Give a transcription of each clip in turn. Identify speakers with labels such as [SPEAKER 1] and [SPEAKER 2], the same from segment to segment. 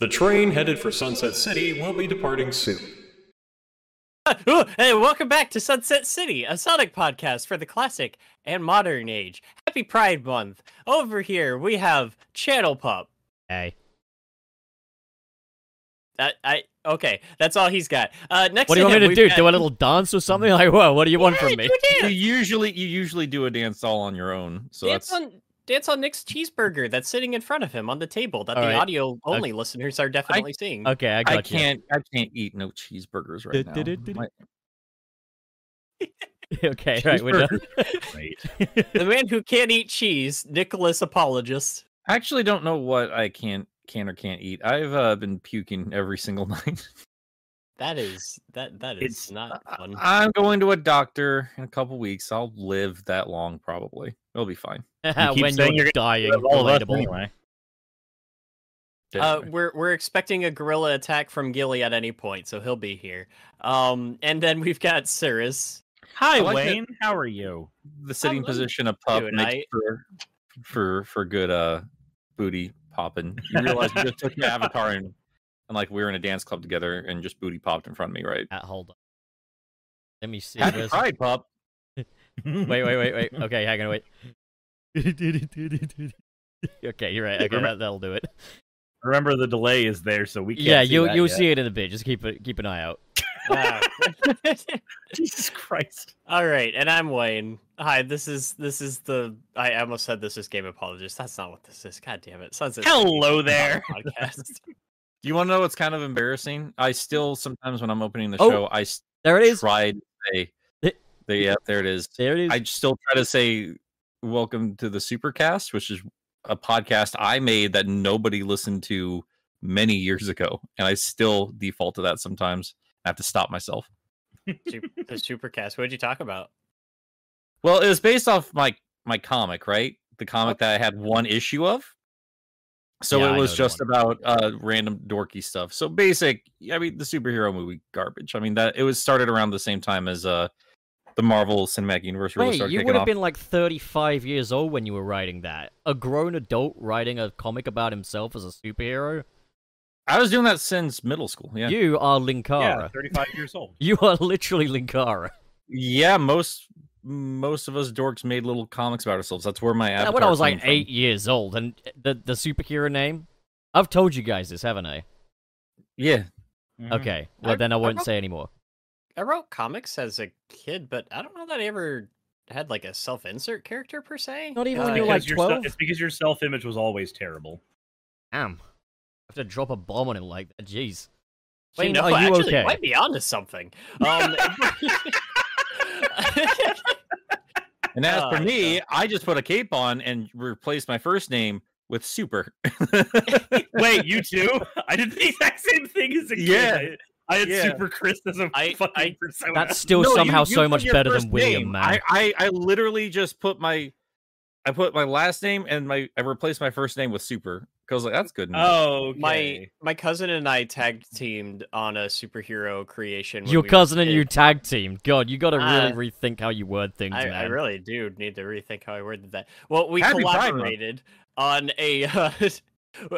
[SPEAKER 1] The train headed for Sunset City will be departing soon.
[SPEAKER 2] Ooh, hey, welcome back to Sunset City, a Sonic podcast for the classic and modern age. Happy Pride Month. Over here, we have Channel Pup.
[SPEAKER 3] Hey.
[SPEAKER 2] That, I okay, that's all he's got. Uh, next,
[SPEAKER 3] What do you
[SPEAKER 2] to
[SPEAKER 3] want
[SPEAKER 2] him,
[SPEAKER 3] me to
[SPEAKER 2] we've
[SPEAKER 3] do?
[SPEAKER 2] got-
[SPEAKER 3] Do a little dance or something? Like, whoa, what do you want
[SPEAKER 2] Yeah,
[SPEAKER 3] from me?
[SPEAKER 2] do a
[SPEAKER 4] You
[SPEAKER 2] dance.
[SPEAKER 4] usually you usually do a dance all on your own. So
[SPEAKER 2] dance
[SPEAKER 4] that's
[SPEAKER 2] on dance on Nick's cheeseburger that's sitting in front of him on the table that
[SPEAKER 3] All
[SPEAKER 2] the
[SPEAKER 3] right.
[SPEAKER 2] audio only listeners are definitely seeing.
[SPEAKER 3] Okay, I got
[SPEAKER 4] I can't I can't eat no cheeseburgers right now. My-
[SPEAKER 3] you. Okay, right, we're done.
[SPEAKER 2] the man who can't eat cheese, Nicholas apologist.
[SPEAKER 4] I actually don't know what I can can or can't eat. I've uh, been puking every single night.
[SPEAKER 2] That is that that is
[SPEAKER 4] It's- uh,
[SPEAKER 2] not
[SPEAKER 4] I-
[SPEAKER 2] fun.
[SPEAKER 4] I'm going to a doctor in a couple weeks. I'll live that long probably. It'll be fine.
[SPEAKER 5] keep
[SPEAKER 3] when
[SPEAKER 5] saying
[SPEAKER 3] you're,
[SPEAKER 5] you're
[SPEAKER 3] dying,
[SPEAKER 5] Of all of us,
[SPEAKER 3] relatable.
[SPEAKER 5] anyway.
[SPEAKER 2] Uh,
[SPEAKER 4] Anyway.
[SPEAKER 2] we're we're expecting a guerrilla attack from Gilly at any point, so he'll be here. Um, and then we've got Cirrus.
[SPEAKER 5] Hi,
[SPEAKER 4] like that-
[SPEAKER 5] Wayne. How are you?
[SPEAKER 4] the sitting
[SPEAKER 2] love
[SPEAKER 4] position of pup
[SPEAKER 2] doing
[SPEAKER 4] makes
[SPEAKER 2] I-
[SPEAKER 4] for, for for good uh booty popping. You realize you just took your avatar and and like we were in a dance club together and just booty popped in front of me, right?
[SPEAKER 3] Uh, hold on. Let me see.
[SPEAKER 4] Happy
[SPEAKER 3] where's-
[SPEAKER 4] Pride, pup.
[SPEAKER 3] Wait, wait, wait, wait. Okay, hang on, wait. okay, you're right. Okay,
[SPEAKER 5] Remem-
[SPEAKER 3] that, that'll do it.
[SPEAKER 5] Remember the delay is there, so we can't.
[SPEAKER 3] yeah,
[SPEAKER 5] see
[SPEAKER 3] you'll
[SPEAKER 5] that
[SPEAKER 3] you'll
[SPEAKER 5] yet.
[SPEAKER 3] see it in a bit. Just keep it, keep an eye out.
[SPEAKER 2] Ah.
[SPEAKER 5] Jesus Christ.
[SPEAKER 2] All right, and I'm Wayne. Hi, this is this is the I almost said this is Game Apologist. That's not what this is. God damn it. Sunset City
[SPEAKER 5] Hello
[SPEAKER 2] is not a
[SPEAKER 5] there.
[SPEAKER 2] Podcast.
[SPEAKER 4] Do you want to know what's kind of embarrassing? I still sometimes when I'm opening the
[SPEAKER 3] Oh,
[SPEAKER 4] show, I s-
[SPEAKER 3] There it is.
[SPEAKER 4] try to say,
[SPEAKER 3] Th-
[SPEAKER 4] the, yeah, there it is.
[SPEAKER 3] There it is.
[SPEAKER 4] I still try to say, welcome to the Supercast, which is a podcast I made that nobody listened to many years ago, and I still default to that sometimes. I have to stop myself.
[SPEAKER 2] Su- the Supercast. What did you talk about?
[SPEAKER 4] Well, it was based off my my comic, right? The comic that I had one issue of. So
[SPEAKER 3] Yeah, I
[SPEAKER 4] it
[SPEAKER 3] know
[SPEAKER 4] was
[SPEAKER 3] the
[SPEAKER 4] just about uh, random dorky stuff. So basic, I mean, the superhero movie garbage. I mean, that it was started around the same time as uh, the Marvel Cinematic Universe. Really
[SPEAKER 3] Wait,
[SPEAKER 4] started
[SPEAKER 3] you
[SPEAKER 4] kicking
[SPEAKER 3] would have
[SPEAKER 4] off.
[SPEAKER 3] been like 35 years old when you were writing that. A grown adult writing a comic about himself as a superhero.
[SPEAKER 4] I was doing that since middle school. Yeah,
[SPEAKER 3] You are
[SPEAKER 5] Yeah,
[SPEAKER 3] Linkara.
[SPEAKER 5] 35 years old.
[SPEAKER 3] You are literally Linkara.
[SPEAKER 4] yeah. Most most of us dorks made little comics about ourselves. That's where my
[SPEAKER 3] when I
[SPEAKER 4] avatar
[SPEAKER 3] was like
[SPEAKER 4] came from.
[SPEAKER 3] eight years old, and the the superhero name. I've told you guys this, haven't I?
[SPEAKER 4] Yeah,
[SPEAKER 5] Mm-hmm.
[SPEAKER 3] Okay. Well, then I won't say anymore.
[SPEAKER 2] I wrote comics as a kid, but I don't know that I ever had like a self-insert character per se.
[SPEAKER 3] Not even
[SPEAKER 2] Uh,
[SPEAKER 3] when you were
[SPEAKER 5] Because
[SPEAKER 3] like
[SPEAKER 5] your se-
[SPEAKER 3] 12.
[SPEAKER 5] it's because your self image was always terrible.
[SPEAKER 3] Damn. I have to drop a bomb on him like that. Jeez.
[SPEAKER 2] you
[SPEAKER 3] Wayne,
[SPEAKER 2] know,
[SPEAKER 3] are you
[SPEAKER 2] actually,
[SPEAKER 3] okay?
[SPEAKER 2] might be onto something. Um,
[SPEAKER 4] and as for
[SPEAKER 3] Ah,
[SPEAKER 2] Oh,
[SPEAKER 4] me, I just put a cape on and replaced my first name with Super.
[SPEAKER 5] Wait, you too? I did the exact same thing as a kid.
[SPEAKER 4] Yeah.
[SPEAKER 5] I, I had
[SPEAKER 4] Yeah.
[SPEAKER 5] Super Chris as a
[SPEAKER 2] I-
[SPEAKER 5] fucking
[SPEAKER 2] I-
[SPEAKER 5] persona.
[SPEAKER 3] That's still
[SPEAKER 4] No, you-
[SPEAKER 3] somehow
[SPEAKER 4] you
[SPEAKER 3] so
[SPEAKER 4] put
[SPEAKER 3] much
[SPEAKER 4] your
[SPEAKER 3] better
[SPEAKER 4] first
[SPEAKER 3] than William,
[SPEAKER 4] name.
[SPEAKER 3] man.
[SPEAKER 4] I, I I literally just put my I put my last name and my I replaced my first name with super because like that's good. enough.
[SPEAKER 5] oh, okay.
[SPEAKER 2] my my cousin and I tag teamed on a superhero creation. when
[SPEAKER 3] Your
[SPEAKER 2] we were
[SPEAKER 3] cousin and you
[SPEAKER 2] kids.
[SPEAKER 3] tag team. God, you got to
[SPEAKER 2] Uh,
[SPEAKER 3] really rethink how you word things,
[SPEAKER 2] I,
[SPEAKER 3] man.
[SPEAKER 2] I really do need to rethink how I worded that. Well, we
[SPEAKER 4] Happy Pride Month.
[SPEAKER 2] collaborated on a uh,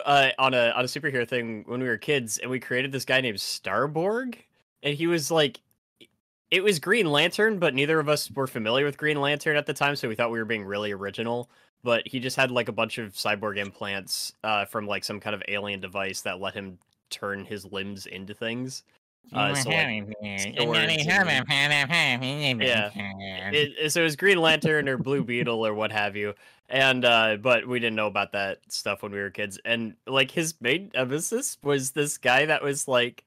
[SPEAKER 2] uh, on a on a superhero thing when we were kids, and we created this guy named Starborg, and he was like. It was Green Lantern, but neither of us were familiar with Green Lantern at the time, so we thought we were being really original. But he just had like a bunch of cyborg implants uh, from like some kind of alien device that let him turn his limbs into things. Uh, so, like, swords and-
[SPEAKER 6] Yeah.
[SPEAKER 2] it, it- so it was Green Lantern or Blue Beetle or what have you. And uh, but we didn't know about that stuff when we were kids. And like his main nemesis was this guy that was like,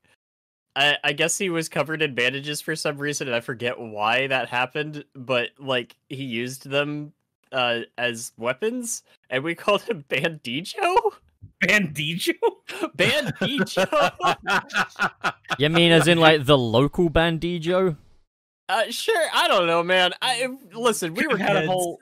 [SPEAKER 2] I, I guess he was covered in bandages for some reason, and I forget why that happened. But like he used them uh, as weapons, and we called him Bandijo.
[SPEAKER 5] Bandijo?
[SPEAKER 2] Bandijo.
[SPEAKER 3] You mean as in like the local bandijo?
[SPEAKER 2] uh, sure, I don't know, man. I listen. We were
[SPEAKER 5] Could've had
[SPEAKER 2] kids.
[SPEAKER 5] a whole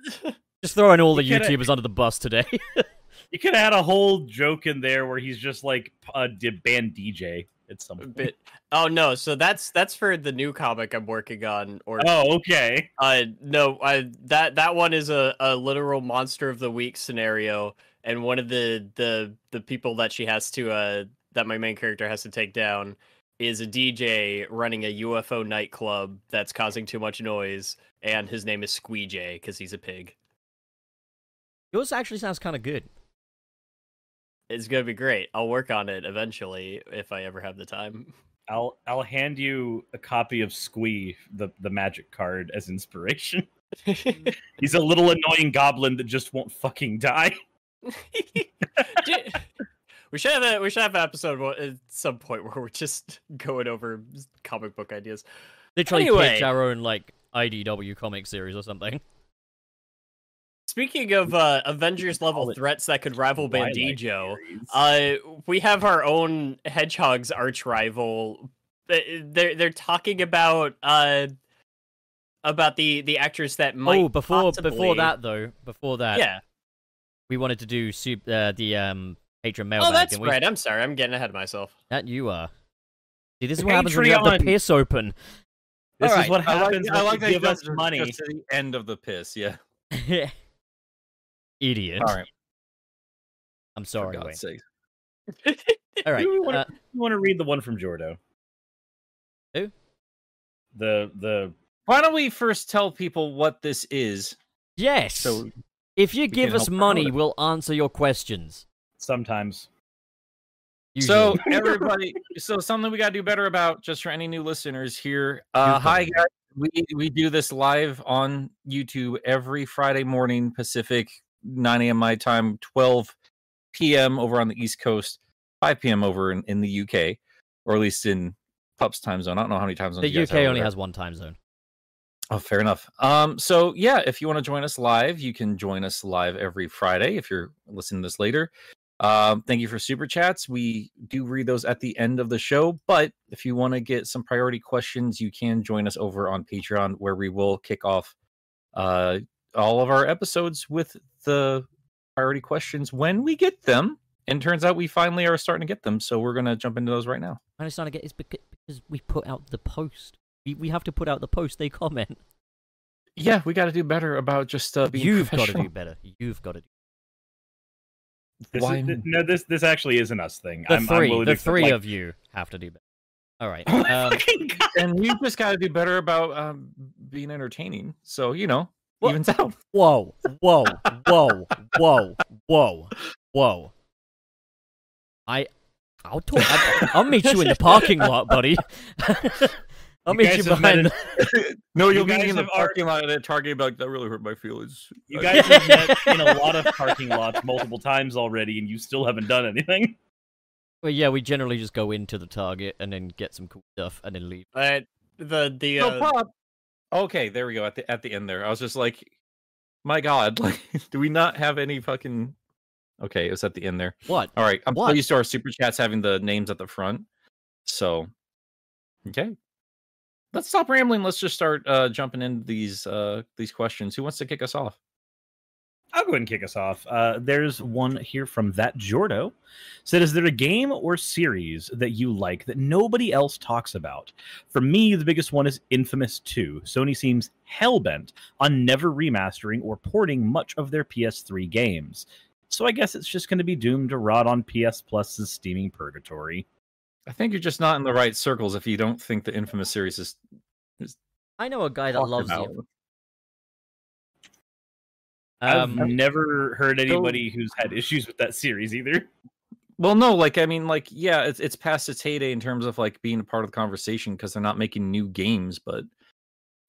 [SPEAKER 3] Just throwing all the
[SPEAKER 5] You gotta-
[SPEAKER 3] YouTubers under the bus today.
[SPEAKER 5] You could have had a whole joke in there where he's just like uh, a d- band DJ at some point.
[SPEAKER 2] bit. Oh no, so that's that's for the new comic I'm working on. Or
[SPEAKER 5] Oh, okay.
[SPEAKER 2] uh, no, I that that one is a, a literal monster of the week scenario, and one of the the the people that she has to uh that my main character has to take down is a DJ running a UFO nightclub that's causing too much noise, and his name is Squee J because he's a pig.
[SPEAKER 3] Yours actually sounds kind of good.
[SPEAKER 2] It's gonna be great. I'll work on it eventually if I ever have the time.
[SPEAKER 5] I'll I'll hand you a copy of Squee, the the magic card, as inspiration. He's a little annoying goblin that just won't fucking die.
[SPEAKER 2] Dude, we should have a we should have an episode one- at some point where we're just going over comic book ideas.
[SPEAKER 3] Literally
[SPEAKER 2] Anyway.
[SPEAKER 3] pitch our own like IDW comic series or something.
[SPEAKER 2] Speaking of uh, Avengers
[SPEAKER 5] Call
[SPEAKER 2] level
[SPEAKER 5] it
[SPEAKER 2] threats that could rival
[SPEAKER 5] Twilight
[SPEAKER 2] Bandijo,
[SPEAKER 5] series.
[SPEAKER 2] uh, we have our own Hedgehog's arch rival. Uh, They're they're talking about uh about the the actress that might
[SPEAKER 3] oh, before before
[SPEAKER 2] possibly-
[SPEAKER 3] that though, before that,
[SPEAKER 2] yeah.
[SPEAKER 3] we wanted to do soup, uh, the um patron mailbag.
[SPEAKER 2] Oh, that's
[SPEAKER 3] didn't we?
[SPEAKER 2] right. I'm sorry, I'm getting ahead of myself.
[SPEAKER 3] That you are. See, this is what happens when you have the
[SPEAKER 5] Patreon.
[SPEAKER 3] piss open.
[SPEAKER 5] This
[SPEAKER 4] Alright,
[SPEAKER 5] is what
[SPEAKER 4] I like-
[SPEAKER 5] happens.
[SPEAKER 4] I like,
[SPEAKER 5] when
[SPEAKER 4] that
[SPEAKER 5] you give
[SPEAKER 4] you
[SPEAKER 5] us
[SPEAKER 4] guys are
[SPEAKER 5] money.
[SPEAKER 4] just to the end of the piss. Yeah.
[SPEAKER 3] Idiot.
[SPEAKER 4] All right.
[SPEAKER 3] I'm
[SPEAKER 4] For
[SPEAKER 3] sorry. Wayne.
[SPEAKER 4] God's sake.
[SPEAKER 3] All right.
[SPEAKER 5] Do we wanna-
[SPEAKER 3] uh,
[SPEAKER 5] You want to read the one from Jordo?
[SPEAKER 3] Who?
[SPEAKER 5] The the
[SPEAKER 4] Why don't we first tell people what this is?
[SPEAKER 3] yes.
[SPEAKER 4] So
[SPEAKER 3] if you
[SPEAKER 4] can
[SPEAKER 3] give us
[SPEAKER 4] help promote
[SPEAKER 3] money,
[SPEAKER 4] it.
[SPEAKER 3] we'll answer your questions.
[SPEAKER 5] sometimes
[SPEAKER 4] So
[SPEAKER 3] Usually.
[SPEAKER 4] everybody, so something we got to do better about, just for any new listeners here. Uh, hi guys, we we do this live on YouTube every Friday morning Pacific, 9 a.m. my time, 12 p.m. over on the East Coast, 5 p.m. over in, in the UK, or at least in Pup's time zone. I don't know how many times zones you
[SPEAKER 3] the
[SPEAKER 4] guys
[SPEAKER 3] UK
[SPEAKER 4] have over
[SPEAKER 3] only
[SPEAKER 4] there.
[SPEAKER 3] has one time zone.
[SPEAKER 4] Oh, fair enough. Um, so yeah, if you want to join us live, you can join us live every Friday if you're listening to this later. Um, thank you for super chats. We do read those at the end of the show, but if you want to get some priority questions, you can join us over on Patreon where we will kick off uh all of our episodes with the priority questions when we get them. And turns out we finally are starting to get them, so we're gonna jump into those right now.
[SPEAKER 3] I just trying to get is because, because we put out the post. We, we have to put out the post. They comment.
[SPEAKER 4] Yeah, we got to do better about just uh, being
[SPEAKER 3] You've got to
[SPEAKER 4] professional.
[SPEAKER 3] do better. You've got to do.
[SPEAKER 5] this
[SPEAKER 4] Why
[SPEAKER 5] is,
[SPEAKER 4] me?
[SPEAKER 5] no this this actually isn't us thing.
[SPEAKER 3] The
[SPEAKER 5] I'm, I'm
[SPEAKER 3] 3
[SPEAKER 5] willing
[SPEAKER 3] the
[SPEAKER 5] to accept,
[SPEAKER 3] three
[SPEAKER 5] like,
[SPEAKER 3] of you have to do better. All right.
[SPEAKER 5] Oh my
[SPEAKER 3] Um,
[SPEAKER 5] fucking God.
[SPEAKER 4] and you just got to do better about um, being entertaining. So you know,
[SPEAKER 3] Well-
[SPEAKER 4] evens out.
[SPEAKER 3] whoa, whoa, whoa, whoa, whoa, whoa. I, I'll talk. I'll, I'll meet you in the parking lot, buddy. I'll
[SPEAKER 5] You
[SPEAKER 3] meet
[SPEAKER 5] guys
[SPEAKER 3] you
[SPEAKER 5] have met
[SPEAKER 3] behind.
[SPEAKER 5] in-
[SPEAKER 4] No,
[SPEAKER 5] You
[SPEAKER 4] you'll be
[SPEAKER 5] guys
[SPEAKER 4] in the
[SPEAKER 5] have ar-
[SPEAKER 4] parking lot at Target. Be like that really hurt my feelings.
[SPEAKER 5] You
[SPEAKER 4] I-
[SPEAKER 5] guys have met in a lot of parking lots multiple times already, and you still haven't done anything.
[SPEAKER 3] Well, yeah, we generally just go into the target and then get some cool stuff and then leave.
[SPEAKER 2] Uh, the the
[SPEAKER 4] No,
[SPEAKER 2] uh,
[SPEAKER 4] Pop. Okay, there we go. At the at the end there, I was just like, my God, like, do we not have any fucking? Okay, it was at the end there.
[SPEAKER 3] What?
[SPEAKER 4] All right, I'm
[SPEAKER 3] What?
[SPEAKER 4] so used to our super chats having the names at the front. So, okay, let's stop rambling. Let's just start uh, jumping into these uh, these questions. Who wants to kick us off?
[SPEAKER 5] I'll go ahead and kick us off. Uh, there's one here from that Jordo. Said, is there a game or series that you like that nobody else talks about? For me, the biggest one is Infamous 2. Sony seems hellbent on never remastering or porting much of their PS3 games. So I guess it's just going to be doomed to rot on PS Plus's steaming purgatory.
[SPEAKER 4] I think you're just not in the right circles if you don't think the infamous series is
[SPEAKER 3] I know a guy that
[SPEAKER 4] talked
[SPEAKER 3] loves
[SPEAKER 4] about.
[SPEAKER 3] you.
[SPEAKER 5] I've
[SPEAKER 3] Um,
[SPEAKER 5] never heard anybody who's had issues with that series either.
[SPEAKER 4] Well, no, like I mean, like yeah, it's it's past its heyday in terms of like being a part of the conversation because they're not making new games. But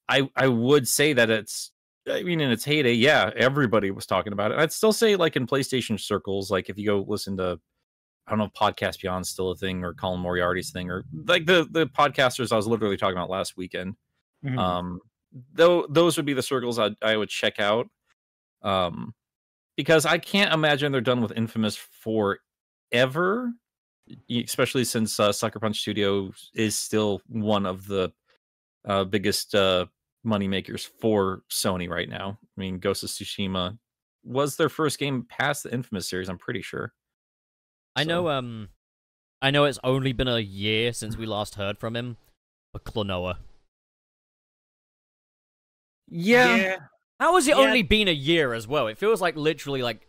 [SPEAKER 4] I I would say that it's I mean in its heyday, yeah, everybody was talking about it. I'd still say like in PlayStation circles, like if you go listen to I don't know, if podcast beyond's still a thing or Colin Moriarty's thing or like the the podcasters I was literally talking about last weekend.
[SPEAKER 5] Mm-hmm.
[SPEAKER 4] um though those would be the circles I'd, i would check out um because i can't imagine they're done with infamous forever y- especially since uh, sucker punch studio is still one of the uh, biggest uh money makers for sony right now i mean ghost of tsushima was their first game past the infamous series i'm pretty sure
[SPEAKER 3] I
[SPEAKER 4] So-
[SPEAKER 3] know. Um, I know it's only been a year since we last heard from him, but Klonoa.
[SPEAKER 4] yeah.
[SPEAKER 3] How has it
[SPEAKER 2] Yeah.
[SPEAKER 3] only been a year as well? It feels like literally like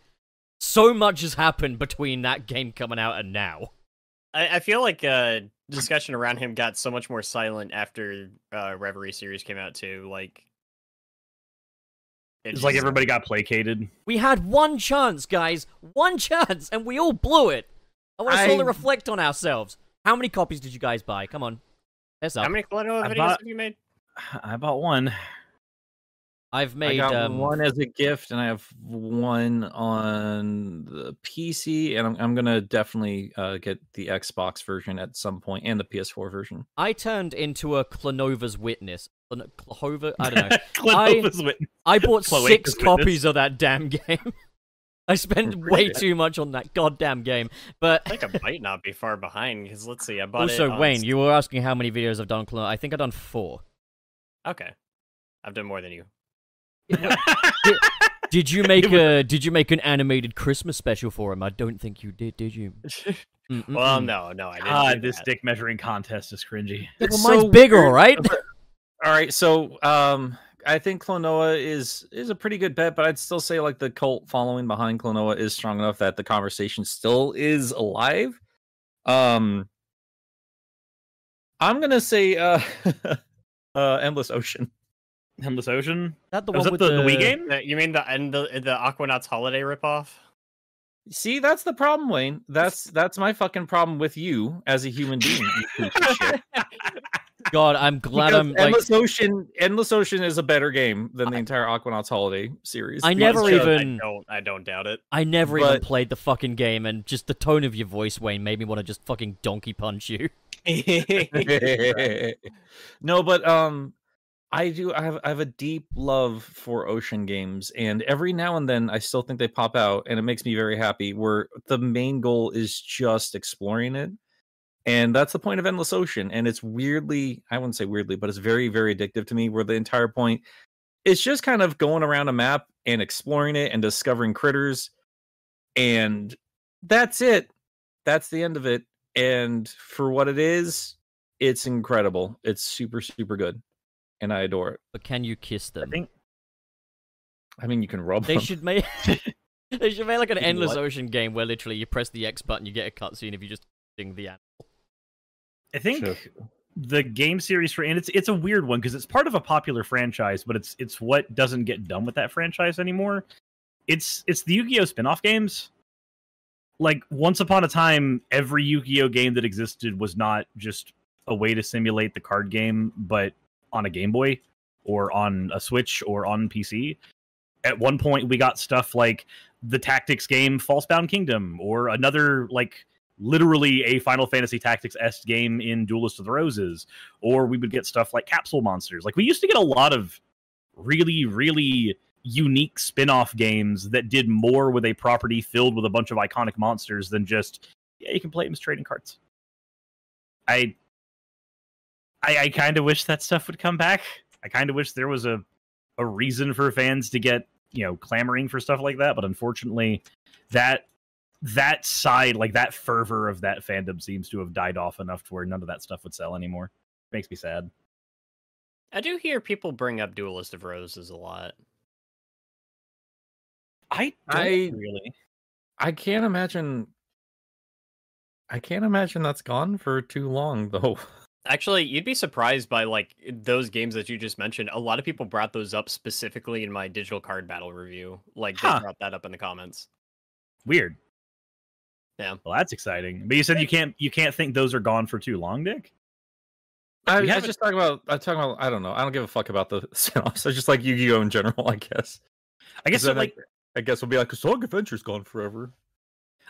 [SPEAKER 3] so much has happened between that game coming out and now.
[SPEAKER 2] I, I feel like uh discussion around him got so much more silent after uh Reverie series came out too. Like
[SPEAKER 5] It's like
[SPEAKER 2] just-
[SPEAKER 5] everybody got placated.
[SPEAKER 3] We had one chance, guys, one chance, and we all blew it. I want us all to
[SPEAKER 4] I-
[SPEAKER 3] reflect on ourselves. How many copies did you guys buy? Come on, that's up.
[SPEAKER 2] How many Colorado
[SPEAKER 5] I
[SPEAKER 2] videos
[SPEAKER 5] bought-
[SPEAKER 2] have you made?
[SPEAKER 5] I bought one.
[SPEAKER 3] I've made
[SPEAKER 4] I got
[SPEAKER 3] um,
[SPEAKER 4] one as a gift, and I have one on the PC, and I'm, I'm gonna definitely uh, get the Xbox version at some point and the PS4 version.
[SPEAKER 3] I turned into a Klonova's witness. Clon- Clohova? I don't know.
[SPEAKER 5] Clovis went-
[SPEAKER 3] I bought
[SPEAKER 5] Cloaca's
[SPEAKER 3] six
[SPEAKER 5] witness.
[SPEAKER 3] copies of that damn game. I spent way
[SPEAKER 4] Really?
[SPEAKER 3] too much on that goddamn game.
[SPEAKER 2] I
[SPEAKER 3] But
[SPEAKER 2] think I might not be far behind because let's see. I bought
[SPEAKER 5] Oh,
[SPEAKER 2] it uh,
[SPEAKER 3] also,
[SPEAKER 2] on
[SPEAKER 3] Wayne,
[SPEAKER 2] Ste-
[SPEAKER 3] you were asking how many videos I've done on Clone. I think I've done four.
[SPEAKER 2] okay. I've done more than you.
[SPEAKER 3] Did you make a Did you make an animated Christmas special for him? I don't think you did. Did you? Mm, mm,
[SPEAKER 5] Um,
[SPEAKER 2] Well,
[SPEAKER 3] mm.
[SPEAKER 2] no, no, I didn't.
[SPEAKER 5] God,
[SPEAKER 2] do
[SPEAKER 5] this
[SPEAKER 2] that.
[SPEAKER 5] dick measuring contest is cringy.
[SPEAKER 3] Yeah,
[SPEAKER 4] It's
[SPEAKER 3] well, mine's
[SPEAKER 4] so
[SPEAKER 3] bigger,
[SPEAKER 4] weird.
[SPEAKER 3] right?
[SPEAKER 4] All right, so um, I think Clonoa is is a pretty good bet, but I'd still say like the cult following behind Clonoa is strong enough that the conversation still is alive. Um, I'm gonna say uh, uh, Endless Ocean.
[SPEAKER 5] Endless Ocean.
[SPEAKER 3] That the one
[SPEAKER 5] Was that
[SPEAKER 3] with
[SPEAKER 5] the, the Wii game?
[SPEAKER 2] The- you mean the and the the Aquanauts holiday ripoff?
[SPEAKER 4] See, that's the problem, Wayne. That's that's my fucking problem with you as a human being. you piece of shit.
[SPEAKER 3] God, I'm glad
[SPEAKER 4] Because
[SPEAKER 3] I'm like.
[SPEAKER 4] Endless Ocean. Endless Ocean is a better game than the entire Aquanauts Holiday series.
[SPEAKER 3] I
[SPEAKER 4] Let's
[SPEAKER 3] never
[SPEAKER 4] just-
[SPEAKER 3] even.
[SPEAKER 2] I don't. I don't doubt it.
[SPEAKER 3] I never even
[SPEAKER 4] But-
[SPEAKER 3] played the fucking game, and just the tone of your voice, Wayne, made me want to just fucking donkey punch you.
[SPEAKER 4] no, but um, I do. I have I have a deep love for ocean games, and every now and then I still think they pop out, and it makes me very happy. Where the main goal is just exploring it, and that's the point of Endless Ocean. And it's weirdly, I wouldn't say weirdly, but it's very very addictive to me. Where the entire point is just kind of going around a map and exploring it and discovering critters, and that's it. That's the end of it. And for what it is, it's incredible. It's super, super good, and I adore it.
[SPEAKER 3] But can you kiss them?
[SPEAKER 5] think-
[SPEAKER 4] I mean, you can rub.
[SPEAKER 3] They
[SPEAKER 4] them.
[SPEAKER 3] should make. they should make like an
[SPEAKER 4] You can
[SPEAKER 3] endless
[SPEAKER 4] what?
[SPEAKER 3] ocean game where literally you press the X button, you get a cutscene if you just ding the. an-
[SPEAKER 5] I think
[SPEAKER 4] Sure.
[SPEAKER 5] the game series for and it's it's a weird one because it's part of a popular franchise, but it's it's what doesn't get done with that franchise anymore. It's it's the Yu-Gi-Oh spin-off games. Like once upon a time, every Yu-Gi-Oh game that existed was not just a way to simulate the card game, but on a Game Boy or on a Switch or on PC. At one point, we got stuff like the tactics game Falsebound Kingdom or another like literally a Final Fantasy Tactics S game in Duelist of the Roses, or we would get stuff like Capsule Monsters. Like we used to get a lot of really, really unique spin-off games that did more with a property filled with a bunch of iconic monsters than just yeah, you can play them as trading cards. I I, I kind of wish that stuff would come back. I kind of wish there was a a reason for fans to get you know clamoring for stuff like that, but unfortunately, that that side, like that fervor of that fandom, seems to have died off enough to where none of that stuff would sell anymore. Makes me sad.
[SPEAKER 2] I do hear people bring up Duelist of Roses a lot.
[SPEAKER 5] I
[SPEAKER 4] don't I-
[SPEAKER 5] really.
[SPEAKER 4] I can't imagine. I can't imagine that's gone for too long, though.
[SPEAKER 2] Actually, you'd be surprised by like those games that you just mentioned. A lot of people brought those up specifically in my digital card battle review. Like
[SPEAKER 5] Huh.
[SPEAKER 2] they brought that up in the comments.
[SPEAKER 5] Weird.
[SPEAKER 2] Yeah.
[SPEAKER 5] Well, that's exciting. But you said you can't you can't think those are gone for too long, Dick.
[SPEAKER 4] I, I
[SPEAKER 5] We
[SPEAKER 4] was
[SPEAKER 5] haven't-
[SPEAKER 4] just talking about. I talking about. I don't know. I don't give a fuck about the spinoffs. I just like Yu-Gi-Oh in general. I guess.
[SPEAKER 5] I guess
[SPEAKER 4] So
[SPEAKER 5] so, like
[SPEAKER 4] I guess we'll be like Song Adventure's gone forever.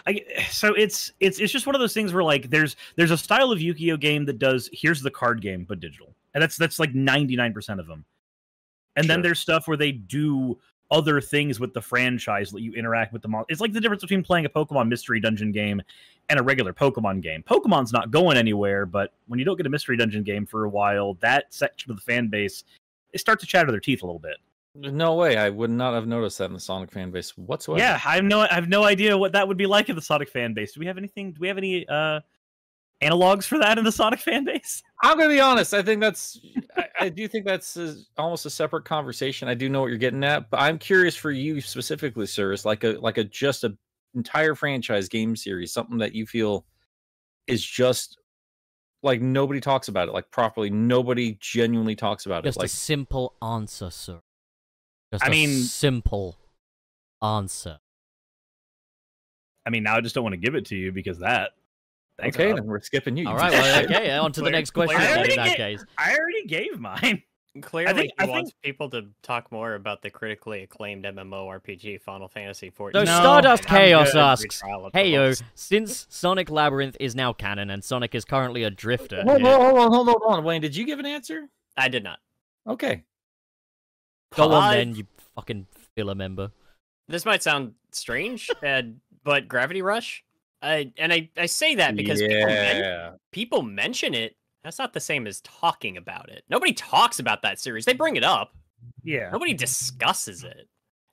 [SPEAKER 5] I, so it's it's it's just one of those things where like there's there's a style of Yu-Gi-Oh game that does here's the card game but digital, and that's that's like ninety nine percent of them. And then
[SPEAKER 4] Sure.
[SPEAKER 5] there's stuff where they do other things with the franchise, let you interact with them. all. It's like the difference between playing a Pokemon mystery dungeon game and a regular Pokemon game. Pokemon's not going anywhere, but when you don't get a mystery dungeon game for a while, that section of the fan base they start to chatter their teeth a little bit.
[SPEAKER 4] No way. I would not have noticed that in the Sonic fan base whatsoever.
[SPEAKER 5] Yeah, I have no I have no idea what that would be like in the Sonic fan base. Do we have anything do we have any uh analogs for that in the Sonic fan base?
[SPEAKER 4] I'm gonna be honest. I think that's. I, I do think that's a, almost a separate conversation. I do know what you're getting at, but I'm curious for you specifically, sir. Is like a like a just a entire franchise game series, something that you feel is just like nobody talks about it like properly. Nobody genuinely talks about
[SPEAKER 3] Just a
[SPEAKER 4] it. Like
[SPEAKER 3] simple answer, sir. Just
[SPEAKER 5] I
[SPEAKER 3] a
[SPEAKER 5] mean-
[SPEAKER 3] simple answer.
[SPEAKER 5] I mean, now I just don't want to give it to you because that. Thanks,
[SPEAKER 4] okay,
[SPEAKER 5] Bob.
[SPEAKER 4] then we're skipping you. you
[SPEAKER 3] All right,
[SPEAKER 4] piece of
[SPEAKER 3] well,
[SPEAKER 4] shit.
[SPEAKER 3] okay, on to the
[SPEAKER 5] Claire-
[SPEAKER 3] next question
[SPEAKER 5] Claire-
[SPEAKER 3] then, in
[SPEAKER 5] Dang
[SPEAKER 3] that
[SPEAKER 5] it!
[SPEAKER 3] case.
[SPEAKER 5] I already gave mine.
[SPEAKER 2] Clearly,
[SPEAKER 5] think-
[SPEAKER 2] he
[SPEAKER 5] I
[SPEAKER 2] wants people to talk more about the critically acclaimed MMORPG Final Fantasy XIV.
[SPEAKER 3] So
[SPEAKER 5] No,
[SPEAKER 3] Stardust
[SPEAKER 2] I'm
[SPEAKER 3] Chaos
[SPEAKER 2] good.
[SPEAKER 3] asks,
[SPEAKER 2] Retrial of the
[SPEAKER 3] "Hey yo,
[SPEAKER 2] boss."
[SPEAKER 3] since Sonic Labyrinth is now canon and Sonic is currently a drifter,
[SPEAKER 4] Hold
[SPEAKER 3] here,
[SPEAKER 4] on, hold on, hold on, hold on, Wayne. Did you give an answer?
[SPEAKER 2] I did not.
[SPEAKER 4] Okay.
[SPEAKER 3] go on
[SPEAKER 2] I-
[SPEAKER 3] then, you fucking filler member."
[SPEAKER 2] This might sound strange, and, but Gravity Rush. I, and I, I say that because people, men-
[SPEAKER 4] yeah,
[SPEAKER 2] people mention it. That's not the same as talking about it. Nobody talks about that series. They bring it up.
[SPEAKER 5] Yeah.
[SPEAKER 2] Nobody discusses it.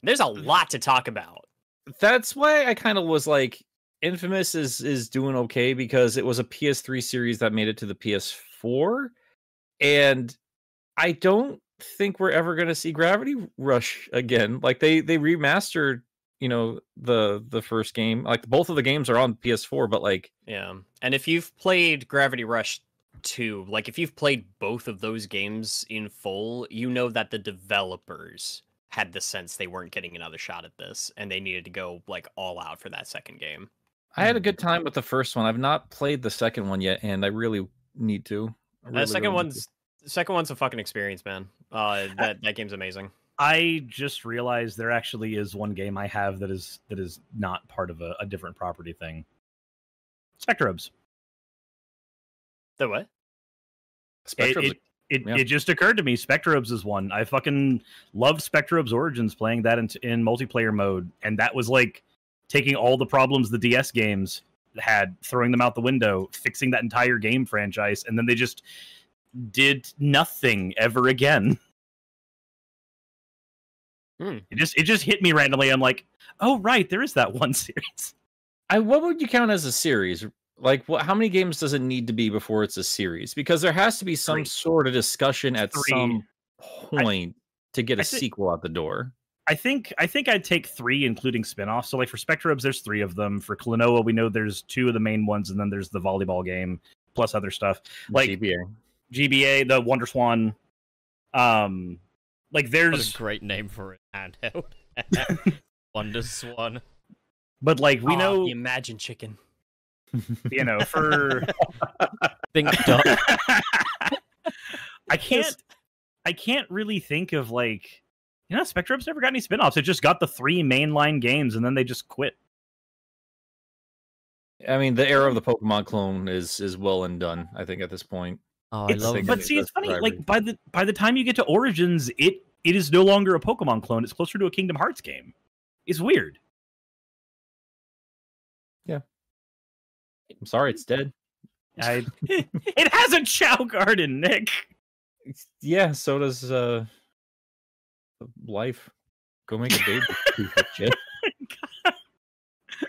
[SPEAKER 2] There's a lot to talk about.
[SPEAKER 4] that's why I kind of was like, Infamous is is doing okay because it was a PS3 series that made it to the PS4, and I don't think we're ever going to see Gravity Rush again. Like they they remastered, you know, the the first game. Like both of the games are on PS4, but like
[SPEAKER 2] Yeah. And if you've played Gravity Rush 2, like if you've played both of those games in full, you know that the developers had the sense they weren't getting another shot at this and they needed to go like all out for that second game.
[SPEAKER 4] I had a good time with the first one. I've not played the second one yet, and I really need to. I
[SPEAKER 2] The
[SPEAKER 4] really, really
[SPEAKER 2] second
[SPEAKER 4] need
[SPEAKER 2] one's the second one's a fucking experience, man. Uh that that game's amazing.
[SPEAKER 5] I just realized there actually is one game I have that is that is not part of a, a different property thing. Spectrobes.
[SPEAKER 2] The what?
[SPEAKER 4] to.
[SPEAKER 5] It,
[SPEAKER 4] Spectrum's
[SPEAKER 5] it, it,
[SPEAKER 4] yeah.
[SPEAKER 5] it just occurred to me Spectrobes is one. I fucking loved Spectrobes Origins playing that in, in multiplayer mode. And that was like taking all the problems the DS games had, throwing them out the window, fixing that entire game franchise. And then they just did nothing ever again.
[SPEAKER 2] Hmm.
[SPEAKER 5] It just it just hit me randomly. I'm like, oh right, there is that one series.
[SPEAKER 4] I what would you count as a series? Like, what? How many games does it need to be before it's a series? Because there has to be some
[SPEAKER 5] Three.
[SPEAKER 4] sort of discussion at
[SPEAKER 5] Three.
[SPEAKER 4] some point to get a
[SPEAKER 5] I thi-
[SPEAKER 4] sequel out the door.
[SPEAKER 5] I think I think I'd take three, including spin-offs. So like for Spectrobes, there's three of them. For Klonoa, we know there's two of the main ones, and then there's the volleyball game plus other stuff. Like
[SPEAKER 4] GBA.
[SPEAKER 5] GBA, the Wonder Swan. Um like
[SPEAKER 3] What a
[SPEAKER 5] there's
[SPEAKER 3] great name for it, handheld. Wonder Swan.
[SPEAKER 5] but like we
[SPEAKER 2] Ah,
[SPEAKER 5] know
[SPEAKER 2] the Imagine Chicken.
[SPEAKER 5] you know for
[SPEAKER 3] Think duck.
[SPEAKER 5] I can't I can't really think of like you know Spectrum's never got any spin-offs. It just got the three mainline games and then they just quit.
[SPEAKER 4] I mean, the
[SPEAKER 5] Mm.
[SPEAKER 4] era of the Pokemon clone is is well and done. I think at this point.
[SPEAKER 3] Oh, I
[SPEAKER 5] It's-
[SPEAKER 3] love
[SPEAKER 4] think
[SPEAKER 3] it.
[SPEAKER 5] But
[SPEAKER 4] it
[SPEAKER 5] see,
[SPEAKER 4] does
[SPEAKER 5] it's funny.
[SPEAKER 4] drive
[SPEAKER 5] Like
[SPEAKER 4] everything.
[SPEAKER 5] by the by the time you get to Origins, it it is no longer a Pokemon clone. It's closer to a Kingdom Hearts game. It's weird.
[SPEAKER 4] I'm
[SPEAKER 5] Mm.
[SPEAKER 4] sorry, it's dead.
[SPEAKER 5] I, it has a Chow Garden, Nick.
[SPEAKER 4] It's- Yeah, so does uh life. Go make a baby. you piece of shit.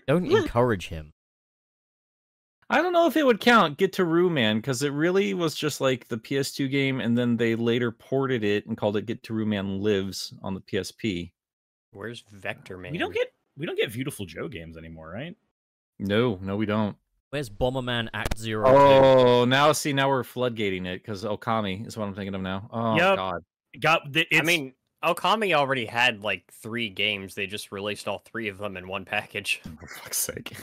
[SPEAKER 3] Don't encourage him.
[SPEAKER 4] I don't know if it would count Get to Rue Man because it really was just like the PS2 game, and then they later ported it and called it Get to Rue Man Lives on the PSP.
[SPEAKER 2] Where's Vector Man?
[SPEAKER 5] We don't get we don't get Beautiful Joe games anymore, right?
[SPEAKER 4] No, no, we don't.
[SPEAKER 3] Where's Bomberman Act Zero?
[SPEAKER 4] Oh, now see, now we're floodgating it because Okami is what I'm thinking of now. Oh
[SPEAKER 5] Yep.
[SPEAKER 4] God,
[SPEAKER 5] Got the, it's,
[SPEAKER 2] I mean, Okami already had like three games. They just released all three of them in one package.
[SPEAKER 4] for fuck's sake,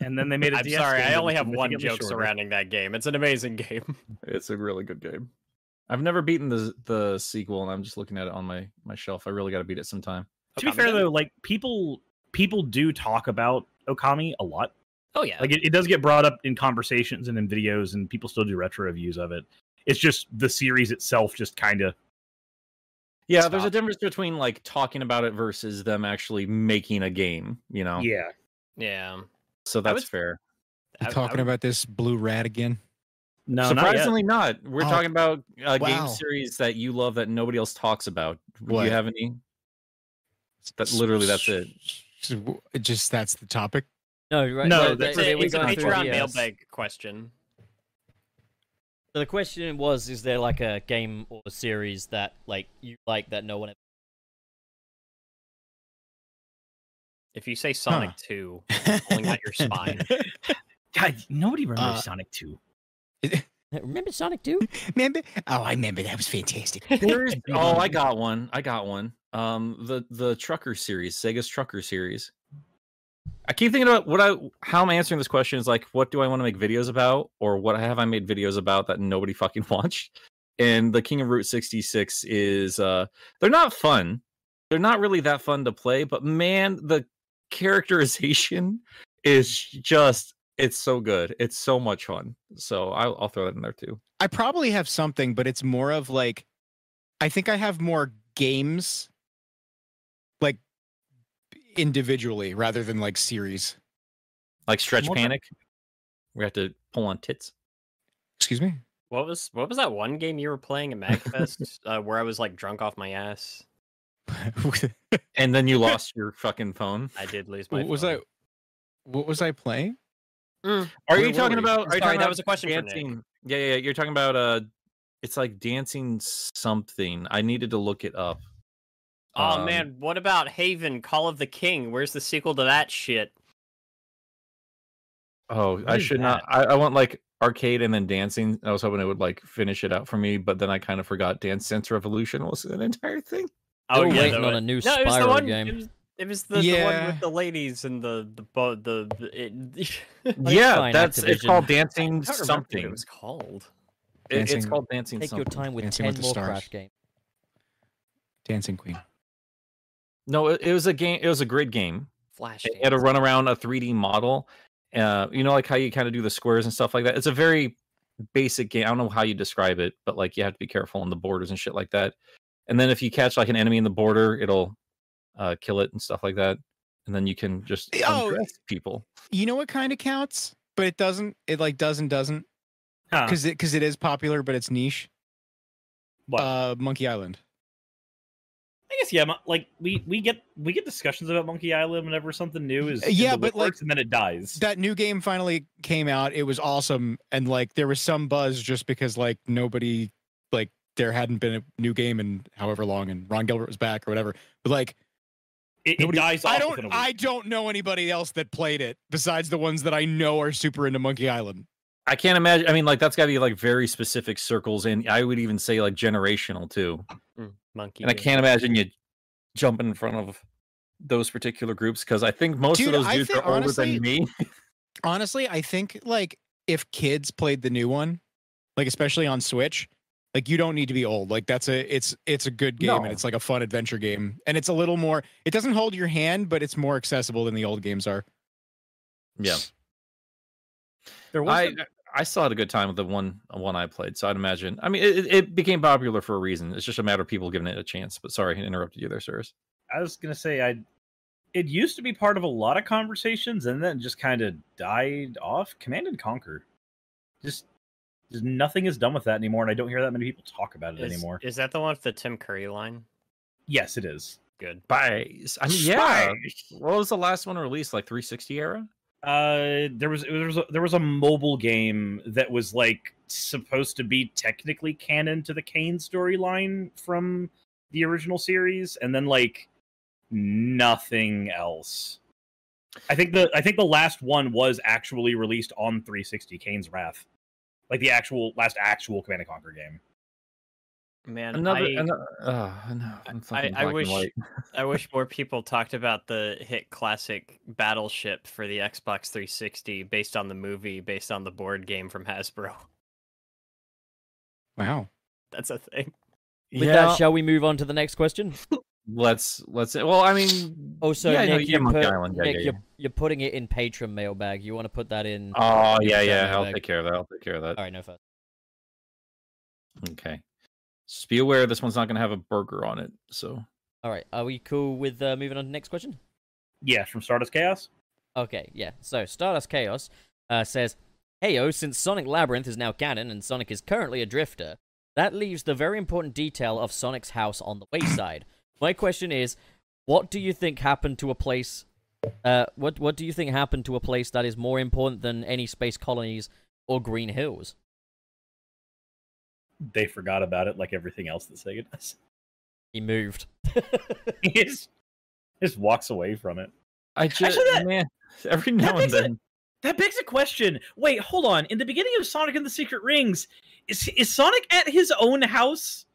[SPEAKER 5] and then they made a
[SPEAKER 2] I'm
[SPEAKER 5] DS
[SPEAKER 2] sorry,
[SPEAKER 5] game
[SPEAKER 2] I
[SPEAKER 5] that
[SPEAKER 2] only
[SPEAKER 5] was
[SPEAKER 2] have one
[SPEAKER 5] significantly
[SPEAKER 2] joke
[SPEAKER 5] shorter.
[SPEAKER 2] surrounding that game. It's an amazing game.
[SPEAKER 4] it's a really good game. I've never beaten the the sequel, and I'm just looking at it on my my shelf. I really got to beat it sometime.
[SPEAKER 5] To be
[SPEAKER 2] Okami
[SPEAKER 5] fair
[SPEAKER 2] game.
[SPEAKER 5] though, like people people do talk about Okami a lot.
[SPEAKER 2] Oh yeah.
[SPEAKER 5] Like it, it does get brought up in conversations and in videos, and people still do retro reviews of it. It's just the series itself just kind of
[SPEAKER 4] Yeah, there's a
[SPEAKER 5] Stop.
[SPEAKER 4] difference between like talking about it versus them actually making a game. You
[SPEAKER 2] Oh.
[SPEAKER 4] know,
[SPEAKER 5] yeah.
[SPEAKER 2] yeah.
[SPEAKER 4] so that's
[SPEAKER 2] was-
[SPEAKER 4] fair.
[SPEAKER 2] I- I
[SPEAKER 6] You talking
[SPEAKER 2] would-
[SPEAKER 6] about this blue rat again?
[SPEAKER 5] No,
[SPEAKER 4] Surprisingly, not. We're
[SPEAKER 6] Oh,
[SPEAKER 4] talking about a
[SPEAKER 6] wow.
[SPEAKER 4] game series that you love that nobody else talks about. Do
[SPEAKER 6] What?
[SPEAKER 4] you have any? That literally, that's it.
[SPEAKER 6] it. Just that's the topic.
[SPEAKER 3] No, right.
[SPEAKER 5] No,
[SPEAKER 3] the-
[SPEAKER 2] It's,
[SPEAKER 5] that's-
[SPEAKER 3] the-
[SPEAKER 2] a-
[SPEAKER 3] it was
[SPEAKER 2] it's a
[SPEAKER 3] going through
[SPEAKER 2] Patreon
[SPEAKER 3] the, uh,
[SPEAKER 2] mailbag question.
[SPEAKER 3] So the question was: Is there like a game or a series that like you like that no one? Ever...
[SPEAKER 2] If you say Sonic 2, I'm pulling out your spine.
[SPEAKER 5] God, nobody remembers
[SPEAKER 6] Uh,
[SPEAKER 5] Sonic 2.
[SPEAKER 3] Remember Sonic 2?
[SPEAKER 6] Remember? Oh, I remember. That was fantastic.
[SPEAKER 4] oh, I got one. I got one. Um, the the Trucker series, Sega's Trucker series. I keep thinking about what I how I'm answering this question is like, what do I want to make videos about, or what have I made videos about that nobody fucking watched? And the King of Route 66 is uh, they're not fun. They're not really that fun to play, but man, the characterization is just it's so good. It's so much fun. So I'll, I'll throw that in there too.
[SPEAKER 6] I probably have something, but it's more of like, I think I have more games, like individually rather than like series.
[SPEAKER 4] Like Stretch
[SPEAKER 5] What the-
[SPEAKER 4] Panic, we have to pull on tits.
[SPEAKER 6] Excuse me.
[SPEAKER 2] What was what was that one game you were playing at MagFest uh, where I was like drunk off my ass?
[SPEAKER 4] And then you lost your fucking phone.
[SPEAKER 2] I did lose my.
[SPEAKER 6] what was
[SPEAKER 2] phone.
[SPEAKER 6] I? What was I playing?
[SPEAKER 4] Are
[SPEAKER 6] Where
[SPEAKER 4] you
[SPEAKER 6] were
[SPEAKER 4] talking
[SPEAKER 6] we?
[SPEAKER 4] about?
[SPEAKER 2] Sorry,
[SPEAKER 4] Are you
[SPEAKER 2] that
[SPEAKER 4] talking about
[SPEAKER 2] was a question for Nick.
[SPEAKER 4] dancing? Yeah, yeah, yeah. You're talking about uh, it's like dancing something. I needed to look it up.
[SPEAKER 2] Oh
[SPEAKER 4] Um,
[SPEAKER 2] man, what about Haven, Call of the King? Where's the sequel to that shit?
[SPEAKER 4] Oh, I
[SPEAKER 5] is
[SPEAKER 4] should not. I, I want like arcade and then dancing. I was hoping it would like finish it out for me, but then I kind of forgot. Dance Dance Revolution was an entire thing.
[SPEAKER 2] Oh
[SPEAKER 3] We're
[SPEAKER 2] yeah,
[SPEAKER 3] waiting
[SPEAKER 2] the-
[SPEAKER 3] on a new
[SPEAKER 2] no, it was the
[SPEAKER 3] Spyro
[SPEAKER 2] one.
[SPEAKER 3] game.
[SPEAKER 2] It was, it was the, the one
[SPEAKER 6] Yeah.
[SPEAKER 2] with the ladies and the the bo- the. the it,
[SPEAKER 3] Like,
[SPEAKER 4] yeah,
[SPEAKER 3] fine,
[SPEAKER 4] that's it's
[SPEAKER 3] Activision.
[SPEAKER 4] called
[SPEAKER 2] I
[SPEAKER 4] dancing
[SPEAKER 2] don't remember What it
[SPEAKER 4] something.
[SPEAKER 2] was called.
[SPEAKER 4] It- it's
[SPEAKER 6] Dancing-
[SPEAKER 4] called dancing.
[SPEAKER 3] Take your
[SPEAKER 4] something.
[SPEAKER 3] time with
[SPEAKER 6] Dancing
[SPEAKER 3] 10
[SPEAKER 6] with the
[SPEAKER 3] more
[SPEAKER 6] Stars.
[SPEAKER 3] Crash games.
[SPEAKER 6] Dancing Queen.
[SPEAKER 4] No, it, it was a game. It was a grid game.
[SPEAKER 2] Flash.
[SPEAKER 4] and you had to run around a 3D model. Uh, you know, like how you kind of do the squares and stuff like that. It's a very basic game. I don't know how you describe it, but like you have to be careful on the borders and shit like that. And then if you catch like an enemy in the border, it'll uh, kill it and stuff like that. And then you can just
[SPEAKER 6] Oh.
[SPEAKER 4] undress people.
[SPEAKER 6] You know what kind of counts, but it doesn't. It like does and doesn't
[SPEAKER 5] Huh,
[SPEAKER 6] because it because it is popular, but it's niche.
[SPEAKER 5] what?
[SPEAKER 6] Uh, Monkey Island.
[SPEAKER 5] I guess yeah. mo- Like we we get we get discussions about Monkey Island whenever something new is
[SPEAKER 6] Uh,
[SPEAKER 5] in
[SPEAKER 6] yeah,
[SPEAKER 5] the
[SPEAKER 6] but, like,
[SPEAKER 5] works and then it dies.
[SPEAKER 6] That new game finally came out. It was awesome, and like there was some buzz just because like nobody like there hadn't been a new game in however long, and Ron Gilbert was back or whatever. But like
[SPEAKER 5] it, it
[SPEAKER 6] nobody-
[SPEAKER 5] dies.
[SPEAKER 6] I
[SPEAKER 5] off
[SPEAKER 6] don't.
[SPEAKER 5] within a week.
[SPEAKER 6] I don't know anybody else that played it besides the ones that I know are super into Monkey Island.
[SPEAKER 4] I can't imagine. I mean, like that's got to be like very specific circles, and I would even say like generational too.
[SPEAKER 2] monkey.
[SPEAKER 4] And I
[SPEAKER 2] game.
[SPEAKER 4] can't imagine you jumping in front of those particular groups because I think most
[SPEAKER 6] Dude,
[SPEAKER 4] of those
[SPEAKER 6] I
[SPEAKER 4] dudes
[SPEAKER 6] think,
[SPEAKER 4] are older
[SPEAKER 6] honestly,
[SPEAKER 4] than me.
[SPEAKER 6] Honestly, I think like if kids played the new one, like especially on Switch, like you don't need to be old. Like that's a it's it's a good game
[SPEAKER 4] No.
[SPEAKER 6] and it's like a fun adventure game and it's a little more. It doesn't hold your hand, but it's more accessible than the old games are.
[SPEAKER 4] Yeah.
[SPEAKER 5] There was
[SPEAKER 4] I
[SPEAKER 5] the-
[SPEAKER 4] I still had a good time with the one one I played, so I'd imagine. I mean, it, it- it became popular for a reason. It's just a matter of people giving it a chance. But sorry, I interrupted you there, sirs.
[SPEAKER 5] I was gonna say I. It used to be part of a lot of conversations, and then just kind of died off. Command and Conquer, just, just nothing is done with that anymore, and I don't hear that many people talk about it
[SPEAKER 2] Is,
[SPEAKER 5] anymore.
[SPEAKER 2] is that the one with the Tim Curry line?
[SPEAKER 5] yes, it is.
[SPEAKER 2] Good.
[SPEAKER 4] Spies. I mean, yeah. What was the last one released? Like 360 era?
[SPEAKER 5] Uh, there was there was a, there was a mobile game that was like supposed to be technically canon to the Kane storyline from the original series, and then like nothing else. I think the I think the last one was actually released on 360, Kane's Wrath, like the actual last actual Command and Conquer game.
[SPEAKER 2] Man,
[SPEAKER 4] Another.
[SPEAKER 2] I,
[SPEAKER 4] another oh, no, I'm
[SPEAKER 2] I
[SPEAKER 4] fucking black and
[SPEAKER 2] wish-
[SPEAKER 4] white.
[SPEAKER 2] I wish more people talked about the hit classic Battleship for the Xbox 360 based on the movie, based on the board game from Hasbro.
[SPEAKER 6] Wow.
[SPEAKER 2] That's a thing.
[SPEAKER 3] With
[SPEAKER 4] Yeah.
[SPEAKER 3] that, shall we move on to the next question?
[SPEAKER 4] Let's let's. Well, I mean.
[SPEAKER 3] Oh, so
[SPEAKER 4] yeah,
[SPEAKER 3] Nick,
[SPEAKER 4] no, yeah,
[SPEAKER 3] you're,
[SPEAKER 4] Monkey
[SPEAKER 3] put-
[SPEAKER 4] Island. Yeah,
[SPEAKER 3] Nick,
[SPEAKER 4] yeah,
[SPEAKER 3] You're, you're putting it in patron mailbag. You want to put that in?
[SPEAKER 4] Oh yeah,
[SPEAKER 3] Monkey
[SPEAKER 4] yeah.
[SPEAKER 3] Island,
[SPEAKER 4] I'll
[SPEAKER 3] like-
[SPEAKER 4] take care of that. I'll take care of that.
[SPEAKER 3] All right, no further.
[SPEAKER 4] Okay. Just be aware this one's not going to have a burger on it. So
[SPEAKER 3] All right, are we cool with uh, moving on to the next question?
[SPEAKER 5] Yeah, from Stardust Chaos.
[SPEAKER 3] Okay, yeah. So Stardust Chaos uh, says, "Heyo, since Sonic Labyrinth is now canon and Sonic is currently a drifter, that leaves the very important detail of Sonic's house on the wayside. My question is, what do you think happened to a place? Uh, what what do you think happened to a place that is more important than any space colonies or Green Hills?
[SPEAKER 5] They forgot about it, like everything else that Sega does.
[SPEAKER 3] He moved.
[SPEAKER 5] It just, just walks away from it.
[SPEAKER 4] I just
[SPEAKER 5] that-
[SPEAKER 4] man, every now and
[SPEAKER 5] makes it-
[SPEAKER 4] then.
[SPEAKER 5] That begs a question. Wait, hold on. In the beginning of Sonic and the Secret Rings, is is Sonic at his own house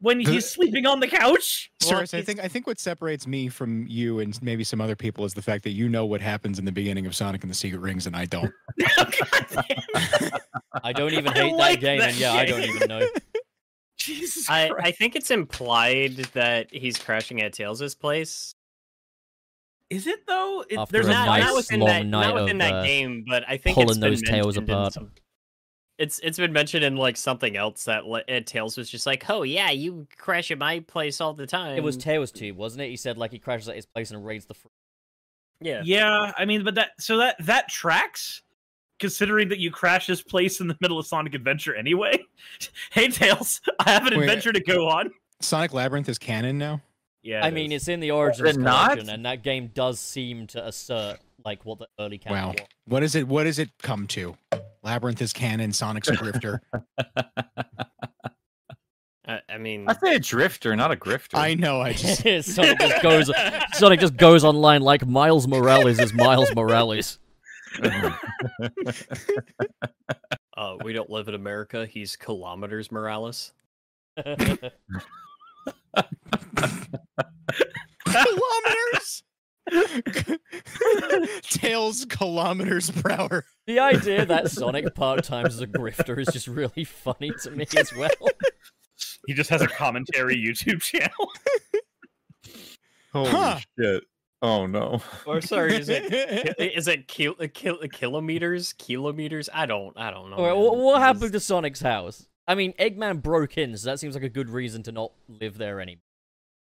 [SPEAKER 5] when
[SPEAKER 6] The-
[SPEAKER 5] he's sleeping on the couch?
[SPEAKER 6] Cyrus, I
[SPEAKER 5] Like,
[SPEAKER 6] think I think what separates me from you and maybe some other people is the fact that you know what happens in the beginning of Sonic and the Secret Rings, and I don't.
[SPEAKER 5] Oh, God damn.
[SPEAKER 3] I don't even
[SPEAKER 5] I
[SPEAKER 3] hate
[SPEAKER 5] like
[SPEAKER 3] that game,
[SPEAKER 5] that
[SPEAKER 3] and yeah, I don't
[SPEAKER 5] game.
[SPEAKER 3] even know.
[SPEAKER 5] Jesus
[SPEAKER 2] I,
[SPEAKER 5] Christ.
[SPEAKER 2] I think it's implied that he's crashing at Tails' place.
[SPEAKER 5] is it though? It,
[SPEAKER 3] After
[SPEAKER 5] there's
[SPEAKER 3] a
[SPEAKER 5] not,
[SPEAKER 2] not,
[SPEAKER 3] nice
[SPEAKER 2] not within
[SPEAKER 3] long
[SPEAKER 2] that,
[SPEAKER 3] night
[SPEAKER 2] not within
[SPEAKER 3] of,
[SPEAKER 2] that
[SPEAKER 3] uh,
[SPEAKER 2] game, but I think
[SPEAKER 3] pulling
[SPEAKER 2] it's been
[SPEAKER 3] those tails
[SPEAKER 2] mentioned in
[SPEAKER 3] apart.
[SPEAKER 2] some- it's it's been mentioned in like something else that le- uh, Tails was just like, oh yeah, you crash at my place all the time.
[SPEAKER 3] It
[SPEAKER 5] Um,
[SPEAKER 3] was Tails Tube, wasn't it? He said like he crashes at his place and raids the. Fr-
[SPEAKER 2] yeah.
[SPEAKER 5] yeah, I mean, but that so that that tracks considering that you crash this place in the middle of Sonic Adventure anyway. hey Tails, I have an
[SPEAKER 6] Wait.
[SPEAKER 5] adventure to go on.
[SPEAKER 6] Sonic Labyrinth is canon now.
[SPEAKER 5] Yeah.
[SPEAKER 3] I
[SPEAKER 5] it
[SPEAKER 3] mean,
[SPEAKER 5] is.
[SPEAKER 3] it's in the origins
[SPEAKER 4] it not?
[SPEAKER 3] collection, and that game does seem to assert like what the early canon
[SPEAKER 6] Wow.
[SPEAKER 3] was.
[SPEAKER 6] What is it? What does it come to? Labyrinth is canon. Sonic's a grifter.
[SPEAKER 2] I, I mean,
[SPEAKER 4] I say a drifter, not a grifter.
[SPEAKER 6] I know. I just
[SPEAKER 3] Sonic just goes. Sonic just goes online like Miles Morales is Miles Morales.
[SPEAKER 2] uh, we don't live in America. He's kilometers Morales.
[SPEAKER 6] kilometers. Tails kilometers per hour.
[SPEAKER 3] the idea that Sonic part times as a grifter is just really funny to me as well.
[SPEAKER 5] he just has a commentary YouTube channel.
[SPEAKER 4] Holy
[SPEAKER 6] Huh.
[SPEAKER 4] shit. Oh no.
[SPEAKER 2] Or sorry, is it is it kil- uh, kil- uh, kilometers? Kilometers? I don't. I don't know.
[SPEAKER 3] All right,
[SPEAKER 2] man.
[SPEAKER 3] what, what
[SPEAKER 2] This
[SPEAKER 3] happened
[SPEAKER 2] is-
[SPEAKER 3] to Sonic's house? I mean, Eggman broke in, so that seems like a good reason to not live there anymore.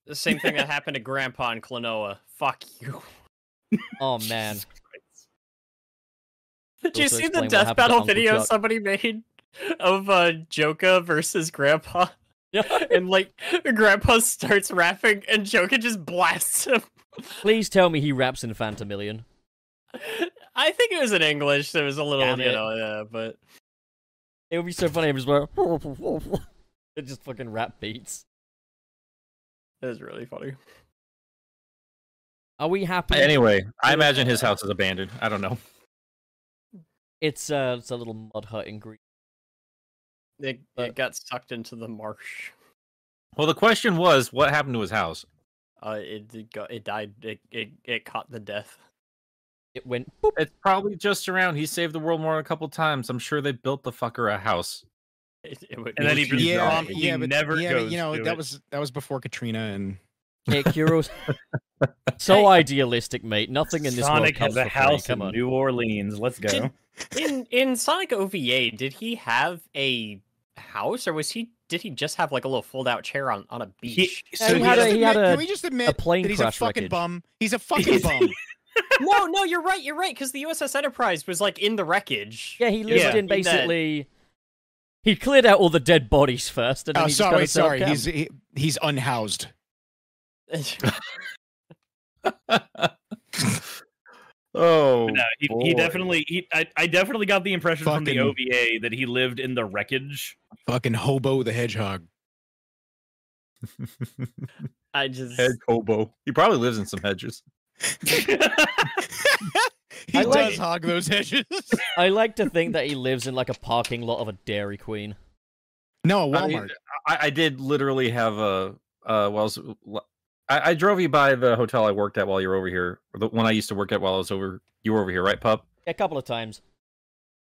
[SPEAKER 2] the same thing that happened to Grandpa in Klonoa? Fuck you.
[SPEAKER 3] Oh man,
[SPEAKER 2] Did you
[SPEAKER 3] Also
[SPEAKER 2] see the
[SPEAKER 3] explain what
[SPEAKER 2] death
[SPEAKER 3] happened to
[SPEAKER 2] battle
[SPEAKER 3] Uncle
[SPEAKER 2] video
[SPEAKER 3] Chuck.
[SPEAKER 2] somebody made of uh, Joka versus Grandpa?
[SPEAKER 3] Yeah.
[SPEAKER 2] and like Grandpa starts rapping and Joka just blasts him.
[SPEAKER 3] please tell me he raps in Phantomillion.
[SPEAKER 2] I think it was in English. There was a little,
[SPEAKER 3] Damn
[SPEAKER 2] you
[SPEAKER 3] it.
[SPEAKER 2] know, yeah, but
[SPEAKER 3] It would be so funny if it was like it just fucking rap beats.
[SPEAKER 2] it was really funny.
[SPEAKER 3] Are we happy?
[SPEAKER 4] Anyway, I imagine his house is abandoned. I don't know.
[SPEAKER 3] It's uh, it's a little mud hut in Greece.
[SPEAKER 2] It,
[SPEAKER 3] But-
[SPEAKER 2] it got sucked into the marsh.
[SPEAKER 4] Well, the question was, what happened to his house?
[SPEAKER 2] Uh, it it, got, it died. It, it it caught the death.
[SPEAKER 3] It went boop.
[SPEAKER 4] It's probably just around. He saved the world more than a couple times. I'm sure they built the fucker a house.
[SPEAKER 2] It, it would
[SPEAKER 5] And then he
[SPEAKER 2] be-
[SPEAKER 5] just
[SPEAKER 6] yeah, um,
[SPEAKER 5] promptly
[SPEAKER 6] yeah, but,
[SPEAKER 5] never
[SPEAKER 6] yeah, but,
[SPEAKER 5] goes
[SPEAKER 6] you know
[SPEAKER 5] to
[SPEAKER 6] that
[SPEAKER 5] it.
[SPEAKER 6] was that was before Katrina and
[SPEAKER 3] Nick, you're also- so idealistic, mate. Nothing in this
[SPEAKER 5] Sonic
[SPEAKER 3] world comes
[SPEAKER 5] has a
[SPEAKER 3] for free,
[SPEAKER 5] house
[SPEAKER 3] Come
[SPEAKER 5] in
[SPEAKER 3] on.
[SPEAKER 5] New Orleans. Let's go.
[SPEAKER 2] Did- in in Sonic OVA. Did he have a house, or was he? Did he just have like a little fold out chair on on a beach?
[SPEAKER 3] so
[SPEAKER 6] Can
[SPEAKER 3] he
[SPEAKER 6] we
[SPEAKER 3] had
[SPEAKER 6] just
[SPEAKER 3] a- he had
[SPEAKER 6] admit-
[SPEAKER 3] a-
[SPEAKER 6] can we just admit
[SPEAKER 3] plane
[SPEAKER 6] that he's a
[SPEAKER 3] crash
[SPEAKER 6] fucking
[SPEAKER 3] wreckage.
[SPEAKER 6] bum? He's a fucking bum.
[SPEAKER 2] no, no, you're right. You're right because the USS Enterprise was like in the wreckage.
[SPEAKER 3] Yeah, he lived
[SPEAKER 5] Yeah.
[SPEAKER 3] in
[SPEAKER 2] In that-
[SPEAKER 3] basically. He cleared out all the dead bodies first, and then
[SPEAKER 6] Oh,
[SPEAKER 3] he just got
[SPEAKER 6] sorry,
[SPEAKER 3] a cell
[SPEAKER 6] sorry.
[SPEAKER 3] camp.
[SPEAKER 6] He's he, he's unhoused.
[SPEAKER 4] oh,
[SPEAKER 5] No, he,
[SPEAKER 4] boy.
[SPEAKER 5] he definitely. He, I, I definitely got the impression from the
[SPEAKER 6] Fucking-
[SPEAKER 5] OVA that he lived in the wreckage.
[SPEAKER 6] Fucking hobo the hedgehog.
[SPEAKER 2] I just
[SPEAKER 4] Hedge hobo. He probably lives in some hedges.
[SPEAKER 6] He
[SPEAKER 3] I
[SPEAKER 6] does
[SPEAKER 3] like-
[SPEAKER 6] hog those hedges.
[SPEAKER 3] I like to think that he lives in like a parking lot of a Dairy Queen.
[SPEAKER 6] no,
[SPEAKER 4] I mean,
[SPEAKER 6] Walmart.
[SPEAKER 4] I, I did literally have a uh well I, was, I, I drove you by the hotel I worked at while you were over here, or the one I used to work at while I was over you were over here, right, pup?
[SPEAKER 3] A couple of times.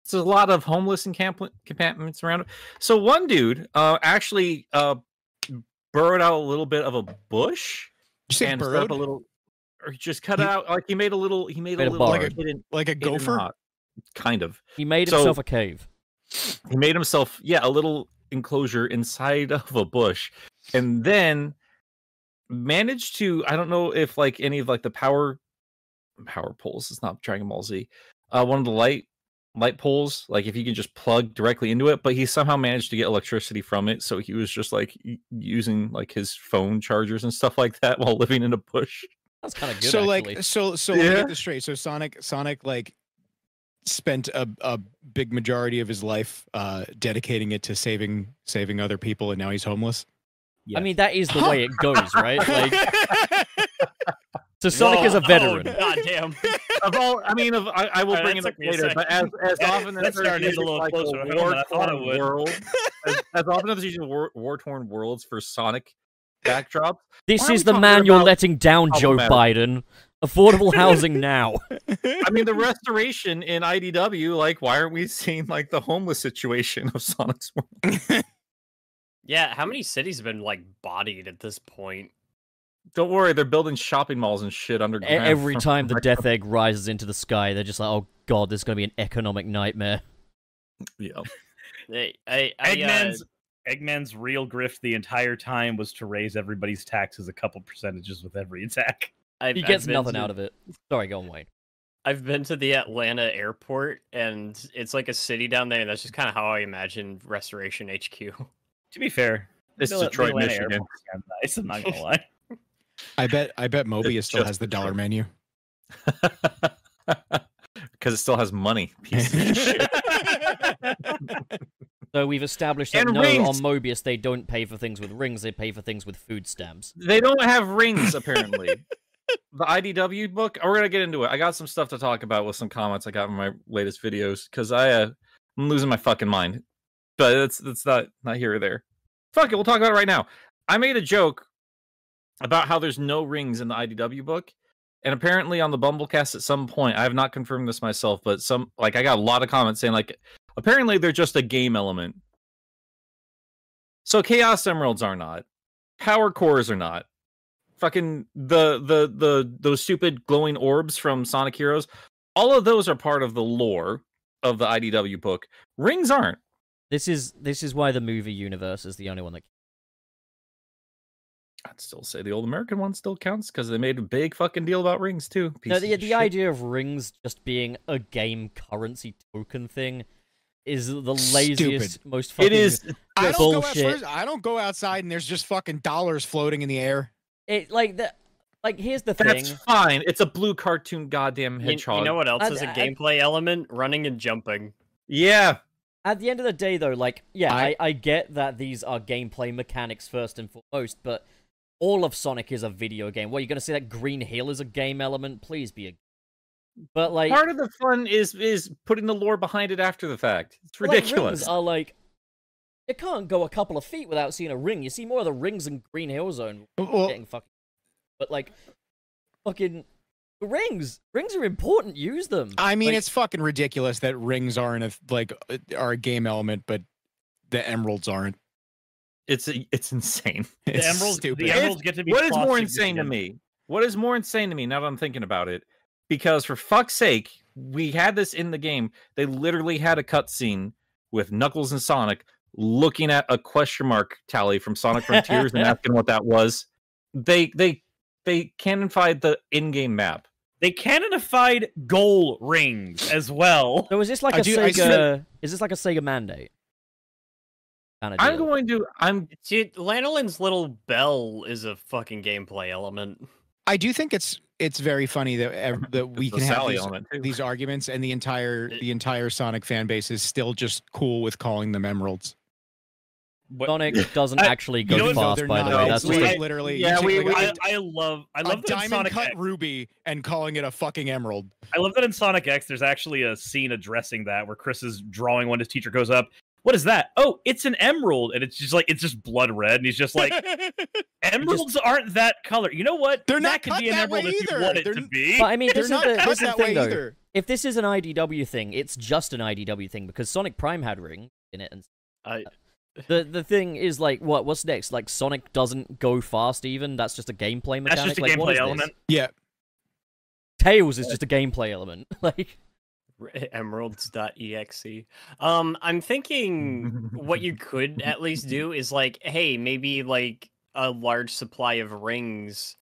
[SPEAKER 4] It's a lot of homeless encamp- encampments around. So one dude uh actually uh burrowed out a little bit of a bush
[SPEAKER 6] Did you say
[SPEAKER 4] and set up
[SPEAKER 6] bird?
[SPEAKER 4] a little or he just cut
[SPEAKER 6] He-
[SPEAKER 4] out like he made a little he made,
[SPEAKER 3] Made a
[SPEAKER 4] a little
[SPEAKER 3] barn.
[SPEAKER 4] like a hidden,
[SPEAKER 6] like a
[SPEAKER 4] hidden
[SPEAKER 6] gopher?
[SPEAKER 4] knot, kind of.
[SPEAKER 3] He made
[SPEAKER 4] So-
[SPEAKER 3] himself a cave.
[SPEAKER 4] he made himself yeah a little enclosure inside of a bush and then managed to i don't know if like any of like the power power poles it's not dragon ball z uh one of the light light poles like if you can just plug directly into it but he somehow managed to get electricity from it so he was just like y- using like his phone chargers and stuff like that while living in a bush
[SPEAKER 3] That's kind of good.
[SPEAKER 6] so
[SPEAKER 3] actually.
[SPEAKER 6] like so so let me
[SPEAKER 4] Yeah.
[SPEAKER 6] get this straight. So Sonic Sonic like spent a, a big majority of his life uh dedicating it to saving saving other people and now he's homeless.
[SPEAKER 3] I mean, that is the way it goes, right? Like, So Sonic is a veteran.
[SPEAKER 2] Oh, God damn.
[SPEAKER 4] of all, I mean, of I, I
[SPEAKER 2] All
[SPEAKER 4] will
[SPEAKER 2] right,
[SPEAKER 4] bring
[SPEAKER 2] that
[SPEAKER 4] it up
[SPEAKER 2] took me a
[SPEAKER 4] later.
[SPEAKER 2] second.
[SPEAKER 4] But as as
[SPEAKER 2] That-
[SPEAKER 4] often
[SPEAKER 2] that
[SPEAKER 4] as there's
[SPEAKER 2] started a
[SPEAKER 4] music
[SPEAKER 2] little
[SPEAKER 4] like
[SPEAKER 2] closer to home than I thought it
[SPEAKER 4] war-torn
[SPEAKER 2] would.
[SPEAKER 4] world, as, as often as there's usually war, war-torn worlds for Sonic backdrops,
[SPEAKER 3] This
[SPEAKER 4] Why are
[SPEAKER 3] is
[SPEAKER 4] we
[SPEAKER 3] the
[SPEAKER 4] talking
[SPEAKER 3] man you're
[SPEAKER 4] about
[SPEAKER 3] letting down, Joe Biden. Affordable housing now.
[SPEAKER 4] I mean, the restoration in IDW, like, why aren't we seeing like the homeless situation of Sonic's World?
[SPEAKER 2] Yeah, how many cities have been like bodied at this point?
[SPEAKER 4] Don't worry, they're building shopping malls and shit
[SPEAKER 3] E-
[SPEAKER 4] underground.
[SPEAKER 3] Every
[SPEAKER 4] from-
[SPEAKER 3] time the Death Egg rises into the sky, they're just like, "Oh God, this is gonna be an economic nightmare."
[SPEAKER 2] e
[SPEAKER 4] Yeah.
[SPEAKER 2] I, I, I, uh,
[SPEAKER 5] Eggman's Eggman's real grift the entire time was to raise everybody's taxes a couple percentages with every attack.
[SPEAKER 2] I've,
[SPEAKER 3] He
[SPEAKER 2] I've
[SPEAKER 3] gets
[SPEAKER 2] been
[SPEAKER 3] nothing
[SPEAKER 2] to-
[SPEAKER 3] out of it. Sorry, go on, Wayne.
[SPEAKER 2] I've been to the Atlanta airport, and it's like a city down there. And that's just kind of how I imagine Restoration HQ.
[SPEAKER 5] To be fair,
[SPEAKER 4] It's
[SPEAKER 5] Mil-
[SPEAKER 4] Detroit,
[SPEAKER 5] Atlanta
[SPEAKER 4] Michigan.
[SPEAKER 5] airport's kinda nice. I'm not gonna lie.
[SPEAKER 6] I bet I bet Mobius still
[SPEAKER 4] just
[SPEAKER 6] has the
[SPEAKER 4] the
[SPEAKER 6] dollar
[SPEAKER 4] truth.
[SPEAKER 6] menu.
[SPEAKER 4] Because it still has money. Piece of shit.
[SPEAKER 3] So we've established that
[SPEAKER 4] And
[SPEAKER 3] no,
[SPEAKER 4] rings.
[SPEAKER 3] on Mobius they don't pay for things with rings; they pay for things with food stamps.
[SPEAKER 4] They don't have rings, apparently. the IDW book. oh, We're gonna get into it. I got some stuff to talk about with some comments I got from my latest videos because I uh, I'm losing my fucking mind. But that's that's not not here or there. Fuck it, we'll talk about it right now. I made a joke about how there's no rings in the IDW book. And apparently on the Bumblecast at some point, I have not confirmed this myself, but some like I got a lot of comments saying like apparently they're just a game element. So Chaos Emeralds are not. Power cores are not fucking the the the those stupid glowing orbs from Sonic Heroes, all of those are part of the lore of the IDW book. Rings aren't.
[SPEAKER 3] This is this is why the movie universe is the only one that.
[SPEAKER 4] I'd still say the old American one still counts because they made a big fucking deal about rings too.
[SPEAKER 3] No,
[SPEAKER 4] Pieces
[SPEAKER 3] the
[SPEAKER 4] of
[SPEAKER 3] the
[SPEAKER 4] shit.
[SPEAKER 3] idea of rings just being a game currency token thing is the laziest, most fucking.
[SPEAKER 4] It is.
[SPEAKER 6] I don't, go out
[SPEAKER 3] Bullshit.
[SPEAKER 6] first- I don't go outside and there's just fucking dollars floating in the air.
[SPEAKER 3] It like the like here's the thing.
[SPEAKER 4] That's fine. It's a blue cartoon goddamn
[SPEAKER 2] You,
[SPEAKER 4] hedgehog.
[SPEAKER 2] you know what else
[SPEAKER 3] I-
[SPEAKER 2] is a
[SPEAKER 3] I-
[SPEAKER 2] gameplay element? Running and jumping.
[SPEAKER 4] Yeah.
[SPEAKER 3] At the end of the day, though, like, yeah, I,
[SPEAKER 6] I-
[SPEAKER 3] I get that these are gameplay mechanics first and foremost, but all of Sonic is a video game. Well, you're going to say that Green Hill is a game element? Please be a. But, like,
[SPEAKER 4] Part of the fun is is putting the lore behind it after the fact. It's
[SPEAKER 3] like,
[SPEAKER 4] ridiculous.
[SPEAKER 3] rings are like. You can't go a couple of feet without seeing a ring. You see more of the rings in Green Hill Zone
[SPEAKER 6] Uh, Well,
[SPEAKER 3] getting fucking. But, like, fucking. Rings! Rings are important. Use them.
[SPEAKER 6] I mean,
[SPEAKER 3] Like,
[SPEAKER 6] it's fucking ridiculous that rings aren't a, like uh, are a game element, but the emeralds aren't.
[SPEAKER 4] it's it's insane.
[SPEAKER 5] The
[SPEAKER 6] It's
[SPEAKER 5] emeralds,
[SPEAKER 6] stupid.
[SPEAKER 5] the emeralds get to be
[SPEAKER 4] what is
[SPEAKER 5] plot
[SPEAKER 4] more insane to
[SPEAKER 5] significant.
[SPEAKER 4] me what is more insane to me now that i'm thinking about it because for fuck's sake we had this in the game they literally had a cutscene with knuckles and sonic looking at a question mark tally from sonic frontiers and asking what that was they they they canonified the in-game map
[SPEAKER 5] They canonified goal rings as well.
[SPEAKER 3] So is this like a
[SPEAKER 6] I do- I
[SPEAKER 3] Sega?
[SPEAKER 6] see-
[SPEAKER 3] Is this like a Sega mandate? Kinda
[SPEAKER 4] i'm
[SPEAKER 3] deal.
[SPEAKER 4] going to i'm
[SPEAKER 2] Dude, Lanolin's little bell is a fucking gameplay element.
[SPEAKER 6] I do think it's it's very funny that ev- that we
[SPEAKER 4] it's a
[SPEAKER 6] can have
[SPEAKER 4] Sally
[SPEAKER 6] these,
[SPEAKER 4] element too.
[SPEAKER 6] these arguments, and the entire
[SPEAKER 2] It-
[SPEAKER 6] the entire Sonic fan base is still just cool with calling them emeralds.
[SPEAKER 5] What-
[SPEAKER 3] Sonic doesn't
[SPEAKER 5] I-
[SPEAKER 3] actually
[SPEAKER 5] know
[SPEAKER 3] go
[SPEAKER 5] what? No,
[SPEAKER 3] fast,
[SPEAKER 6] they're
[SPEAKER 3] by the
[SPEAKER 6] not.
[SPEAKER 3] way.
[SPEAKER 4] No,
[SPEAKER 3] That's
[SPEAKER 6] we,
[SPEAKER 3] just
[SPEAKER 5] like-
[SPEAKER 6] literally you
[SPEAKER 4] yeah,
[SPEAKER 6] take,
[SPEAKER 4] we-
[SPEAKER 6] like,
[SPEAKER 5] I,
[SPEAKER 6] a-
[SPEAKER 5] I love, I
[SPEAKER 6] a
[SPEAKER 5] love that in
[SPEAKER 6] diamond
[SPEAKER 5] Sonic.
[SPEAKER 6] cut
[SPEAKER 5] X-
[SPEAKER 6] ruby and calling it a fucking emerald.
[SPEAKER 5] I love that in Sonic X. There's actually a scene addressing that where Chris is drawing one. His teacher goes up. What is that? Oh, it's an emerald, and it's just like it's just blood red, and he's just like, emeralds aren't that color. You know what?
[SPEAKER 6] They're
[SPEAKER 5] that
[SPEAKER 6] not
[SPEAKER 5] could
[SPEAKER 6] cut
[SPEAKER 5] be an
[SPEAKER 6] that
[SPEAKER 5] emerald
[SPEAKER 6] way
[SPEAKER 5] if
[SPEAKER 6] either.
[SPEAKER 5] you want it
[SPEAKER 6] They're
[SPEAKER 5] to
[SPEAKER 6] n-
[SPEAKER 5] be.
[SPEAKER 3] But I mean, this
[SPEAKER 6] they're
[SPEAKER 3] is
[SPEAKER 6] not
[SPEAKER 3] the,
[SPEAKER 6] cut
[SPEAKER 3] this is the
[SPEAKER 6] that
[SPEAKER 3] thing
[SPEAKER 6] way
[SPEAKER 3] though.
[SPEAKER 6] either.
[SPEAKER 3] If this is an IDW thing, it's just an IDW thing because Sonic Prime had ring in it, and
[SPEAKER 2] I,
[SPEAKER 3] the the thing is like, what what's next? Like Sonic doesn't go fast even. That's just a gameplay mechanic.
[SPEAKER 5] That's just a
[SPEAKER 3] Like, what
[SPEAKER 5] gameplay
[SPEAKER 3] is this?
[SPEAKER 5] element.
[SPEAKER 6] Yeah,
[SPEAKER 3] Tails is just a gameplay element. like
[SPEAKER 2] Re- emeralds.exe um i'm thinking what you could at least do is like hey maybe like a large supply of rings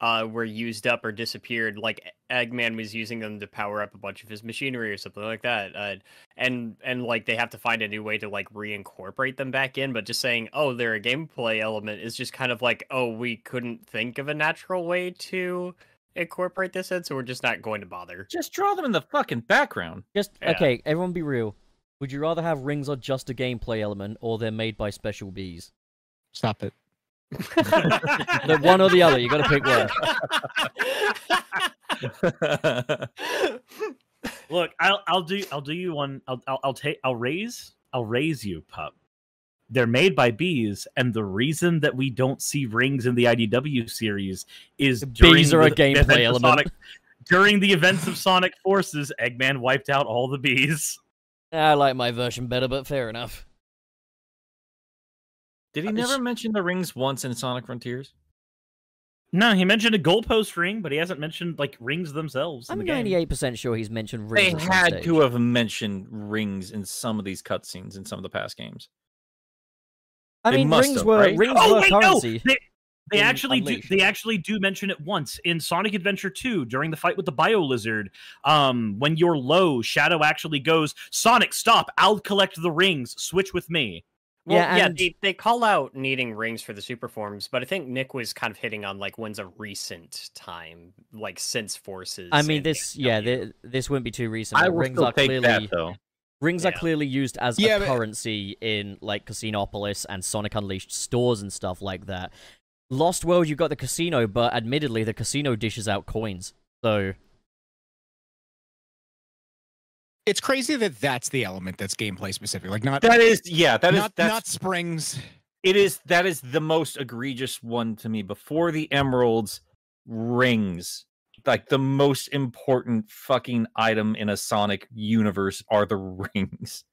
[SPEAKER 2] uh were used up or disappeared like E- eggman was using them to power up a bunch of his machinery or something like that uh, and and like they have to find a new way to like reincorporate them back in but just saying oh they're a gameplay element is just kind of like oh we couldn't think of a natural way to incorporate this in so we're just not going to bother
[SPEAKER 4] just draw them in the fucking background
[SPEAKER 3] just
[SPEAKER 2] Yeah.
[SPEAKER 3] okay, everyone be real. Would you rather have rings are just a gameplay element, or they're made by special bees?
[SPEAKER 6] stop it.
[SPEAKER 3] The one or the other. You got to pick one.
[SPEAKER 5] Look, I'll I'll do I'll do you one. I'll I'll, I'll take I'll raise I'll raise you, pup. They're made by bees, and the reason that we don't see rings in the IDW series is
[SPEAKER 3] Bees
[SPEAKER 5] during
[SPEAKER 3] are a
[SPEAKER 5] the event
[SPEAKER 3] gameplay
[SPEAKER 5] of
[SPEAKER 3] element.
[SPEAKER 5] Sonic- during the events of Sonic Forces, Eggman wiped out all the bees.
[SPEAKER 3] I like my version better, but fair enough.
[SPEAKER 4] Did he never mention the rings once in Sonic Frontiers?
[SPEAKER 5] No, he mentioned a goalpost ring, but he hasn't mentioned like rings themselves.
[SPEAKER 3] I'm
[SPEAKER 5] in the game.
[SPEAKER 3] 98% sure he's mentioned
[SPEAKER 4] They
[SPEAKER 3] rings. at some
[SPEAKER 4] had
[SPEAKER 3] stage.
[SPEAKER 4] to have mentioned rings in some of these cutscenes in some of the past games.
[SPEAKER 3] I
[SPEAKER 4] they
[SPEAKER 3] mean,
[SPEAKER 4] must
[SPEAKER 3] rings
[SPEAKER 4] have,
[SPEAKER 3] were
[SPEAKER 4] right?
[SPEAKER 3] rings
[SPEAKER 5] Oh
[SPEAKER 3] were
[SPEAKER 5] wait,
[SPEAKER 3] currency.
[SPEAKER 5] no! They, they
[SPEAKER 3] in
[SPEAKER 5] actually do,
[SPEAKER 3] Unleashed.
[SPEAKER 5] they actually do mention it once in Sonic Adventure 2 during the fight with the Bio Lizard. Um, when you're low, Shadow actually goes, "Sonic, stop! I'll collect the rings. Switch with me."
[SPEAKER 2] Well,
[SPEAKER 3] Yeah,
[SPEAKER 2] yeah,
[SPEAKER 3] and-
[SPEAKER 2] they, they call out needing rings for the super forms, but I think Nick was kind of hitting on like when's a recent time, like since forces.
[SPEAKER 3] I mean,
[SPEAKER 2] and
[SPEAKER 3] this yeah,
[SPEAKER 2] AEW.
[SPEAKER 3] thi- this wouldn't be too recent.
[SPEAKER 4] I
[SPEAKER 3] but
[SPEAKER 4] will
[SPEAKER 3] rings
[SPEAKER 4] still
[SPEAKER 3] are
[SPEAKER 4] take
[SPEAKER 3] clearly
[SPEAKER 4] that though.
[SPEAKER 3] rings are
[SPEAKER 2] Yeah.
[SPEAKER 3] clearly used as
[SPEAKER 6] Yeah,
[SPEAKER 3] a
[SPEAKER 6] but-
[SPEAKER 3] currency in like Casinopolis and Sonic Unleashed stores and stuff like that. Lost World, you've got the casino, but admittedly, the casino dishes out coins. So
[SPEAKER 6] It's crazy that that's the element that's gameplay specific. Like not
[SPEAKER 4] That is yeah. That is
[SPEAKER 6] not,
[SPEAKER 4] that's
[SPEAKER 6] not springs.
[SPEAKER 4] it is that is the most egregious one to me. Before the emeralds, rings like the most important fucking item in a Sonic universe are the rings.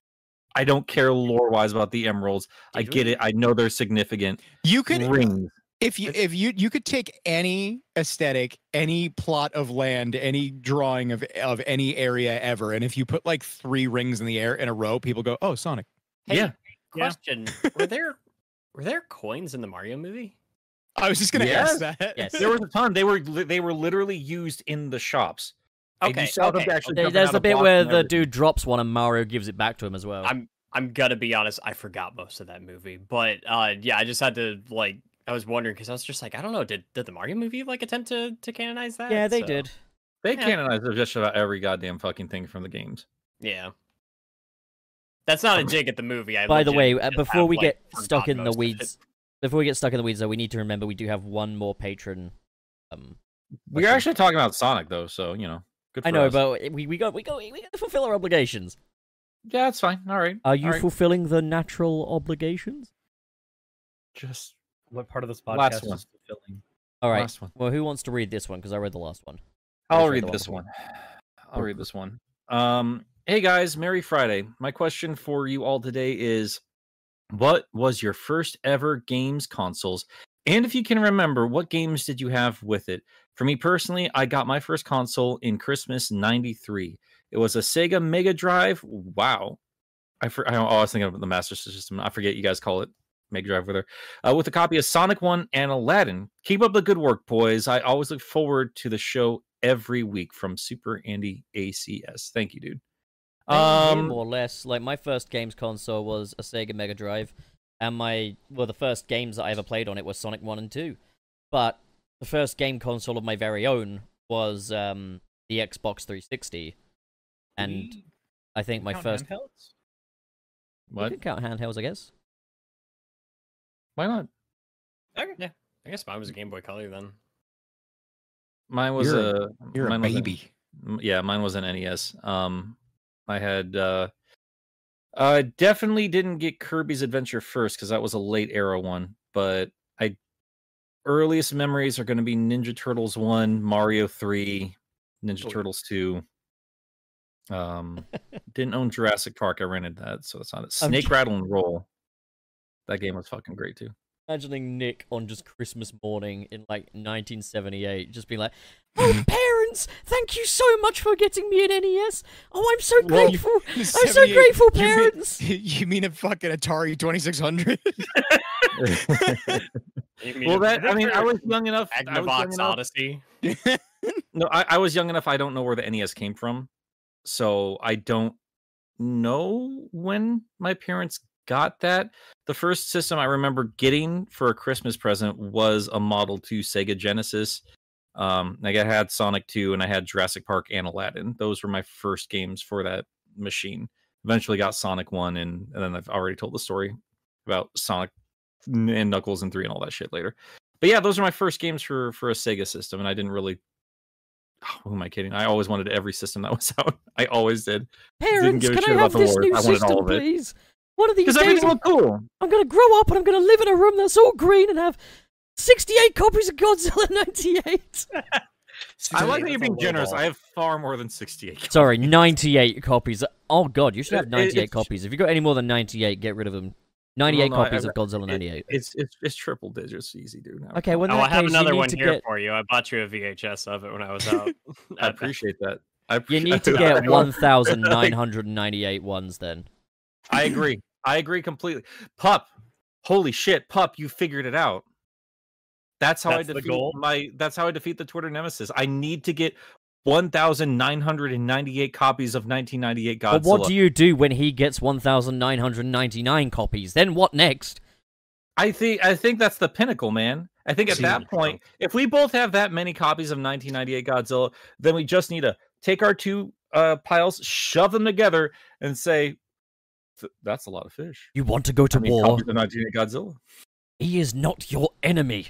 [SPEAKER 4] I don't care lore wise about the emeralds. I
[SPEAKER 2] Did
[SPEAKER 4] get it. I know they're significant.
[SPEAKER 6] You could
[SPEAKER 4] Rings.
[SPEAKER 6] if you if you you could take any aesthetic, any plot of land, any drawing of of any area ever, and if you put like three rings in the air in a row, people go, "Oh, Sonic."
[SPEAKER 2] Hey,
[SPEAKER 4] yeah.
[SPEAKER 5] Yeah.
[SPEAKER 2] Question: Were there were there coins in the Mario movie?
[SPEAKER 6] I was just gonna ask that.
[SPEAKER 3] Yes.
[SPEAKER 4] There was a ton. They were li- they were literally used in the shops. And you
[SPEAKER 2] Okay,
[SPEAKER 4] saw them
[SPEAKER 2] okay.
[SPEAKER 4] actually
[SPEAKER 3] there-
[SPEAKER 4] jumping
[SPEAKER 3] there's
[SPEAKER 4] out
[SPEAKER 3] the
[SPEAKER 4] of
[SPEAKER 3] bit
[SPEAKER 4] blocks
[SPEAKER 3] where
[SPEAKER 4] and
[SPEAKER 3] the
[SPEAKER 4] everything.
[SPEAKER 3] dude drops one and Mario gives it back to him as well.
[SPEAKER 2] I'm I'm gonna be honest, I forgot most of that movie, but uh, yeah, I just had to like I was wondering because I was just like I don't know, did did the Mario movie like attempt to to canonize that?
[SPEAKER 3] yeah, they
[SPEAKER 2] So,
[SPEAKER 3] did.
[SPEAKER 4] they
[SPEAKER 2] yeah.
[SPEAKER 4] canonized just about every goddamn fucking thing from the games.
[SPEAKER 2] Yeah. That's not a dig at the movie. I
[SPEAKER 3] By the
[SPEAKER 2] legit
[SPEAKER 3] way, uh,
[SPEAKER 2] just
[SPEAKER 3] before
[SPEAKER 2] have,
[SPEAKER 3] we
[SPEAKER 2] like,
[SPEAKER 3] get stuck
[SPEAKER 2] forgot
[SPEAKER 3] in the
[SPEAKER 2] most of it.
[SPEAKER 3] weeds, before we get stuck in the weeds, though, we need to remember we do have one more patron. Um,
[SPEAKER 4] We're
[SPEAKER 3] Listen.
[SPEAKER 4] actually talking about Sonic though, so you know. Good for
[SPEAKER 3] I know,
[SPEAKER 4] us.
[SPEAKER 3] but we we got we got we got to fulfill our obligations.
[SPEAKER 4] yeah, it's fine. All right.
[SPEAKER 3] Are you
[SPEAKER 4] All right.
[SPEAKER 3] fulfilling the natural obligations?
[SPEAKER 4] just
[SPEAKER 5] What part of this
[SPEAKER 4] Last
[SPEAKER 5] podcast
[SPEAKER 4] one.
[SPEAKER 5] is fulfilling?
[SPEAKER 3] All right.
[SPEAKER 4] Last one.
[SPEAKER 3] Well, who wants to read this one? Because I read the last one.
[SPEAKER 4] I'll
[SPEAKER 3] Let's read
[SPEAKER 4] read
[SPEAKER 3] the
[SPEAKER 4] this
[SPEAKER 3] one
[SPEAKER 4] one. I'll read this one. Um, hey guys, Merry Friday. My question for you all today is what was your first ever games consoles? And if you can remember, what games did you have with it? For me personally, I got my first console in Christmas 93. It was a Sega Mega Drive. Wow. I, for, I always think of the Master System. I forget you guys call it Mega Drive over there. Uh, with a copy of Sonic 1 and Aladdin. Keep up the good work, boys. I always look forward to the show every week from Super Andy ACS. Thank you, dude.
[SPEAKER 3] Same here,
[SPEAKER 4] Um,
[SPEAKER 3] more or less. Like my first games console was a Sega Mega Drive, and my well, the first games that I ever played on it were Sonic One and Two. But the first game console of my very own was um, the Xbox 360, and
[SPEAKER 5] We
[SPEAKER 3] I think my
[SPEAKER 5] count
[SPEAKER 3] first.
[SPEAKER 5] handhelds?
[SPEAKER 3] You
[SPEAKER 4] what?
[SPEAKER 3] could count handhelds, I guess.
[SPEAKER 4] Why not?
[SPEAKER 2] I guess mine was
[SPEAKER 4] Mm.
[SPEAKER 2] a Game Boy Color then.
[SPEAKER 4] Mine was
[SPEAKER 6] You're
[SPEAKER 4] a
[SPEAKER 6] You're
[SPEAKER 4] mine
[SPEAKER 6] a
[SPEAKER 4] was
[SPEAKER 6] baby.
[SPEAKER 4] m- yeah mine was an nes um i had uh i definitely didn't get kirby's adventure first because that was a late era one but i earliest memories are going to be ninja turtles 1 mario 3 ninja
[SPEAKER 2] Oh, yeah.
[SPEAKER 4] turtles 2 um didn't own jurassic park i rented that so that's not it
[SPEAKER 3] I'm
[SPEAKER 4] snake
[SPEAKER 3] tr-
[SPEAKER 4] rattle and roll that game was fucking great too
[SPEAKER 3] Imagining Nick on just Christmas morning in like 1978, just being like, "Oh, parents, thank you so much for getting me an NES. Oh, I'm so
[SPEAKER 6] Well, you-
[SPEAKER 3] grateful. I'm so grateful,
[SPEAKER 6] you mean-
[SPEAKER 3] parents."
[SPEAKER 6] You mean a fucking Atari 2600?
[SPEAKER 4] well that i mean i was young enough I was young
[SPEAKER 2] Agnavox
[SPEAKER 4] enough-
[SPEAKER 2] Odyssey.
[SPEAKER 4] No, I, I was young enough. I don't know where the NES came from, so I don't know when my parents got that. The first system I remember getting for a Christmas present was a Model 2 Sega Genesis. Um, like I had Sonic 2 and I had Jurassic Park and Aladdin. Those were my first games for that machine. Eventually got Sonic 1, and, and then I've already told the story about Sonic and Knuckles and three and all that shit later. But yeah, those are my first games for for a Sega system, and I didn't really. Oh, who am I kidding? I always wanted every system that was out. I always did
[SPEAKER 3] Parents,
[SPEAKER 4] give a
[SPEAKER 3] can
[SPEAKER 4] shit
[SPEAKER 3] I
[SPEAKER 4] about
[SPEAKER 3] have
[SPEAKER 4] the
[SPEAKER 3] this
[SPEAKER 4] wars.
[SPEAKER 3] new
[SPEAKER 4] I wanted all
[SPEAKER 3] system,
[SPEAKER 4] of it.
[SPEAKER 3] please? One of these
[SPEAKER 4] because
[SPEAKER 3] days,
[SPEAKER 4] everything
[SPEAKER 3] I'm,
[SPEAKER 4] looked cool.
[SPEAKER 3] I'm gonna grow up and I'm gonna live in a room that's all green and have 68 copies of Godzilla 98.
[SPEAKER 4] I like that you're
[SPEAKER 2] that's a
[SPEAKER 4] being
[SPEAKER 2] low
[SPEAKER 4] generous.
[SPEAKER 2] ball.
[SPEAKER 4] I have far more than 68.
[SPEAKER 3] Sorry, 98 copies. Oh god, you should have
[SPEAKER 4] It- it-
[SPEAKER 3] 98
[SPEAKER 4] it's-
[SPEAKER 3] copies. If you got any more than 98, get rid of them. 98
[SPEAKER 4] no, I-
[SPEAKER 3] copies
[SPEAKER 4] I-
[SPEAKER 3] of Godzilla
[SPEAKER 4] It-
[SPEAKER 3] 98.
[SPEAKER 4] it's, it's it's triple digits, easy, dude. Now.
[SPEAKER 3] okay, well, in
[SPEAKER 2] Oh,
[SPEAKER 3] that
[SPEAKER 2] I have
[SPEAKER 3] case,
[SPEAKER 2] another
[SPEAKER 3] you need
[SPEAKER 2] one
[SPEAKER 3] to
[SPEAKER 2] here
[SPEAKER 3] get,
[SPEAKER 2] for you. I bought you a VHS of it when I was out.
[SPEAKER 4] I appreciate that. I
[SPEAKER 3] You
[SPEAKER 4] appreciate
[SPEAKER 3] need to get 1,998 ones then.
[SPEAKER 4] I agree. I agree completely. Pup, holy shit, pup, you figured it out. That's how
[SPEAKER 2] That's
[SPEAKER 4] I
[SPEAKER 2] the
[SPEAKER 4] defeat
[SPEAKER 2] goal?
[SPEAKER 4] my. That's how I defeat the Twitter nemesis. I need to get 1,998 copies of 1998 Godzilla.
[SPEAKER 3] But what do you do when he gets 1,999 copies? Then what next?
[SPEAKER 4] I think I think that's the pinnacle, man. I think at
[SPEAKER 2] Jesus
[SPEAKER 4] that point, if we both have that many copies of 1998 Godzilla, then we just need to take our two uh, piles, shove them together, and say, "Th- "That's a lot of fish."
[SPEAKER 3] You want to go to
[SPEAKER 4] I mean,
[SPEAKER 3] war.
[SPEAKER 4] copies of 1998 Godzilla.
[SPEAKER 3] He is not your enemy.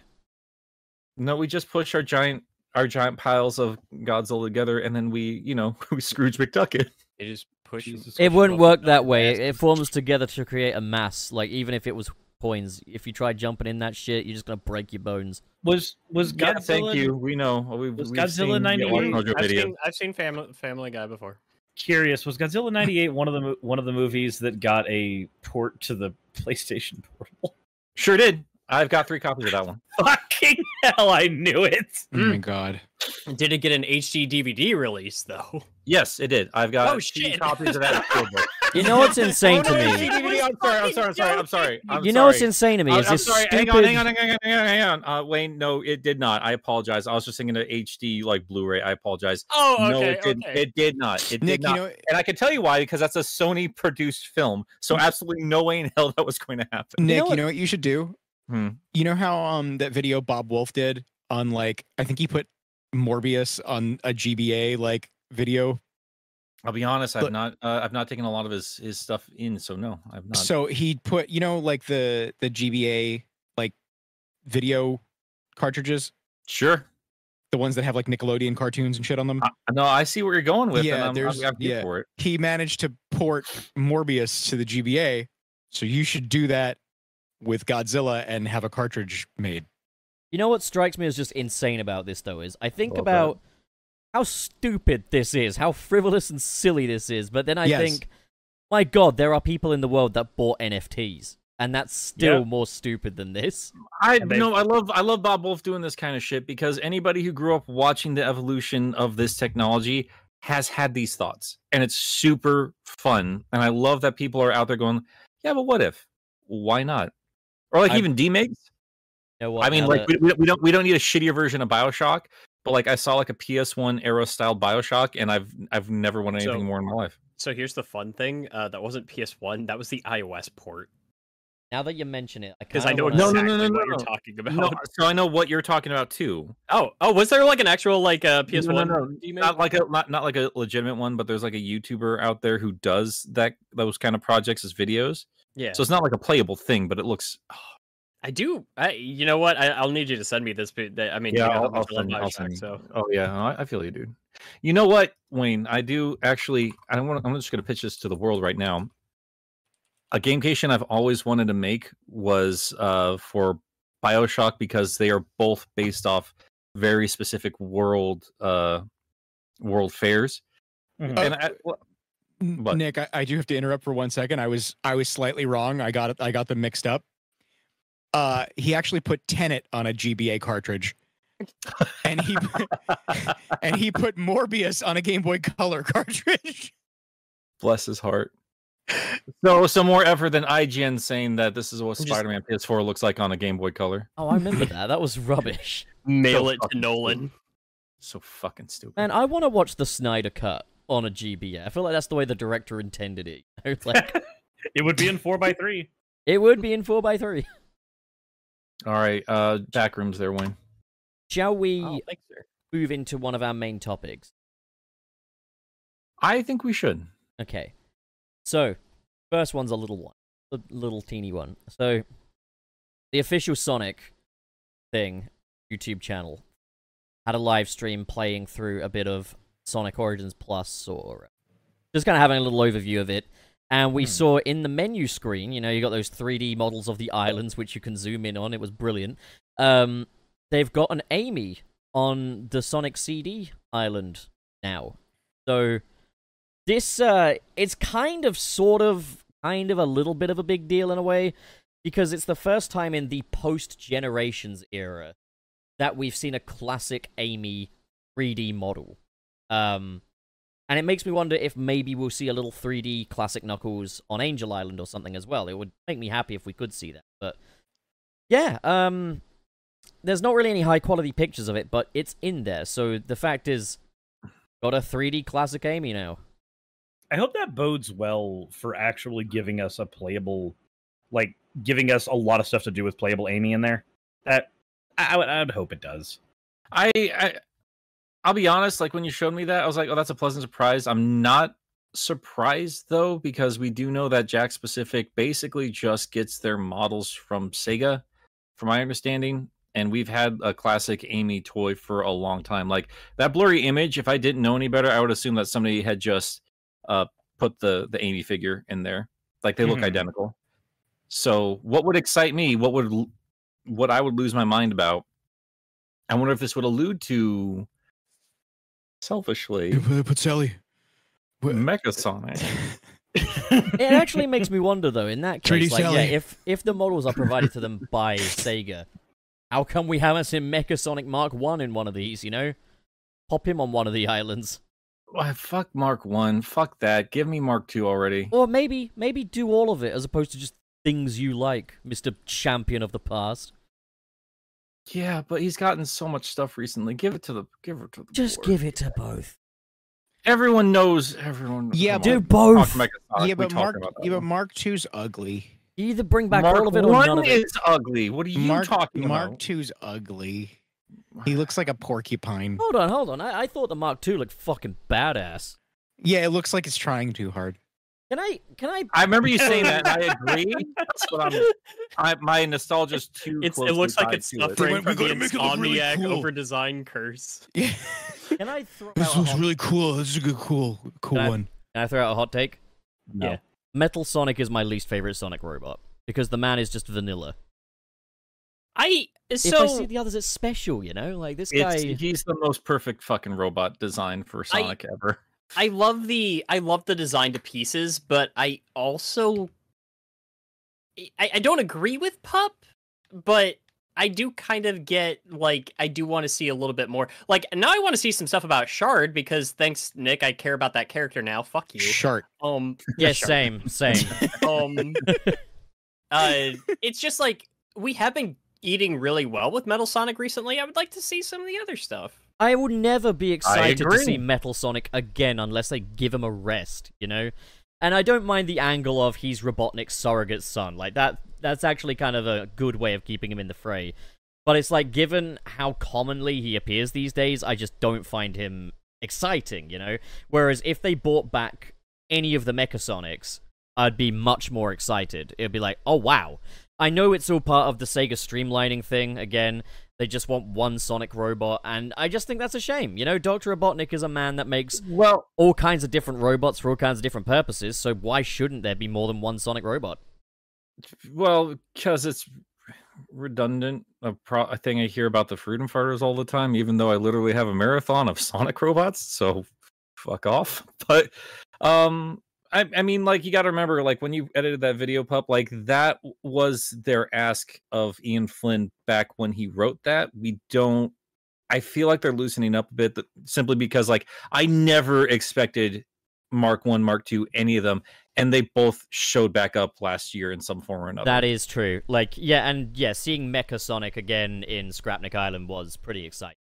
[SPEAKER 4] No, we just push our giant our giant piles of Godzilla together, and then we, you know, we Scrooge McDuck it.
[SPEAKER 2] You just push.
[SPEAKER 3] It wouldn't work that way. It, it forms together to create a mass. Like even if it was coins, if you try jumping in that shit, you're just gonna break your bones.
[SPEAKER 5] Was was Godzilla?
[SPEAKER 4] Yeah, thank you. We know. We,
[SPEAKER 5] was
[SPEAKER 4] we've
[SPEAKER 5] Godzilla
[SPEAKER 4] seen the
[SPEAKER 5] 98
[SPEAKER 4] 100
[SPEAKER 2] I've
[SPEAKER 4] video.
[SPEAKER 2] seen, I've seen Family, Family Guy before.
[SPEAKER 5] Curious. Was Godzilla '98 one of the mo- one of the movies that got a port to the PlayStation Portal?
[SPEAKER 4] Sure did. I've got three copies of that one.
[SPEAKER 5] Fucking hell! I knew it.
[SPEAKER 6] Oh my god.
[SPEAKER 2] Did it get an HD DVD release though?
[SPEAKER 4] Yes, it did. I've got
[SPEAKER 2] Oh,
[SPEAKER 4] two
[SPEAKER 2] shit.
[SPEAKER 4] copies of that. in the steelbook.
[SPEAKER 3] You know what's insane to
[SPEAKER 4] Oh, no,
[SPEAKER 3] me?
[SPEAKER 4] it's DVD. I'm sorry. I'm sorry. I'm sorry. I'm sorry. I'm
[SPEAKER 3] you know what's
[SPEAKER 4] sorry.
[SPEAKER 3] insane to me
[SPEAKER 4] I'm-
[SPEAKER 3] is
[SPEAKER 4] I'm
[SPEAKER 3] this
[SPEAKER 4] sorry.
[SPEAKER 3] stupid.
[SPEAKER 4] Hang on, hang on, hang on, hang on, hang on. Uh, Wayne, no, it did not. I apologize. I was just thinking of HD like Blu-ray. I apologize.
[SPEAKER 2] Oh, okay.
[SPEAKER 4] no, it didn't.
[SPEAKER 2] okay.
[SPEAKER 4] It did not. It
[SPEAKER 6] Nick,
[SPEAKER 4] did not.
[SPEAKER 6] you know
[SPEAKER 4] and I can tell you why because that's a Sony produced film. So absolutely no way in hell that was going to happen.
[SPEAKER 6] Nick, you
[SPEAKER 3] know
[SPEAKER 6] know,
[SPEAKER 3] what-
[SPEAKER 6] what you should do?
[SPEAKER 4] Hmm.
[SPEAKER 6] You know how um that video Bob Wolf did on like I think he put Morbius on a GBA like video.
[SPEAKER 4] I'll be honest.
[SPEAKER 6] But-
[SPEAKER 4] I've not. Uh, I've not taken a lot of his his stuff in. So no, I've not.
[SPEAKER 6] So he put you know like the the GBA like video cartridges,
[SPEAKER 4] sure.
[SPEAKER 6] the ones that have like Nickelodeon cartoons and shit on them.
[SPEAKER 4] I, no, I see where you're going with.
[SPEAKER 6] Yeah,
[SPEAKER 4] Yeah, and I'm,
[SPEAKER 6] there's-
[SPEAKER 4] I'm, I'm here
[SPEAKER 6] yeah.
[SPEAKER 4] for it.
[SPEAKER 6] he managed to port Morbius to the GBA, so you should do that with Godzilla and have a cartridge made.
[SPEAKER 3] You know what strikes me as just insane about this though is I think
[SPEAKER 4] Love that.
[SPEAKER 3] about how stupid this is, how frivolous and silly this is, but then I
[SPEAKER 6] Yes.
[SPEAKER 3] think, my God, there are people in the world that bought NFTs, and that's still
[SPEAKER 5] Yeah.
[SPEAKER 3] more stupid than this.
[SPEAKER 4] I
[SPEAKER 5] And they-
[SPEAKER 4] no, I love I love Bob Wolf doing this kind of shit because anybody who grew up watching the evolution of this technology has had these thoughts, and it's super fun. And I love that people are out there going, "Yeah, but what if? Why not?" Or like
[SPEAKER 3] I-
[SPEAKER 4] even DMakes.
[SPEAKER 3] You know what,
[SPEAKER 4] I mean,
[SPEAKER 3] now
[SPEAKER 4] like
[SPEAKER 3] that-
[SPEAKER 4] we, we, don't- we don't we don't need a shittier version of Bioshock, but like I saw like a PS1 Aero style Bioshock, and I've I've never wanted anything
[SPEAKER 2] So-
[SPEAKER 4] more in my life.
[SPEAKER 2] So here's the fun thing. Uh, that wasn't PS1. That was the iOS port.
[SPEAKER 3] now that you mention it, I
[SPEAKER 2] Because
[SPEAKER 3] kind
[SPEAKER 2] I
[SPEAKER 3] of
[SPEAKER 2] know
[SPEAKER 4] wanna- No,
[SPEAKER 2] exactly
[SPEAKER 4] no, no, no,
[SPEAKER 2] what
[SPEAKER 4] no.
[SPEAKER 2] you're talking about.
[SPEAKER 4] No, so I know what you're talking about too.
[SPEAKER 2] Oh, oh, was there like an actual like uh,
[SPEAKER 4] No,
[SPEAKER 2] PS1?
[SPEAKER 4] no, no,
[SPEAKER 2] remake?
[SPEAKER 4] not like a not, not like a legitimate one, but there's like a YouTuber out there who does that those kind of projects as videos.
[SPEAKER 2] yeah.
[SPEAKER 4] So it's not like a playable thing, but it looks.
[SPEAKER 2] I do. I, you know what? I, I'll need you to send me this. But that- I mean, you
[SPEAKER 4] Yeah,
[SPEAKER 2] know how
[SPEAKER 4] I'll-
[SPEAKER 2] much
[SPEAKER 4] I'll
[SPEAKER 2] I love
[SPEAKER 4] send- I'll
[SPEAKER 2] Bioshock,
[SPEAKER 4] send you.
[SPEAKER 2] so
[SPEAKER 4] Oh yeah, no, I, I feel you, dude. You know what, Wayne? I do actually. I don't want. I'm just going to pitch this to the world right now. A gamecation I've always wanted to make was uh, for Bioshock because they are both based off very specific world uh, world fairs.
[SPEAKER 5] Mhm.
[SPEAKER 4] And I,
[SPEAKER 6] N-
[SPEAKER 4] What?
[SPEAKER 6] Nick, I, I do have to interrupt for one second. I was I was slightly wrong. I got it. I got them mixed up. Uh, he actually put Tenet on a GBA cartridge, and he and he put Morbius on a Game Boy Color cartridge.
[SPEAKER 4] bless his heart. So, so more effort than IGN saying that this is what
[SPEAKER 2] Just-
[SPEAKER 4] Spider-Man PS4 looks like on a Game Boy Color.
[SPEAKER 3] Oh, I remember that. That was rubbish.
[SPEAKER 2] mail
[SPEAKER 4] So
[SPEAKER 2] it to
[SPEAKER 4] fucking
[SPEAKER 2] Nolan.
[SPEAKER 4] So fucking stupid.
[SPEAKER 3] Man, I want to watch the Snyder Cut on a GBA. I feel like that's the way the director intended it. you know? like
[SPEAKER 5] It would be in four by three.
[SPEAKER 3] it would be in four by three.
[SPEAKER 4] All right, uh, back rooms there, Wayne.
[SPEAKER 3] Shall we
[SPEAKER 2] Oh, thanks, sir.
[SPEAKER 3] move into one of our main topics?
[SPEAKER 4] I think we should.
[SPEAKER 3] Okay. So, first one's a little one, a little teeny one. So, the official Sonic thing YouTube channel had a live stream playing through a bit of Sonic Origins Plus or just kind of having a little overview of it. And we saw in the menu screen, you know, you got those 3D models of the islands which you can zoom in on. It was brilliant. Um, they've got an Amy on the Sonic CD island now. So this uh it's kind of sort of kind of a little bit of a big deal in a way because it's the first time in the post generations era that we've seen a classic Amy 3D model. Um and it makes me wonder if maybe we'll see a little 3D classic Knuckles on Angel Island or something as well. It would make me happy if we could see that. But yeah, um there's not really any high quality pictures of it, but it's in there. So the fact is, got a 3D classic Amy now.
[SPEAKER 5] I hope that bodes well for actually giving us a playable, like giving us a lot of stuff to do with playable Amy in there. That I, I would, I would hope it does.
[SPEAKER 4] I, I I'll be honest, like when you showed me that, I was like, oh, that's a pleasant surprise. I'm not surprised though, because we do know that Jack Specific basically just gets their models from Sega, from my understanding. And we've had a classic Amy toy for a long time. Like that blurry image, if I didn't know any better, I would assume that somebody had just uh put the the Amy figure in there. Like they look
[SPEAKER 5] Mhm.
[SPEAKER 4] identical. So what would excite me? What would l- what I would lose my mind about? I wonder if this would allude to selfishly
[SPEAKER 6] But Sally,
[SPEAKER 4] Mecha Sonic.
[SPEAKER 3] It actually makes me wonder though. In that case,
[SPEAKER 6] 3D
[SPEAKER 3] like, yeah,
[SPEAKER 6] Sally.
[SPEAKER 3] if if the models are provided to them by Sega, how come we haven't seen Mecha Sonic Mark One in one of these? You know, pop him on one of the islands,
[SPEAKER 4] Why fuck Mark One? Fuck that. Give me Mark Two already.
[SPEAKER 3] or maybe maybe do all of it as opposed to just things you like, Mister Champion of the Past.
[SPEAKER 4] Yeah, but he's gotten so much stuff recently. Give it to the give it to the
[SPEAKER 3] Just
[SPEAKER 4] board.
[SPEAKER 3] give it to both.
[SPEAKER 4] Everyone knows everyone.
[SPEAKER 6] Yeah,
[SPEAKER 4] come
[SPEAKER 3] Do
[SPEAKER 4] on.
[SPEAKER 3] both.
[SPEAKER 4] Fuck Mecha Sonic,
[SPEAKER 6] yeah,
[SPEAKER 4] we
[SPEAKER 6] but
[SPEAKER 4] talked
[SPEAKER 6] Mark,
[SPEAKER 4] about that
[SPEAKER 6] yeah, but
[SPEAKER 4] one.
[SPEAKER 6] Mark Two's ugly.
[SPEAKER 3] Either bring back
[SPEAKER 4] Mark
[SPEAKER 3] all of it or
[SPEAKER 4] One
[SPEAKER 3] none of it.
[SPEAKER 4] is ugly. What are you
[SPEAKER 6] Mark,
[SPEAKER 4] talking
[SPEAKER 6] Mark
[SPEAKER 4] about?
[SPEAKER 6] Two's ugly. He looks like a porcupine.
[SPEAKER 3] Hold on, hold on. I, I thought the Mark II looked fucking badass.
[SPEAKER 6] Yeah, it looks like it's trying too hard.
[SPEAKER 3] Can I? Can I?
[SPEAKER 4] I remember you saying that. and I agree, but I'm, I, my nostalgia is too.
[SPEAKER 2] It's, it
[SPEAKER 4] closely
[SPEAKER 2] looks like
[SPEAKER 4] tied
[SPEAKER 2] it's
[SPEAKER 4] to it.
[SPEAKER 2] suffering
[SPEAKER 6] went, "We
[SPEAKER 2] from the
[SPEAKER 6] gotta make it look really
[SPEAKER 2] insomniac
[SPEAKER 6] cool."
[SPEAKER 2] over design curse.
[SPEAKER 6] Yeah.
[SPEAKER 3] Can I throw out?
[SPEAKER 6] this
[SPEAKER 3] a
[SPEAKER 6] looks
[SPEAKER 3] hot-
[SPEAKER 6] really cool. This is a good, cool, cool
[SPEAKER 3] Can I-
[SPEAKER 6] one.
[SPEAKER 3] Can I throw out a hot take?
[SPEAKER 4] No.
[SPEAKER 2] Yeah.
[SPEAKER 3] Metal Sonic is my least favorite Sonic robot because the man is just vanilla.
[SPEAKER 2] I
[SPEAKER 3] if I see
[SPEAKER 2] so
[SPEAKER 3] the others, it's special, you know. Like this guy.
[SPEAKER 4] It's, he's the most perfect fucking robot design for
[SPEAKER 2] I-
[SPEAKER 4] Sonic ever.
[SPEAKER 2] I love the I love the design to pieces, but I also I, I don't agree with Pup, but I do kind of get like I do want to see a little bit more. Like now I want to see some stuff about Shard because thanks Nick, I care about that character now. Fuck you.
[SPEAKER 6] Shark.
[SPEAKER 2] Um
[SPEAKER 3] yeah,
[SPEAKER 2] sure.
[SPEAKER 3] same, same.
[SPEAKER 2] um uh it's just like we have been eating really well with Metal Sonic recently. I would like to see some of the other stuff.
[SPEAKER 3] I will never be excited to
[SPEAKER 4] agree.
[SPEAKER 3] see Metal Sonic again unless they give him a rest, you know. And I don't mind the angle of he's Robotnik's surrogate son. Like that that's actually kind of a good way of keeping him in the fray. But it's like given how commonly he appears these days, I just don't find him exciting, you know. Whereas if they brought back any of the Mechasonics, I'd be much more excited. It'd be like, "Oh wow." I know it's all part of the Sega streamlining thing again. They just want one Sonic robot, and I just think that's a shame. You know, Dr. Robotnik is a man that makes
[SPEAKER 4] Well,
[SPEAKER 3] all kinds of different robots for all kinds of different purposes, so why shouldn't there be more than one Sonic robot?
[SPEAKER 4] well, because it's redundant. A, pro- a thing I hear about the freedom fighters all the time, even though I literally have a marathon of Sonic robots. So fuck off. But um, I, I mean, like you got to remember, like when you edited that video, pup, like that w- was their ask of Ian Flynn back when he wrote that. We don't. I feel like they're loosening up a bit, th- simply because like I never expected Mark One, Mark Two, any of them, and they both showed back up last year in some form or another.
[SPEAKER 3] That is true. Like, yeah, and yeah, seeing Mecha Sonic again in Scrapnik Island was pretty exciting.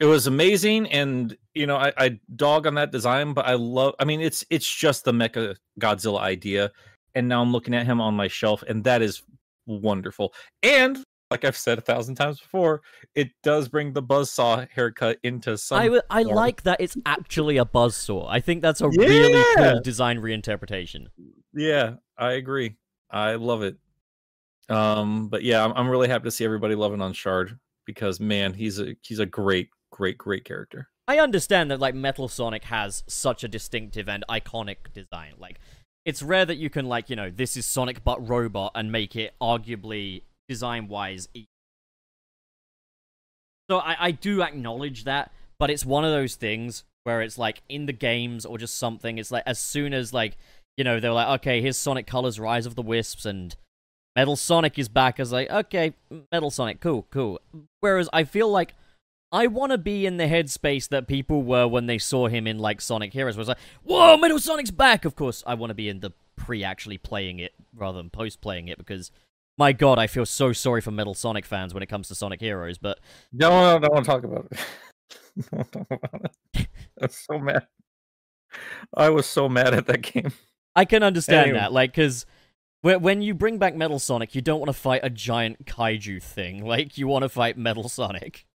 [SPEAKER 4] it was amazing and you know I, I dog on that design but i love i mean it's it's just the mecha godzilla idea and now i'm looking at him on my shelf and that is wonderful and like i've said a thousand times before it does bring the buzzsaw haircut into some
[SPEAKER 3] I, w- I
[SPEAKER 4] form.
[SPEAKER 3] like that it's actually a buzzsaw. I think that's a really
[SPEAKER 4] Yeah!
[SPEAKER 3] cool design reinterpretation.
[SPEAKER 4] yeah i agree i love it Um, but yeah, I'm, I'm really happy to see everybody loving on Shard because man, he's a he's a great, great, great character.
[SPEAKER 3] I understand that like Metal Sonic has such a distinctive and iconic design. Like it's rare that you can like, you know, this is Sonic but robot and make it arguably design wise equal. So I, I do acknowledge that, but it's one of those things where it's like in the games or just something, it's like as soon as like, you know, they're like, okay, here's Sonic Colors, Rise of the Wisps and Metal Sonic is back. I was like, okay, Metal Sonic, cool, cool. Whereas I feel like I want to be in the headspace that people were when they saw him in like Sonic Heroes, where it's like, whoa, Metal Sonic's back. Of course, I want to be in the pre actually playing it rather than post playing it because my god, I feel so sorry for Metal Sonic fans when it comes to Sonic Heroes. But
[SPEAKER 4] No, I don't want to talk about it. don't talk about it. That's so mad. I was so mad at that game.
[SPEAKER 3] I can understand
[SPEAKER 4] Anyway.
[SPEAKER 3] that, like, because when you bring back Metal Sonic, you don't want to fight a giant kaiju thing. Like, you want to fight Metal Sonic.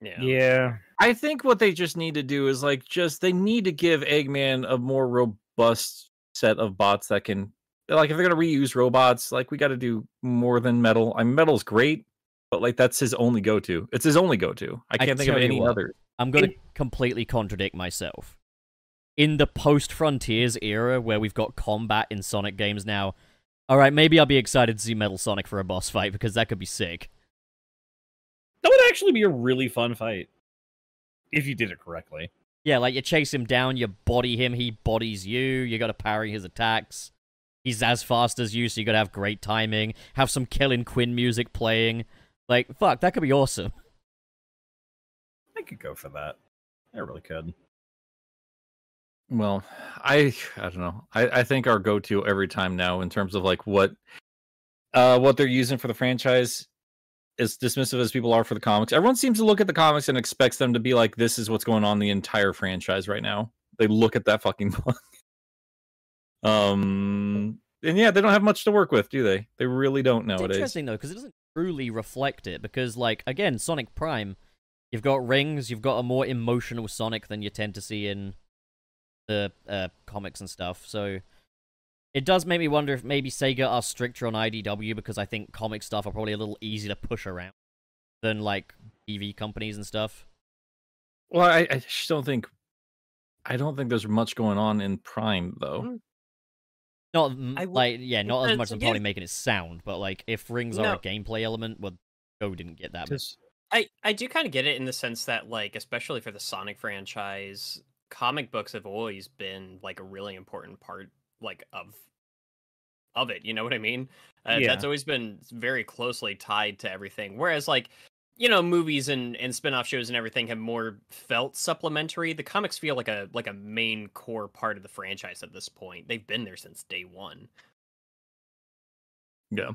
[SPEAKER 2] Yeah.
[SPEAKER 5] Yeah.
[SPEAKER 4] I think what they just need to do is like just they need to give Eggman a more robust set of bots that can like if they're gonna reuse robots, like we gotta do more than metal. I mean metal's great, but like that's his only go to. It's his only go to. I can't think of
[SPEAKER 3] tell you
[SPEAKER 4] any
[SPEAKER 3] what.
[SPEAKER 4] other.
[SPEAKER 3] I'm going to completely contradict myself. In the post Frontiers era, where we've got combat in Sonic games now, alright, maybe I'll be excited to see Metal Sonic for a boss fight because that could be sick.
[SPEAKER 5] That would actually be a really fun fight if you did it correctly.
[SPEAKER 3] Yeah, like you chase him down, you body him, he bodies you, you gotta parry his attacks. He's as fast as you, so you gotta have great timing, have some Kellen Quinn music playing. Like, fuck, that could be awesome.
[SPEAKER 5] I could go for that. I really could.
[SPEAKER 4] Well, I I don't know. I, I think our go to every time now in terms of like what uh what they're using for the franchise as dismissive as people are for the comics. Everyone seems to look at the comics and expects them to be like this is what's going on in the entire franchise right now. They look at that fucking book. um and yeah, they don't have much to work with, do they? They really don't
[SPEAKER 3] It's
[SPEAKER 4] nowadays.
[SPEAKER 3] interesting though, because it doesn't truly reflect it. Because like again, Sonic Prime, you've got rings, you've got a more emotional Sonic than you tend to see in the uh, comics and stuff. So it does make me wonder if maybe Sega are stricter on IDW because I think comic stuff are probably a little easier to push around than like EV companies and stuff.
[SPEAKER 4] Well, I, I just don't think I don't think there's much going on in Prime
[SPEAKER 3] Mm.
[SPEAKER 4] though.
[SPEAKER 3] Not m-
[SPEAKER 2] I would-
[SPEAKER 3] like yeah, not as
[SPEAKER 2] because
[SPEAKER 3] much as
[SPEAKER 2] again-
[SPEAKER 3] probably making it sound, but like if rings are
[SPEAKER 2] No.
[SPEAKER 3] a gameplay element, well, Go didn't get that.
[SPEAKER 5] Just
[SPEAKER 2] I, I do kind of get it in the sense that, like, especially for the Sonic franchise, comic books have always been like a really important part, like of of it. You know what I mean? Uh,
[SPEAKER 5] Yeah.
[SPEAKER 2] That's always been very closely tied to everything. Whereas, like, you know, movies and and spin off shows and everything have more felt supplementary. The comics feel like a like a main core part of the franchise at this point. They've been there since day one.
[SPEAKER 4] Yeah.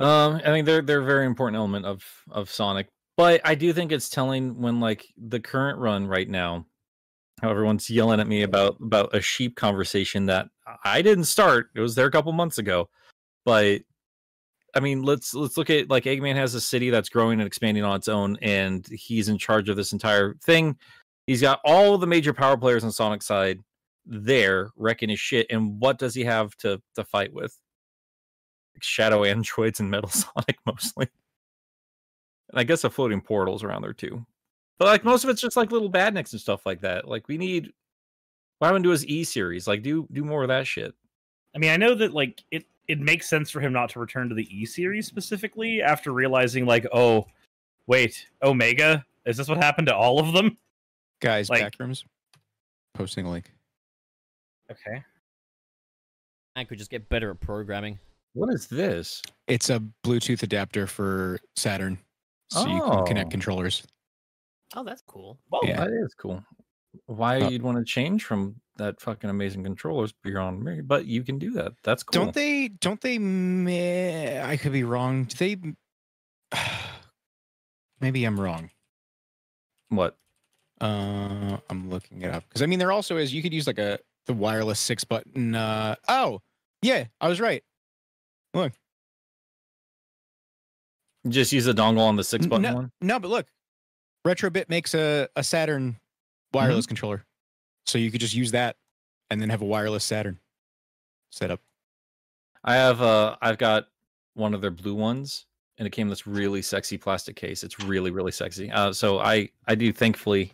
[SPEAKER 4] Um, I think they're they're a very important element of of Sonic, but I do think it's telling when like the current run right now, how everyone's yelling at me about about a sheep conversation that I didn't start. It was there a couple months ago, but I mean, let's let's look at like Eggman has a city that's growing and expanding on its own, and he's in charge of this entire thing. He's got all the major power players on Sonic's side there wrecking his shit. And what does he have to to fight with? Like, Shadow androids and Metal Sonic mostly, and I guess a floating portals around there too. But like most of it's just like little badniks and stuff like that. Like we need. Why don't we do his E series? Like do do more of that shit.
[SPEAKER 5] I mean, I know that like it it makes sense for him not to return to the E series specifically after realizing like, oh, wait, Omega, is this what happened to all of them?
[SPEAKER 6] Guys,
[SPEAKER 5] Like-
[SPEAKER 6] backrooms. Posting a link.
[SPEAKER 5] Okay.
[SPEAKER 3] Man could just get better at programming.
[SPEAKER 4] What is this?
[SPEAKER 6] It's a Bluetooth adapter for Saturn. So you can
[SPEAKER 4] Oh.
[SPEAKER 6] connect controllers.
[SPEAKER 2] Oh, that's cool.
[SPEAKER 5] Well,
[SPEAKER 6] Yeah.
[SPEAKER 4] that is cool. Why
[SPEAKER 6] Uh,
[SPEAKER 4] you'd want to change from that fucking amazing controllers beyond me, but you can do that. That's cool.
[SPEAKER 6] Don't they? Don't they? meh, I could be wrong. Do they? m- Maybe I'm wrong.
[SPEAKER 4] What?
[SPEAKER 6] Uh, I'm looking it up because I mean there also is you could use like a the wireless six button. Uh, oh yeah, I was right.
[SPEAKER 4] Just use the dongle on the six button
[SPEAKER 6] No.
[SPEAKER 4] one.
[SPEAKER 6] No, but look, Retrobit makes a a Saturn wireless
[SPEAKER 4] Mm-hmm.
[SPEAKER 6] controller, so you could just use that and then have a wireless Saturn setup.
[SPEAKER 4] I have uh I've got one of their blue ones and it came in this really sexy plastic case. It's really really sexy. Uh so I I do thankfully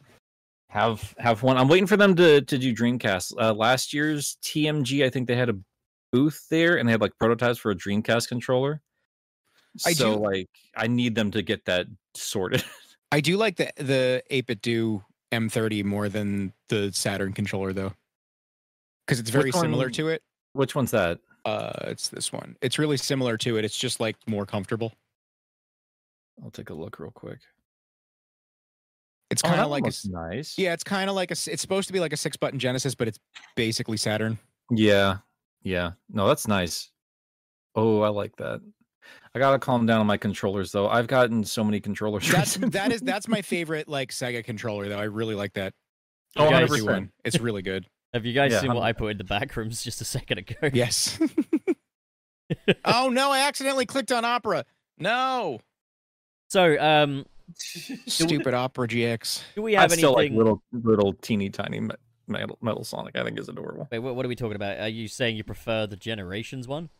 [SPEAKER 4] have have one. I'm waiting for them to to do Dreamcast. Uh last year's TMG I think they had a booth there and they had like prototypes for a Dreamcast controller.
[SPEAKER 6] I
[SPEAKER 4] so
[SPEAKER 6] do-
[SPEAKER 4] like I need them to get that sorted.
[SPEAKER 6] I do like the the 8-bit do M30 more than the Saturn controller though, because it's very
[SPEAKER 4] Which
[SPEAKER 6] similar
[SPEAKER 4] one-
[SPEAKER 6] to it.
[SPEAKER 4] Which one's that?
[SPEAKER 6] Uh, it's this one. It's really similar to it. It's just like more comfortable.
[SPEAKER 4] I'll take a look real quick.
[SPEAKER 6] It's
[SPEAKER 4] Oh,
[SPEAKER 6] kind
[SPEAKER 4] that
[SPEAKER 6] of
[SPEAKER 4] one
[SPEAKER 6] like a,
[SPEAKER 4] looks
[SPEAKER 6] s-
[SPEAKER 4] nice.
[SPEAKER 6] yeah. It's kind of like a. s- It's supposed to be like a six button Genesis, but it's basically Saturn.
[SPEAKER 4] Yeah. Yeah. No, that's nice. Oh, I like that. I gotta calm down on my controllers though. I've gotten so many controllers.
[SPEAKER 6] That's that
[SPEAKER 4] recently.
[SPEAKER 6] is that's my favorite like Sega controller though. I really like that.
[SPEAKER 4] Oh,
[SPEAKER 6] Galaxy
[SPEAKER 4] 100%.
[SPEAKER 6] one. It's really good.
[SPEAKER 3] Have you guys
[SPEAKER 4] Yeah,
[SPEAKER 3] seen what
[SPEAKER 4] 100%.
[SPEAKER 3] I put in the back rooms just a second ago?
[SPEAKER 6] Yes. oh no! I accidentally clicked on Opera. No.
[SPEAKER 3] So, um,
[SPEAKER 6] Stupid Opera GX.
[SPEAKER 3] do we
[SPEAKER 4] I
[SPEAKER 3] have
[SPEAKER 4] still like
[SPEAKER 3] anything?
[SPEAKER 4] little little teeny tiny me- metal, metal Sonic. I think is adorable.
[SPEAKER 3] Wait, what, what are we talking about? Are you saying you prefer the Generations one?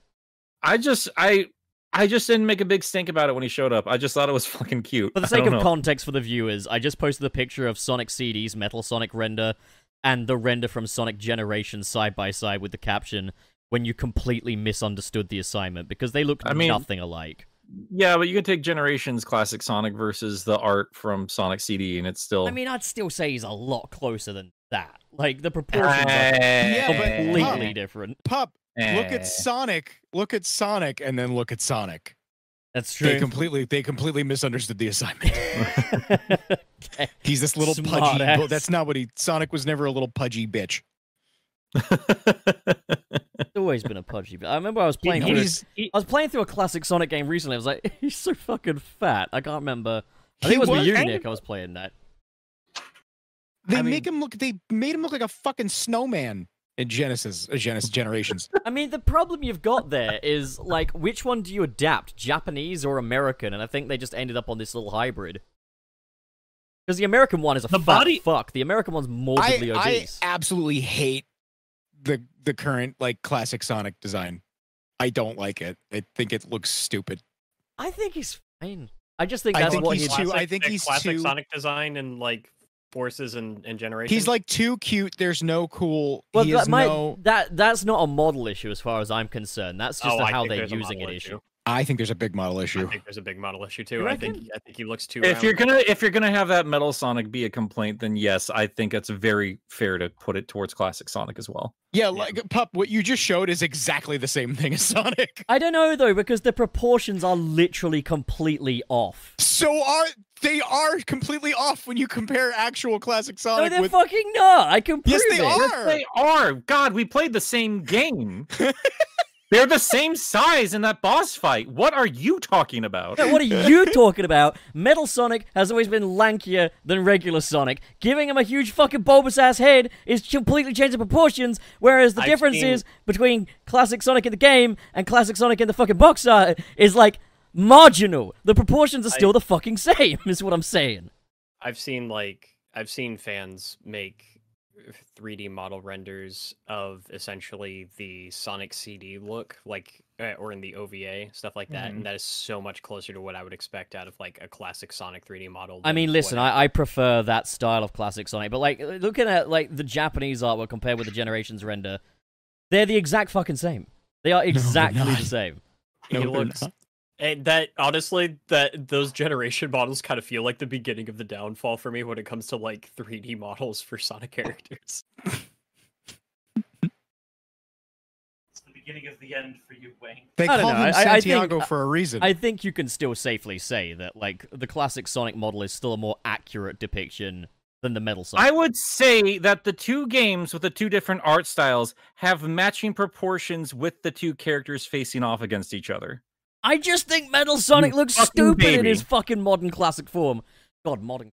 [SPEAKER 4] I just I I just didn't make a big stink about it when he showed up. I just thought it was fucking cute.
[SPEAKER 3] For the
[SPEAKER 4] I
[SPEAKER 3] sake
[SPEAKER 4] don't
[SPEAKER 3] of
[SPEAKER 4] know.
[SPEAKER 3] context for the viewers, I just posted the picture of Sonic CD's Metal Sonic render and the render from Sonic Generations side by side with the caption when you completely misunderstood the assignment because they looked
[SPEAKER 4] I mean-
[SPEAKER 3] nothing alike.
[SPEAKER 4] yeah, but you could take Generations classic Sonic versus the art from Sonic CD, and it's still.
[SPEAKER 3] I mean, I'd still say he's a lot closer than that. Like, the proportions are
[SPEAKER 6] Yeah,
[SPEAKER 4] yeah,
[SPEAKER 6] but-
[SPEAKER 3] completely different.
[SPEAKER 6] Pup, look at Sonic. Look at Sonic, and then look at Sonic.
[SPEAKER 3] That's
[SPEAKER 6] They
[SPEAKER 3] true.
[SPEAKER 6] completely they completely misunderstood the assignment.
[SPEAKER 3] Okay.
[SPEAKER 6] He's this little
[SPEAKER 3] Smart
[SPEAKER 6] pudgy.
[SPEAKER 3] ass.
[SPEAKER 6] That's not what he. Sonic was never a little pudgy bitch.
[SPEAKER 3] It's always been a pudgy. But I remember I was playing.
[SPEAKER 5] He-
[SPEAKER 3] through-
[SPEAKER 5] he's- he-
[SPEAKER 3] I was playing through a classic Sonic game recently. I was like, he's so fucking fat. I can't remember. I
[SPEAKER 6] He
[SPEAKER 3] think it was with
[SPEAKER 6] was-
[SPEAKER 3] you,
[SPEAKER 6] I-
[SPEAKER 3] Nick. I was playing that.
[SPEAKER 6] They
[SPEAKER 4] I
[SPEAKER 6] make him look. They made him look like a fucking snowman in Genesis. Uh, Genesis generations.
[SPEAKER 3] I mean, the problem you've got there is like, which one do you adapt, Japanese or American? And I think they just ended up on this little hybrid. Because the American one is a
[SPEAKER 5] The
[SPEAKER 3] fat
[SPEAKER 5] body-
[SPEAKER 3] fuck. The American one's morbidly
[SPEAKER 6] I, I
[SPEAKER 3] obese.
[SPEAKER 6] absolutely hate the the current like classic Sonic design. I don't like it. I think it looks stupid.
[SPEAKER 3] I, think he's fine. I just think
[SPEAKER 6] I
[SPEAKER 3] that's
[SPEAKER 6] think
[SPEAKER 3] what
[SPEAKER 6] he's
[SPEAKER 3] he
[SPEAKER 6] too- I think
[SPEAKER 2] the
[SPEAKER 6] he's
[SPEAKER 2] classic
[SPEAKER 6] too-
[SPEAKER 2] Sonic design and like forces and, and generations.
[SPEAKER 6] He's like too cute. There's no cool.
[SPEAKER 3] Well,
[SPEAKER 6] he
[SPEAKER 3] that
[SPEAKER 6] is
[SPEAKER 3] might-
[SPEAKER 6] no.
[SPEAKER 3] that that's not a model issue as far as I'm concerned. That's just
[SPEAKER 2] Oh,
[SPEAKER 3] a
[SPEAKER 2] I
[SPEAKER 3] how
[SPEAKER 2] think
[SPEAKER 3] they're
[SPEAKER 2] there's a
[SPEAKER 3] using it
[SPEAKER 2] model
[SPEAKER 3] issue.
[SPEAKER 6] I think there's a big model issue.
[SPEAKER 2] I think there's a big model issue
[SPEAKER 3] You
[SPEAKER 2] too. I think
[SPEAKER 3] reckon?
[SPEAKER 2] I think he looks too.
[SPEAKER 4] if you're
[SPEAKER 2] round.
[SPEAKER 4] gonna if you're gonna have that metal sonic be a complaint then yes i think that's very fair to put it towards classic sonic as well
[SPEAKER 6] Yeah, like pup. What you just showed is exactly the same thing as Sonic.
[SPEAKER 3] I don't know though because the proportions are literally completely off.
[SPEAKER 6] So are they are completely off when you compare actual classic
[SPEAKER 3] No,
[SPEAKER 6] Sonic
[SPEAKER 3] they're
[SPEAKER 6] with.
[SPEAKER 3] fucking not. I can prove
[SPEAKER 6] yes, they
[SPEAKER 3] it.
[SPEAKER 6] are.
[SPEAKER 4] they are god we played the same game they're the same size in that boss fight what are you talking about
[SPEAKER 3] Yeah, what are you talking about? Metal Sonic has always been lankier than regular Sonic. Giving him a huge fucking bulbous ass head is completely changing proportions, whereas the
[SPEAKER 2] I've
[SPEAKER 3] difference
[SPEAKER 2] seen-
[SPEAKER 3] is between classic Sonic in the game and classic Sonic in the fucking box art is like marginal. The proportions are still the fucking same, is what I'm saying.
[SPEAKER 2] I've seen like I've seen fans make 3D model renders of essentially the Sonic CD look, like uh, or in the OVA stuff like
[SPEAKER 3] Mm-hmm.
[SPEAKER 2] that, and that is so much closer to what I would expect out of like a classic Sonic 3D model.
[SPEAKER 3] I mean, listen, I, I prefer that style of classic Sonic, but like looking at like the Japanese artwork compared with the Generations render, they're the exact fucking same. They are exactly
[SPEAKER 6] not.
[SPEAKER 3] the same.
[SPEAKER 2] he
[SPEAKER 6] No, they're
[SPEAKER 2] looks. eh, that honestly, that those generation models kind of feel like the beginning of the downfall for me when it comes to like 3D models for Sonic characters.
[SPEAKER 7] It's the beginning of the end for you, Wayne.
[SPEAKER 6] They
[SPEAKER 3] I don't
[SPEAKER 6] call
[SPEAKER 3] know,
[SPEAKER 6] him
[SPEAKER 3] I- I think-
[SPEAKER 6] Santiago for a reason.
[SPEAKER 3] I think you can still safely say that like the classic Sonic model is still a more accurate depiction than the Metal
[SPEAKER 4] I
[SPEAKER 3] Sonic.
[SPEAKER 4] would say that the two games with the two different art styles have matching proportions with the two characters facing off against each other.
[SPEAKER 3] I just think Metal Sonic
[SPEAKER 4] You
[SPEAKER 3] looks
[SPEAKER 4] fucking
[SPEAKER 3] stupid in
[SPEAKER 4] baby.
[SPEAKER 3] his fucking modern classic form. God, modern.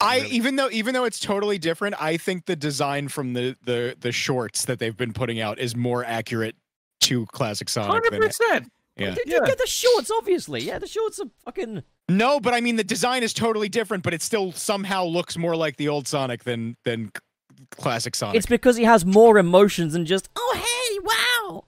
[SPEAKER 6] I even though even though it's totally different, I think the design from the the the shorts that they've been putting out is more accurate to classic Sonic than
[SPEAKER 4] 100%.
[SPEAKER 6] yeah.
[SPEAKER 3] Did
[SPEAKER 4] Yeah.
[SPEAKER 3] you get the shorts? Obviously, yeah, the shorts are fucking.
[SPEAKER 6] No, but I mean the design is totally different, but it still somehow looks more like the old Sonic than than c- classic Sonic.
[SPEAKER 3] It's because he has more emotions than just oh hey wow.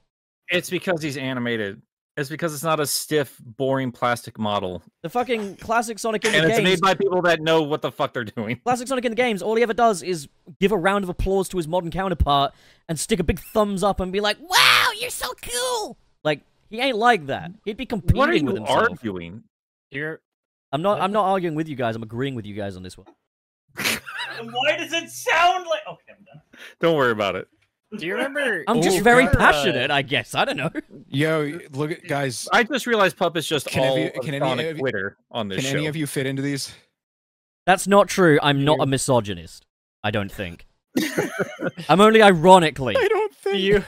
[SPEAKER 4] It's because he's animated. It's because it's not a stiff, boring plastic model,
[SPEAKER 3] The fucking classic Sonic in the
[SPEAKER 4] and it's
[SPEAKER 3] games.
[SPEAKER 4] made by people that know what the fuck they're doing.
[SPEAKER 3] Classic Sonic in the games, all he ever does is give a round of applause to his modern counterpart and stick a big thumbs up and be like, "Wow, you're so cool!" Like he ain't like that. He'd be competing
[SPEAKER 4] What are
[SPEAKER 3] with
[SPEAKER 4] you
[SPEAKER 3] himself.
[SPEAKER 4] arguing?
[SPEAKER 2] You're
[SPEAKER 3] I'm not. I'm not arguing with you guys. I'm agreeing with you guys on this one.
[SPEAKER 7] And Why does it sound like? Okay, I'm done.
[SPEAKER 4] Don't worry about it.
[SPEAKER 2] Do you remember?
[SPEAKER 3] I'm just
[SPEAKER 2] do you
[SPEAKER 3] very
[SPEAKER 2] remember, uh,
[SPEAKER 3] passionate, I guess. I don't know.
[SPEAKER 6] Yo, look at guys.
[SPEAKER 4] I just realized Pup is just
[SPEAKER 6] Can
[SPEAKER 4] all
[SPEAKER 6] any-
[SPEAKER 4] of
[SPEAKER 6] can any
[SPEAKER 4] Sonic
[SPEAKER 6] of you-
[SPEAKER 4] Twitter on this
[SPEAKER 6] Can
[SPEAKER 4] show.
[SPEAKER 6] any of you fit into these?
[SPEAKER 3] That's not true. I'm not a misogynist. I don't think. I'm only ironically.
[SPEAKER 6] I don't think.
[SPEAKER 2] do you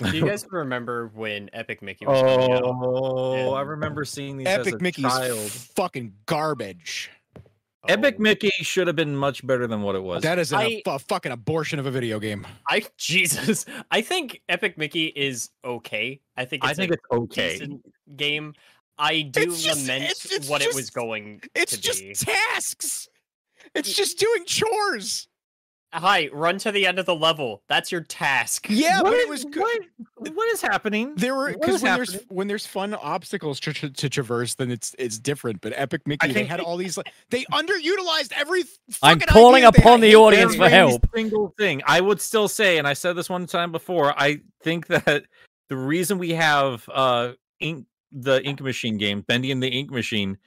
[SPEAKER 2] do you guys remember when Epic Mickey was coming out?
[SPEAKER 4] oh, I
[SPEAKER 2] and-
[SPEAKER 4] remember seeing these as a
[SPEAKER 6] Epic Mickey's
[SPEAKER 4] child.
[SPEAKER 6] fucking garbage.
[SPEAKER 4] Epic
[SPEAKER 2] Oh,
[SPEAKER 4] Mickey should have been much better than what it was.
[SPEAKER 6] That is a
[SPEAKER 2] I-
[SPEAKER 6] fu- fucking abortion of a video game.
[SPEAKER 2] I Jesus, I think Epic Mickey is okay. I think it's
[SPEAKER 4] I think
[SPEAKER 2] a
[SPEAKER 4] it's okay.
[SPEAKER 2] decent game. I do
[SPEAKER 6] It's just-
[SPEAKER 2] lament
[SPEAKER 6] it's- it's
[SPEAKER 2] what it
[SPEAKER 6] just-
[SPEAKER 2] was going
[SPEAKER 6] It's
[SPEAKER 2] to
[SPEAKER 6] just
[SPEAKER 2] be.
[SPEAKER 6] tasks. It's just doing chores.
[SPEAKER 2] Hi, run to the end of the level. That's your task.
[SPEAKER 6] Yeah,
[SPEAKER 4] What
[SPEAKER 6] but it
[SPEAKER 4] is-
[SPEAKER 6] was good.
[SPEAKER 4] What, what is happening?
[SPEAKER 6] There were
[SPEAKER 4] What
[SPEAKER 6] because
[SPEAKER 4] is
[SPEAKER 6] when there's
[SPEAKER 4] happening?
[SPEAKER 6] when there's fun obstacles to, to, to traverse, then it's it's different. But Epic Mickey, they
[SPEAKER 4] think-
[SPEAKER 6] had all these. like, They underutilized every.
[SPEAKER 3] I'm
[SPEAKER 6] fucking
[SPEAKER 3] calling
[SPEAKER 6] idea they
[SPEAKER 3] upon
[SPEAKER 6] had.
[SPEAKER 3] the audience for
[SPEAKER 4] Every
[SPEAKER 3] help.
[SPEAKER 4] Single thing. I would still say, and I said this one time before. I think that the reason we have uh, ink, the Ink Machine game, Bendy and the Ink Machine,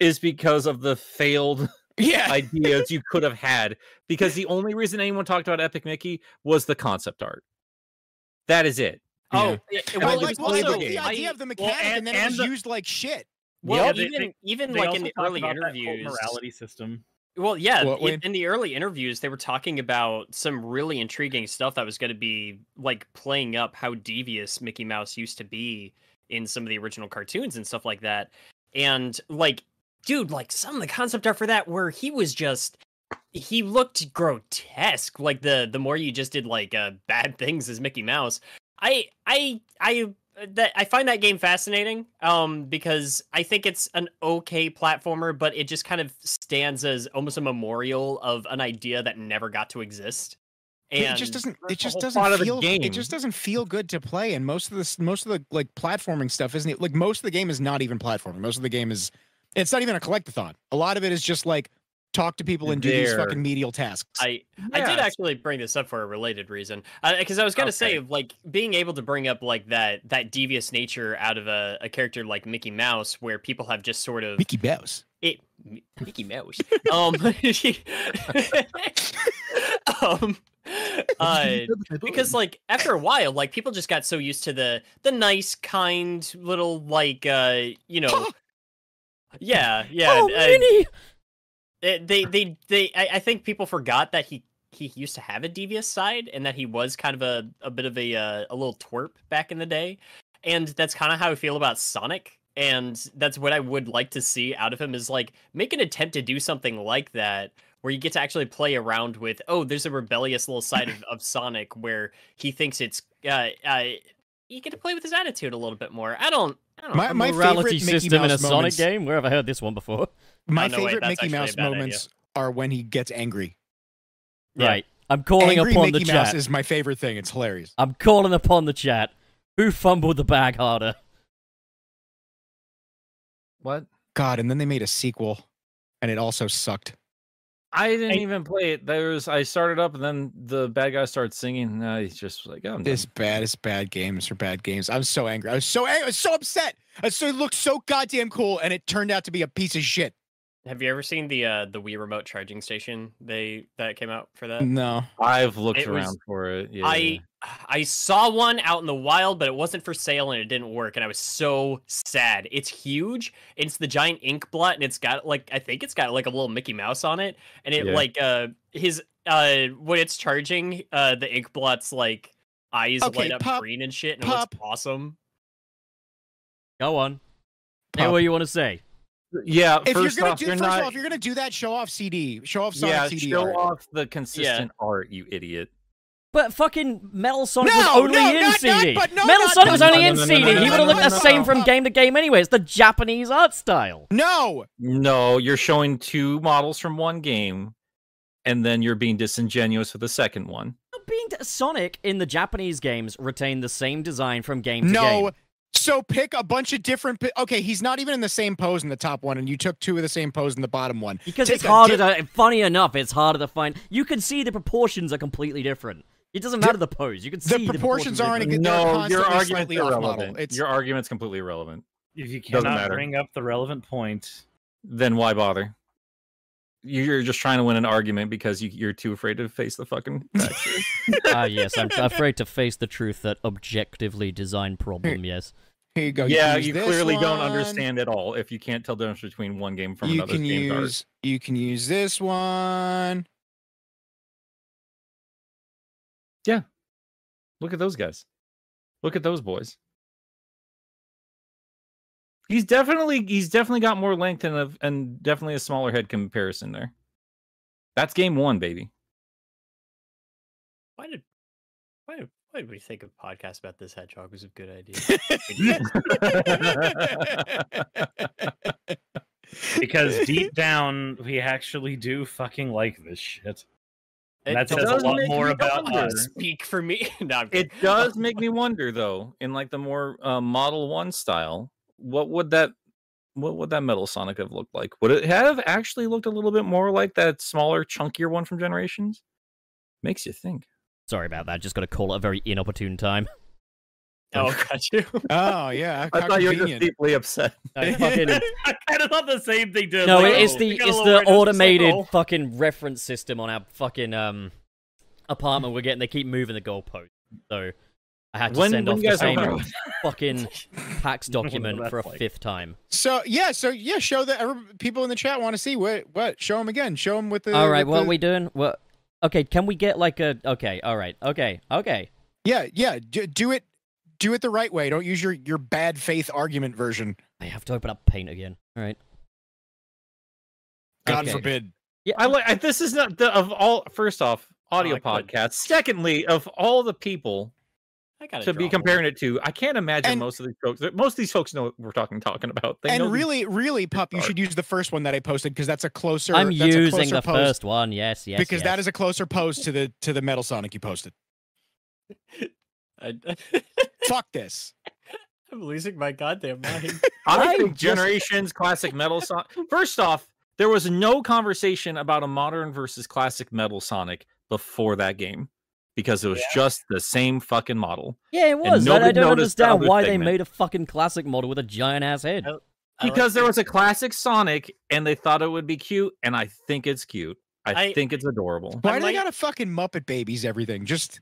[SPEAKER 4] is because of the failed
[SPEAKER 6] Yeah,
[SPEAKER 4] ideas you could have had. Because the only reason anyone talked about Epic Mickey was the concept art. That is it.
[SPEAKER 2] Oh, yeah,
[SPEAKER 6] And I
[SPEAKER 2] well, it
[SPEAKER 6] like,
[SPEAKER 2] was
[SPEAKER 6] well, I
[SPEAKER 2] also,
[SPEAKER 6] like the idea of the mechanic, and,
[SPEAKER 5] and-
[SPEAKER 6] then it
[SPEAKER 5] and
[SPEAKER 6] was
[SPEAKER 5] the-
[SPEAKER 6] used like shit.
[SPEAKER 2] well,
[SPEAKER 5] Yeah, they-
[SPEAKER 2] even
[SPEAKER 5] they-
[SPEAKER 2] even
[SPEAKER 5] They
[SPEAKER 2] like
[SPEAKER 5] also
[SPEAKER 2] in the
[SPEAKER 5] talk
[SPEAKER 2] early
[SPEAKER 5] about that cult
[SPEAKER 2] interviews,
[SPEAKER 5] morality system.
[SPEAKER 2] Well, yeah,
[SPEAKER 6] What,
[SPEAKER 2] i-
[SPEAKER 6] Wayne?
[SPEAKER 2] in the early interviews, they were talking about some really intriguing stuff that was going to be like playing up how devious Mickey Mouse used to be in some of the original cartoons and stuff like that. And like, dude, like some of the concept art for that where he was just he looked grotesque. Like the the more you just did like uh, bad things as Mickey Mouse, I I I uh, that I find that game fascinating um because I think it's an okay platformer but it just kind of stands as almost a memorial of an idea that never got to exist.
[SPEAKER 6] It-
[SPEAKER 2] And
[SPEAKER 6] it just doesn't.
[SPEAKER 4] that's the
[SPEAKER 6] It just
[SPEAKER 4] whole plot
[SPEAKER 6] doesn't
[SPEAKER 4] of the
[SPEAKER 6] feel. It
[SPEAKER 4] game.
[SPEAKER 6] just doesn't feel good to play. And most of this, most of the like platforming stuff isn't. it- Like most of the game is not even platforming. Most of the game is. It's not even a collectathon. A lot of it is just like talk to people and do these
[SPEAKER 4] There.
[SPEAKER 6] fucking medial tasks.
[SPEAKER 2] I I
[SPEAKER 4] Yeah,
[SPEAKER 2] did actually bring this up for a related reason, because I was gonna say like being able to bring up like that that devious nature out of a, a character like Mickey Mouse, where people have just sort of
[SPEAKER 6] Mickey Mouse.
[SPEAKER 2] it Mi- Mickey Mouse. um, um, uh, because like after a while, like people just got so used to the the nice, kind little like uh you know. Yeah, yeah.
[SPEAKER 3] oh,
[SPEAKER 2] uh,
[SPEAKER 3] Minnie!
[SPEAKER 2] they they they, they I, I think people forgot that he he used to have a devious side and that he was kind of a, a bit of a uh, a little twerp back in the day and that's kind of how i feel about sonic and that's what i would like to see out of him is like make an attempt to do something like that where you get to actually play around with oh there's a rebellious little side of, of sonic where he thinks it's uh, uh you get to play with his attitude a little bit more i don't i don't know.
[SPEAKER 6] My, my
[SPEAKER 3] morality
[SPEAKER 6] favorite Mickey
[SPEAKER 3] system in a
[SPEAKER 6] Mouse
[SPEAKER 3] Sonic
[SPEAKER 6] moments-
[SPEAKER 3] game. Where have I heard this one before?
[SPEAKER 6] My
[SPEAKER 2] Oh, no, wait,
[SPEAKER 6] favorite
[SPEAKER 2] that's
[SPEAKER 6] Mickey
[SPEAKER 2] actually a
[SPEAKER 6] Mouse
[SPEAKER 2] bad idea.
[SPEAKER 6] moments are when he gets angry.
[SPEAKER 2] Yeah.
[SPEAKER 3] Right. I'm calling
[SPEAKER 6] angry
[SPEAKER 3] upon
[SPEAKER 6] Mickey
[SPEAKER 3] the
[SPEAKER 6] Mouse
[SPEAKER 3] chat.
[SPEAKER 6] is my favorite thing. It's hilarious.
[SPEAKER 3] I'm calling upon the chat. Who fumbled the bag harder?
[SPEAKER 4] What?
[SPEAKER 6] God, and then they made a sequel, and it also sucked.
[SPEAKER 4] I didn't
[SPEAKER 5] I-
[SPEAKER 4] even play it. There was I started up and then the bad guy started singing and I just was like, oh, I'm done.
[SPEAKER 6] This bad is bad games are bad games. I was so angry. I was so angry. I was so upset. I so it looked so goddamn cool, and it turned out to be a piece of shit.
[SPEAKER 2] have you ever seen the uh the wii remote charging station they that came out for that
[SPEAKER 6] No,
[SPEAKER 4] I've looked
[SPEAKER 2] it was-
[SPEAKER 4] around for it. Yeah.
[SPEAKER 2] I I saw one out in the wild, but it wasn't for sale and it didn't work, and I was so sad. It's huge. It's the giant ink blot, and it's got like I think it's got like a little Mickey Mouse on it, and it
[SPEAKER 4] Yeah.
[SPEAKER 2] like uh his uh when it's charging, uh the ink blot's like eyes
[SPEAKER 6] Okay,
[SPEAKER 2] light up
[SPEAKER 6] Pop,
[SPEAKER 2] green and shit, and
[SPEAKER 6] Pop.
[SPEAKER 2] it looks awesome.
[SPEAKER 3] Go on. Say
[SPEAKER 6] Pop.
[SPEAKER 3] what you want to say.
[SPEAKER 4] yeah.
[SPEAKER 6] if you're
[SPEAKER 4] first
[SPEAKER 6] gonna
[SPEAKER 4] off,
[SPEAKER 6] do
[SPEAKER 4] you're
[SPEAKER 6] first
[SPEAKER 4] not.
[SPEAKER 6] off, if you're gonna do that, show off CD, show off Sonic
[SPEAKER 4] yeah,
[SPEAKER 6] CD.
[SPEAKER 4] show
[SPEAKER 6] art.
[SPEAKER 4] off the consistent art, you idiot.
[SPEAKER 3] But fucking Metal Sonic was
[SPEAKER 6] No,
[SPEAKER 3] only
[SPEAKER 6] no,
[SPEAKER 3] in
[SPEAKER 6] not-
[SPEAKER 3] CD.
[SPEAKER 6] not- but no,
[SPEAKER 3] Metal
[SPEAKER 6] not-
[SPEAKER 3] Sonic was
[SPEAKER 4] no,
[SPEAKER 3] only
[SPEAKER 4] no,
[SPEAKER 3] in
[SPEAKER 4] no, no,
[SPEAKER 3] CD.
[SPEAKER 4] no,
[SPEAKER 3] he
[SPEAKER 4] no,
[SPEAKER 3] would have
[SPEAKER 4] no,
[SPEAKER 3] looked
[SPEAKER 4] no,
[SPEAKER 3] the
[SPEAKER 4] no,
[SPEAKER 3] same
[SPEAKER 4] no.
[SPEAKER 3] from game to game anyway. It's the Japanese art style.
[SPEAKER 6] No,
[SPEAKER 4] No, you're showing two models from one game, and then you're being disingenuous with the second one.
[SPEAKER 3] No, being t- Sonic in the Japanese games retain the same design from game to
[SPEAKER 6] No.
[SPEAKER 3] game.
[SPEAKER 6] So pick a bunch of different. pi- Okay, he's not even in the same pose in the top one, and you took two of the same pose in the bottom one.
[SPEAKER 3] Because
[SPEAKER 6] Take
[SPEAKER 3] it's
[SPEAKER 6] a
[SPEAKER 3] harder
[SPEAKER 6] di-
[SPEAKER 3] to funny enough, it's harder to find you can see the proportions are completely different. It doesn't matter the pose. You can see
[SPEAKER 6] the proportions
[SPEAKER 3] are
[SPEAKER 6] aren't
[SPEAKER 3] different.
[SPEAKER 6] they're
[SPEAKER 4] No, your
[SPEAKER 6] constantly
[SPEAKER 4] argument's
[SPEAKER 6] slightly off model.
[SPEAKER 4] irrelevant.
[SPEAKER 6] It's-
[SPEAKER 4] Your argument's completely irrelevant.
[SPEAKER 5] If you
[SPEAKER 4] Doesn't
[SPEAKER 5] cannot
[SPEAKER 4] matter.
[SPEAKER 5] bring up the relevant point,
[SPEAKER 4] Then why bother? You- You're just trying to win an argument because you, you're too afraid to face the fucking. facts.
[SPEAKER 3] Ah, yes, I'm afraid to face the truth that objectively design problem. Yes,
[SPEAKER 6] Here you go.
[SPEAKER 4] yeah,
[SPEAKER 6] can use
[SPEAKER 4] you
[SPEAKER 6] this
[SPEAKER 4] clearly don't
[SPEAKER 6] one.
[SPEAKER 4] understand at all if you can't tell the difference between one game from
[SPEAKER 6] You
[SPEAKER 4] another
[SPEAKER 6] can
[SPEAKER 4] game's art.
[SPEAKER 6] use you can use this one.
[SPEAKER 4] Look at those guys. Look at those boys. He's definitely he's definitely got more length and a, and definitely a smaller head comparison there. That's game one, baby.
[SPEAKER 2] Why did why did, why did we think a podcast about this hedgehog was a good idea?
[SPEAKER 5] because deep down we actually do fucking like this shit. And that
[SPEAKER 2] It
[SPEAKER 5] says a
[SPEAKER 4] does
[SPEAKER 5] lot
[SPEAKER 4] make
[SPEAKER 5] more
[SPEAKER 4] me
[SPEAKER 5] about
[SPEAKER 4] wonder.
[SPEAKER 5] us.
[SPEAKER 2] Speak for me. no, I'm
[SPEAKER 4] It
[SPEAKER 2] kidding.
[SPEAKER 4] does make me wonder though, in like the more uh, Model One style, what would that what would that Metal Sonic have looked like? Would it have actually looked a little bit more like that smaller, chunkier one from Generations? Makes you think.
[SPEAKER 3] sorry about that. Just got to call at a very inopportune time.
[SPEAKER 2] Oh, got you.
[SPEAKER 6] Oh yeah,
[SPEAKER 4] I
[SPEAKER 6] how
[SPEAKER 4] thought you were just
[SPEAKER 6] convenient.
[SPEAKER 4] deeply upset.
[SPEAKER 3] I fucking-
[SPEAKER 5] I kind of thought the same thing. Did
[SPEAKER 3] no,
[SPEAKER 5] like,
[SPEAKER 3] it's
[SPEAKER 5] oh,
[SPEAKER 3] the
[SPEAKER 5] we got a
[SPEAKER 3] it's
[SPEAKER 5] little
[SPEAKER 3] the
[SPEAKER 5] weird in
[SPEAKER 3] automated
[SPEAKER 5] circle.
[SPEAKER 3] fucking reference system on our fucking um apartment. We're getting they keep moving the goalpost, so I had to
[SPEAKER 4] When-
[SPEAKER 3] send
[SPEAKER 4] when
[SPEAKER 3] off
[SPEAKER 4] you
[SPEAKER 3] the
[SPEAKER 4] guys
[SPEAKER 3] same
[SPEAKER 4] are-
[SPEAKER 3] fucking PAX document
[SPEAKER 5] that's
[SPEAKER 3] for a
[SPEAKER 5] like-
[SPEAKER 3] fifth time.
[SPEAKER 6] So yeah, so yeah, show that every- people in the chat want to see what what. Show them again. Show them with the.
[SPEAKER 3] all right,
[SPEAKER 6] with
[SPEAKER 3] what
[SPEAKER 6] the-
[SPEAKER 3] are we doing? What? Okay, can we get like a okay? All right, okay, okay.
[SPEAKER 6] Yeah, yeah. Do, do it. Do it the right way. Don't use your your bad faith argument version.
[SPEAKER 3] I have to open up Paint again. All right.
[SPEAKER 6] God
[SPEAKER 4] Okay.
[SPEAKER 6] forbid.
[SPEAKER 3] Yeah,
[SPEAKER 4] I like I- this is not the of all first off audio
[SPEAKER 2] I could-
[SPEAKER 4] podcast. Secondly, of all the people
[SPEAKER 2] I gotta
[SPEAKER 4] to be
[SPEAKER 2] draw more.
[SPEAKER 4] comparing it to, I can't imagine
[SPEAKER 6] And-
[SPEAKER 4] most of these folks. Most of these folks know what we're talking talking about. They know
[SPEAKER 6] And
[SPEAKER 4] these-
[SPEAKER 6] really, really, pup, you
[SPEAKER 4] art.
[SPEAKER 6] should use the first one that I posted because that's a closer.
[SPEAKER 3] I'm
[SPEAKER 6] that's a
[SPEAKER 3] using
[SPEAKER 6] closer
[SPEAKER 3] the
[SPEAKER 6] post
[SPEAKER 3] first one. Yes, yes.
[SPEAKER 6] because that
[SPEAKER 3] yes.
[SPEAKER 6] is a closer post to the to the Metal Sonic you posted.
[SPEAKER 2] I,
[SPEAKER 6] Fuck this.
[SPEAKER 2] I'm losing my goddamn mind.
[SPEAKER 4] I
[SPEAKER 3] I'm
[SPEAKER 4] think
[SPEAKER 3] just-
[SPEAKER 4] generations classic metal Sonic. First off, there was no conversation about a modern versus classic metal Sonic before that game because it was just the same fucking model.
[SPEAKER 3] Yeah, it was. I, I
[SPEAKER 4] nobody
[SPEAKER 3] don't
[SPEAKER 4] noticed the
[SPEAKER 3] understand
[SPEAKER 4] other
[SPEAKER 3] why
[SPEAKER 4] segment.
[SPEAKER 3] they made a fucking classic model with a giant ass head.
[SPEAKER 2] Oh, I like
[SPEAKER 4] Because there
[SPEAKER 2] the-
[SPEAKER 4] was a classic Sonic and they thought it would be cute, and I think it's cute. I,
[SPEAKER 2] I-
[SPEAKER 4] think it's adorable.
[SPEAKER 6] Why
[SPEAKER 2] I
[SPEAKER 6] do
[SPEAKER 2] might-
[SPEAKER 6] they gotta fucking Muppet babies everything? Just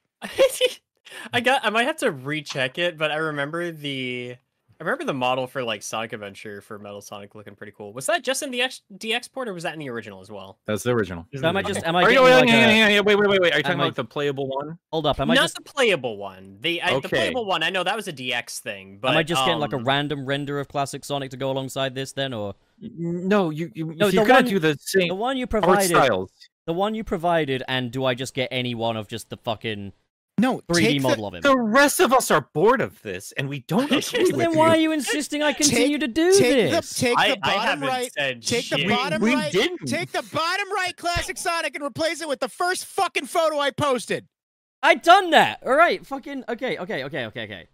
[SPEAKER 2] I got. I might have to recheck it, but I remember the. I remember the model for like Sonic Adventure for Metal Sonic looking pretty cool. Was that just in the X, DX port, or was that in the original as well?
[SPEAKER 4] That's the original.
[SPEAKER 5] Isn't
[SPEAKER 3] So am
[SPEAKER 5] it
[SPEAKER 3] I just
[SPEAKER 5] amazing?
[SPEAKER 3] am I
[SPEAKER 4] Are you-
[SPEAKER 3] getting
[SPEAKER 4] wait,
[SPEAKER 3] like
[SPEAKER 4] hang on,
[SPEAKER 3] a,
[SPEAKER 4] hang on, wait, wait, wait, wait. Are you talking
[SPEAKER 3] am
[SPEAKER 4] about
[SPEAKER 3] I-
[SPEAKER 4] like the playable one?
[SPEAKER 3] hold up? Am I
[SPEAKER 2] Not
[SPEAKER 3] just
[SPEAKER 2] the playable one. The I, the
[SPEAKER 4] Okay.
[SPEAKER 2] playable one. I know that was a DX thing, but
[SPEAKER 3] am I just getting like a
[SPEAKER 2] um,
[SPEAKER 3] random render of classic Sonic to go alongside this then, or
[SPEAKER 4] No, you, you
[SPEAKER 3] No,
[SPEAKER 4] if you're
[SPEAKER 3] the
[SPEAKER 4] gonna
[SPEAKER 3] one-
[SPEAKER 4] do the
[SPEAKER 3] the
[SPEAKER 4] same
[SPEAKER 3] one you
[SPEAKER 4] art
[SPEAKER 3] provided?
[SPEAKER 4] styles.
[SPEAKER 3] The one you provided, and do I just get any one of just the fucking
[SPEAKER 6] no.
[SPEAKER 3] 3D
[SPEAKER 6] take the-
[SPEAKER 3] model of him?
[SPEAKER 4] The rest of us are bored of this, and we don't agree
[SPEAKER 3] So
[SPEAKER 4] with
[SPEAKER 3] then
[SPEAKER 4] you.
[SPEAKER 3] why are you insisting I continue to do
[SPEAKER 6] take the,
[SPEAKER 3] this?
[SPEAKER 6] take
[SPEAKER 2] I,
[SPEAKER 6] the
[SPEAKER 2] I
[SPEAKER 6] bottom
[SPEAKER 2] haven't
[SPEAKER 6] right.
[SPEAKER 2] said
[SPEAKER 6] Take the
[SPEAKER 2] shit.
[SPEAKER 6] bottom
[SPEAKER 4] we
[SPEAKER 6] right.
[SPEAKER 4] didn't.
[SPEAKER 6] Take the bottom right classic Sonic and replace it with the first fucking photo I posted.
[SPEAKER 3] I done that. All right, fucking okay, okay, okay, okay, okay.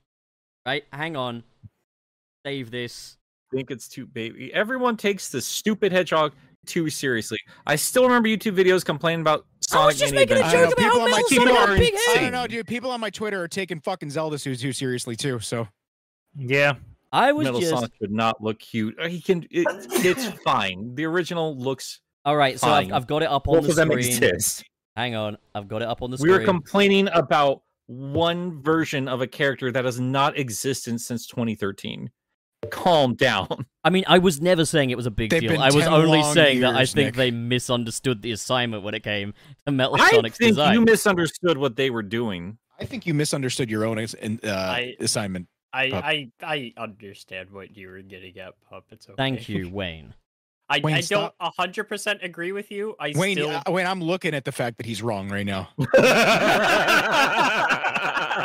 [SPEAKER 3] Right, hang on. Save this.
[SPEAKER 4] think it's too baby. Everyone takes the stupid hedgehog too seriously. I still remember YouTube videos complaining about Sonic.
[SPEAKER 3] I was just
[SPEAKER 4] Mania
[SPEAKER 3] making a
[SPEAKER 6] I
[SPEAKER 4] Adventure.
[SPEAKER 3] joke
[SPEAKER 6] don't know,
[SPEAKER 3] about how
[SPEAKER 6] people on my
[SPEAKER 3] metal
[SPEAKER 6] team
[SPEAKER 3] Sonic had
[SPEAKER 4] are
[SPEAKER 3] a big
[SPEAKER 4] insane.
[SPEAKER 6] I
[SPEAKER 3] head.
[SPEAKER 6] don't know, dude. People on my Twitter are taking fucking Zelda too, too seriously too. So
[SPEAKER 5] yeah.
[SPEAKER 3] I was
[SPEAKER 4] Metal
[SPEAKER 3] just
[SPEAKER 4] Sonic should not look cute. Uh, He can. It, it's fine. The original looks.
[SPEAKER 3] all right. So I've,
[SPEAKER 4] fine.
[SPEAKER 3] I've got it up on
[SPEAKER 4] Both
[SPEAKER 3] the
[SPEAKER 4] of them
[SPEAKER 3] screen.
[SPEAKER 4] exist.
[SPEAKER 3] Hang on, I've got it up on the
[SPEAKER 4] We were
[SPEAKER 3] screen.
[SPEAKER 4] complaining about one version of a character that has not existed since 2013. Calm down.
[SPEAKER 3] I mean, I was never saying it was a big
[SPEAKER 6] They've
[SPEAKER 3] deal.
[SPEAKER 6] been
[SPEAKER 3] I was
[SPEAKER 6] 10
[SPEAKER 3] only
[SPEAKER 6] long
[SPEAKER 3] saying that I
[SPEAKER 6] years,
[SPEAKER 3] think
[SPEAKER 6] Nick.
[SPEAKER 3] they misunderstood the assignment when it came to Metal
[SPEAKER 4] I
[SPEAKER 3] Sonic's
[SPEAKER 4] think
[SPEAKER 3] design.
[SPEAKER 4] you misunderstood what they were doing.
[SPEAKER 6] I think you misunderstood your own uh,
[SPEAKER 2] I-
[SPEAKER 6] assignment.
[SPEAKER 2] I,
[SPEAKER 6] Pup.
[SPEAKER 2] I I understand what you were getting at, pup. It's okay.
[SPEAKER 3] Thank you, Wayne.
[SPEAKER 2] I,
[SPEAKER 6] Wayne,
[SPEAKER 2] I don't
[SPEAKER 6] stop.
[SPEAKER 2] hundred percent agree with you. I
[SPEAKER 6] Wayne,
[SPEAKER 2] still
[SPEAKER 6] I, Wayne, I'm looking at the fact that he's wrong right now.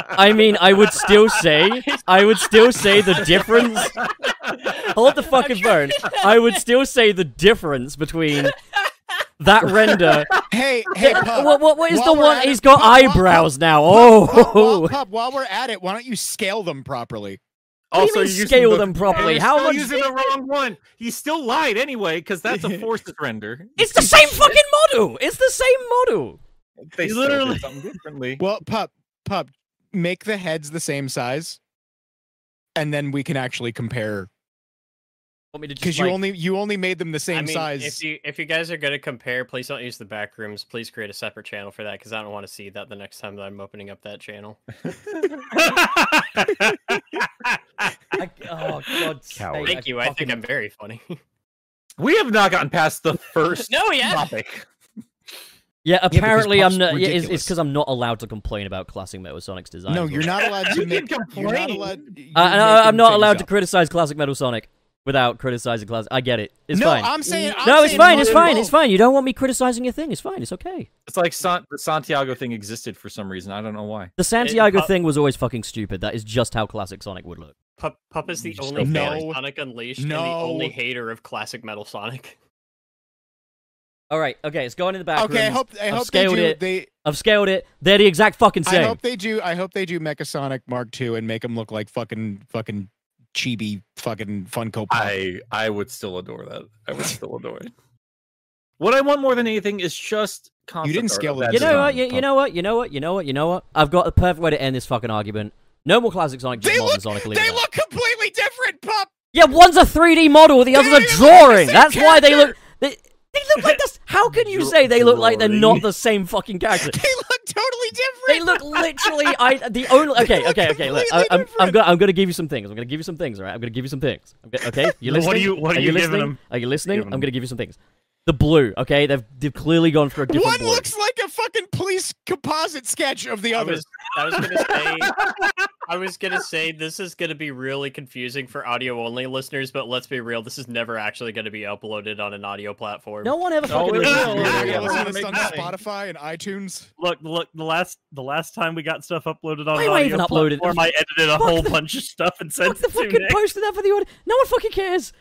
[SPEAKER 3] I mean, I would still say, I would still say the difference. Hold the fucking phone. I would still say the difference between That render.
[SPEAKER 6] Hey, hey, Pub.
[SPEAKER 3] what, what, what is
[SPEAKER 6] while
[SPEAKER 3] the
[SPEAKER 6] we're
[SPEAKER 3] one?
[SPEAKER 6] at
[SPEAKER 3] He's
[SPEAKER 6] it-
[SPEAKER 3] got
[SPEAKER 6] Pub, Pub, Pub,
[SPEAKER 3] eyebrows now.
[SPEAKER 6] Pub, Pub, while,
[SPEAKER 3] Oh.
[SPEAKER 6] Pub, while we're at it, why don't you scale them properly?
[SPEAKER 3] What do
[SPEAKER 4] Also,
[SPEAKER 3] you mean
[SPEAKER 4] you're using
[SPEAKER 3] scale
[SPEAKER 4] the-
[SPEAKER 3] them
[SPEAKER 4] You're
[SPEAKER 3] properly. How
[SPEAKER 4] still
[SPEAKER 3] much?
[SPEAKER 4] using the wrong one. He still lied anyway because that's a forced render.
[SPEAKER 3] It's the same fucking model. It's the same model.
[SPEAKER 4] They
[SPEAKER 5] You
[SPEAKER 4] still did
[SPEAKER 5] literally-
[SPEAKER 4] something differently.
[SPEAKER 6] Well, Pup, Pup, make the heads the same size, and then we can actually compare
[SPEAKER 3] Want me to just,
[SPEAKER 6] because
[SPEAKER 3] like-
[SPEAKER 6] you only you only made them the same
[SPEAKER 2] I mean,
[SPEAKER 6] size.
[SPEAKER 2] if you if you guys are gonna compare, please don't use the back rooms. Please create a separate channel for that because I don't want to see that the next time that I'm opening up that channel.
[SPEAKER 3] I, oh God.
[SPEAKER 5] Coward.
[SPEAKER 2] Thank you. I think I'm very funny.
[SPEAKER 4] we have not gotten past the first
[SPEAKER 2] no, yeah.
[SPEAKER 4] topic.
[SPEAKER 3] Yeah, apparently I'm
[SPEAKER 6] Puff's
[SPEAKER 3] not. Yeah, it's- it's
[SPEAKER 6] ridiculous.
[SPEAKER 3] because I'm not allowed to complain about classic Metal Sonic's design.
[SPEAKER 6] no, you're not allowed to
[SPEAKER 4] You
[SPEAKER 6] make.
[SPEAKER 4] can
[SPEAKER 6] You're not
[SPEAKER 4] complain.
[SPEAKER 6] allowed.
[SPEAKER 3] Uh,
[SPEAKER 6] you're
[SPEAKER 3] and I, I'm
[SPEAKER 6] making
[SPEAKER 3] not
[SPEAKER 6] things
[SPEAKER 3] allowed to
[SPEAKER 6] up.
[SPEAKER 3] criticize classic Metal Sonic without criticizing classic. I get it. It's
[SPEAKER 6] no,
[SPEAKER 3] fine.
[SPEAKER 6] I'm saying. I'm
[SPEAKER 3] no, it's
[SPEAKER 6] saying
[SPEAKER 3] fine.
[SPEAKER 6] more
[SPEAKER 3] It's
[SPEAKER 6] than
[SPEAKER 3] fine. It's
[SPEAKER 6] both.
[SPEAKER 3] fine. You don't want me criticizing your thing. It's fine. It's okay.
[SPEAKER 4] It's like San- the Santiago thing existed for some reason. I don't know why.
[SPEAKER 3] The Santiago
[SPEAKER 2] Pu-
[SPEAKER 3] thing was always fucking stupid. That is just how classic Sonic would look.
[SPEAKER 2] Pup, Pup is the
[SPEAKER 4] You're
[SPEAKER 2] only
[SPEAKER 6] so
[SPEAKER 2] fan of
[SPEAKER 6] funny.
[SPEAKER 2] Sonic Unleashed and the
[SPEAKER 6] No.
[SPEAKER 2] only hater of classic Metal Sonic.
[SPEAKER 3] All right. Okay. It's going in the back.
[SPEAKER 6] Okay, I
[SPEAKER 3] rooms.
[SPEAKER 6] hope I
[SPEAKER 3] I've
[SPEAKER 6] hope they
[SPEAKER 3] scaled
[SPEAKER 6] do.
[SPEAKER 3] it.
[SPEAKER 6] They
[SPEAKER 3] I've scaled it. They're the exact fucking
[SPEAKER 6] I
[SPEAKER 3] same.
[SPEAKER 6] hope they do. I hope they do Mechasonic Mark II and make him look like fucking fucking chibi fucking Funko Pop.
[SPEAKER 4] I I would still adore that. I would still adore it. What I want more than anything is just concept
[SPEAKER 6] didn't
[SPEAKER 4] art
[SPEAKER 6] scale
[SPEAKER 4] of
[SPEAKER 6] it
[SPEAKER 4] that
[SPEAKER 3] you know
[SPEAKER 6] design.
[SPEAKER 3] what? You, you know what? You know what? You know what? You know what? I've got the perfect way to end this fucking argument. No more classic Sonic. Just
[SPEAKER 6] They
[SPEAKER 3] modern
[SPEAKER 6] look-
[SPEAKER 3] Sonic. leave it
[SPEAKER 6] they
[SPEAKER 3] there.
[SPEAKER 6] look completely different, pup.
[SPEAKER 3] Yeah, one's a 3D model, the other's
[SPEAKER 6] don't
[SPEAKER 3] a
[SPEAKER 6] even look like the
[SPEAKER 3] drawing.
[SPEAKER 6] same
[SPEAKER 3] That's why they look.
[SPEAKER 6] character.
[SPEAKER 3] They, they look like this. How can you
[SPEAKER 4] Dra-
[SPEAKER 3] say they look like they're not
[SPEAKER 4] drawing.
[SPEAKER 3] the same fucking character?
[SPEAKER 6] They look totally different.
[SPEAKER 3] They look literally. I the only. Okay,
[SPEAKER 6] look
[SPEAKER 3] okay, okay. Look, I,
[SPEAKER 6] completely
[SPEAKER 3] I'm, I'm
[SPEAKER 6] different.
[SPEAKER 3] gonna I'm gonna give you some things. I'm gonna give you some things. All right, I'm gonna give you some things. I'm go- Okay, you listening?
[SPEAKER 5] What are you- what are you giving
[SPEAKER 3] listening?
[SPEAKER 5] them?
[SPEAKER 3] Are you listening?
[SPEAKER 5] Giving
[SPEAKER 3] I'm
[SPEAKER 5] them.
[SPEAKER 3] gonna give you some things. The blue. Okay, they've they've clearly gone for a different
[SPEAKER 6] One
[SPEAKER 3] blue.
[SPEAKER 6] looks like a fucking police composite sketch of the
[SPEAKER 2] I
[SPEAKER 6] other.
[SPEAKER 2] was, I was gonna say, I was gonna say this is gonna be really confusing for audio only listeners. But let's be real, this is never actually gonna be uploaded on an audio platform.
[SPEAKER 3] no one ever
[SPEAKER 4] No,
[SPEAKER 3] fucking
[SPEAKER 4] it
[SPEAKER 3] listens
[SPEAKER 4] will.
[SPEAKER 3] to
[SPEAKER 4] Yeah,
[SPEAKER 6] You're
[SPEAKER 3] me
[SPEAKER 4] yeah, we're
[SPEAKER 6] gonna
[SPEAKER 3] anymore.
[SPEAKER 6] listen
[SPEAKER 4] gonna
[SPEAKER 6] to this
[SPEAKER 4] make
[SPEAKER 6] on
[SPEAKER 4] money.
[SPEAKER 6] Spotify and iTunes.
[SPEAKER 5] look, look. The last, the last time we got stuff uploaded on
[SPEAKER 3] Why am I
[SPEAKER 5] audio
[SPEAKER 3] even uploading it?
[SPEAKER 5] platform, I edited a
[SPEAKER 3] Fuck
[SPEAKER 5] whole
[SPEAKER 3] the-
[SPEAKER 5] bunch of stuff and
[SPEAKER 3] Fuck
[SPEAKER 5] sent
[SPEAKER 3] the
[SPEAKER 5] it to
[SPEAKER 3] fucking
[SPEAKER 5] Nick.
[SPEAKER 3] posted that for the audio. No one fucking cares.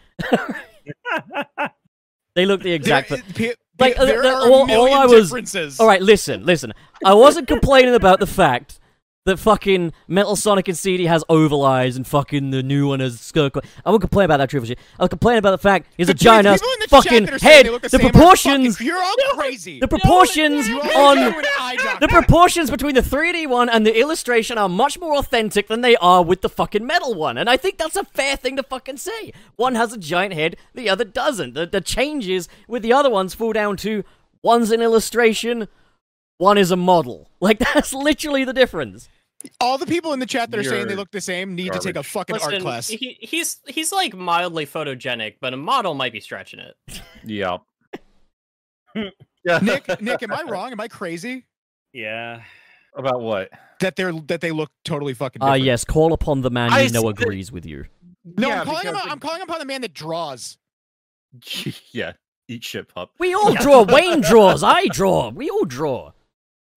[SPEAKER 3] they look the exact.
[SPEAKER 6] There, it- pe-
[SPEAKER 3] Like,
[SPEAKER 6] pe-
[SPEAKER 3] uh,
[SPEAKER 6] there
[SPEAKER 3] the-
[SPEAKER 6] are
[SPEAKER 3] all- all
[SPEAKER 6] a million
[SPEAKER 3] I was-
[SPEAKER 6] differences.
[SPEAKER 3] All right, listen, listen. I wasn't complaining about the fact that fucking Metal Sonic and CD has oval eyes and fucking the new one has skull. co- I won't complain about that trivial shit. I was complaining about the fact he's a
[SPEAKER 6] The
[SPEAKER 3] giant
[SPEAKER 6] people
[SPEAKER 3] ass
[SPEAKER 6] in the chat
[SPEAKER 3] fucking
[SPEAKER 6] that are saying
[SPEAKER 3] head.
[SPEAKER 6] they look
[SPEAKER 3] The
[SPEAKER 6] same are
[SPEAKER 3] proportions,
[SPEAKER 6] Fucking, you're all crazy.
[SPEAKER 3] the proportions
[SPEAKER 6] you all do
[SPEAKER 3] on
[SPEAKER 6] an eye
[SPEAKER 3] the
[SPEAKER 6] doctor.
[SPEAKER 3] proportions between the 3D one and the illustration are much more authentic than they are with the fucking metal one, and I think that's a fair thing to fucking say. One has a giant head, the other doesn't. The, the changes with the other ones fall down to one's an illustration, one is a model. Like that's literally the difference.
[SPEAKER 6] all the people in the chat that are saying they
[SPEAKER 4] You're
[SPEAKER 6] look the same need to take a
[SPEAKER 4] garbage.
[SPEAKER 6] fucking art class.
[SPEAKER 2] He, he's he's like mildly photogenic, but a model might be stretching it.
[SPEAKER 4] Yeah. yeah.
[SPEAKER 6] Nick, Nick, am I wrong? Am I crazy
[SPEAKER 5] Yeah.
[SPEAKER 4] about what?
[SPEAKER 6] that they're that they look totally fucking?
[SPEAKER 3] Ah,
[SPEAKER 6] different?
[SPEAKER 3] yes, call upon the man
[SPEAKER 4] I
[SPEAKER 3] you know
[SPEAKER 4] said-
[SPEAKER 3] agrees with you.
[SPEAKER 6] No,
[SPEAKER 4] yeah,
[SPEAKER 6] I'm calling him.
[SPEAKER 4] because
[SPEAKER 6] out- I'm calling upon the man that draws.
[SPEAKER 4] the- yeah. Eat shit, pup.
[SPEAKER 3] We all draw. Wayne draws. I draw. We all draw.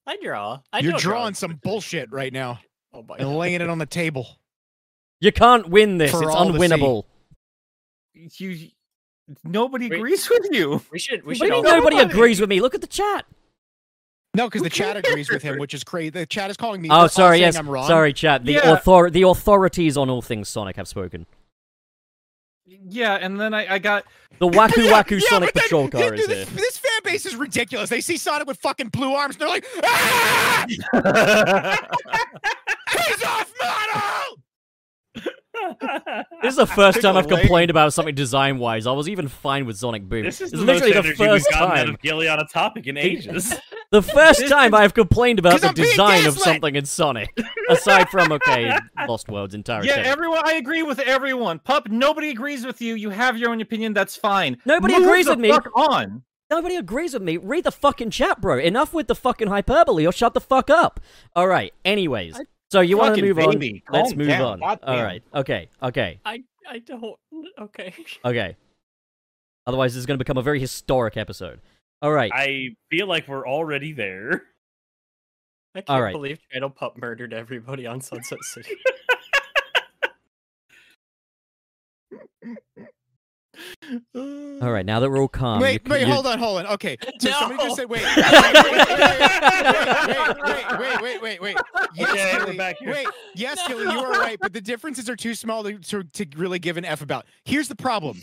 [SPEAKER 2] I draw. I
[SPEAKER 6] You're
[SPEAKER 2] don't draw.
[SPEAKER 6] drawing some bullshit right now
[SPEAKER 2] Oh my
[SPEAKER 6] and
[SPEAKER 2] god.
[SPEAKER 6] laying it on the table.
[SPEAKER 3] You can't win this.
[SPEAKER 6] For
[SPEAKER 3] it's
[SPEAKER 6] all to see.
[SPEAKER 3] unwinnable.
[SPEAKER 4] You. Nobody
[SPEAKER 2] Wait.
[SPEAKER 4] agrees with you.
[SPEAKER 2] We should we
[SPEAKER 3] What
[SPEAKER 2] should
[SPEAKER 3] do you mean
[SPEAKER 2] all-
[SPEAKER 3] nobody
[SPEAKER 4] Nobody.
[SPEAKER 3] agrees with me? Look at the chat.
[SPEAKER 6] No, because the chat agrees with him, which is crazy. The chat is calling me. they're
[SPEAKER 3] Oh,
[SPEAKER 6] all
[SPEAKER 3] sorry.
[SPEAKER 6] saying
[SPEAKER 3] Yes,
[SPEAKER 6] I'm wrong.
[SPEAKER 3] sorry, chat. The
[SPEAKER 4] Yeah.
[SPEAKER 3] author, the authorities on all things Sonic have spoken.
[SPEAKER 4] Yeah, and then I, I got
[SPEAKER 3] The waku
[SPEAKER 6] Yeah,
[SPEAKER 3] waku
[SPEAKER 6] yeah,
[SPEAKER 3] Sonic
[SPEAKER 6] but then-
[SPEAKER 3] patrol car
[SPEAKER 6] th-
[SPEAKER 3] is
[SPEAKER 6] th-
[SPEAKER 3] here.
[SPEAKER 6] This, fan base is ridiculous. They see Sonic with fucking blue arms, and they're like, "Ah, he's off model."
[SPEAKER 3] This is the first time I've
[SPEAKER 6] Pickle Lane.
[SPEAKER 3] complained about something design wise. I was even fine with Sonic Boom.
[SPEAKER 5] This is
[SPEAKER 3] it's
[SPEAKER 5] the
[SPEAKER 3] literally
[SPEAKER 5] most
[SPEAKER 3] the
[SPEAKER 5] energy we've
[SPEAKER 3] first
[SPEAKER 5] gotten out
[SPEAKER 3] time.
[SPEAKER 5] of Gilly on a topic in ages.
[SPEAKER 3] The first time I've complained about
[SPEAKER 6] 'Cause
[SPEAKER 3] the
[SPEAKER 6] I'm being
[SPEAKER 3] design of
[SPEAKER 6] gaslit.
[SPEAKER 3] something in Sonic. Aside from okay, Lost World's entire
[SPEAKER 4] yeah.
[SPEAKER 3] attempt.
[SPEAKER 4] Everyone, I agree with everyone. Pup, nobody agrees with you. You have your own opinion. That's fine.
[SPEAKER 3] Nobody
[SPEAKER 4] Move
[SPEAKER 3] agrees
[SPEAKER 4] the
[SPEAKER 3] with me.
[SPEAKER 4] Fuck on.
[SPEAKER 3] Nobody agrees with me. Read the fucking chat, bro. Enough with the fucking hyperbole or shut the fuck up. All right. Anyways, so you want to
[SPEAKER 4] Fucking
[SPEAKER 3] move on?
[SPEAKER 4] baby,
[SPEAKER 3] Let's
[SPEAKER 4] calm
[SPEAKER 3] move
[SPEAKER 4] down,
[SPEAKER 3] on.
[SPEAKER 4] goddamn.
[SPEAKER 3] All right. Okay. Okay.
[SPEAKER 2] I I don't. Okay.
[SPEAKER 3] Okay. Otherwise, this is going to become a very historic episode. All right.
[SPEAKER 5] I feel like we're already there.
[SPEAKER 2] I can't
[SPEAKER 3] All right.
[SPEAKER 2] believe Channel Pup murdered everybody on Sunset City.
[SPEAKER 4] Uh,
[SPEAKER 3] All right, now that we're all calm.
[SPEAKER 6] wait,
[SPEAKER 3] Um, you,
[SPEAKER 6] wait, hold on, hold on. Okay, so somebody
[SPEAKER 2] No.
[SPEAKER 6] just said, wait, wait, wait, wait, wait, wait, wait, wait, wait, wait, wait. Yes,
[SPEAKER 5] Okay, we're
[SPEAKER 6] Gilly,
[SPEAKER 5] back here.
[SPEAKER 6] wait, yes, Gilly, you are right, but the differences are too small to, to, to really give an f about. Here's the problem: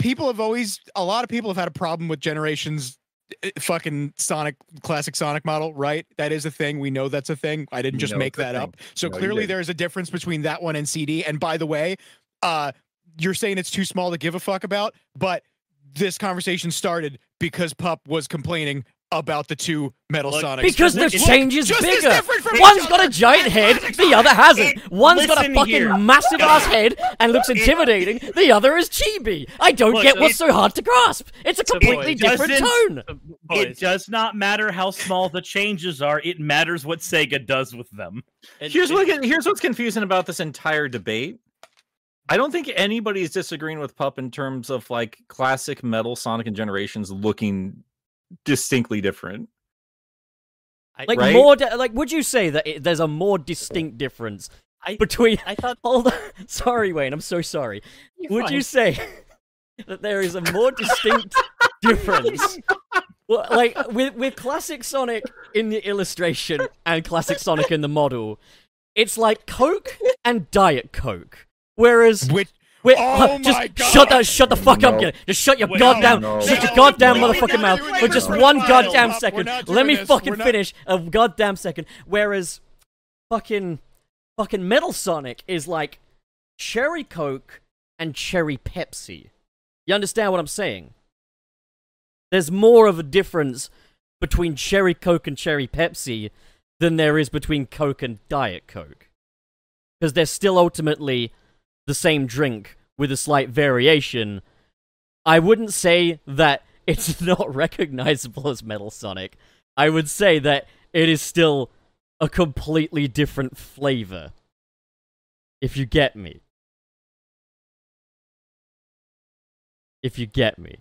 [SPEAKER 6] people have always, a lot of people have had a problem with generations. eh, Fucking Sonic, classic Sonic model, right? That is a thing. We know that's a thing. I didn't
[SPEAKER 4] We
[SPEAKER 6] just
[SPEAKER 4] know
[SPEAKER 6] make
[SPEAKER 4] it's a
[SPEAKER 6] that
[SPEAKER 4] thing.
[SPEAKER 6] up. So
[SPEAKER 4] No, you
[SPEAKER 6] clearly,
[SPEAKER 4] didn't.
[SPEAKER 6] there is a difference between that one and CD. And by the way, uh, you're saying it's too small to give a fuck about, but this conversation started because Pup was complaining about the two Metal
[SPEAKER 7] Look,
[SPEAKER 6] Sonics.
[SPEAKER 3] because the
[SPEAKER 6] which look
[SPEAKER 3] change is
[SPEAKER 6] just as
[SPEAKER 3] bigger.
[SPEAKER 6] different from
[SPEAKER 3] One's
[SPEAKER 6] each
[SPEAKER 3] got a
[SPEAKER 6] other.
[SPEAKER 3] giant head, the other hasn't. One's got a
[SPEAKER 7] listen
[SPEAKER 3] fucking
[SPEAKER 7] here.
[SPEAKER 3] massive ass head and looks intimidating. The other is chibi. I don't
[SPEAKER 2] Look,
[SPEAKER 3] get
[SPEAKER 2] it-
[SPEAKER 3] what's so hard to grasp. It's a completely different
[SPEAKER 5] doesn't-
[SPEAKER 2] Uh,
[SPEAKER 3] tone.
[SPEAKER 5] It does not matter how small the changes are. It matters what Sega does with them.
[SPEAKER 4] here's what here's what's confusing about this entire debate. I don't think anybody is disagreeing with Pup in terms of like classic metal Sonic and Generations looking distinctly different.
[SPEAKER 3] Like
[SPEAKER 4] Right?
[SPEAKER 3] more, di- like would you say that it, there's a more distinct difference
[SPEAKER 2] I-
[SPEAKER 3] between?
[SPEAKER 2] I thought.
[SPEAKER 3] Hold on, sorry, Wayne. I'm so sorry.
[SPEAKER 2] You're
[SPEAKER 3] Would you
[SPEAKER 2] fine.
[SPEAKER 3] say that there is a more distinct difference? Well, like with with classic Sonic in the illustration and classic Sonic in the model, it's like Coke and Diet Coke. Whereas
[SPEAKER 6] Which
[SPEAKER 3] we're,
[SPEAKER 6] Oh
[SPEAKER 3] uh, just
[SPEAKER 6] my
[SPEAKER 3] shut
[SPEAKER 6] God.
[SPEAKER 3] that shut the fuck up,
[SPEAKER 4] No.
[SPEAKER 3] Gilly. Just shut your
[SPEAKER 5] Wait,
[SPEAKER 3] goddamn
[SPEAKER 4] no.
[SPEAKER 3] shut your
[SPEAKER 6] No,
[SPEAKER 3] goddamn
[SPEAKER 6] no, we
[SPEAKER 3] motherfucking
[SPEAKER 6] gotta
[SPEAKER 3] mouth
[SPEAKER 6] do
[SPEAKER 3] for
[SPEAKER 6] it
[SPEAKER 3] just
[SPEAKER 6] for
[SPEAKER 3] one
[SPEAKER 6] profile,
[SPEAKER 3] goddamn
[SPEAKER 6] Pop. We're
[SPEAKER 3] second.
[SPEAKER 6] not
[SPEAKER 3] Let
[SPEAKER 6] doing
[SPEAKER 3] me
[SPEAKER 6] this.
[SPEAKER 3] fucking
[SPEAKER 6] We're not-
[SPEAKER 3] finish a goddamn second. Whereas fucking fucking Metal Sonic is like cherry Coke and cherry Pepsi. You understand what I'm saying? There's more of a difference between cherry Coke and cherry Pepsi than there is between Coke and Diet Coke. Because they're still ultimately the same drink with a slight variation. I wouldn't say that it's not recognizable as Metal Sonic. I would say that it is still a completely different flavor. If you get me. If you get me.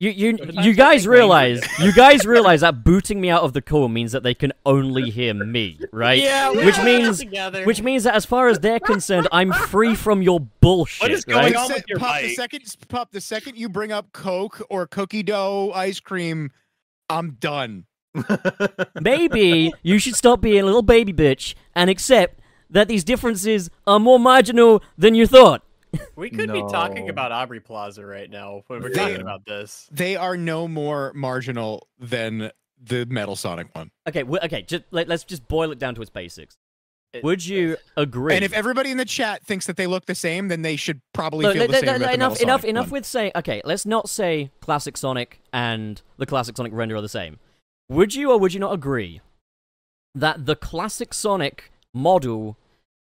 [SPEAKER 3] You you you guys realize you guys realize that booting me out of the call means that they can only hear me, right?
[SPEAKER 2] Yeah, we're
[SPEAKER 3] which
[SPEAKER 2] all
[SPEAKER 3] means
[SPEAKER 2] together.
[SPEAKER 3] which means that as far as they're concerned, I'm free from your bullshit.
[SPEAKER 5] is
[SPEAKER 3] right?
[SPEAKER 5] going
[SPEAKER 6] Like,
[SPEAKER 5] on
[SPEAKER 6] se-
[SPEAKER 5] with your
[SPEAKER 6] Pop, the
[SPEAKER 5] mic?
[SPEAKER 6] second Pop, the second you bring up Coke or cookie dough ice cream, I'm done.
[SPEAKER 3] Maybe you should stop being a little baby bitch and accept that these differences are more marginal than you thought.
[SPEAKER 2] we could be talking
[SPEAKER 4] No.
[SPEAKER 2] about Aubrey Plaza right now when we're
[SPEAKER 6] Yeah.
[SPEAKER 2] talking about this.
[SPEAKER 6] They are no more marginal than the Metal Sonic one.
[SPEAKER 3] Okay, we okay, just, let, us just boil it down to its basics.
[SPEAKER 2] It-
[SPEAKER 3] Would you agree?
[SPEAKER 6] And if everybody in the chat thinks that they look the same, then they should probably
[SPEAKER 3] Look,
[SPEAKER 6] feel the
[SPEAKER 3] let-
[SPEAKER 6] same
[SPEAKER 3] let-
[SPEAKER 6] about the
[SPEAKER 3] enough,
[SPEAKER 6] Metal
[SPEAKER 3] enough,
[SPEAKER 6] Sonic
[SPEAKER 3] enough
[SPEAKER 6] one.
[SPEAKER 3] with saying. Okay, let's not say classic Sonic and the classic Sonic render are the same. Would you or would you not agree that the classic Sonic model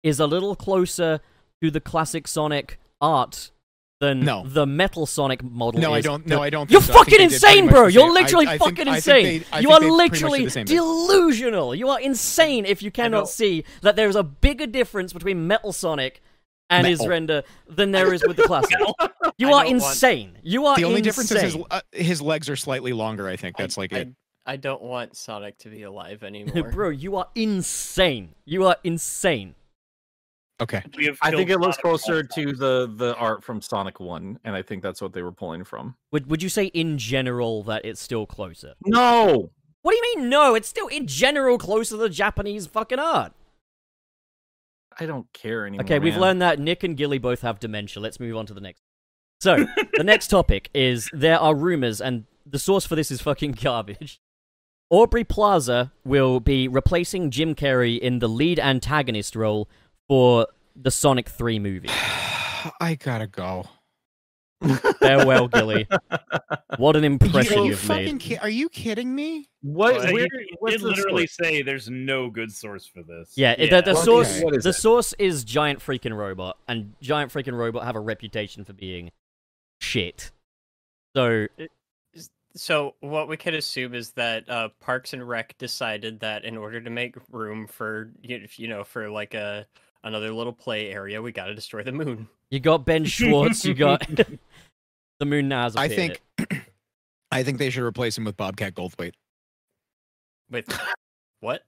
[SPEAKER 3] is a little closer to the classic Sonic art than
[SPEAKER 6] No.
[SPEAKER 3] the Metal Sonic model?
[SPEAKER 6] No, I
[SPEAKER 3] is
[SPEAKER 6] don't-
[SPEAKER 3] to-
[SPEAKER 6] no, I don't think
[SPEAKER 3] You're
[SPEAKER 6] so. I think
[SPEAKER 3] fucking
[SPEAKER 6] they did pretty
[SPEAKER 3] insane,
[SPEAKER 6] much
[SPEAKER 3] bro.
[SPEAKER 6] the
[SPEAKER 3] You're
[SPEAKER 6] same. I-
[SPEAKER 3] literally
[SPEAKER 6] I think-
[SPEAKER 3] fucking
[SPEAKER 6] I think
[SPEAKER 3] insane.
[SPEAKER 6] they- I
[SPEAKER 3] you
[SPEAKER 6] think
[SPEAKER 3] are
[SPEAKER 6] they pretty much did the
[SPEAKER 3] literally
[SPEAKER 6] same thing.
[SPEAKER 3] delusional. You are insane if you
[SPEAKER 2] know.
[SPEAKER 3] cannot see that there is a bigger difference between Metal Sonic and his
[SPEAKER 6] Metal.
[SPEAKER 3] render than there is with the classic. You
[SPEAKER 2] I
[SPEAKER 3] are
[SPEAKER 2] don't want-
[SPEAKER 3] insane. You are
[SPEAKER 6] The only
[SPEAKER 3] insane.
[SPEAKER 6] difference is his, uh, his legs are slightly longer. I think
[SPEAKER 2] I-
[SPEAKER 6] that's like
[SPEAKER 2] I,
[SPEAKER 6] it.
[SPEAKER 2] I don't want Sonic to be alive anymore.
[SPEAKER 3] Bro, you are insane. You are insane.
[SPEAKER 6] Okay.
[SPEAKER 7] We have
[SPEAKER 4] I think it
[SPEAKER 7] killed
[SPEAKER 4] looks
[SPEAKER 7] a lot of
[SPEAKER 4] closer
[SPEAKER 7] people.
[SPEAKER 4] to the the art from Sonic One, and I think that's what they were pulling from.
[SPEAKER 3] Would would you say in general that it's still closer?
[SPEAKER 4] No,
[SPEAKER 3] What do you mean no? It's still in general closer to the Japanese fucking art.
[SPEAKER 4] I don't care anymore.
[SPEAKER 3] Okay, we've
[SPEAKER 4] man.
[SPEAKER 3] learned that Nick and Gilly both have dementia. Let's move on to the next. So, the next topic is there are rumors, and the source for this is fucking garbage. Aubrey Plaza will be replacing Jim Carrey in the lead antagonist role for the Sonic 3 movie.
[SPEAKER 6] I gotta go.
[SPEAKER 3] Farewell, Gilly. What an impression
[SPEAKER 6] you
[SPEAKER 3] you've
[SPEAKER 6] fucking
[SPEAKER 3] made.
[SPEAKER 6] ki- are you kidding me?
[SPEAKER 4] what.
[SPEAKER 7] Well, he-
[SPEAKER 4] where,
[SPEAKER 7] he
[SPEAKER 4] what's
[SPEAKER 7] did
[SPEAKER 4] the
[SPEAKER 7] literally
[SPEAKER 4] source?
[SPEAKER 7] say there's no good source for this.
[SPEAKER 3] Yeah, it- the, the
[SPEAKER 4] What is-
[SPEAKER 3] source
[SPEAKER 4] what is
[SPEAKER 3] the
[SPEAKER 4] it?
[SPEAKER 3] source is Giant Freaking Robot, and Giant Freaking Robot have a reputation for being shit. So
[SPEAKER 2] So what we could assume is that uh, Parks and Rec decided that in order to make room for you you know for like a another little play area, we got to destroy the moon.
[SPEAKER 3] you got Ben Schwartz, you got the Moon Nas.
[SPEAKER 6] I think. I think they should replace him with Bobcat Goldthwait.
[SPEAKER 2] With what?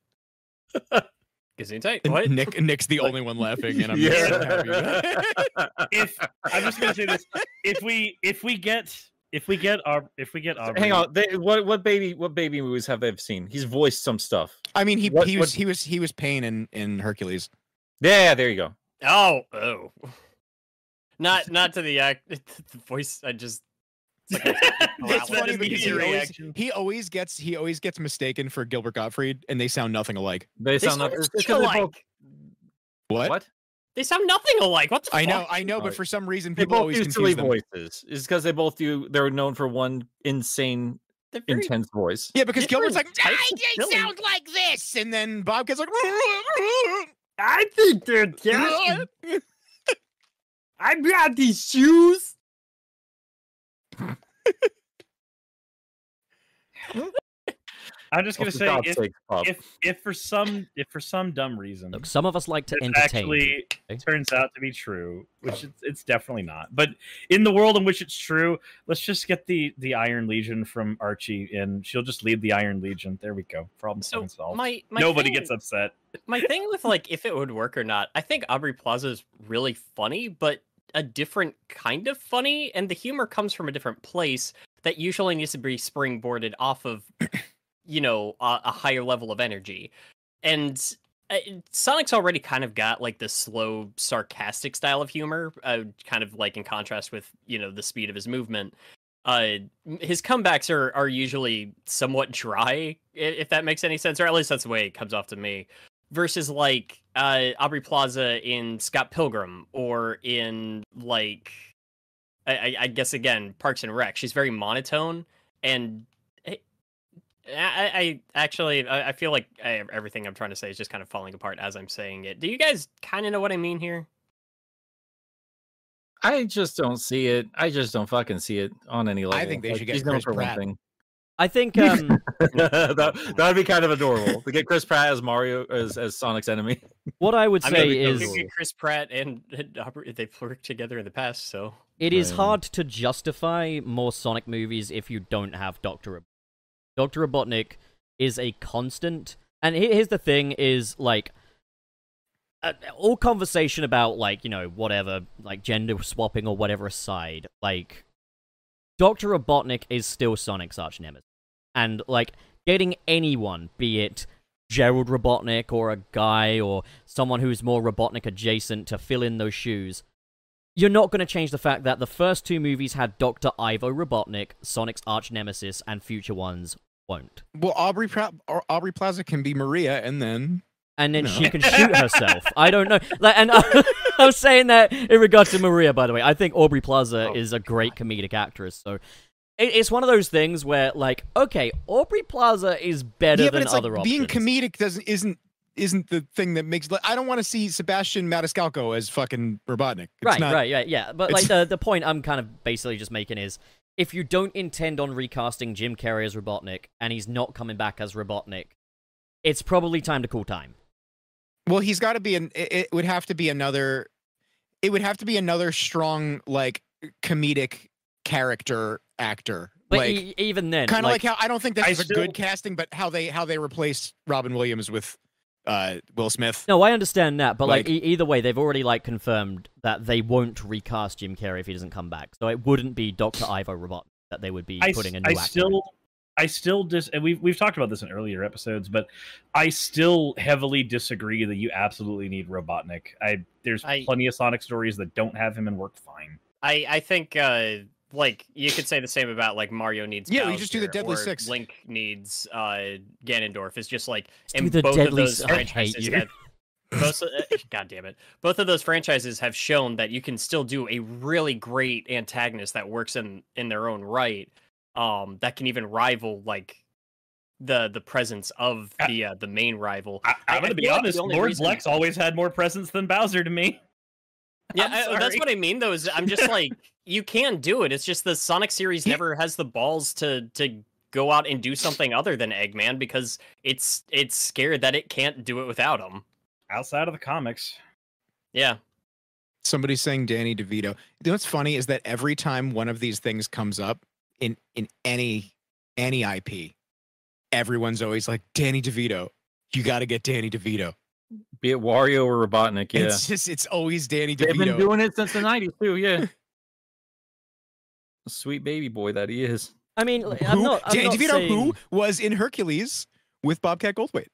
[SPEAKER 2] Gesundheit.
[SPEAKER 6] And
[SPEAKER 2] What?
[SPEAKER 6] Nick Nick's the only one laughing, and I'm
[SPEAKER 4] Yeah.
[SPEAKER 6] so happy.
[SPEAKER 5] If I'm just gonna say this, if we if we get if we get our if we get our
[SPEAKER 4] Hang on, they, what what baby what baby movies have they seen? He's voiced some stuff.
[SPEAKER 6] I mean, he
[SPEAKER 4] What-
[SPEAKER 6] he
[SPEAKER 4] what-
[SPEAKER 6] was he was he was Pain in in Hercules.
[SPEAKER 4] Yeah, there you go.
[SPEAKER 2] Oh, oh. Not not to the act the voice. I just it's like a-
[SPEAKER 6] It's
[SPEAKER 2] Wow.
[SPEAKER 6] funny
[SPEAKER 2] That is
[SPEAKER 6] because
[SPEAKER 2] the
[SPEAKER 6] he always,
[SPEAKER 2] reaction.
[SPEAKER 6] he always gets he always gets mistaken for Gilbert Gottfried, and they sound nothing alike.
[SPEAKER 4] They
[SPEAKER 2] They
[SPEAKER 4] sound
[SPEAKER 2] sound
[SPEAKER 4] like it's 'cause
[SPEAKER 2] nothing
[SPEAKER 4] they're both-
[SPEAKER 2] alike.
[SPEAKER 6] What?
[SPEAKER 4] what?
[SPEAKER 2] They sound nothing alike. What the
[SPEAKER 6] I know,
[SPEAKER 2] fuck?
[SPEAKER 6] I know, but
[SPEAKER 4] Alright.
[SPEAKER 6] for some reason
[SPEAKER 4] They
[SPEAKER 6] people
[SPEAKER 4] both
[SPEAKER 6] always
[SPEAKER 4] do silly
[SPEAKER 6] confuse them.
[SPEAKER 4] voices. It's because they both do. They're known for one insane,
[SPEAKER 2] They're very-
[SPEAKER 4] intense voice.
[SPEAKER 6] Yeah, because Gilbert's like,
[SPEAKER 2] Different types
[SPEAKER 6] "I-
[SPEAKER 2] of
[SPEAKER 6] they
[SPEAKER 2] silly."
[SPEAKER 6] sound like this, and then Bobcat's like,
[SPEAKER 2] I think they're
[SPEAKER 6] yeah.
[SPEAKER 2] I got these shoes.
[SPEAKER 5] I'm just gonna
[SPEAKER 4] Oh, for
[SPEAKER 5] say
[SPEAKER 4] God's
[SPEAKER 5] if,
[SPEAKER 4] sake, Bob.
[SPEAKER 5] if if for some if for some dumb reason
[SPEAKER 3] Look, some of us like to
[SPEAKER 5] this
[SPEAKER 3] entertain.
[SPEAKER 5] actually
[SPEAKER 3] okay?
[SPEAKER 5] turns out to be true, which it's, it's definitely not. But in the world in which it's true, let's just get the the Iron Legion from Archie, and she'll just lead the Iron Legion. There we go. Problem
[SPEAKER 2] So
[SPEAKER 5] solved. solved.
[SPEAKER 2] my, my
[SPEAKER 5] Nobody
[SPEAKER 2] thing-
[SPEAKER 5] gets upset.
[SPEAKER 2] My thing with like if it would work or not, I think Aubrey Plaza is really funny, but a different kind of funny, and the humor comes from a different place that usually needs to be springboarded off of, you know, a, a higher level of energy. And uh, Sonic's already kind of got like the slow, sarcastic style of humor, uh, kind of like in contrast with you know the speed of his movement. Uh, m- his comebacks are are usually somewhat dry, i- if that makes any sense, or at least that's the way it comes off to me versus like uh Aubrey Plaza in Scott Pilgrim or in like I, I, I guess again Parks and Rec. She's very monotone and I, I, I actually I, I feel like I, everything I'm trying to say is just kind of falling apart as I'm saying it. Do you guys kind of know what I mean here?
[SPEAKER 4] I just don't see it. I just don't fucking see it on any level.
[SPEAKER 6] think they should get
[SPEAKER 4] he's known
[SPEAKER 6] Chris
[SPEAKER 4] for one
[SPEAKER 6] Pratt.
[SPEAKER 4] thing.
[SPEAKER 3] I think um,
[SPEAKER 4] that that'd be kind of adorable to get Chris Pratt as Mario as as Sonic's enemy.
[SPEAKER 3] what I would
[SPEAKER 2] I
[SPEAKER 3] say
[SPEAKER 4] mean,
[SPEAKER 3] is
[SPEAKER 4] it's-
[SPEAKER 2] Look at Chris Pratt and, and Aubrey, they've worked together in the past, so
[SPEAKER 3] it is
[SPEAKER 4] Right.
[SPEAKER 3] hard to justify more Sonic movies if you don't have Doctor. Robotnik. Doctor Robotnik is a constant, and he- here's the thing: is like uh, all conversation about like you know whatever like gender swapping or whatever aside, like Doctor Robotnik is still Sonic's arch nemesis, and like getting anyone, be it Gerald Robotnik or a guy or someone who's more Robotnik adjacent to fill in those shoes you're not going to change the fact that the first two movies had Dr. Ivo Robotnik, Sonic's arch nemesis, and future ones won't.
[SPEAKER 6] Well, Aubrey Pra- Au- Aubrey Plaza can be Maria, and then
[SPEAKER 3] And then
[SPEAKER 6] No.
[SPEAKER 3] she can shoot herself. I don't know. Like, and I, I was saying that in regards to Maria, by the way. I think Aubrey Plaza
[SPEAKER 2] Oh,
[SPEAKER 3] is a great comedic actress. So it, it's one of those things where, like, okay, Aubrey Plaza is better
[SPEAKER 6] yeah,
[SPEAKER 3] than
[SPEAKER 6] but it's like
[SPEAKER 3] other
[SPEAKER 6] being
[SPEAKER 3] options.
[SPEAKER 6] comedic doesn't isn't isn't the thing that makes. Like, I don't want to see Sebastian Maniscalco as fucking Robotnik. It's
[SPEAKER 3] right,
[SPEAKER 6] not,
[SPEAKER 3] right, right, yeah. But like
[SPEAKER 6] it's-
[SPEAKER 3] the the point I'm kind of basically just making is if you don't intend on recasting Jim Carrey as Robotnik and he's not coming back as Robotnik, it's probably time to call time.
[SPEAKER 6] Well, he's got to be an. It, it would have to be another. It would have to be another strong, like comedic character actor.
[SPEAKER 3] But
[SPEAKER 6] like
[SPEAKER 3] e- even then,
[SPEAKER 6] kind of like, how I don't think this
[SPEAKER 5] I
[SPEAKER 6] is a
[SPEAKER 5] still-
[SPEAKER 6] good casting, but how they how they replace Robin Williams with uh, Will Smith.
[SPEAKER 3] no, I understand that, but like,
[SPEAKER 6] Like-
[SPEAKER 3] e- either way, they've already like confirmed that they won't recast Jim Carrey if he doesn't come back. So it wouldn't be Doctor Ivo Robotnik that they would be
[SPEAKER 5] I, s-
[SPEAKER 3] putting a new
[SPEAKER 5] I
[SPEAKER 3] actor. in.
[SPEAKER 5] still I still dis and we've we've talked about this in earlier episodes, but I still heavily disagree that you absolutely need Robotnik. I there's
[SPEAKER 2] I-
[SPEAKER 5] plenty of Sonic stories that don't have him and work fine.
[SPEAKER 2] I I think uh like you could say the same about like Mario needs
[SPEAKER 6] Yeah, we just do the Deadly
[SPEAKER 2] or
[SPEAKER 6] Six.
[SPEAKER 2] Link needs uh Ganondorf. It's just like
[SPEAKER 3] do the
[SPEAKER 2] both of
[SPEAKER 3] Deadly
[SPEAKER 2] those
[SPEAKER 3] S- I hate
[SPEAKER 2] franchises
[SPEAKER 3] you.
[SPEAKER 2] have both of- eh, God damn it. Both of those franchises have shown that you can still do a really great antagonist that works in in their own right. Um that can even rival like the the presence of
[SPEAKER 5] I-
[SPEAKER 2] the uh, the main rival.
[SPEAKER 5] I,
[SPEAKER 2] I-
[SPEAKER 5] I'm
[SPEAKER 2] I
[SPEAKER 5] gonna be
[SPEAKER 2] feel like the
[SPEAKER 5] honest,
[SPEAKER 2] only
[SPEAKER 5] Lord
[SPEAKER 2] reason-
[SPEAKER 5] Blex always had more presence than Bowser to me.
[SPEAKER 2] Yeah,
[SPEAKER 5] I'm
[SPEAKER 2] I- oh, that's
[SPEAKER 5] sorry.
[SPEAKER 2] what I mean though. Is I'm just like you can do it. It's just the Sonic series
[SPEAKER 6] Yeah.
[SPEAKER 2] never has the balls to to go out and do something other than Eggman because it's it's scared that it can't do it without him.
[SPEAKER 5] Outside of the comics.
[SPEAKER 2] Yeah,
[SPEAKER 6] Somebody's saying Danny DeVito. You know what's funny is that every time one of these things comes up in in any any IP, everyone's always like Danny DeVito. You got to get Danny DeVito.
[SPEAKER 4] Be it Wario or Robotnik. Yeah.
[SPEAKER 6] It's just it's always Danny
[SPEAKER 4] They've been
[SPEAKER 6] DeVito.
[SPEAKER 4] doing it since the 90s, too. Yeah. A Sweet baby boy that he is.
[SPEAKER 3] I mean, like,
[SPEAKER 6] who,
[SPEAKER 3] I'm not. I'm
[SPEAKER 6] Danny
[SPEAKER 3] not
[SPEAKER 6] DeVito
[SPEAKER 3] saying,
[SPEAKER 6] who was in Hercules with Bobcat Goldthwait.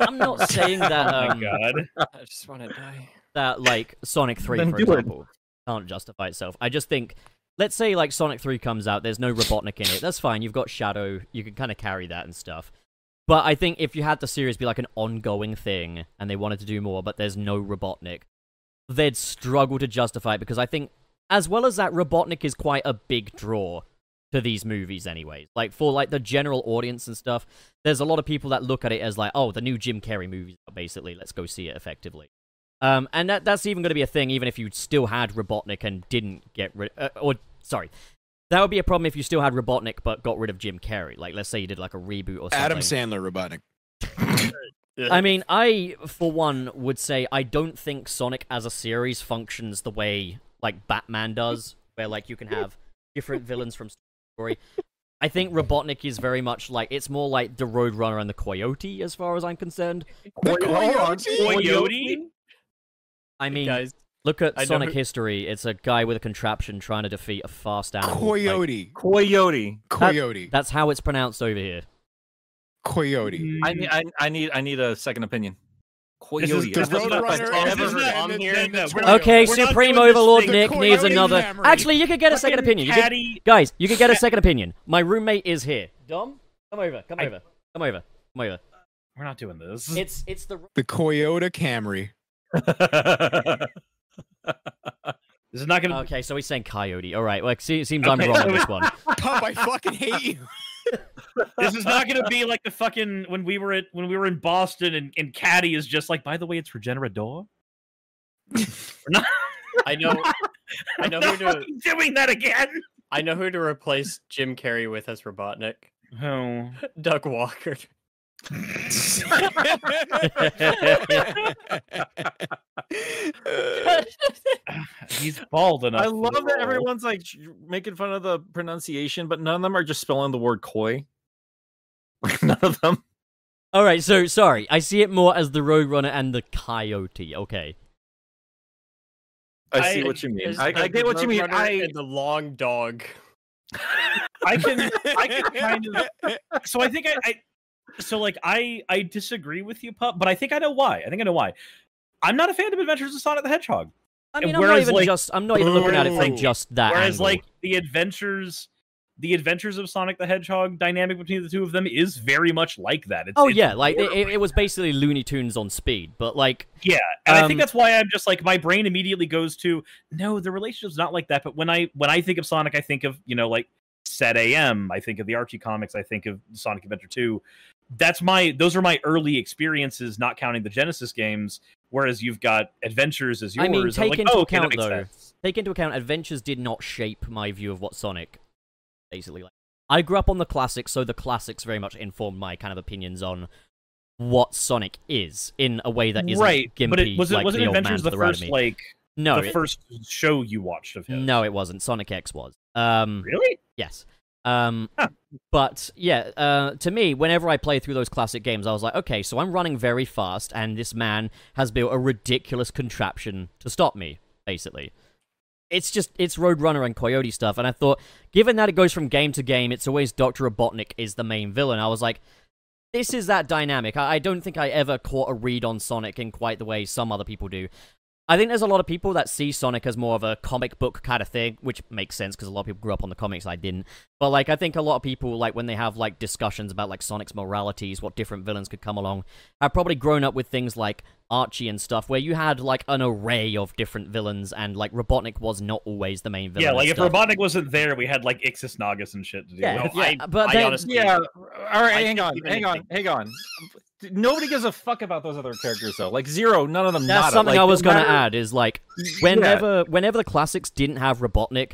[SPEAKER 3] I'm not saying that.
[SPEAKER 5] Oh
[SPEAKER 3] Um,
[SPEAKER 5] my god.
[SPEAKER 2] I just want to die.
[SPEAKER 3] that like Sonic 3
[SPEAKER 4] Then
[SPEAKER 3] for
[SPEAKER 4] do it.
[SPEAKER 3] example can't justify itself. I just think let's say like Sonic 3 comes out there's no Robotnik in it. That's fine. You've got Shadow. You can kind of carry that and stuff. But I think if you had the series be like an ongoing thing and they wanted to do more but there's no Robotnik, they'd struggle to justify it because I think as well as that Robotnik is quite a big draw to these movies anyways. Like for like the general audience and stuff, there's a lot of people that look at it as like, oh, the new Jim Carrey movie's out basically. Let's go see it effectively. Um, and that that's even going to be a thing, even if you still had Robotnik and didn't get rid. Uh, or sorry, that would be a problem if you still had Robotnik but got rid of Jim Carrey. Like, let's say you did like a reboot or something.
[SPEAKER 6] Adam Sandler Robotnik.
[SPEAKER 3] I mean, I for one would say I don't think Sonic as a series functions the way like Batman does, where like you can have different villains from story. I think Robotnik is very much like it's more like the Roadrunner and the Coyote, as far as I'm concerned.
[SPEAKER 6] The Coyote.
[SPEAKER 5] Coyote?
[SPEAKER 3] I mean,
[SPEAKER 2] guys,
[SPEAKER 3] look at
[SPEAKER 2] I know
[SPEAKER 3] Sonic
[SPEAKER 2] who-
[SPEAKER 3] history. It's a guy with a contraption trying to defeat a fast animal. Like,
[SPEAKER 6] Coyote.
[SPEAKER 4] Coyote.
[SPEAKER 6] Coyote.
[SPEAKER 3] that's how it's pronounced over here.
[SPEAKER 6] Coyote.
[SPEAKER 5] Hmm.
[SPEAKER 4] I need, I, I need, I need a second opinion. Coyote.
[SPEAKER 5] This is the
[SPEAKER 4] That's the
[SPEAKER 5] Roadrunner
[SPEAKER 4] first
[SPEAKER 5] and
[SPEAKER 4] I've
[SPEAKER 5] this
[SPEAKER 4] ever
[SPEAKER 5] is
[SPEAKER 4] heard.
[SPEAKER 5] the-
[SPEAKER 2] I'm
[SPEAKER 6] and
[SPEAKER 2] here.
[SPEAKER 6] then the
[SPEAKER 2] We're
[SPEAKER 6] Toyota.
[SPEAKER 3] Okay,
[SPEAKER 2] We're not
[SPEAKER 3] Supreme
[SPEAKER 2] doing this
[SPEAKER 3] Overlord
[SPEAKER 2] thing.
[SPEAKER 3] Nick
[SPEAKER 6] The
[SPEAKER 3] needs
[SPEAKER 6] Coyote
[SPEAKER 3] another.
[SPEAKER 6] memory.
[SPEAKER 3] Actually, you could get a second
[SPEAKER 5] Fucking
[SPEAKER 3] opinion. You could...
[SPEAKER 5] Caddy.
[SPEAKER 3] Guys, you could get a second opinion. My roommate is here. Dom, come over. Come over. Come over. Come over.
[SPEAKER 5] We're not doing this.
[SPEAKER 3] It's it's the.
[SPEAKER 6] The Coyote Camry.
[SPEAKER 5] this is not gonna
[SPEAKER 3] Okay, so he's saying coyote. All right. Well, it se- seems I'm
[SPEAKER 5] Okay,
[SPEAKER 3] wrong
[SPEAKER 5] so
[SPEAKER 3] on this one.
[SPEAKER 6] Pop, I fucking hate you.
[SPEAKER 5] this is not gonna be like the fucking when we were at when we were in Boston and, and Caddy is just like, by the way, it's Regenerador.
[SPEAKER 2] I know. I know who to.
[SPEAKER 5] Fucking doing that again.
[SPEAKER 2] I know who to replace Jim Carrey with as Robotnik.
[SPEAKER 5] Oh.
[SPEAKER 2] Doug Walker.
[SPEAKER 5] He's bald enough.
[SPEAKER 4] I
[SPEAKER 5] for the
[SPEAKER 4] love that
[SPEAKER 5] role.
[SPEAKER 4] everyone's like sh- making fun of the pronunciation, but none of them are just spelling the word coy. Like none of them.
[SPEAKER 3] All right. So sorry. I see it more as the Roadrunner and the coyote. Okay.
[SPEAKER 4] I see
[SPEAKER 5] I-
[SPEAKER 4] what you mean.
[SPEAKER 2] There's
[SPEAKER 4] I,
[SPEAKER 2] the
[SPEAKER 4] I get what you mean.
[SPEAKER 2] Roadrunner
[SPEAKER 4] I
[SPEAKER 2] and the long dog.
[SPEAKER 5] I can I can kind of so I think I, I so like I I disagree with you, pup, but I think I know why. I think I know why. I'm not a fan of Adventures of Sonic the Hedgehog.
[SPEAKER 3] I
[SPEAKER 5] And
[SPEAKER 3] mean, I'm not
[SPEAKER 5] whereas,
[SPEAKER 3] even
[SPEAKER 5] like-
[SPEAKER 3] just. I'm not even looking at it from
[SPEAKER 5] Ooh.
[SPEAKER 3] just that.
[SPEAKER 5] Whereas
[SPEAKER 3] angle.
[SPEAKER 5] like the adventures the adventures of Sonic the Hedgehog dynamic between the two of them is very much like that. It's,
[SPEAKER 3] Oh
[SPEAKER 5] it's
[SPEAKER 3] yeah, like it,
[SPEAKER 5] horrible.
[SPEAKER 3] it, it was basically Looney Tunes on speed, but like
[SPEAKER 5] Yeah, and I
[SPEAKER 3] Um,
[SPEAKER 5] think that's why I'm just like my brain immediately goes to no, the relationship's not like that. But when I when I think of Sonic, I think of you know like Set AM, I think of the Archie comics, I think of Sonic Adventure Two. That's my those are my early experiences, not counting the Genesis games. Whereas you've got Adventures as yours.
[SPEAKER 3] I mean,
[SPEAKER 5] I'm
[SPEAKER 3] take
[SPEAKER 5] like,
[SPEAKER 3] into
[SPEAKER 5] "Oh, okay, that
[SPEAKER 3] account
[SPEAKER 5] makes
[SPEAKER 3] though.
[SPEAKER 5] sense."
[SPEAKER 3] Take into account, Adventures did not shape my view of what Sonic. Basically, like I grew up on the classics, so the classics very much informed my kind of opinions on what Sonic is in a way that isn't
[SPEAKER 5] right?
[SPEAKER 3] gimpy
[SPEAKER 5] but it was it
[SPEAKER 3] like
[SPEAKER 5] was
[SPEAKER 3] the
[SPEAKER 5] it
[SPEAKER 3] old man
[SPEAKER 5] Adventures
[SPEAKER 3] to
[SPEAKER 5] the
[SPEAKER 3] the right of
[SPEAKER 5] first
[SPEAKER 3] me.
[SPEAKER 5] like
[SPEAKER 3] no,
[SPEAKER 5] the
[SPEAKER 3] it,
[SPEAKER 5] first show you watched of him.
[SPEAKER 3] no, it wasn't. Sonic X was. Um,
[SPEAKER 5] really?
[SPEAKER 3] Yes. Um,
[SPEAKER 5] Huh.
[SPEAKER 3] But yeah, uh, to me, whenever I play through those classic games, I was like, okay, so I'm running very fast, and this man has built a ridiculous contraption to stop me, basically. It's just, it's Roadrunner and Coyote stuff, and I thought, given that it goes from game to game, it's always Dr. Robotnik is the main villain. I was like, this is that dynamic. I, I don't think I ever caught a read on Sonic in quite the way some other people do. I think there's a lot of people that see Sonic as more of a comic book kind of thing, which makes sense because a lot of people grew up on the comics. I didn't, but like I think a lot of people like when they have like discussions about like Sonic's moralities, what different villains could come along. I've probably grown up with things like Archie and stuff, where you had like an array of different villains, and like Robotnik was not always the main villain.
[SPEAKER 5] Yeah,
[SPEAKER 3] and
[SPEAKER 5] like if
[SPEAKER 3] stuff.
[SPEAKER 5] Robotnik wasn't there, we had like Ixis Nagas and shit to do.
[SPEAKER 3] Yeah.
[SPEAKER 5] with.
[SPEAKER 2] No, I,
[SPEAKER 3] but
[SPEAKER 2] I
[SPEAKER 3] then-
[SPEAKER 2] honestly,
[SPEAKER 4] yeah. All right,
[SPEAKER 2] I
[SPEAKER 4] hang
[SPEAKER 2] think
[SPEAKER 4] on,
[SPEAKER 2] even
[SPEAKER 4] hang
[SPEAKER 2] if
[SPEAKER 4] on, hang on. Nobody gives a fuck about those other characters though. Like zero, none of them.
[SPEAKER 3] That's
[SPEAKER 4] nada.
[SPEAKER 3] something
[SPEAKER 4] Like,
[SPEAKER 3] I
[SPEAKER 4] no
[SPEAKER 3] was gonna
[SPEAKER 4] matter-
[SPEAKER 3] add is like whenever whenever the classics didn't have Robotnik,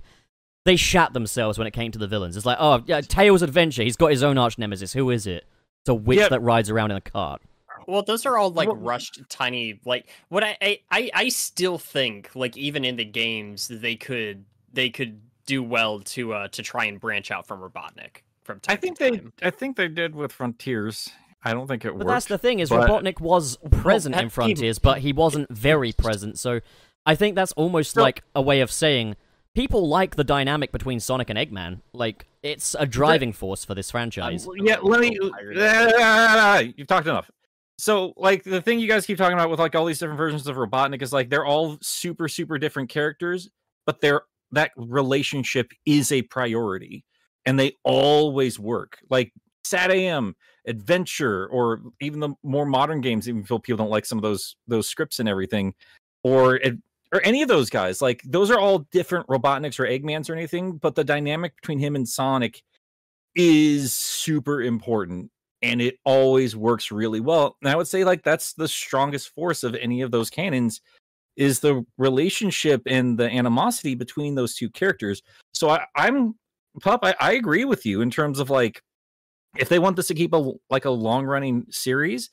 [SPEAKER 3] they shat themselves when it came to the villains. It's like, oh yeah, Tails' adventure. He's got his own arch nemesis. Who is it? It's a witch
[SPEAKER 4] Yeah.
[SPEAKER 3] that rides around in a cart.
[SPEAKER 2] Well, those are all like
[SPEAKER 4] What-
[SPEAKER 2] rushed, tiny. Like what I, I, I, I still think like even in the games they could they could do well to uh to try and branch out from Robotnik from time.
[SPEAKER 4] I think
[SPEAKER 2] to
[SPEAKER 4] they,
[SPEAKER 2] time.
[SPEAKER 4] I think they did with Frontiers. I don't think it
[SPEAKER 3] But
[SPEAKER 4] worked.
[SPEAKER 3] that's the thing is
[SPEAKER 4] but-
[SPEAKER 3] Robotnik was present
[SPEAKER 2] that
[SPEAKER 3] in
[SPEAKER 2] team-
[SPEAKER 3] Frontiers, but he wasn't very present. So I think that's almost
[SPEAKER 4] No.
[SPEAKER 3] like a way of saying people like the dynamic between Sonic and Eggman. Like it's a driving force for this
[SPEAKER 4] Um,
[SPEAKER 3] franchise.
[SPEAKER 4] yeah, let me.
[SPEAKER 2] little tired
[SPEAKER 4] You've talked enough. So, like, the thing you guys keep talking about with like all these different versions of Robotnik is like they're all super, super different characters, but they're that relationship is a priority, and they always work. Like Sad AM, Adventure, or even the more modern games, even though people don't like some of those those scripts and everything, or it, or any of those guys. Like those are all different Robotniks or Eggmans or anything, but the dynamic between him and Sonic is super important and it always works really well. And I would say like that's the strongest force of any of those canons is the relationship and the animosity between those two characters. So I, I'm pup, I, I agree with you in terms of like if they want this to keep a l- like a long running series,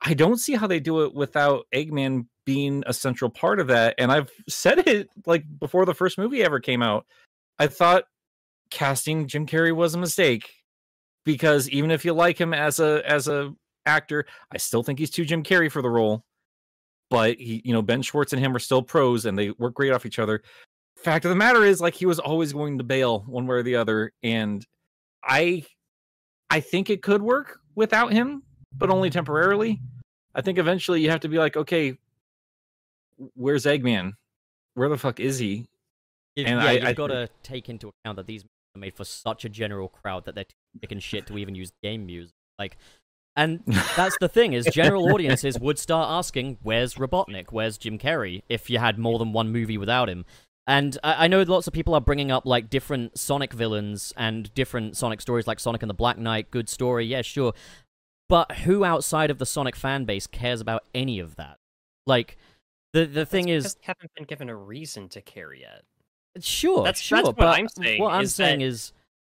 [SPEAKER 4] I don't see how they do it without Eggman being a central part of that. And I've said it like before the first movie ever came out. I thought casting Jim Carrey was a mistake because even if you like him as a as a actor, I still think he's too Jim Carrey for the role. But he, you know, Ben Schwartz and him are still pros and they work great off each other. Fact of the matter is, like he was always going to bail one way or the other, and I I think it could work without him, but only temporarily. I think eventually you have to be like, okay, where's Eggman? Where the fuck is he?
[SPEAKER 3] You-
[SPEAKER 4] and
[SPEAKER 3] yeah,
[SPEAKER 4] I-
[SPEAKER 3] you've
[SPEAKER 4] I-
[SPEAKER 3] got to take into account that these movies are made for such a general crowd that they're too sick and shit to even use game music. Like, and that's the thing is, general audiences would start asking, "Where's Robotnik? Where's Jim Carrey?" If you had more than one movie without him. And I, I know lots of people are bringing up like different Sonic villains and different Sonic stories, like Sonic and the Black Knight. Good story, yeah, sure. But who outside of the Sonic fan base cares about any of that? Like, the the thing is,
[SPEAKER 2] just haven't been given a reason to care yet.
[SPEAKER 3] Sure,
[SPEAKER 2] That's- that's
[SPEAKER 3] sure.
[SPEAKER 2] what
[SPEAKER 3] but
[SPEAKER 2] I'm saying
[SPEAKER 3] What I'm
[SPEAKER 2] is
[SPEAKER 3] saying
[SPEAKER 2] that-
[SPEAKER 3] is,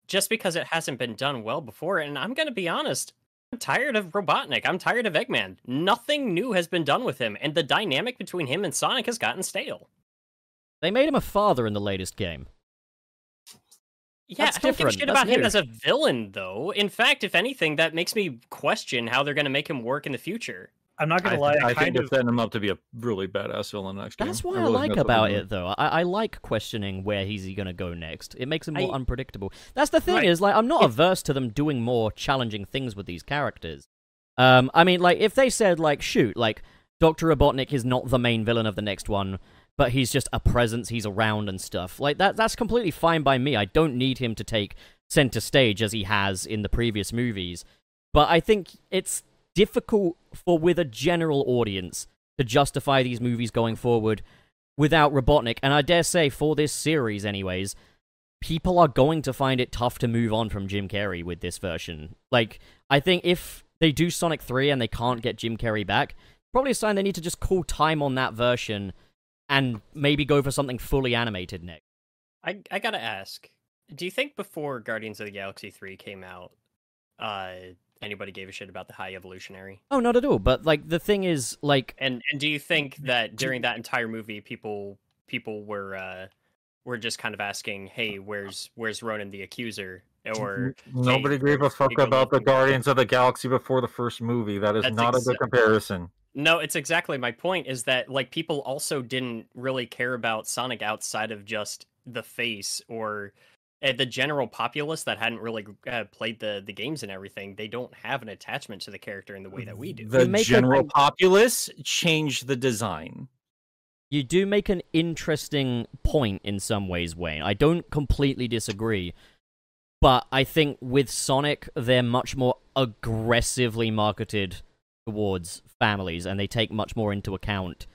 [SPEAKER 2] Just because it hasn't been done well before, and I'm gonna be honest, I'm tired of Robotnik. I'm tired of Eggman. Nothing new has been done with him, and the dynamic between him and Sonic has gotten stale.
[SPEAKER 3] they made him a father in the latest game.
[SPEAKER 2] Yeah,
[SPEAKER 3] That's
[SPEAKER 2] I don't give a
[SPEAKER 3] different.
[SPEAKER 2] shit
[SPEAKER 3] That's
[SPEAKER 2] about him
[SPEAKER 3] new.
[SPEAKER 2] as a villain, though. In fact, if anything, that makes me question how they're gonna make him work in the future.
[SPEAKER 5] I'm not
[SPEAKER 4] I,
[SPEAKER 5] gonna lie.
[SPEAKER 4] think-
[SPEAKER 5] I
[SPEAKER 4] I think
[SPEAKER 5] kind
[SPEAKER 4] they're
[SPEAKER 5] of
[SPEAKER 4] setting him up to be a really badass villain next game.
[SPEAKER 3] That's what I,
[SPEAKER 4] really think
[SPEAKER 3] like
[SPEAKER 4] that's what they're
[SPEAKER 3] about
[SPEAKER 4] doing.
[SPEAKER 3] it, though. I, I like questioning where he's going to go next. It makes him more
[SPEAKER 2] I-
[SPEAKER 3] unpredictable. That's the thing
[SPEAKER 2] Right.
[SPEAKER 3] is, like, I'm not averse to them doing more challenging things with these characters. Um, I mean, like, if they said, like, shoot, like, Doctor Robotnik is not the main villain of the next one, but he's just a presence, he's around and stuff. Like that, that's completely fine by me. I don't need him to take center stage as he has in the previous movies. But I think it's difficult for with a general audience to justify these movies going forward without Robotnik, and I dare say for this series, anyways, people are going to find it tough to move on from Jim Carrey with this version. Like, I think if they do Sonic 3 and they can't get Jim Carrey back, probably a sign they need to just call time on that version and maybe go for something fully animated next.
[SPEAKER 2] I I gotta ask, do you think before Guardians of the Galaxy three came out, uh, anybody gave a shit about the High Evolutionary?
[SPEAKER 3] Oh, not at all. But like, the thing is, like,
[SPEAKER 2] And and do
[SPEAKER 3] Mm,
[SPEAKER 2] you think that during that entire movie, people people were uh, were just kind of asking, hey, where's where's Ronan the Accuser?
[SPEAKER 3] Mm-hmm.
[SPEAKER 2] Or
[SPEAKER 4] Nobody
[SPEAKER 2] hey,
[SPEAKER 4] gave a
[SPEAKER 2] where's
[SPEAKER 4] fuck
[SPEAKER 2] Diego
[SPEAKER 4] about the
[SPEAKER 2] Luna?
[SPEAKER 4] Guardians of the Galaxy before the first movie. That is
[SPEAKER 2] That's
[SPEAKER 4] not a good
[SPEAKER 2] exa-
[SPEAKER 4] comparison.
[SPEAKER 2] No, it's exactly my point is that like people also didn't really care about Sonic outside of just the face or uh, the general populace that hadn't really uh, played the the games and everything. They don't have an attachment to the character in the way that we do.
[SPEAKER 4] The
[SPEAKER 3] make a-
[SPEAKER 4] general populace changed the design.
[SPEAKER 3] You do make an interesting point in some ways, Wayne. I don't completely disagree. But I think with Sonic, they're much more aggressively marketed towards families, and they take much more into account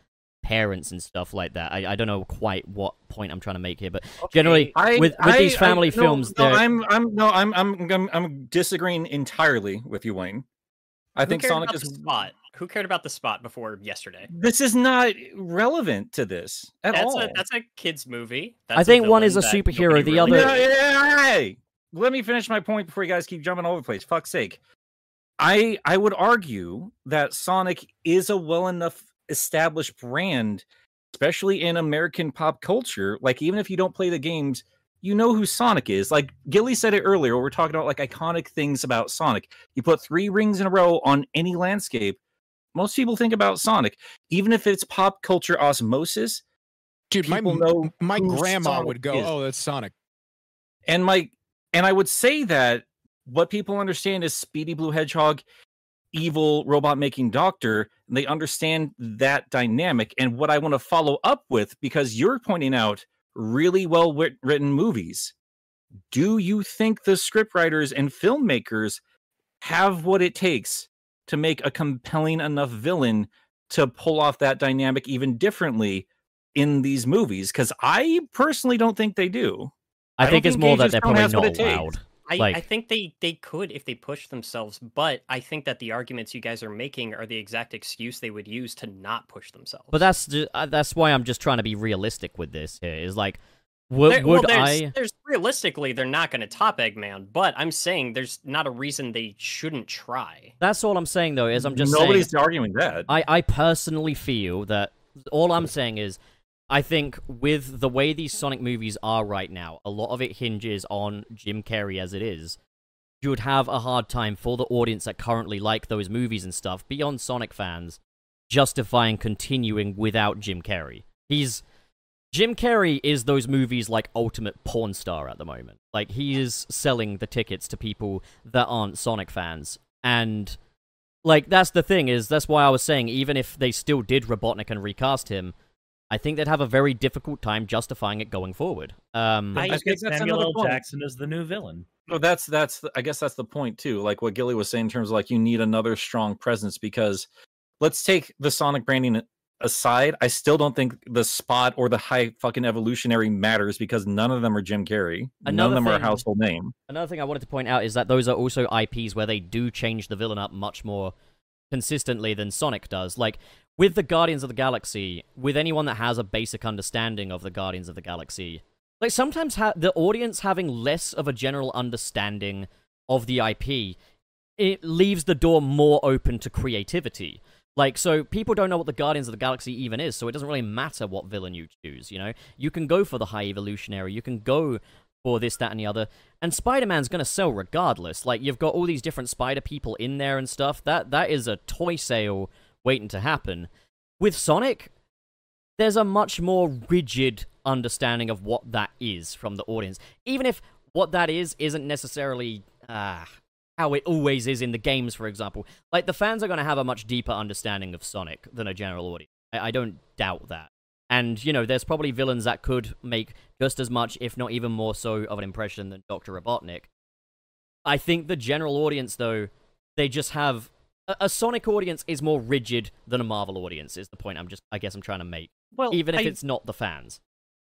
[SPEAKER 3] parents and stuff like that. I, I don't know quite what point I'm trying to make here, but generally,
[SPEAKER 4] I,
[SPEAKER 3] with, with
[SPEAKER 4] I-
[SPEAKER 3] these
[SPEAKER 4] I-
[SPEAKER 3] family
[SPEAKER 4] no,
[SPEAKER 3] films,
[SPEAKER 4] no,
[SPEAKER 3] they're.
[SPEAKER 4] I'm, I'm, no, I'm, I'm, I'm, I'm disagreeing entirely with you, Wayne. I
[SPEAKER 2] Who
[SPEAKER 4] think
[SPEAKER 2] cared
[SPEAKER 4] Sonic
[SPEAKER 2] about
[SPEAKER 4] is
[SPEAKER 2] the spot. Who cared about the spot before yesterday?
[SPEAKER 4] This is not relevant to this at
[SPEAKER 2] that's
[SPEAKER 4] all.
[SPEAKER 2] a that's a kids movie. That's
[SPEAKER 3] I
[SPEAKER 2] a
[SPEAKER 3] think one is
[SPEAKER 2] villain
[SPEAKER 3] a
[SPEAKER 2] that
[SPEAKER 3] superhero,
[SPEAKER 2] nobody
[SPEAKER 3] the
[SPEAKER 2] really
[SPEAKER 3] other-
[SPEAKER 4] No,
[SPEAKER 2] cared
[SPEAKER 4] yeah, yeah, yeah, hey, let me finish my point before you guys keep jumping all over the place. Fuck's sake. I I would argue that Sonic is a well enough established brand, especially in American pop culture. Like even if you don't play the games, you know who Sonic is. Like Gilly said it earlier, we're talking about like iconic things about Sonic. You put three rings in a row on any landscape, most people think about Sonic, even if it's pop culture osmosis.
[SPEAKER 6] Dude, my
[SPEAKER 4] people know
[SPEAKER 6] my
[SPEAKER 4] who
[SPEAKER 6] grandma
[SPEAKER 4] Sonic
[SPEAKER 6] would go,
[SPEAKER 4] is.
[SPEAKER 6] "Oh, that's Sonic."
[SPEAKER 4] And my and I would say that what people understand is Speedy Blue Hedgehog, evil robot making doctor, and they understand that dynamic and what I want to follow up with because you're pointing out really well writ- written movies. Do you think the scriptwriters and filmmakers have what it takes to make a compelling enough villain to pull off that dynamic even differently in these movies? Because I personally don't think they do. I
[SPEAKER 3] I
[SPEAKER 4] don't
[SPEAKER 3] think it's
[SPEAKER 4] think
[SPEAKER 3] more that
[SPEAKER 4] Agents
[SPEAKER 3] they're
[SPEAKER 4] Brown
[SPEAKER 3] probably
[SPEAKER 4] has what
[SPEAKER 3] not
[SPEAKER 4] it takes.
[SPEAKER 3] allowed.
[SPEAKER 2] I, I
[SPEAKER 3] Like-
[SPEAKER 2] think they, they could if they push themselves, but I think that the arguments you guys are making are the exact excuse they would use to not push themselves.
[SPEAKER 3] But that's ju- uh, that's why I'm just trying to be realistic with this. Here is like, wo-
[SPEAKER 2] There- well,
[SPEAKER 3] would
[SPEAKER 2] there's,
[SPEAKER 3] I?
[SPEAKER 2] There's realistically, they're not going to top Eggman, but I'm saying there's not a reason they shouldn't try.
[SPEAKER 3] That's all I'm saying though. Is I'm just saying,
[SPEAKER 4] nobody's arguing that.
[SPEAKER 3] I, I personally feel that all I'm saying is I think with the way these Sonic movies are right now, a lot of it hinges on Jim Carrey as it is. You would have a hard time for the audience that currently like those movies and stuff, beyond Sonic fans, justifying continuing without Jim Carrey. He's Jim Carrey is those movies like ultimate porn star at the moment. Like he is selling the tickets to people that aren't Sonic fans. And like that's the thing is that's why I was saying even if they still did Robotnik and recast him, I think they'd have a very difficult time justifying it going forward. Um,
[SPEAKER 2] I-
[SPEAKER 4] I
[SPEAKER 5] Just
[SPEAKER 4] think
[SPEAKER 5] get
[SPEAKER 4] that's
[SPEAKER 5] Samuel
[SPEAKER 4] another
[SPEAKER 5] L.
[SPEAKER 4] point.
[SPEAKER 5] Jackson is the new villain.
[SPEAKER 4] No, that's that's the- I guess that's the point too. Like what Gilly was saying in terms of like you need another strong presence because let's take the Sonic branding aside. I still don't think the spot or the high fucking evolutionary matters because none of them are Jim Carrey. none
[SPEAKER 3] Another
[SPEAKER 4] of them are a
[SPEAKER 3] thing-
[SPEAKER 4] household name.
[SPEAKER 3] another thing I wanted to point out is that those are also IPs where they do change the villain up much more consistently than Sonic does. Like with the Guardians of the Galaxy, with anyone that has a basic understanding of the Guardians of the Galaxy, like sometimes ha- the audience having less of a general understanding of the IP, it leaves the door more open to creativity. Like so people don't know what the Guardians of the Galaxy even is, so it doesn't really matter what villain you choose, you know? You can go for the high evolutionary, you can go for this, that, and the other. And Spider Man's gonna sell regardless. Like you've got all these different Spider people in there and stuff. That that is a toy sale waiting to happen. With Sonic, there's a much more rigid understanding of what that is from the audience. Even if what that is isn't necessarily uh, how it always is in the games, for example. Like the fans are gonna have a much deeper understanding of Sonic than a general audience. I, I don't doubt that. And you know, there's probably villains that could make just as much, if not even more so, of an impression than Doctor Robotnik. I think the general audience, though, they just have a, a Sonic audience is more rigid than a Marvel audience. Is the point I'm just, I guess, I'm trying to make.
[SPEAKER 2] Well,
[SPEAKER 3] even if
[SPEAKER 2] I,
[SPEAKER 3] it's not the fans,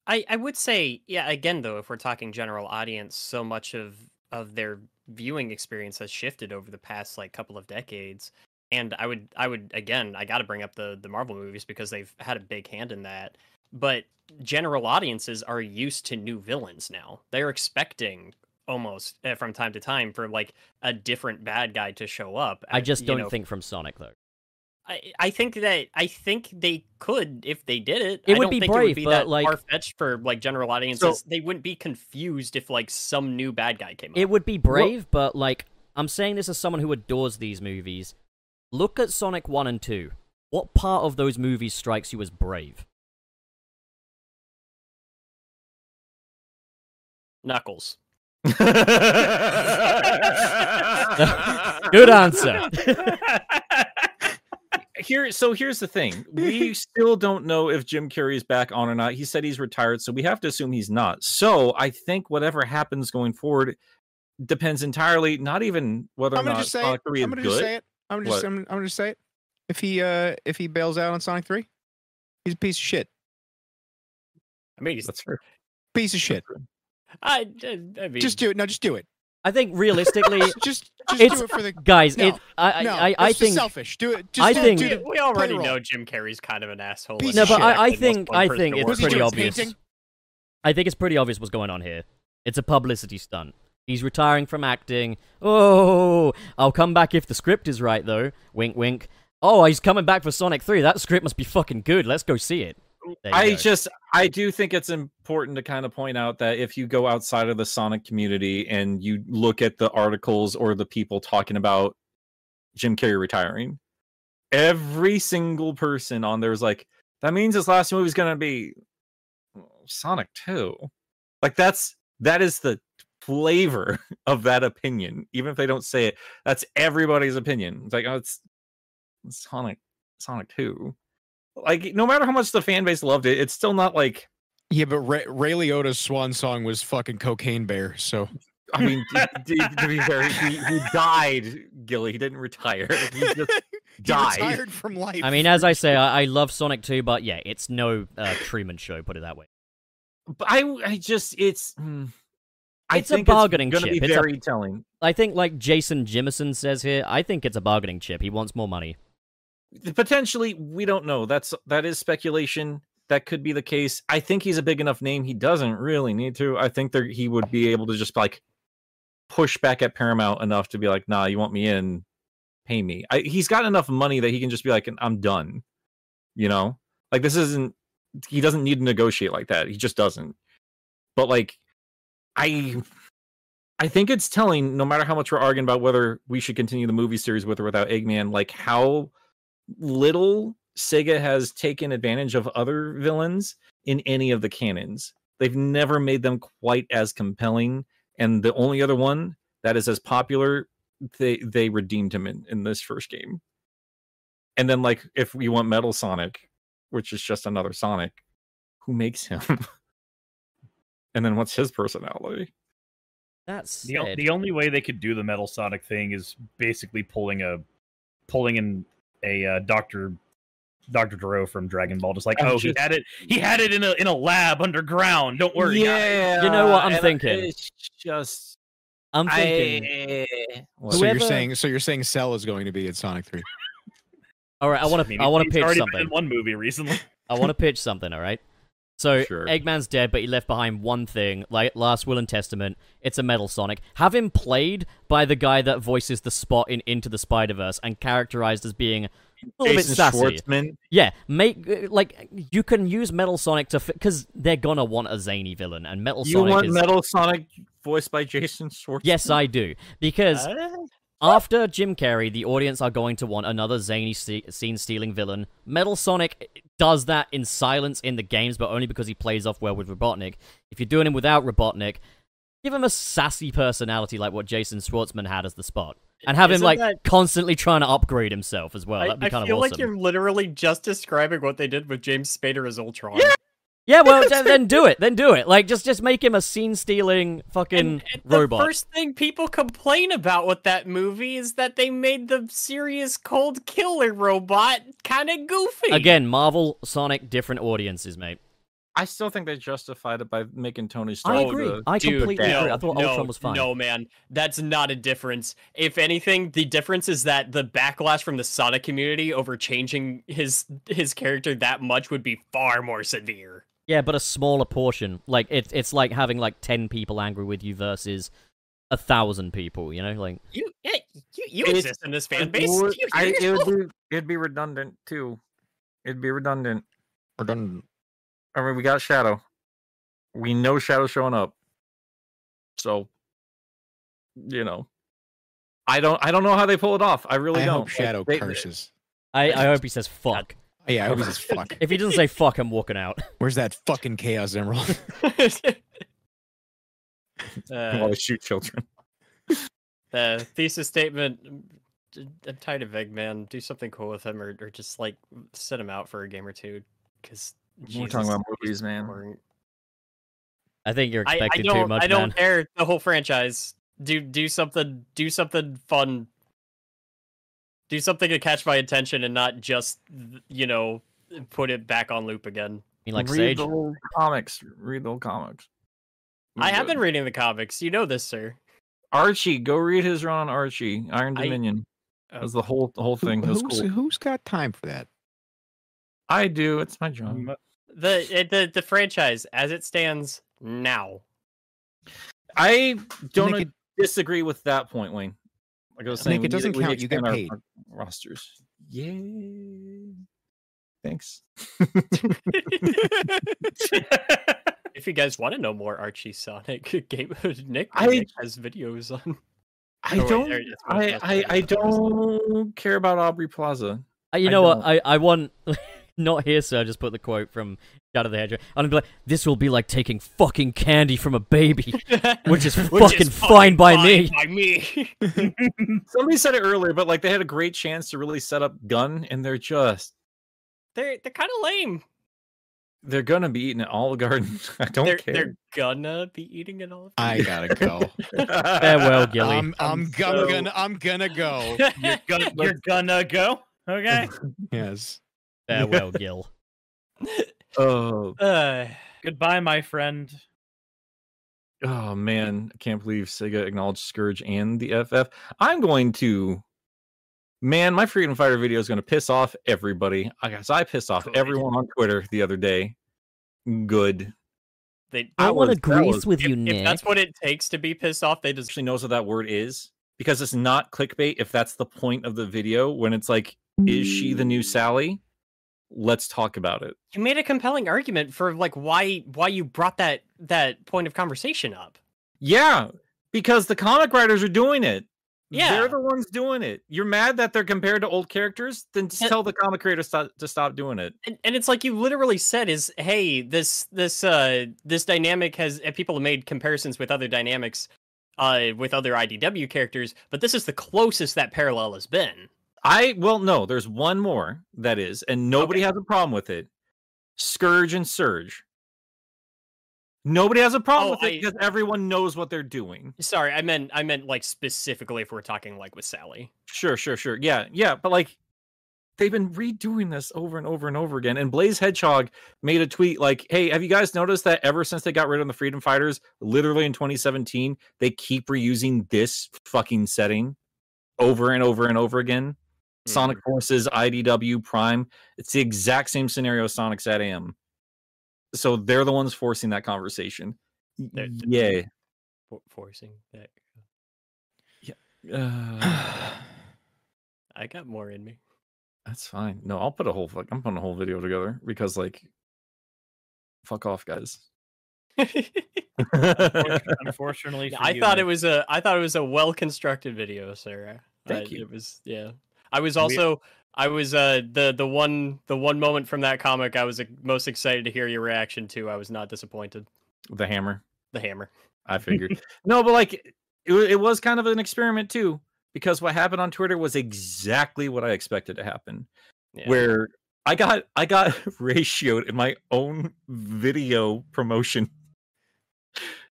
[SPEAKER 2] I, I would say, yeah, again, though, if we're talking general audience, so much of, of their viewing experience has shifted over the past like couple of decades. And I would, I would, again, I got to bring up the, the Marvel movies because they've had a big hand in that. But general audiences are used to new villains now. They're expecting almost eh, from time to time for like a different bad guy to show up.
[SPEAKER 3] I
[SPEAKER 2] eh,
[SPEAKER 3] just
[SPEAKER 2] you
[SPEAKER 3] don't
[SPEAKER 2] know,
[SPEAKER 3] think from Sonic though.
[SPEAKER 2] I, I think that I think they could if they did it.
[SPEAKER 3] It
[SPEAKER 2] I
[SPEAKER 3] would
[SPEAKER 2] don't
[SPEAKER 3] be
[SPEAKER 2] think it
[SPEAKER 3] brave,
[SPEAKER 2] would be
[SPEAKER 3] but,
[SPEAKER 2] that
[SPEAKER 3] like-
[SPEAKER 2] far fetched for like general audiences. they wouldn't be confused if like some new bad guy came
[SPEAKER 3] It
[SPEAKER 2] up.
[SPEAKER 3] would be brave, but like I'm saying this as someone who adores these movies. Look at Sonic One and Two. What part of those movies strikes you as brave?
[SPEAKER 2] Knuckles.
[SPEAKER 3] Good answer.
[SPEAKER 4] Here, so here's the thing: we still don't know if Jim Carrey's back on or not. He said he's retired, so we have to assume he's not. So I think whatever happens going forward depends entirely, not even whether
[SPEAKER 6] I'm
[SPEAKER 4] or
[SPEAKER 6] gonna
[SPEAKER 4] not
[SPEAKER 6] just say
[SPEAKER 4] Sonic
[SPEAKER 6] it.
[SPEAKER 4] 3
[SPEAKER 6] I'm
[SPEAKER 4] is
[SPEAKER 6] gonna just
[SPEAKER 4] good.
[SPEAKER 6] say it. I'm gonna just
[SPEAKER 4] What?
[SPEAKER 6] I'm, I'm gonna just say it. If he uh if he bails out on Sonic Three, he's a piece of shit.
[SPEAKER 2] I mean, he's,
[SPEAKER 4] That's true.
[SPEAKER 6] Piece of shit.
[SPEAKER 2] I, I, I mean,
[SPEAKER 6] Just do it. No, just do it.
[SPEAKER 3] I think realistically,
[SPEAKER 6] Just just
[SPEAKER 3] It's-
[SPEAKER 6] do it for the
[SPEAKER 3] guys,
[SPEAKER 6] No,
[SPEAKER 3] it. I
[SPEAKER 6] no.
[SPEAKER 3] I, I, I
[SPEAKER 6] it's just
[SPEAKER 3] think
[SPEAKER 6] selfish. Do it. Just
[SPEAKER 3] I
[SPEAKER 6] do
[SPEAKER 3] think-
[SPEAKER 6] It,
[SPEAKER 2] Dude,
[SPEAKER 6] do it.
[SPEAKER 2] we already
[SPEAKER 6] payroll.
[SPEAKER 2] know Jim Carrey's kind of an asshole.
[SPEAKER 6] Piece
[SPEAKER 2] and
[SPEAKER 6] of
[SPEAKER 2] he's
[SPEAKER 6] No, but I-
[SPEAKER 2] attracted
[SPEAKER 3] I
[SPEAKER 2] most
[SPEAKER 3] think-
[SPEAKER 2] one
[SPEAKER 3] I
[SPEAKER 2] person
[SPEAKER 3] think
[SPEAKER 2] to
[SPEAKER 3] it's
[SPEAKER 2] work
[SPEAKER 6] Was
[SPEAKER 2] for
[SPEAKER 6] he
[SPEAKER 3] pretty
[SPEAKER 2] him.
[SPEAKER 6] doing
[SPEAKER 3] obvious.
[SPEAKER 6] painting?
[SPEAKER 3] I think it's pretty obvious what's going on here. It's a publicity stunt. He's retiring from acting. Oh, I'll come back if the script is right, though. Wink, wink. Oh, he's coming back for Sonic 3. That script must be fucking good. Let's go see it. There you
[SPEAKER 4] I
[SPEAKER 3] go.
[SPEAKER 4] just I do think it's important to kind of point out that if you go outside of the Sonic community and you look at the articles or the people talking about Jim Carrey retiring, every single person on there is like, that means his last movie is gonna be Sonic 2. Like that's that is the flavor of that opinion. Even if they don't say it, that's everybody's opinion. It's like, oh, it's, it's Sonic Sonic 2 like no matter how much the fan base loved it, it's still not like
[SPEAKER 6] Yeah, but Ray, Ray Liotta's swan song was fucking Cocaine Bear. So
[SPEAKER 4] I mean to, to be very he, he died, Gilly. He didn't retire. He just
[SPEAKER 6] he
[SPEAKER 4] died.
[SPEAKER 6] retired from life.
[SPEAKER 3] I mean, uh, as I say, I, I love Sonic 2, but yeah, it's no uh, Truman Show. Put it that way.
[SPEAKER 4] But I I just it's mm, I
[SPEAKER 3] It's a
[SPEAKER 4] think
[SPEAKER 3] bargaining
[SPEAKER 4] it's gonna
[SPEAKER 3] chip.
[SPEAKER 4] be
[SPEAKER 3] It's a-
[SPEAKER 4] very telling.
[SPEAKER 3] I think, like Jason Jimison says here, I think it's a bargaining chip. He wants more money.
[SPEAKER 4] Potentially, we don't know. That's that is speculation. That could be the case. I think he's a big enough name. He doesn't really need to. I think there he would be able to just like push back at Paramount enough to be like, nah, you want me in, pay me. I, he's got enough money that he can just be like, I'm done. You know, like this isn't. He doesn't need to negotiate like that. He just doesn't. But like, I, I think it's telling. No matter how much we're arguing about whether we should continue the movie series with or without Eggman, like how little Sega has taken advantage of other villains in any of the canons. They've never made them quite as compelling. And the only other one that is as popular, they they redeemed him in, in this first game. And then like if we want Metal Sonic, which is just another Sonic, who makes him? and then what's his personality?
[SPEAKER 3] That's
[SPEAKER 5] The, o- the only way they could do the Metal Sonic thing is basically pulling a pulling in a uh, Doctor Doctor Duro from Dragon Ball, just like
[SPEAKER 4] I'm
[SPEAKER 5] oh he
[SPEAKER 4] just-
[SPEAKER 5] had it he had it in a in a lab underground. Don't worry, guys."
[SPEAKER 4] yeah.
[SPEAKER 3] You know what I'm
[SPEAKER 4] and
[SPEAKER 3] thinking?
[SPEAKER 4] It's just
[SPEAKER 3] I'm thinking.
[SPEAKER 4] I-
[SPEAKER 6] so
[SPEAKER 3] Whoever-
[SPEAKER 6] you're saying so you're saying Cell is going to be in Sonic Three.
[SPEAKER 3] All right, I want
[SPEAKER 5] mean,
[SPEAKER 3] to. I want to
[SPEAKER 5] he's
[SPEAKER 3] pitch
[SPEAKER 5] already been
[SPEAKER 3] something.
[SPEAKER 5] in one movie recently.
[SPEAKER 3] I want to pitch something, all right? So
[SPEAKER 4] Sure.
[SPEAKER 3] Eggman's dead, but he left behind one thing, like Last Will and Testament. It's a Metal Sonic. Have him played by the guy that voices the spot in Into the Spider Verse and characterized as being a little
[SPEAKER 4] Jason
[SPEAKER 3] bit sassy.
[SPEAKER 4] Schwartzman.
[SPEAKER 3] Yeah, make uh, like you can use Metal Sonic to because they're gonna want a zany villain, and Metal
[SPEAKER 4] You
[SPEAKER 3] Sonic
[SPEAKER 4] want
[SPEAKER 3] is.
[SPEAKER 4] Metal Sonic voiced by Jason Schwartzman?
[SPEAKER 3] Yes, I do because after Jim Carrey, the audience are going to want another zany ste- scene-stealing villain. Metal Sonic does that in silence in the games, but only because he plays off well with Robotnik. If you're doing him without Robotnik, give him a sassy personality like what Jason Schwartzman had as the Spot, and have him
[SPEAKER 2] Isn't
[SPEAKER 3] like
[SPEAKER 2] that-
[SPEAKER 3] constantly trying to upgrade himself as well.
[SPEAKER 2] I,
[SPEAKER 3] That'd be
[SPEAKER 2] I
[SPEAKER 3] kind
[SPEAKER 2] feel
[SPEAKER 3] of awesome.
[SPEAKER 2] like you're literally just describing what they did with James Spader as Ultron.
[SPEAKER 3] Yeah, well, then, then do it. Then do it. Like, just just make him a scene-stealing fucking
[SPEAKER 2] And, and
[SPEAKER 3] robot.
[SPEAKER 2] the first thing people complain about with that movie is that they made the serious cold killer robot kind of goofy.
[SPEAKER 3] Again, Marvel, Sonic, different audiences, mate.
[SPEAKER 4] I still think they justified it by making Tony Stark.
[SPEAKER 3] I agree.
[SPEAKER 4] the-
[SPEAKER 3] I
[SPEAKER 2] Dude,
[SPEAKER 3] completely
[SPEAKER 2] no,
[SPEAKER 3] agree. I thought
[SPEAKER 2] no,
[SPEAKER 3] Ultron was fine.
[SPEAKER 2] No, man, that's not a difference. If anything, the difference is that the backlash from the Sonic community over changing his his character that much would be far more severe.
[SPEAKER 3] Yeah, but a smaller portion. Like it's it's like having like ten people angry with you versus a thousand people. You know, like
[SPEAKER 2] You, yeah, you, you
[SPEAKER 4] It's-
[SPEAKER 2] exist in this fan
[SPEAKER 4] It
[SPEAKER 2] base.
[SPEAKER 4] would-
[SPEAKER 2] You
[SPEAKER 4] I-
[SPEAKER 2] hear
[SPEAKER 4] it would
[SPEAKER 2] yourself?
[SPEAKER 4] be- it'd be redundant too. It'd be redundant.
[SPEAKER 6] Or done.
[SPEAKER 4] I mean, we got Shadow. We know Shadow's showing up. So, you know, I don't. I don't know how they pull it off. I really
[SPEAKER 6] I
[SPEAKER 4] don't.
[SPEAKER 6] hope
[SPEAKER 4] Like,
[SPEAKER 6] Shadow
[SPEAKER 4] they-
[SPEAKER 6] curses.
[SPEAKER 3] I, I hope he says fuck.
[SPEAKER 6] yeah, I hope he says fuck.
[SPEAKER 3] If he doesn't say fuck, I'm walking out.
[SPEAKER 6] Where's that fucking Chaos Emerald?
[SPEAKER 4] While
[SPEAKER 2] uh,
[SPEAKER 4] they shoot children.
[SPEAKER 2] uh, thesis statement. I'm tired of Eggman. Do something cool with him, or, or just like set him out for a game or two. Because
[SPEAKER 4] We're talking about movies, man.
[SPEAKER 3] I think you're
[SPEAKER 2] I, I
[SPEAKER 3] expecting
[SPEAKER 2] don't.
[SPEAKER 3] too much,
[SPEAKER 2] I don't
[SPEAKER 3] man.
[SPEAKER 2] care. The whole franchise. Do do something. Do something fun. Do something to catch my attention and not just you know put it back on loop again.
[SPEAKER 3] I mean, like Sage.
[SPEAKER 4] read the old comics. Read the old comics.
[SPEAKER 2] I have
[SPEAKER 4] Good.
[SPEAKER 2] been reading the comics. You know this, sir.
[SPEAKER 4] Archie, go read his run on Archie, Iron
[SPEAKER 2] I-
[SPEAKER 4] Dominion.
[SPEAKER 2] Oh.
[SPEAKER 4] That was the whole the whole thing. It was
[SPEAKER 6] who's,
[SPEAKER 4] cool.
[SPEAKER 6] who's got time for that?
[SPEAKER 4] I do. It's my job.
[SPEAKER 2] Mm, The it- the the franchise as it stands now.
[SPEAKER 4] I don't
[SPEAKER 6] Nick, it-
[SPEAKER 4] disagree with that point, Wayne. Like I was saying,
[SPEAKER 6] Nick, it
[SPEAKER 4] we need-
[SPEAKER 6] doesn't
[SPEAKER 4] we need
[SPEAKER 6] count,
[SPEAKER 4] to
[SPEAKER 6] you get
[SPEAKER 4] expand our-
[SPEAKER 6] paid.
[SPEAKER 4] our rosters. Yeah. Thanks.
[SPEAKER 2] if you guys want to know more Archie Sonic game, Nick,
[SPEAKER 4] I-
[SPEAKER 2] Nick has videos on.
[SPEAKER 4] I
[SPEAKER 2] Oh, wait,
[SPEAKER 4] don't.
[SPEAKER 2] there- that's what I
[SPEAKER 4] I,
[SPEAKER 2] was
[SPEAKER 4] I, I
[SPEAKER 2] talking about.
[SPEAKER 4] don't care about Aubrey Plaza.
[SPEAKER 3] Uh, you
[SPEAKER 4] I
[SPEAKER 3] know what?
[SPEAKER 4] don't.
[SPEAKER 3] I, I want not here, sir. Just put the quote from Shadow the Hedgehog. I'm gonna be like, this will be like taking fucking candy from a baby, which is fucking fine by me.
[SPEAKER 2] By me.
[SPEAKER 4] Somebody said it earlier, but like they had a great chance to really set up Gun, and they're just
[SPEAKER 2] they're they're kind of lame.
[SPEAKER 4] they're gonna be eating at Olive Garden. I don't
[SPEAKER 2] they're
[SPEAKER 4] care.
[SPEAKER 2] they're gonna be eating it all.
[SPEAKER 6] I gotta go.
[SPEAKER 3] Farewell, Gilly.
[SPEAKER 4] Um,
[SPEAKER 6] I'm, I'm, go- I'm gonna I'm gonna go.
[SPEAKER 5] You're gonna, you're gonna go. Okay.
[SPEAKER 6] yes.
[SPEAKER 3] Farewell, Gil.
[SPEAKER 4] oh,
[SPEAKER 2] uh,
[SPEAKER 5] Goodbye, my friend.
[SPEAKER 4] oh man, I can't believe Sega acknowledged Scourge and the FF. I'm going to, man, my Freedom Fighter video is gonna piss off everybody. I guess I pissed off
[SPEAKER 2] Good.
[SPEAKER 4] everyone on Twitter the other day. Good.
[SPEAKER 2] they,
[SPEAKER 4] I
[SPEAKER 3] wanna
[SPEAKER 4] was- that was-
[SPEAKER 3] with
[SPEAKER 2] if, if that's what it takes to be pissed off, they just
[SPEAKER 4] actually knows what that word is because it's not clickbait if that's the point of the video when it's like is she the new sally let's talk about it
[SPEAKER 2] you made a compelling argument for like why why you brought that that point of conversation up.
[SPEAKER 4] yeah because the comic writers are doing it
[SPEAKER 2] Yeah.
[SPEAKER 4] they're the ones doing it you're mad that they're compared to old characters then just
[SPEAKER 2] Yeah.
[SPEAKER 4] tell the comic creators to, to stop doing it
[SPEAKER 2] and, and it's like you literally said is hey this this uh this dynamic has and people have made comparisons with other dynamics uh with other idw characters but this is the closest that parallel has been
[SPEAKER 4] i well no there's one more that is and nobody has a problem with it scourge and surge nobody has a problem
[SPEAKER 2] Oh,
[SPEAKER 4] with it
[SPEAKER 2] I-
[SPEAKER 4] because everyone knows what they're doing
[SPEAKER 2] sorry i meant i meant like specifically if we're talking like with sally
[SPEAKER 4] Sure, sure, sure. Yeah, yeah. But like, they've been redoing this over and over and over again. And Blaze Hedgehog made a tweet like, "Hey, have you guys noticed that ever since they got rid of the Freedom Fighters, literally in 2017, they keep reusing this fucking setting over and over and over again? Sonic Forces, IDW Prime. It's the exact same scenario as Sonic's at AM. So they're the ones forcing that conversation.
[SPEAKER 2] They're-
[SPEAKER 4] Yeah.
[SPEAKER 2] For- forcing that
[SPEAKER 4] Uh,
[SPEAKER 2] i got more in me
[SPEAKER 4] That's fine. No, I'll put a whole fuck. I'm putting a whole video together because like, fuck off, guys.
[SPEAKER 5] Unfortun- Unfortunately, for
[SPEAKER 2] i
[SPEAKER 5] you,
[SPEAKER 2] thought
[SPEAKER 5] Nick.
[SPEAKER 2] it was a i thought it was a well constructed video sarah
[SPEAKER 4] Thank
[SPEAKER 2] Uh,
[SPEAKER 4] you.
[SPEAKER 2] it was yeah i was
[SPEAKER 5] We-
[SPEAKER 2] also i was uh the the one the one moment from that comic i was uh, most excited to hear your reaction to i was not disappointed
[SPEAKER 4] the hammer.
[SPEAKER 2] the hammer
[SPEAKER 4] I figured. no, but like, it, wa- it was kind of an experiment too because what happened on Twitter was exactly what I expected to happen.
[SPEAKER 2] Yeah.
[SPEAKER 4] Where I got I got ratioed in my own video promotion.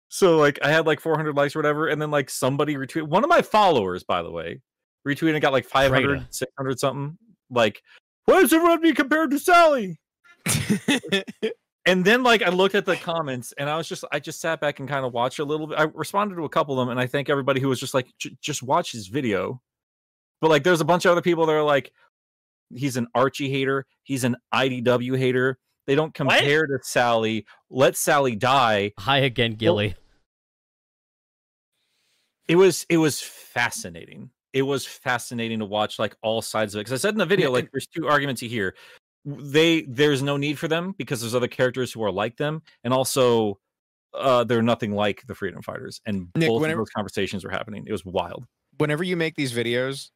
[SPEAKER 4] So like I had like 400 likes or whatever, and then like somebody retweeted one of my followers, by the way, retweeted and got like 500,
[SPEAKER 3] Traitor.
[SPEAKER 4] 600 something. Like, why does everyone be compared to Sally? and then like I looked at the comments and I was just I just sat back and kind of watched a little bit. I responded to a couple of them and I thank everybody who was just like "J- just watch his video. But like there's a bunch of other people that are like he's an Archie hater, he's an IDW hater. They don't
[SPEAKER 2] What?
[SPEAKER 4] compare to Sally. Let Sally die.
[SPEAKER 3] Hi again, Gilly.
[SPEAKER 4] Oh, It was it was fascinating. It was fascinating to watch like all sides of it. Cause I said in the video,
[SPEAKER 6] Yeah,
[SPEAKER 4] like there's two arguments you hear. W- They there's no need for them because there's other characters who are like them, and also uh they're nothing like the freedom fighters. And
[SPEAKER 6] Nick,
[SPEAKER 4] both
[SPEAKER 6] whenever-
[SPEAKER 4] of those conversations were happening. It was wild.
[SPEAKER 6] Whenever you make these videos,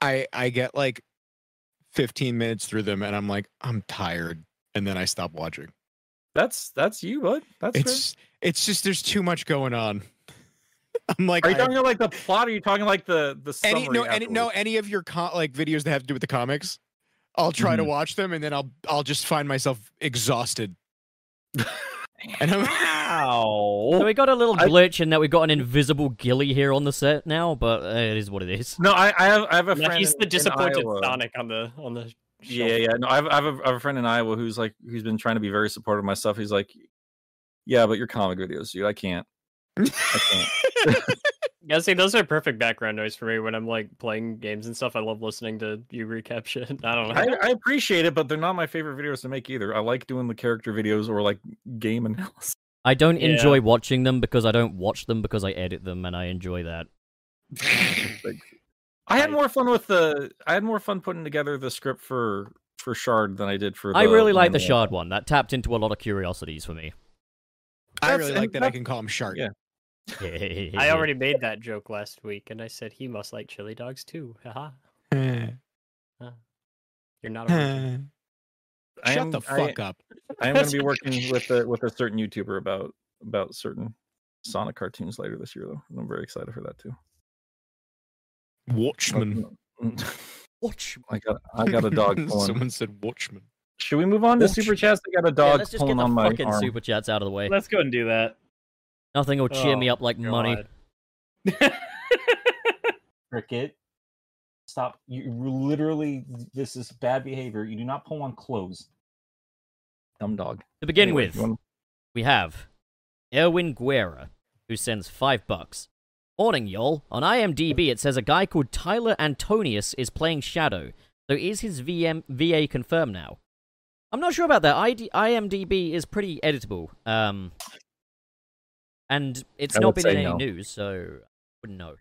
[SPEAKER 6] I I get like 15 minutes through them and I'm like, I'm tired. And then I stop watching.
[SPEAKER 4] That's that's you, bud. That's fair.
[SPEAKER 6] It's it's just there's too much going on. I'm like
[SPEAKER 4] are you
[SPEAKER 6] I-
[SPEAKER 4] talking about, like the plot or are you talking like the the summary
[SPEAKER 6] any no any no
[SPEAKER 4] afterwards?
[SPEAKER 6] any of your co- like videos that have to do with the comics i'll try
[SPEAKER 4] Mm-hmm.
[SPEAKER 6] to watch them and then i'll i'll just find myself exhausted and i'm
[SPEAKER 3] So
[SPEAKER 4] Wow.
[SPEAKER 3] we got a little
[SPEAKER 4] oh, I-
[SPEAKER 3] glitch in that we got an invisible Gilly here on the set now, but uh, it is what it is.
[SPEAKER 4] No, I, I have I have a
[SPEAKER 2] Yeah,
[SPEAKER 4] friend.
[SPEAKER 2] he's
[SPEAKER 4] in-
[SPEAKER 2] the
[SPEAKER 4] in
[SPEAKER 2] disappointed
[SPEAKER 4] Iowa.
[SPEAKER 2] sonic on the on the
[SPEAKER 4] Yeah, yeah. No, I've, I've, a, I've a friend in Iowa who's like, who's been trying to be very supportive of my stuff. He's like, yeah, but your comic videos, dude, I can't. I can't.
[SPEAKER 2] yeah see those are perfect background noise for me when i'm like playing games and stuff i love listening to you recap shit i don't know
[SPEAKER 4] I, I appreciate it, but they're not my favorite videos to make either. I like doing the character videos or like game analysis.
[SPEAKER 3] I don't
[SPEAKER 2] Yeah.
[SPEAKER 3] enjoy watching them because I don't watch them because I edit them, and I enjoy that.
[SPEAKER 4] I had
[SPEAKER 2] I-
[SPEAKER 4] more fun with the. I had more fun putting together the script for for Shard than I did for.
[SPEAKER 3] I
[SPEAKER 4] the
[SPEAKER 3] really like the
[SPEAKER 4] normal.
[SPEAKER 3] shard one. That tapped into a lot of curiosities for me.
[SPEAKER 6] I
[SPEAKER 4] That's-
[SPEAKER 6] really
[SPEAKER 4] and
[SPEAKER 6] like that I
[SPEAKER 4] that-
[SPEAKER 6] can call him Shark.
[SPEAKER 4] Yeah.
[SPEAKER 2] I already made that joke last week, and I said he must like chili dogs too. Haha. You're not. A rookie.
[SPEAKER 6] Shut
[SPEAKER 4] I am-
[SPEAKER 6] the
[SPEAKER 4] I-
[SPEAKER 6] fuck up.
[SPEAKER 4] I am going to be working with a, with a certain YouTuber about about certain Sonic cartoons later this year, though. and I'm very excited for that too.
[SPEAKER 6] Watchman.
[SPEAKER 3] watch.
[SPEAKER 4] Mm. I got Oh, I got a dog pulling.
[SPEAKER 6] Someone said Watchman.
[SPEAKER 4] Should we move on to
[SPEAKER 6] Watch.
[SPEAKER 4] super chats? I got a
[SPEAKER 3] Yeah,
[SPEAKER 4] dog
[SPEAKER 3] let's just get
[SPEAKER 4] pulling
[SPEAKER 3] the
[SPEAKER 4] on my
[SPEAKER 3] fucking
[SPEAKER 4] arm.
[SPEAKER 3] super chats out of the way.
[SPEAKER 5] Let's go and do that.
[SPEAKER 3] Nothing will cheer me
[SPEAKER 2] Oh,
[SPEAKER 3] up like money.
[SPEAKER 2] God.
[SPEAKER 8] Cricket, stop. You you literally, this is bad behavior. You do not pull on clothes.
[SPEAKER 4] Dumb dog.
[SPEAKER 3] To begin
[SPEAKER 4] Anyway,
[SPEAKER 3] with,
[SPEAKER 4] you wanna-
[SPEAKER 3] we have Erwin Guerra, who sends five bucks. Morning, y'all. On IMDb, it says a guy called Tyler Antonius is playing Shadow. So is his VM- VA confirmed now? I'm not sure about that. ID- IMDb is pretty editable. Um, and it's
[SPEAKER 4] I
[SPEAKER 3] not
[SPEAKER 4] would
[SPEAKER 3] been
[SPEAKER 4] say
[SPEAKER 3] in any
[SPEAKER 4] no.
[SPEAKER 3] news, so I wouldn't know.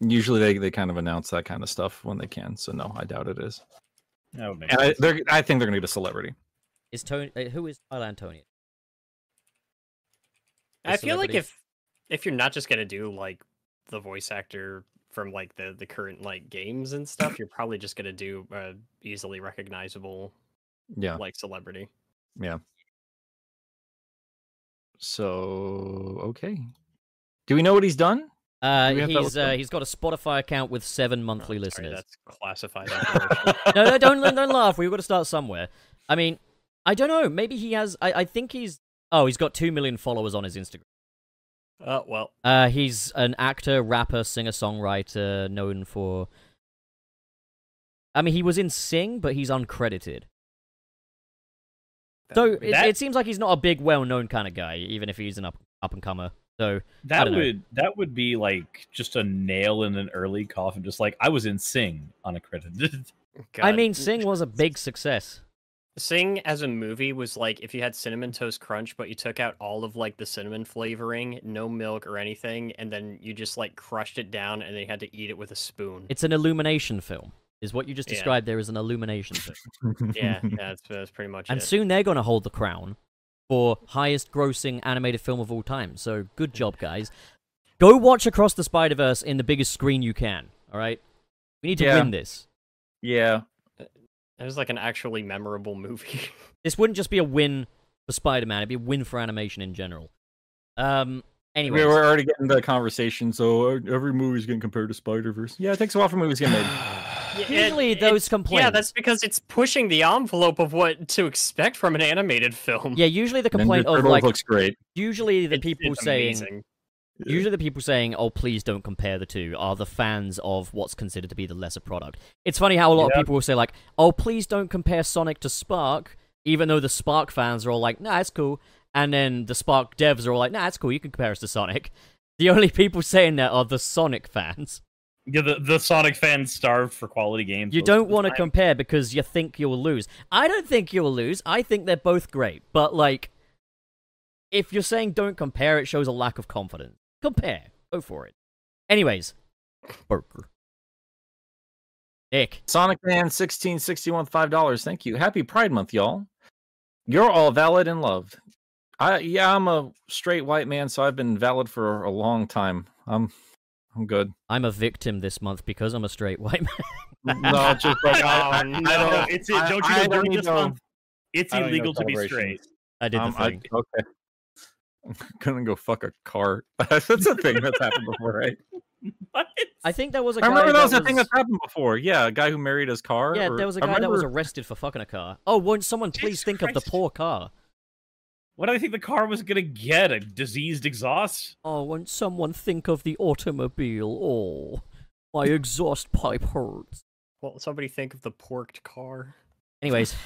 [SPEAKER 4] usually they, they kind of announce that kind of stuff when they can. So no, I doubt it is.
[SPEAKER 5] That would make
[SPEAKER 4] And I,
[SPEAKER 5] sense.
[SPEAKER 4] they're, I think they're going to get a celebrity.
[SPEAKER 3] Is Tony? uh, Who is Tyler Antonius? A
[SPEAKER 2] I feel like
[SPEAKER 3] celebrity?
[SPEAKER 2] if if you're not just gonna do like the voice actor from like the the current like games and stuff, you're probably just gonna do a easily recognizable
[SPEAKER 4] Yeah.
[SPEAKER 2] like celebrity.
[SPEAKER 4] So okay. Do we know what he's done?
[SPEAKER 3] uh,
[SPEAKER 4] Do we have that
[SPEAKER 3] he's
[SPEAKER 4] looked
[SPEAKER 3] uh,
[SPEAKER 4] up?
[SPEAKER 3] he's got a Spotify account with seven monthly
[SPEAKER 2] Oh, sorry,
[SPEAKER 3] listeners.
[SPEAKER 2] that's classified. information.
[SPEAKER 3] no, no, don't don't laugh. We've got to start somewhere. I mean, I don't know. Maybe he has. I, I think he's. Oh, he's got two million followers on his Instagram.
[SPEAKER 2] uh, well,
[SPEAKER 3] Uh, he's an actor, rapper, singer, songwriter, known for. I mean, he was in Sing, but he's uncredited. So it,
[SPEAKER 5] That-
[SPEAKER 3] it seems like he's not a big, well-known kind of guy, even if he's an up up and comer. So
[SPEAKER 5] that
[SPEAKER 3] don't know.
[SPEAKER 5] would that would be like just a nail in an early coffin. Just like I was in Sing unaccredited.
[SPEAKER 3] I
[SPEAKER 2] God.
[SPEAKER 3] mean, Sing was a big success.
[SPEAKER 2] Sing as a movie was like if you had cinnamon toast crunch, but you took out all of like the cinnamon flavoring, no milk or anything, and then you just like crushed it down, and they had to eat it with a spoon.
[SPEAKER 3] It's an illumination film, is what you just
[SPEAKER 2] Yeah.
[SPEAKER 3] described. There is an illumination film.
[SPEAKER 2] yeah, yeah, that's, that's pretty much
[SPEAKER 3] And
[SPEAKER 2] it.
[SPEAKER 3] soon they're going to hold the crown for highest grossing animated film of all time. So good job, guys. Go watch Across the Spider Verse in the biggest screen you can. All right, we need to
[SPEAKER 4] Yeah.
[SPEAKER 3] win this.
[SPEAKER 4] Yeah.
[SPEAKER 2] it was like an actually memorable movie.
[SPEAKER 3] This wouldn't just be a win for Spider Man; it'd be a win for animation in general. Um. Anyway,
[SPEAKER 4] We were already getting the conversation. So uh, every movie's getting compared to Spider Verse. Yeah, it takes a while for movies to get made.
[SPEAKER 2] Yeah, it-
[SPEAKER 3] usually
[SPEAKER 2] it's-
[SPEAKER 3] those
[SPEAKER 2] Yeah,
[SPEAKER 3] complaints.
[SPEAKER 2] that's because it's pushing the envelope of what to expect from an animated film.
[SPEAKER 3] Yeah, usually the
[SPEAKER 4] Ninja
[SPEAKER 3] complaint of
[SPEAKER 4] Turtles
[SPEAKER 3] like
[SPEAKER 4] looks great.
[SPEAKER 3] usually the
[SPEAKER 2] It's-
[SPEAKER 3] people
[SPEAKER 2] it's
[SPEAKER 3] saying
[SPEAKER 2] amazing.
[SPEAKER 4] Yeah.
[SPEAKER 3] Usually, the people saying, "Oh, please don't compare the two," are the fans of what's considered to be the lesser product. It's funny how a lot
[SPEAKER 5] Yeah.
[SPEAKER 3] of people will say, like, "Oh, please don't compare Sonic to Spark," even though the Spark fans are all like, "Nah, it's cool," and then the Spark devs are all like, "Nah, it's cool. You can compare us to Sonic." The only people saying that are the Sonic fans.
[SPEAKER 5] Yeah, the, the Sonic fans starved for quality games.
[SPEAKER 3] You
[SPEAKER 5] most of
[SPEAKER 3] don't
[SPEAKER 5] the
[SPEAKER 3] want to
[SPEAKER 5] time.
[SPEAKER 3] compare because you think you'll lose. I don't think you'll lose. I think they're both great, but like, if you're saying don't compare, it shows a lack of confidence. Compare. Go for it. Anyways, Burger. Nick,
[SPEAKER 4] Sonic Man sixteen sixty one five dollars. Thank you. Happy Pride Month, y'all. You're all valid and loved. I yeah, I'm a straight white man, so I've been valid for a long time. I'm I'm good.
[SPEAKER 3] I'm a victim this month because I'm a straight white man.
[SPEAKER 4] No, just like I, I,
[SPEAKER 2] Oh,
[SPEAKER 4] I
[SPEAKER 2] no.
[SPEAKER 4] don't.
[SPEAKER 5] It's
[SPEAKER 4] I-
[SPEAKER 5] don't
[SPEAKER 4] I
[SPEAKER 5] you know,
[SPEAKER 4] don't
[SPEAKER 5] during this
[SPEAKER 4] know.
[SPEAKER 5] month, it's
[SPEAKER 4] I don't even know
[SPEAKER 5] illegal to be straight.
[SPEAKER 4] celebrations.
[SPEAKER 3] I did the
[SPEAKER 4] Um, I-
[SPEAKER 3] thing.
[SPEAKER 4] okay. I'm gonna go fuck a car. that's a thing that's happened before, right?
[SPEAKER 5] What?
[SPEAKER 3] I, think there was a
[SPEAKER 4] I
[SPEAKER 3] guy
[SPEAKER 4] remember that was a thing
[SPEAKER 3] was-
[SPEAKER 4] that's happened before. Yeah, a guy who married his car.
[SPEAKER 3] Yeah,
[SPEAKER 4] or-
[SPEAKER 3] there was a
[SPEAKER 4] I
[SPEAKER 3] guy that was
[SPEAKER 4] remember-
[SPEAKER 3] arrested for fucking a car. Oh, won't someone please
[SPEAKER 5] Jesus
[SPEAKER 3] think of the
[SPEAKER 5] Christ.
[SPEAKER 3] poor car?
[SPEAKER 5] What do I think the car was gonna get? A diseased exhaust?
[SPEAKER 3] Oh, won't someone think of the automobile? Oh, my exhaust pipe hurts.
[SPEAKER 2] Well, somebody think of the porked car.
[SPEAKER 3] Anyways,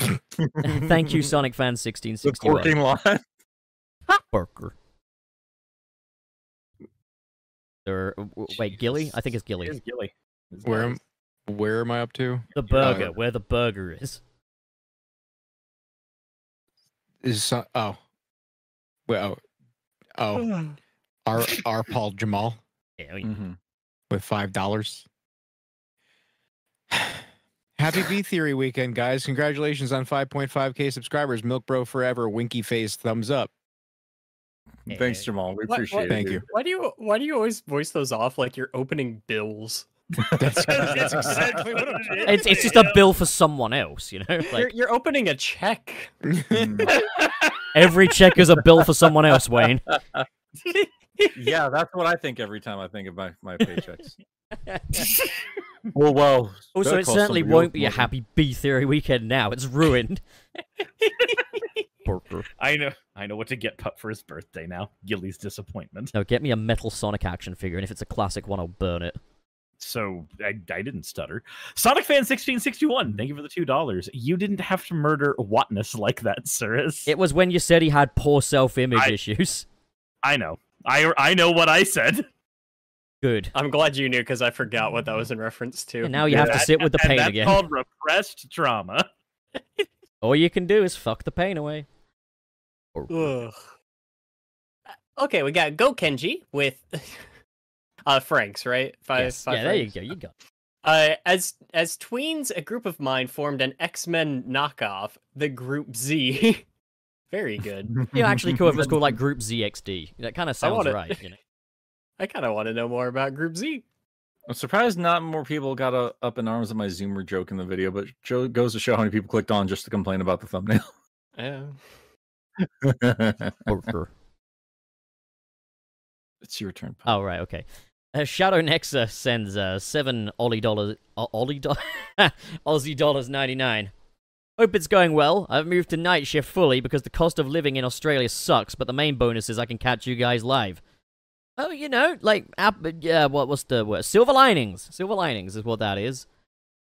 [SPEAKER 3] thank you, Sonic Fan sixteen
[SPEAKER 4] the
[SPEAKER 3] sixty
[SPEAKER 4] parking
[SPEAKER 3] one.
[SPEAKER 4] lot.
[SPEAKER 3] Burger. There, w- w- wait, Gilly? I think it's Gilly.
[SPEAKER 5] Gilly.
[SPEAKER 6] Where am where am I up to?
[SPEAKER 3] The burger, where the burger is.
[SPEAKER 6] Is so- oh. Well oh. oh.
[SPEAKER 4] Mm-hmm.
[SPEAKER 6] R R Paul Jamal
[SPEAKER 3] Yeah, I mean,
[SPEAKER 4] Mhm.
[SPEAKER 6] with five dollars. Happy V Theory weekend, guys. Congratulations on 5.5K subscribers. Milk Bro Forever, winky face, thumbs up.
[SPEAKER 4] Thanks,
[SPEAKER 3] Hey.
[SPEAKER 4] Jamal. We
[SPEAKER 2] What- what-
[SPEAKER 4] appreciate it.
[SPEAKER 6] Thank
[SPEAKER 4] dude.
[SPEAKER 6] you.
[SPEAKER 2] Why do you why do you always voice those off like you're opening bills?
[SPEAKER 6] That's,
[SPEAKER 7] That's exactly what it is.
[SPEAKER 3] It's, it's just a bill for someone else, you know?
[SPEAKER 2] you're,
[SPEAKER 3] Like,
[SPEAKER 2] you're opening a check.
[SPEAKER 4] Mm.
[SPEAKER 3] every check is a bill for someone else, Wayne.
[SPEAKER 4] yeah, that's what I think every time I think of my, my paychecks. well, well.
[SPEAKER 3] Also, Oh,
[SPEAKER 4] that
[SPEAKER 3] it
[SPEAKER 4] cost
[SPEAKER 3] certainly
[SPEAKER 4] somebody
[SPEAKER 3] won't
[SPEAKER 4] else
[SPEAKER 3] be a
[SPEAKER 4] money.
[SPEAKER 3] happy B Theory weekend now. It's ruined.
[SPEAKER 5] I know. I know what to get Pup for his birthday now. Gilly's disappointment.
[SPEAKER 3] No, get me a metal Sonic action figure, and if it's a classic one, I'll burn it.
[SPEAKER 5] So I, I didn't stutter. Sonic fan sixteen sixty one. Thank you for the two dollars. You didn't have to murder Watness like that, Cirrus.
[SPEAKER 3] It was when you said he had poor self image
[SPEAKER 5] I-
[SPEAKER 3] issues.
[SPEAKER 5] I know. I I know what I said.
[SPEAKER 3] Good.
[SPEAKER 2] I'm glad you knew because I forgot what that was in reference to.
[SPEAKER 3] And now Oh, you have to
[SPEAKER 5] That-
[SPEAKER 3] sit with the
[SPEAKER 5] and
[SPEAKER 3] pain
[SPEAKER 5] that's
[SPEAKER 3] again.
[SPEAKER 5] called repressed trauma.
[SPEAKER 3] All you can do is fuck the pain away.
[SPEAKER 2] Ugh. Okay, we got Go Kenji with uh Franks, right? Five,
[SPEAKER 3] Yes.
[SPEAKER 2] five
[SPEAKER 3] Yeah, there you
[SPEAKER 2] francs.
[SPEAKER 3] go. You got. it.
[SPEAKER 2] Uh, as as tweens, a group of mine formed an X Men knockoff, the Group Z. Very good.
[SPEAKER 3] You know, actually, cool if it was called like Group ZXD. That kind of sounds
[SPEAKER 2] want it.
[SPEAKER 3] right. You know?
[SPEAKER 2] I kind of want to know more about Group Z.
[SPEAKER 4] I'm surprised not more people got uh, up in arms at my Zoomer joke in the video, but Joe goes to show how many people clicked on just to complain about the thumbnail.
[SPEAKER 2] Yeah.
[SPEAKER 3] Orker.
[SPEAKER 4] it's your turn. Pop.
[SPEAKER 3] Oh right, okay. Uh, Shadow Nexa sends uh, seven Aussie dollars, uh, Aussie dollars, Aussie dollars ninety nine. Hope it's going well. I've moved to night shift fully because the cost of living in Australia sucks. But the main bonus is I can catch you guys live. Oh, you know, like app, yeah. What what's the word? Silver linings. Silver linings is what that is.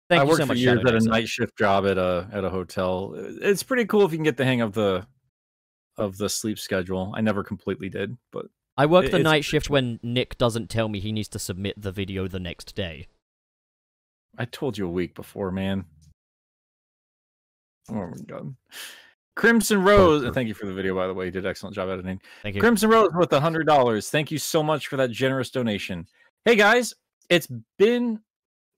[SPEAKER 3] Thank
[SPEAKER 4] I
[SPEAKER 3] you
[SPEAKER 4] worked
[SPEAKER 3] so
[SPEAKER 4] for
[SPEAKER 3] much,
[SPEAKER 4] years
[SPEAKER 3] Shadow
[SPEAKER 4] at a
[SPEAKER 3] Nexa.
[SPEAKER 4] night shift job at a at a hotel. It's pretty cool if you can get the hang of the of the sleep schedule. I never completely did, but
[SPEAKER 3] I work the
[SPEAKER 4] It's-
[SPEAKER 3] night shift when Nick doesn't tell me he needs to submit the video the next day.
[SPEAKER 4] I told you a week before, man. Oh my god. Crimson Rose, and thank you for the video, by the way. You did excellent job editing.
[SPEAKER 3] Thank you.
[SPEAKER 4] Crimson Rose with a hundred dollars. Thank you so much for that generous donation. Hey guys, it's been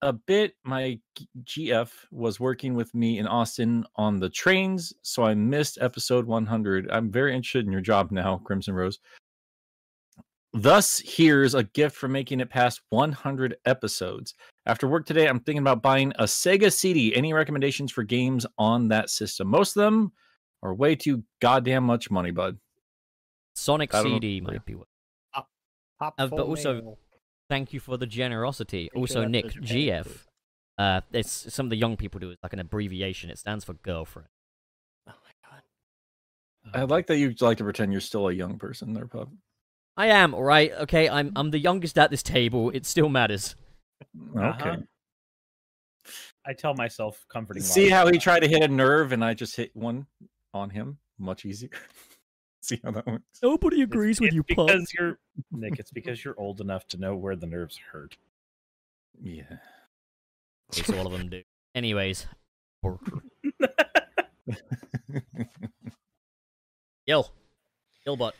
[SPEAKER 4] a bit. My G- GF was working with me in Austin on the trains, so I missed episode 100. I'm very interested in your job now, Crimson Rose. Thus, here's a gift for making it past 100 episodes. After work today, I'm thinking about buying a Sega CD. Any recommendations for games on that system? Most of them are way too goddamn much money, bud.
[SPEAKER 3] Sonic
[SPEAKER 4] I don't know.
[SPEAKER 3] CD might be.
[SPEAKER 2] Pop
[SPEAKER 3] Uh, but
[SPEAKER 2] full
[SPEAKER 3] also-
[SPEAKER 2] mail.
[SPEAKER 3] thank you for the generosity.
[SPEAKER 2] Make sure
[SPEAKER 3] also,
[SPEAKER 2] that's
[SPEAKER 3] Nick
[SPEAKER 2] what you're paying
[SPEAKER 3] GF. Uh, it's some of the young people do it like an abbreviation. It stands for girlfriend.
[SPEAKER 2] Oh my god.
[SPEAKER 4] I like that you like to pretend you're still a young person there, Pub.
[SPEAKER 3] I am all right. Okay, I'm I'm the youngest at this table. It still matters.
[SPEAKER 4] Okay.
[SPEAKER 5] Uh-huh. I tell myself comforting.
[SPEAKER 4] See
[SPEAKER 5] lies.
[SPEAKER 4] how he tried to hit a nerve and I just hit one on him much easier. See how that works.
[SPEAKER 3] Nobody
[SPEAKER 5] It's- it's because you're Nick. It's because you're old enough to know where the nerves hurt.
[SPEAKER 4] Yeah.
[SPEAKER 3] It's all of them do. Anyways, yo, Gilbot.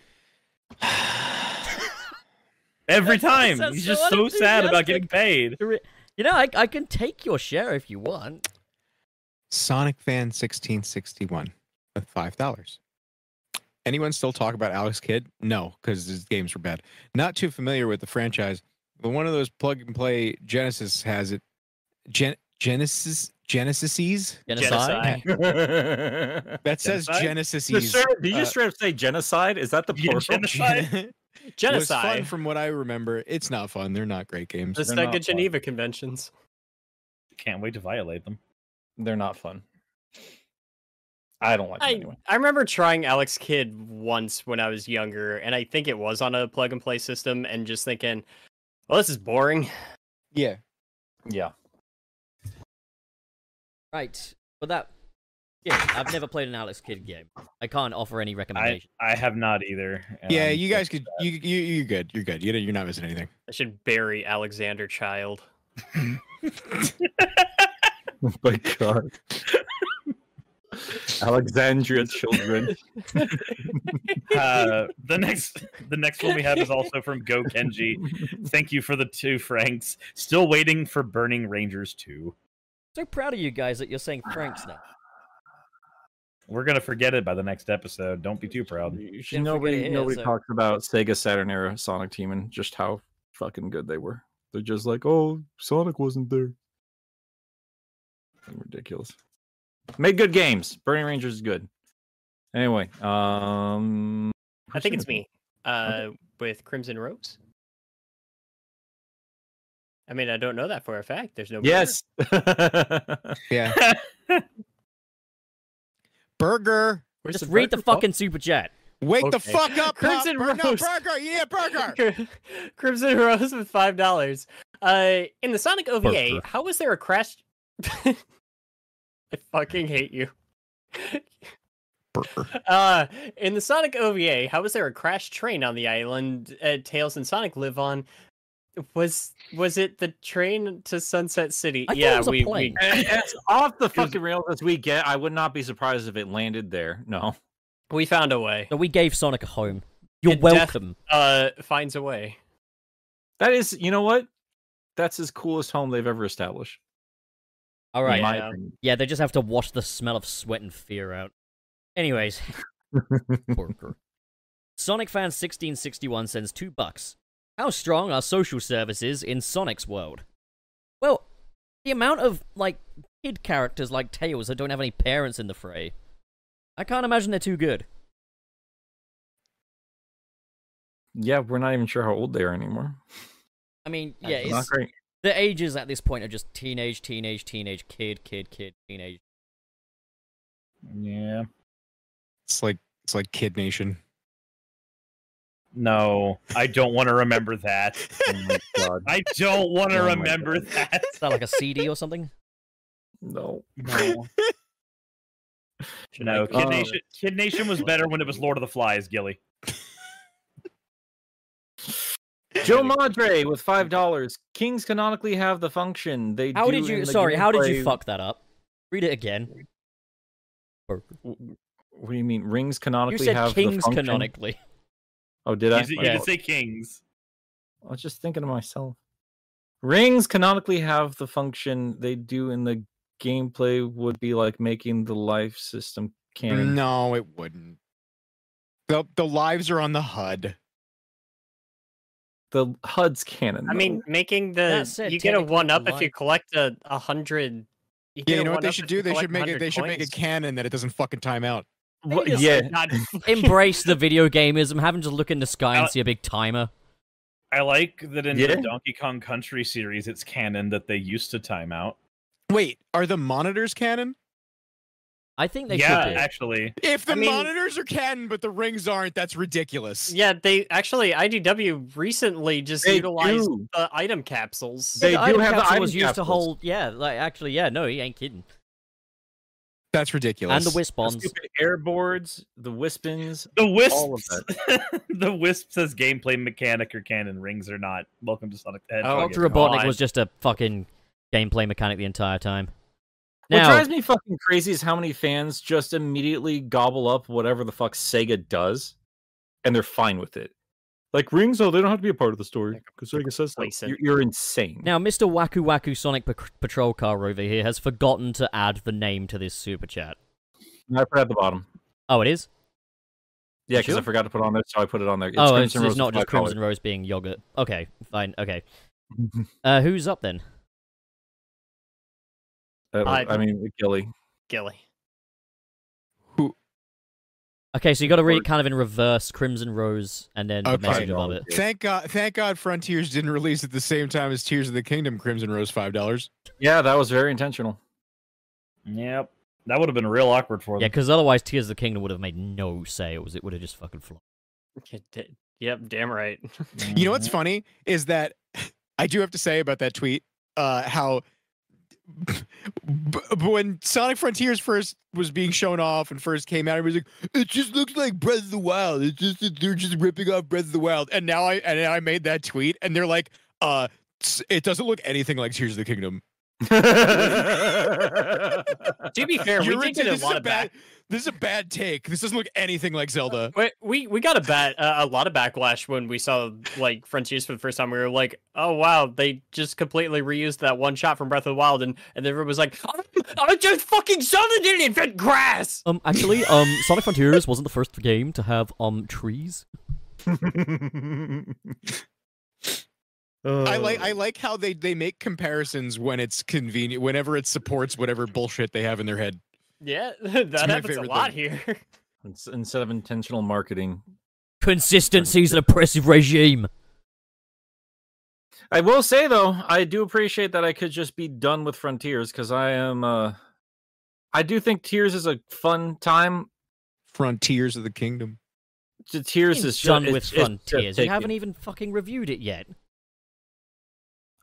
[SPEAKER 5] Every
[SPEAKER 3] That sounds-
[SPEAKER 5] time
[SPEAKER 3] sounds
[SPEAKER 5] he's
[SPEAKER 3] so
[SPEAKER 5] just so sad about
[SPEAKER 3] unenthusiastic.
[SPEAKER 5] getting paid.
[SPEAKER 3] You know, I I can take your share if you want.
[SPEAKER 6] Sonic fan 1661 with five dollars. Anyone still talk about Alex Kidd? No, because his games were bad. Not too familiar with the franchise, but one of those plug and play Genesis has it. Gen- Genesis Genesises
[SPEAKER 3] Genocide.
[SPEAKER 6] that says
[SPEAKER 4] Genocide?
[SPEAKER 6] Genesises.
[SPEAKER 4] did you
[SPEAKER 6] uh, oh,
[SPEAKER 4] just straight up say genocide? Is that the
[SPEAKER 5] Yeah,
[SPEAKER 4] plural?
[SPEAKER 5] genocide.
[SPEAKER 6] Gen- was fun
[SPEAKER 2] Genocide.
[SPEAKER 6] from what I remember. It's not fun. They're not great games.
[SPEAKER 2] Just
[SPEAKER 4] They're
[SPEAKER 2] like
[SPEAKER 4] not
[SPEAKER 2] the
[SPEAKER 4] fun.
[SPEAKER 2] Geneva Conventions.
[SPEAKER 5] Can't wait to violate them.
[SPEAKER 4] They're not fun. I don't like them
[SPEAKER 2] I,
[SPEAKER 4] anyway.
[SPEAKER 2] I remember trying Alex Kidd once when I was younger, and I think it was on a plug and play system, and just thinking, well, this is boring.
[SPEAKER 6] Yeah.
[SPEAKER 4] Yeah.
[SPEAKER 3] Right, but that. Yeah, I've never played an Alex Kidd game. I can't offer any
[SPEAKER 5] I
[SPEAKER 3] recommendation.
[SPEAKER 5] I have not either. and
[SPEAKER 6] Yeah,
[SPEAKER 5] I'm
[SPEAKER 6] you guys
[SPEAKER 5] just-
[SPEAKER 6] could you you you're good. You're good. You you're not missing anything.
[SPEAKER 2] I should bury Alexander Child.
[SPEAKER 4] Oh my god. Alexandria children.
[SPEAKER 5] uh, the next the next one we have is also from Go Kenji. Thank you for the two francs. Still waiting for Burning Rangers 2.
[SPEAKER 3] So proud of you guys that you're saying Frank's now.
[SPEAKER 5] We're gonna forget it by the next episode. Don't be too proud.
[SPEAKER 4] You
[SPEAKER 3] Didn't forget
[SPEAKER 4] nobody
[SPEAKER 3] it is,
[SPEAKER 4] nobody
[SPEAKER 3] so-
[SPEAKER 4] talks about Sega Saturn era Sonic Team and just how fucking good they were. They're just like, oh, Sonic wasn't there. Fucking Ridiculous. Made good games. Burning Rangers is good. Anyway, um,
[SPEAKER 2] I
[SPEAKER 4] who's
[SPEAKER 2] think it's
[SPEAKER 4] gonna-
[SPEAKER 2] me. Uh, with Crimson Rose. I mean, I don't know that for a fact. There's no
[SPEAKER 4] Yes.
[SPEAKER 6] Yeah. Burger.
[SPEAKER 2] Where's
[SPEAKER 3] Just read the
[SPEAKER 2] burger? Oh,
[SPEAKER 3] fucking super chat.
[SPEAKER 6] Wake the
[SPEAKER 2] Okay.
[SPEAKER 6] fuck up, Pop.
[SPEAKER 2] Crimson
[SPEAKER 6] Bur- No,
[SPEAKER 2] Rose.
[SPEAKER 6] burger. You need a burger.
[SPEAKER 2] Cri- Crimson Rose with five dollars. Uh, in the Sonic OVA,
[SPEAKER 4] Burger.
[SPEAKER 2] how was there a crash? I fucking hate you.
[SPEAKER 6] Burger.
[SPEAKER 2] Uh, in the Sonic OVA, how was there a crashed train on the island uh, Tails and Sonic live on? Was was it the train to Sunset City?
[SPEAKER 3] I thought it
[SPEAKER 2] yeah,
[SPEAKER 3] was a
[SPEAKER 2] we, we
[SPEAKER 3] plane.
[SPEAKER 4] It's off the fucking rails as we get. I would not be surprised if it landed there. No.
[SPEAKER 2] we found a way.
[SPEAKER 3] So we gave Sonic a home. You're
[SPEAKER 2] It def-
[SPEAKER 3] welcome.
[SPEAKER 2] Uh, finds a way.
[SPEAKER 4] That is, you know what? That's his coolest home they've ever established.
[SPEAKER 3] All
[SPEAKER 4] in
[SPEAKER 3] right.
[SPEAKER 4] my
[SPEAKER 2] yeah.
[SPEAKER 4] opinion.
[SPEAKER 3] Yeah, they just have to wash the smell of sweat and fear out. Anyways, Porker. Sonic fan 1661 sends two bucks. How strong are social services in Sonic's world? Well, the amount of like kid characters like Tails that don't have any parents in the fray, I can't imagine they're too good.
[SPEAKER 4] Yeah, we're not even sure how old they are anymore.
[SPEAKER 3] I mean, yeah,
[SPEAKER 4] It's not
[SPEAKER 3] it's,
[SPEAKER 4] great.
[SPEAKER 3] the ages at this point are just teenage, teenage, teenage, kid, kid, kid, teenage.
[SPEAKER 5] Yeah.
[SPEAKER 6] It's like it's like Kid Nation.
[SPEAKER 5] No, I don't want to remember that.
[SPEAKER 4] Oh my god.
[SPEAKER 5] I don't want to
[SPEAKER 4] Oh my
[SPEAKER 5] remember
[SPEAKER 4] God.
[SPEAKER 5] that.
[SPEAKER 3] Is that like a CD or something?
[SPEAKER 4] No.
[SPEAKER 5] No,
[SPEAKER 2] Should I
[SPEAKER 5] no.
[SPEAKER 2] go-
[SPEAKER 5] Kid
[SPEAKER 4] Oh.
[SPEAKER 5] Nation. Kid Nation was better when it was Lord of the Flies, Gilly.
[SPEAKER 4] Joe Madre with five dollars. Kings canonically have the function. They
[SPEAKER 3] How
[SPEAKER 4] do
[SPEAKER 3] did
[SPEAKER 4] in
[SPEAKER 3] you?
[SPEAKER 4] the
[SPEAKER 3] Sorry, how did you
[SPEAKER 4] gameplay-
[SPEAKER 3] fuck that up? Read it again. Porker.
[SPEAKER 4] W- What do you mean? Rings
[SPEAKER 3] You
[SPEAKER 4] canonically
[SPEAKER 3] said
[SPEAKER 4] have the
[SPEAKER 3] kings
[SPEAKER 4] function?
[SPEAKER 3] canonically.
[SPEAKER 4] Oh, did
[SPEAKER 5] You,
[SPEAKER 4] I?
[SPEAKER 5] did- you
[SPEAKER 4] I-
[SPEAKER 5] did say Kings.
[SPEAKER 4] I was just thinking to myself. Rings canonically have the function they do in the gameplay would be like making the life system canon.
[SPEAKER 6] No, it wouldn't. The the lives are on the HUD.
[SPEAKER 4] The HUD's canon.
[SPEAKER 2] I mean, making the
[SPEAKER 3] That said,
[SPEAKER 2] you get a
[SPEAKER 3] technically
[SPEAKER 2] one up if
[SPEAKER 3] live.
[SPEAKER 2] you collect a, a hundred.
[SPEAKER 6] Yeah, you know what they should do? They should make it. They should make a canon that it doesn't fucking time out.
[SPEAKER 4] though. Wha- yeah,
[SPEAKER 3] Embrace the video gameism. Having to look in the sky and
[SPEAKER 5] Uh,
[SPEAKER 3] see a big timer.
[SPEAKER 5] I like that in
[SPEAKER 4] Yeah.
[SPEAKER 5] the Donkey Kong Country series, it's canon that they used to time out.
[SPEAKER 6] Wait, are the monitors canon?
[SPEAKER 3] I think they
[SPEAKER 5] yeah,
[SPEAKER 3] should. Do.
[SPEAKER 5] actually,
[SPEAKER 6] If the
[SPEAKER 2] I mean-
[SPEAKER 6] monitors are canon but the rings aren't, that's ridiculous.
[SPEAKER 2] Yeah, they actually IDW recently just
[SPEAKER 4] They
[SPEAKER 2] utilized
[SPEAKER 4] do.
[SPEAKER 2] the item capsules.
[SPEAKER 4] They
[SPEAKER 3] the
[SPEAKER 4] do
[SPEAKER 3] item
[SPEAKER 4] have the
[SPEAKER 3] capsule
[SPEAKER 4] item
[SPEAKER 3] was used to
[SPEAKER 4] capsules.
[SPEAKER 3] hold. Yeah, like actually, yeah. No, he ain't kidding.
[SPEAKER 6] That's
[SPEAKER 3] And
[SPEAKER 6] ridiculous.
[SPEAKER 3] the wisp
[SPEAKER 4] the
[SPEAKER 3] bombs.
[SPEAKER 4] stupid airboards, the wispins,
[SPEAKER 5] the
[SPEAKER 4] all of
[SPEAKER 5] Wisps.
[SPEAKER 4] that.
[SPEAKER 5] the Wisp says gameplay mechanic or canon. Rings are not. Welcome to Sonic the Hedgehog.
[SPEAKER 2] Oh,
[SPEAKER 3] Dr. Robotnik
[SPEAKER 2] God.
[SPEAKER 3] was just a fucking gameplay mechanic the entire time.
[SPEAKER 4] what
[SPEAKER 3] Now,
[SPEAKER 4] drives me fucking crazy is how many fans just immediately gobble up whatever the fuck Sega does, and they're fine with it. Like rings, oh, they don't have to be a part of the story because Sega says so.
[SPEAKER 2] complacent.
[SPEAKER 4] You're, you're insane.
[SPEAKER 3] now, Mr. Waku Waku Sonic Pac- Patrol Car over here has forgotten to add the name to this super chat.
[SPEAKER 4] I put it at the bottom.
[SPEAKER 3] Oh, it is.
[SPEAKER 4] Yeah, because
[SPEAKER 3] Sure.
[SPEAKER 4] I forgot to put it on there, so I put it on there. It's
[SPEAKER 3] oh, it's,
[SPEAKER 4] Crimson
[SPEAKER 3] it's
[SPEAKER 4] Rose
[SPEAKER 3] not
[SPEAKER 4] with
[SPEAKER 3] just
[SPEAKER 4] five dollars.
[SPEAKER 3] Crimson Rose being yogurt. Okay, fine. Okay. Uh, who's up then?
[SPEAKER 4] That was-
[SPEAKER 2] I-
[SPEAKER 4] I mean, Gilly.
[SPEAKER 2] Gilly.
[SPEAKER 3] Okay, so you got to read it kind of in reverse: Crimson Rose, and then the
[SPEAKER 6] Okay.
[SPEAKER 3] message above it.
[SPEAKER 6] Thank God! Thank God! Frontiers didn't release at the same time as Tears of the Kingdom. Crimson Rose five dollars.
[SPEAKER 4] Yeah, that was very intentional.
[SPEAKER 5] Yep, that would have been real awkward for
[SPEAKER 3] Yeah,
[SPEAKER 5] them.
[SPEAKER 3] because otherwise, Tears of the Kingdom would have made no sales. It would have just fucking flopped.
[SPEAKER 2] It did- Yep, damn right.
[SPEAKER 6] You know what's funny is that I do have to say about that tweet uh, how b- when Sonic Frontiers first was being shown off and first came out, everybody was like, "It just looks like Breath of the Wild. It's just that they're just ripping off Breath of the Wild." And now I and I made that tweet, and they're like, "Uh, s- it doesn't look anything like Tears of the Kingdom."
[SPEAKER 2] to be fair, we did
[SPEAKER 6] You're ridic-
[SPEAKER 2] get
[SPEAKER 6] this
[SPEAKER 2] a
[SPEAKER 6] is
[SPEAKER 2] lot of
[SPEAKER 6] bad.
[SPEAKER 2] bad.
[SPEAKER 6] This is a bad take. This doesn't look anything like Zelda.
[SPEAKER 2] We we, we got a bat uh, a lot of backlash when we saw like Frontiers for the first time. We were like, "Oh wow, they just completely reused that one shot from Breath of the Wild," and and everyone was like, "I'm, I'm just fucking Zelda didn't invent grass."
[SPEAKER 3] Um, actually, um, Sonic Frontiers wasn't the first game to have um trees.
[SPEAKER 6] I like I like how they they make comparisons when it's convenient, whenever it supports whatever bullshit they have in their head.
[SPEAKER 2] Yeah, that
[SPEAKER 6] my
[SPEAKER 2] happens a
[SPEAKER 6] favorite
[SPEAKER 2] lot
[SPEAKER 6] thing.
[SPEAKER 2] here.
[SPEAKER 4] Ins- Instead of intentional marketing,
[SPEAKER 3] Consistency's an oppressive regime.
[SPEAKER 4] I will say though, I do appreciate that I could just be done with Frontiers because I am. uh I do think Tears is a fun time.
[SPEAKER 6] Frontiers of the Kingdom.
[SPEAKER 4] T- Tears
[SPEAKER 3] It's
[SPEAKER 4] is ju-
[SPEAKER 3] done
[SPEAKER 4] it's-
[SPEAKER 3] with
[SPEAKER 4] it's just
[SPEAKER 3] Frontiers. You
[SPEAKER 4] taken.
[SPEAKER 3] haven't even fucking reviewed it yet.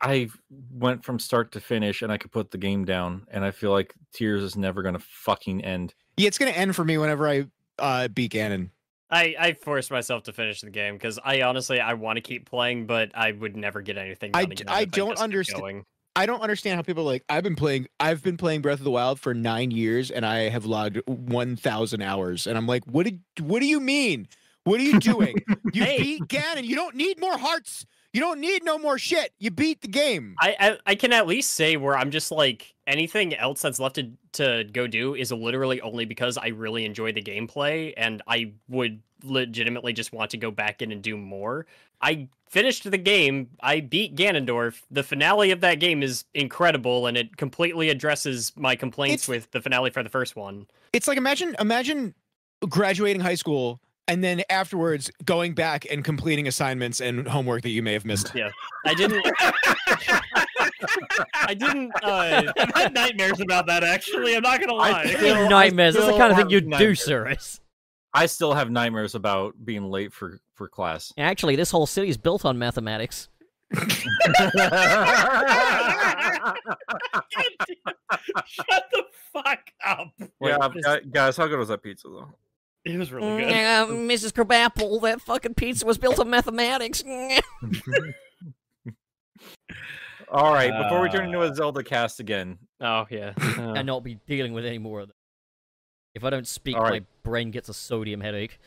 [SPEAKER 4] I went from start to finish, and I could put the game down, and I feel like Tears is never going to fucking end.
[SPEAKER 6] Yeah, it's gonna end for me whenever I uh beat Ganon.
[SPEAKER 2] I I forced myself to finish the game because I honestly I want to keep playing, but I would never get anything.
[SPEAKER 6] I
[SPEAKER 2] done
[SPEAKER 6] d-
[SPEAKER 2] again
[SPEAKER 6] I
[SPEAKER 2] if
[SPEAKER 6] don't
[SPEAKER 2] just kept
[SPEAKER 6] understand-
[SPEAKER 2] going.
[SPEAKER 6] I don't understand how people are like I've been playing I've been playing Breath of the Wild for nine years and I have logged one thousand hours and I'm like, what did what do you mean? What are you doing? you
[SPEAKER 2] Hey.
[SPEAKER 6] beat Ganon. You don't need more hearts. You don't need no more shit. You beat the game.
[SPEAKER 2] I, I I can at least say where I'm just like anything else that's left to to go do is literally only because I really enjoy the gameplay and I would legitimately just want to go back in and do more. I finished the game. I beat Ganondorf. The finale of that game is incredible and it completely addresses my complaints
[SPEAKER 6] It's-
[SPEAKER 2] with the finale for the first one.
[SPEAKER 6] It's like imagine imagine graduating high school and then afterwards going back and completing assignments and homework that you may have missed.
[SPEAKER 2] I didn't. I didn't. Uh,
[SPEAKER 7] I've had nightmares about that. Actually, I'm not gonna lie.
[SPEAKER 4] Still- I
[SPEAKER 3] nightmares. That's the
[SPEAKER 4] still
[SPEAKER 3] kind of thing
[SPEAKER 4] have
[SPEAKER 3] you'd do,
[SPEAKER 4] nightmares.
[SPEAKER 3] Cyrus.
[SPEAKER 4] I still have nightmares about being late for for class.
[SPEAKER 3] Actually, this whole city is built on mathematics.
[SPEAKER 7] Shut the fuck up.
[SPEAKER 4] yeah,
[SPEAKER 2] Wait, what
[SPEAKER 4] gu- guys, how good was that pizza though?
[SPEAKER 7] It was really good.
[SPEAKER 3] Mm, uh, Mrs. Crabapple, that fucking pizza was built on mathematics. Mm,
[SPEAKER 4] All right, before we turn into
[SPEAKER 3] Uh,
[SPEAKER 4] a Zelda cast again,
[SPEAKER 2] oh yeah.
[SPEAKER 7] Uh,
[SPEAKER 3] and not be dealing with any more of them. If I don't speak,
[SPEAKER 4] All
[SPEAKER 3] my
[SPEAKER 4] right.
[SPEAKER 3] brain gets a sodium headache.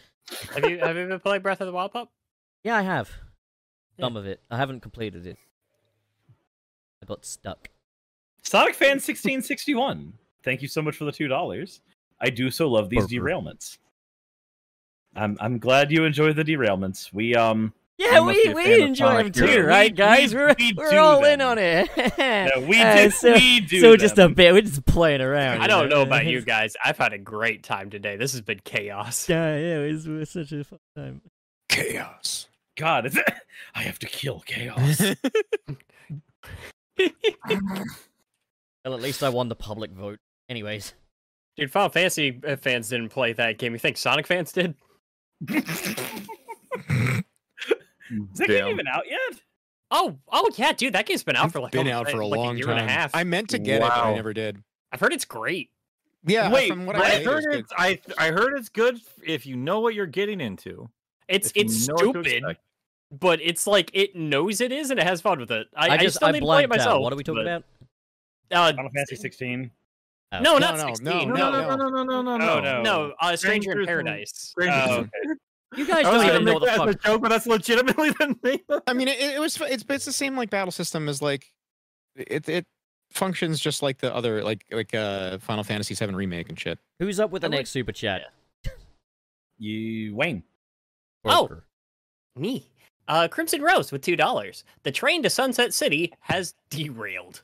[SPEAKER 2] have you have you ever played Breath of the Wild, Pop?
[SPEAKER 3] Yeah, I have. Some of it. I haven't completed it. I got stuck.
[SPEAKER 5] Sonic fan 1661. Thank you so much for the two dollars. I do so love these
[SPEAKER 4] Burger.
[SPEAKER 5] derailments. I'm I'm glad you enjoy the derailments. We um
[SPEAKER 3] Yeah,
[SPEAKER 4] must be
[SPEAKER 3] we,
[SPEAKER 4] a fan
[SPEAKER 3] we
[SPEAKER 4] of
[SPEAKER 3] enjoy them
[SPEAKER 4] Sonic
[SPEAKER 3] too,
[SPEAKER 4] Heroes.
[SPEAKER 3] right,
[SPEAKER 5] We-
[SPEAKER 3] guys?
[SPEAKER 5] we-
[SPEAKER 3] We, are
[SPEAKER 5] we
[SPEAKER 3] we're
[SPEAKER 5] do
[SPEAKER 3] all in
[SPEAKER 5] them.
[SPEAKER 3] on it.
[SPEAKER 5] no, we
[SPEAKER 3] Uh,
[SPEAKER 5] did
[SPEAKER 3] so,
[SPEAKER 5] we do
[SPEAKER 3] so just a
[SPEAKER 5] them.
[SPEAKER 3] bit. We're just playing around.
[SPEAKER 2] I don't know about you guys. I've had a great time today. This has been chaos.
[SPEAKER 3] Yeah, yeah, it was, it was such a fun time.
[SPEAKER 6] Chaos.
[SPEAKER 5] God, is it- I have to kill chaos.
[SPEAKER 3] Well, at least I won the public vote. Anyways,
[SPEAKER 2] Dude, Final Fantasy uh, fans didn't play that game. You think Sonic fans did?
[SPEAKER 5] Is that game
[SPEAKER 4] Damn.
[SPEAKER 5] even out yet?
[SPEAKER 2] Oh, oh yeah, dude, that game's been out
[SPEAKER 6] It's
[SPEAKER 2] for like
[SPEAKER 6] been
[SPEAKER 2] almost-
[SPEAKER 6] out for a
[SPEAKER 2] like
[SPEAKER 6] long
[SPEAKER 2] a year
[SPEAKER 6] time.
[SPEAKER 2] and a half.
[SPEAKER 6] I meant to get it, but I
[SPEAKER 4] Wow.
[SPEAKER 6] never did.
[SPEAKER 2] I've heard it's great.
[SPEAKER 6] Yeah,
[SPEAKER 4] Wait,
[SPEAKER 6] from what
[SPEAKER 4] I,
[SPEAKER 6] I,
[SPEAKER 4] heard it's, I I heard it's good if you know what you're getting into.
[SPEAKER 2] It's
[SPEAKER 4] if you
[SPEAKER 2] it's
[SPEAKER 4] know what to
[SPEAKER 2] stupid,
[SPEAKER 4] expect.
[SPEAKER 2] but it's like it knows it is and it has fun with it. I,
[SPEAKER 3] I,
[SPEAKER 2] I
[SPEAKER 3] just
[SPEAKER 2] still
[SPEAKER 3] I
[SPEAKER 2] need to play it
[SPEAKER 3] blanked
[SPEAKER 2] myself.
[SPEAKER 3] out. What are we talking
[SPEAKER 2] but,
[SPEAKER 3] about?
[SPEAKER 2] Uh,
[SPEAKER 5] Final Fantasy 16.
[SPEAKER 2] no,
[SPEAKER 3] Oh.
[SPEAKER 6] No,
[SPEAKER 2] Oh, not
[SPEAKER 6] Oh, no, no,
[SPEAKER 2] 16.
[SPEAKER 4] No, no, no, no, no, no, no,
[SPEAKER 5] Oh,
[SPEAKER 4] no.
[SPEAKER 5] no.
[SPEAKER 2] no, Um, uh, Stranger
[SPEAKER 4] Strangers
[SPEAKER 2] in
[SPEAKER 4] in-
[SPEAKER 2] Paradise. Uh,
[SPEAKER 5] Oh, okay.
[SPEAKER 3] You guys
[SPEAKER 4] I
[SPEAKER 3] don't
[SPEAKER 4] was gonna
[SPEAKER 3] even know
[SPEAKER 4] make
[SPEAKER 3] what the
[SPEAKER 4] that as
[SPEAKER 3] fuck.
[SPEAKER 4] a joke, but that's legitimately the name. of-
[SPEAKER 6] I mean, it, it was. fu- It's it's the same like battle system as like, it it functions just like the other like like uh Final Fantasy VII remake and shit.
[SPEAKER 3] Who's up with the
[SPEAKER 2] I would-
[SPEAKER 3] next super chat?
[SPEAKER 5] You Wayne.
[SPEAKER 2] Oh. Me. Uh, Crimson Rose with two dollars. The train to Sunset City has derailed.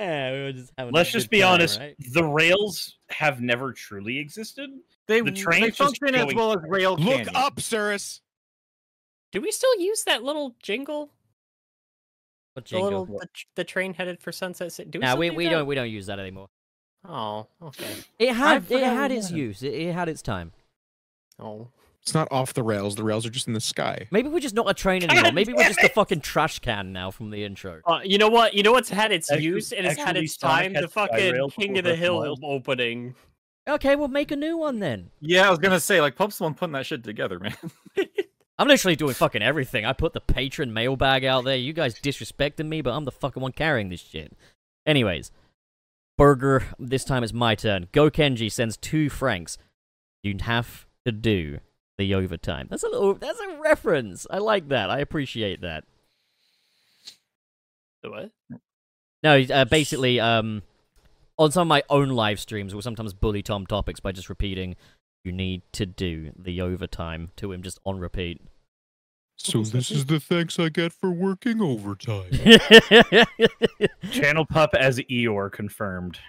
[SPEAKER 3] Yeah, we were just having a
[SPEAKER 5] Let's just
[SPEAKER 3] good
[SPEAKER 5] be
[SPEAKER 3] time,
[SPEAKER 5] honest.
[SPEAKER 3] right?
[SPEAKER 5] The rails have never truly existed.
[SPEAKER 4] They
[SPEAKER 5] The train's
[SPEAKER 4] they
[SPEAKER 5] just
[SPEAKER 4] function as
[SPEAKER 5] going-
[SPEAKER 4] well as rail. canyon.
[SPEAKER 6] Cirrus.
[SPEAKER 2] Do we still use that little jingle?
[SPEAKER 3] What
[SPEAKER 2] The little
[SPEAKER 3] jingle?
[SPEAKER 2] the, tr- the train headed for Sunset City. Do we
[SPEAKER 3] Nah,
[SPEAKER 2] still
[SPEAKER 3] we,
[SPEAKER 2] do
[SPEAKER 3] we
[SPEAKER 2] that?
[SPEAKER 3] don't we don't use that anymore.
[SPEAKER 2] Oh, okay.
[SPEAKER 3] It had it
[SPEAKER 4] forgot
[SPEAKER 3] had
[SPEAKER 4] we
[SPEAKER 3] its
[SPEAKER 4] had it.
[SPEAKER 3] use. It, it had its time.
[SPEAKER 2] Oh,
[SPEAKER 6] It's not off the rails. The rails are just in the sky.
[SPEAKER 3] Maybe we're just not a train
[SPEAKER 5] God
[SPEAKER 3] anymore. Maybe we're
[SPEAKER 5] damn
[SPEAKER 3] just a fucking trash can now from the intro.
[SPEAKER 2] uh, you know what? You know what's had its
[SPEAKER 5] Actually-
[SPEAKER 2] use and it's had
[SPEAKER 5] actually,
[SPEAKER 2] its
[SPEAKER 5] Sonic
[SPEAKER 2] time.
[SPEAKER 5] had
[SPEAKER 2] The
[SPEAKER 5] Skyrail
[SPEAKER 2] fucking King of
[SPEAKER 5] before
[SPEAKER 2] the
[SPEAKER 5] Breath of the
[SPEAKER 2] Hill
[SPEAKER 5] Wild.
[SPEAKER 2] opening.
[SPEAKER 3] Okay, we'll make a new one then.
[SPEAKER 4] Yeah, I was gonna say like Pulp's the one putting that shit together, man.
[SPEAKER 3] I'm literally doing fucking everything. I put the patron mailbag out there. You guys disrespecting me, but I'm the fucking one carrying this shit. Anyways, Burger, this time it's my turn. Go Kenji sends two francs. You have to do the overtime. That's a little. That's a reference. I like that. I appreciate that.
[SPEAKER 2] The what?
[SPEAKER 3] No, uh, basically, um, on some of my own live streams, we'll sometimes bully Tom topics by just repeating, "You need to do the overtime" to him, just on repeat.
[SPEAKER 9] So this is the thanks I get for working overtime.
[SPEAKER 5] Channel pup as Eeyore confirmed.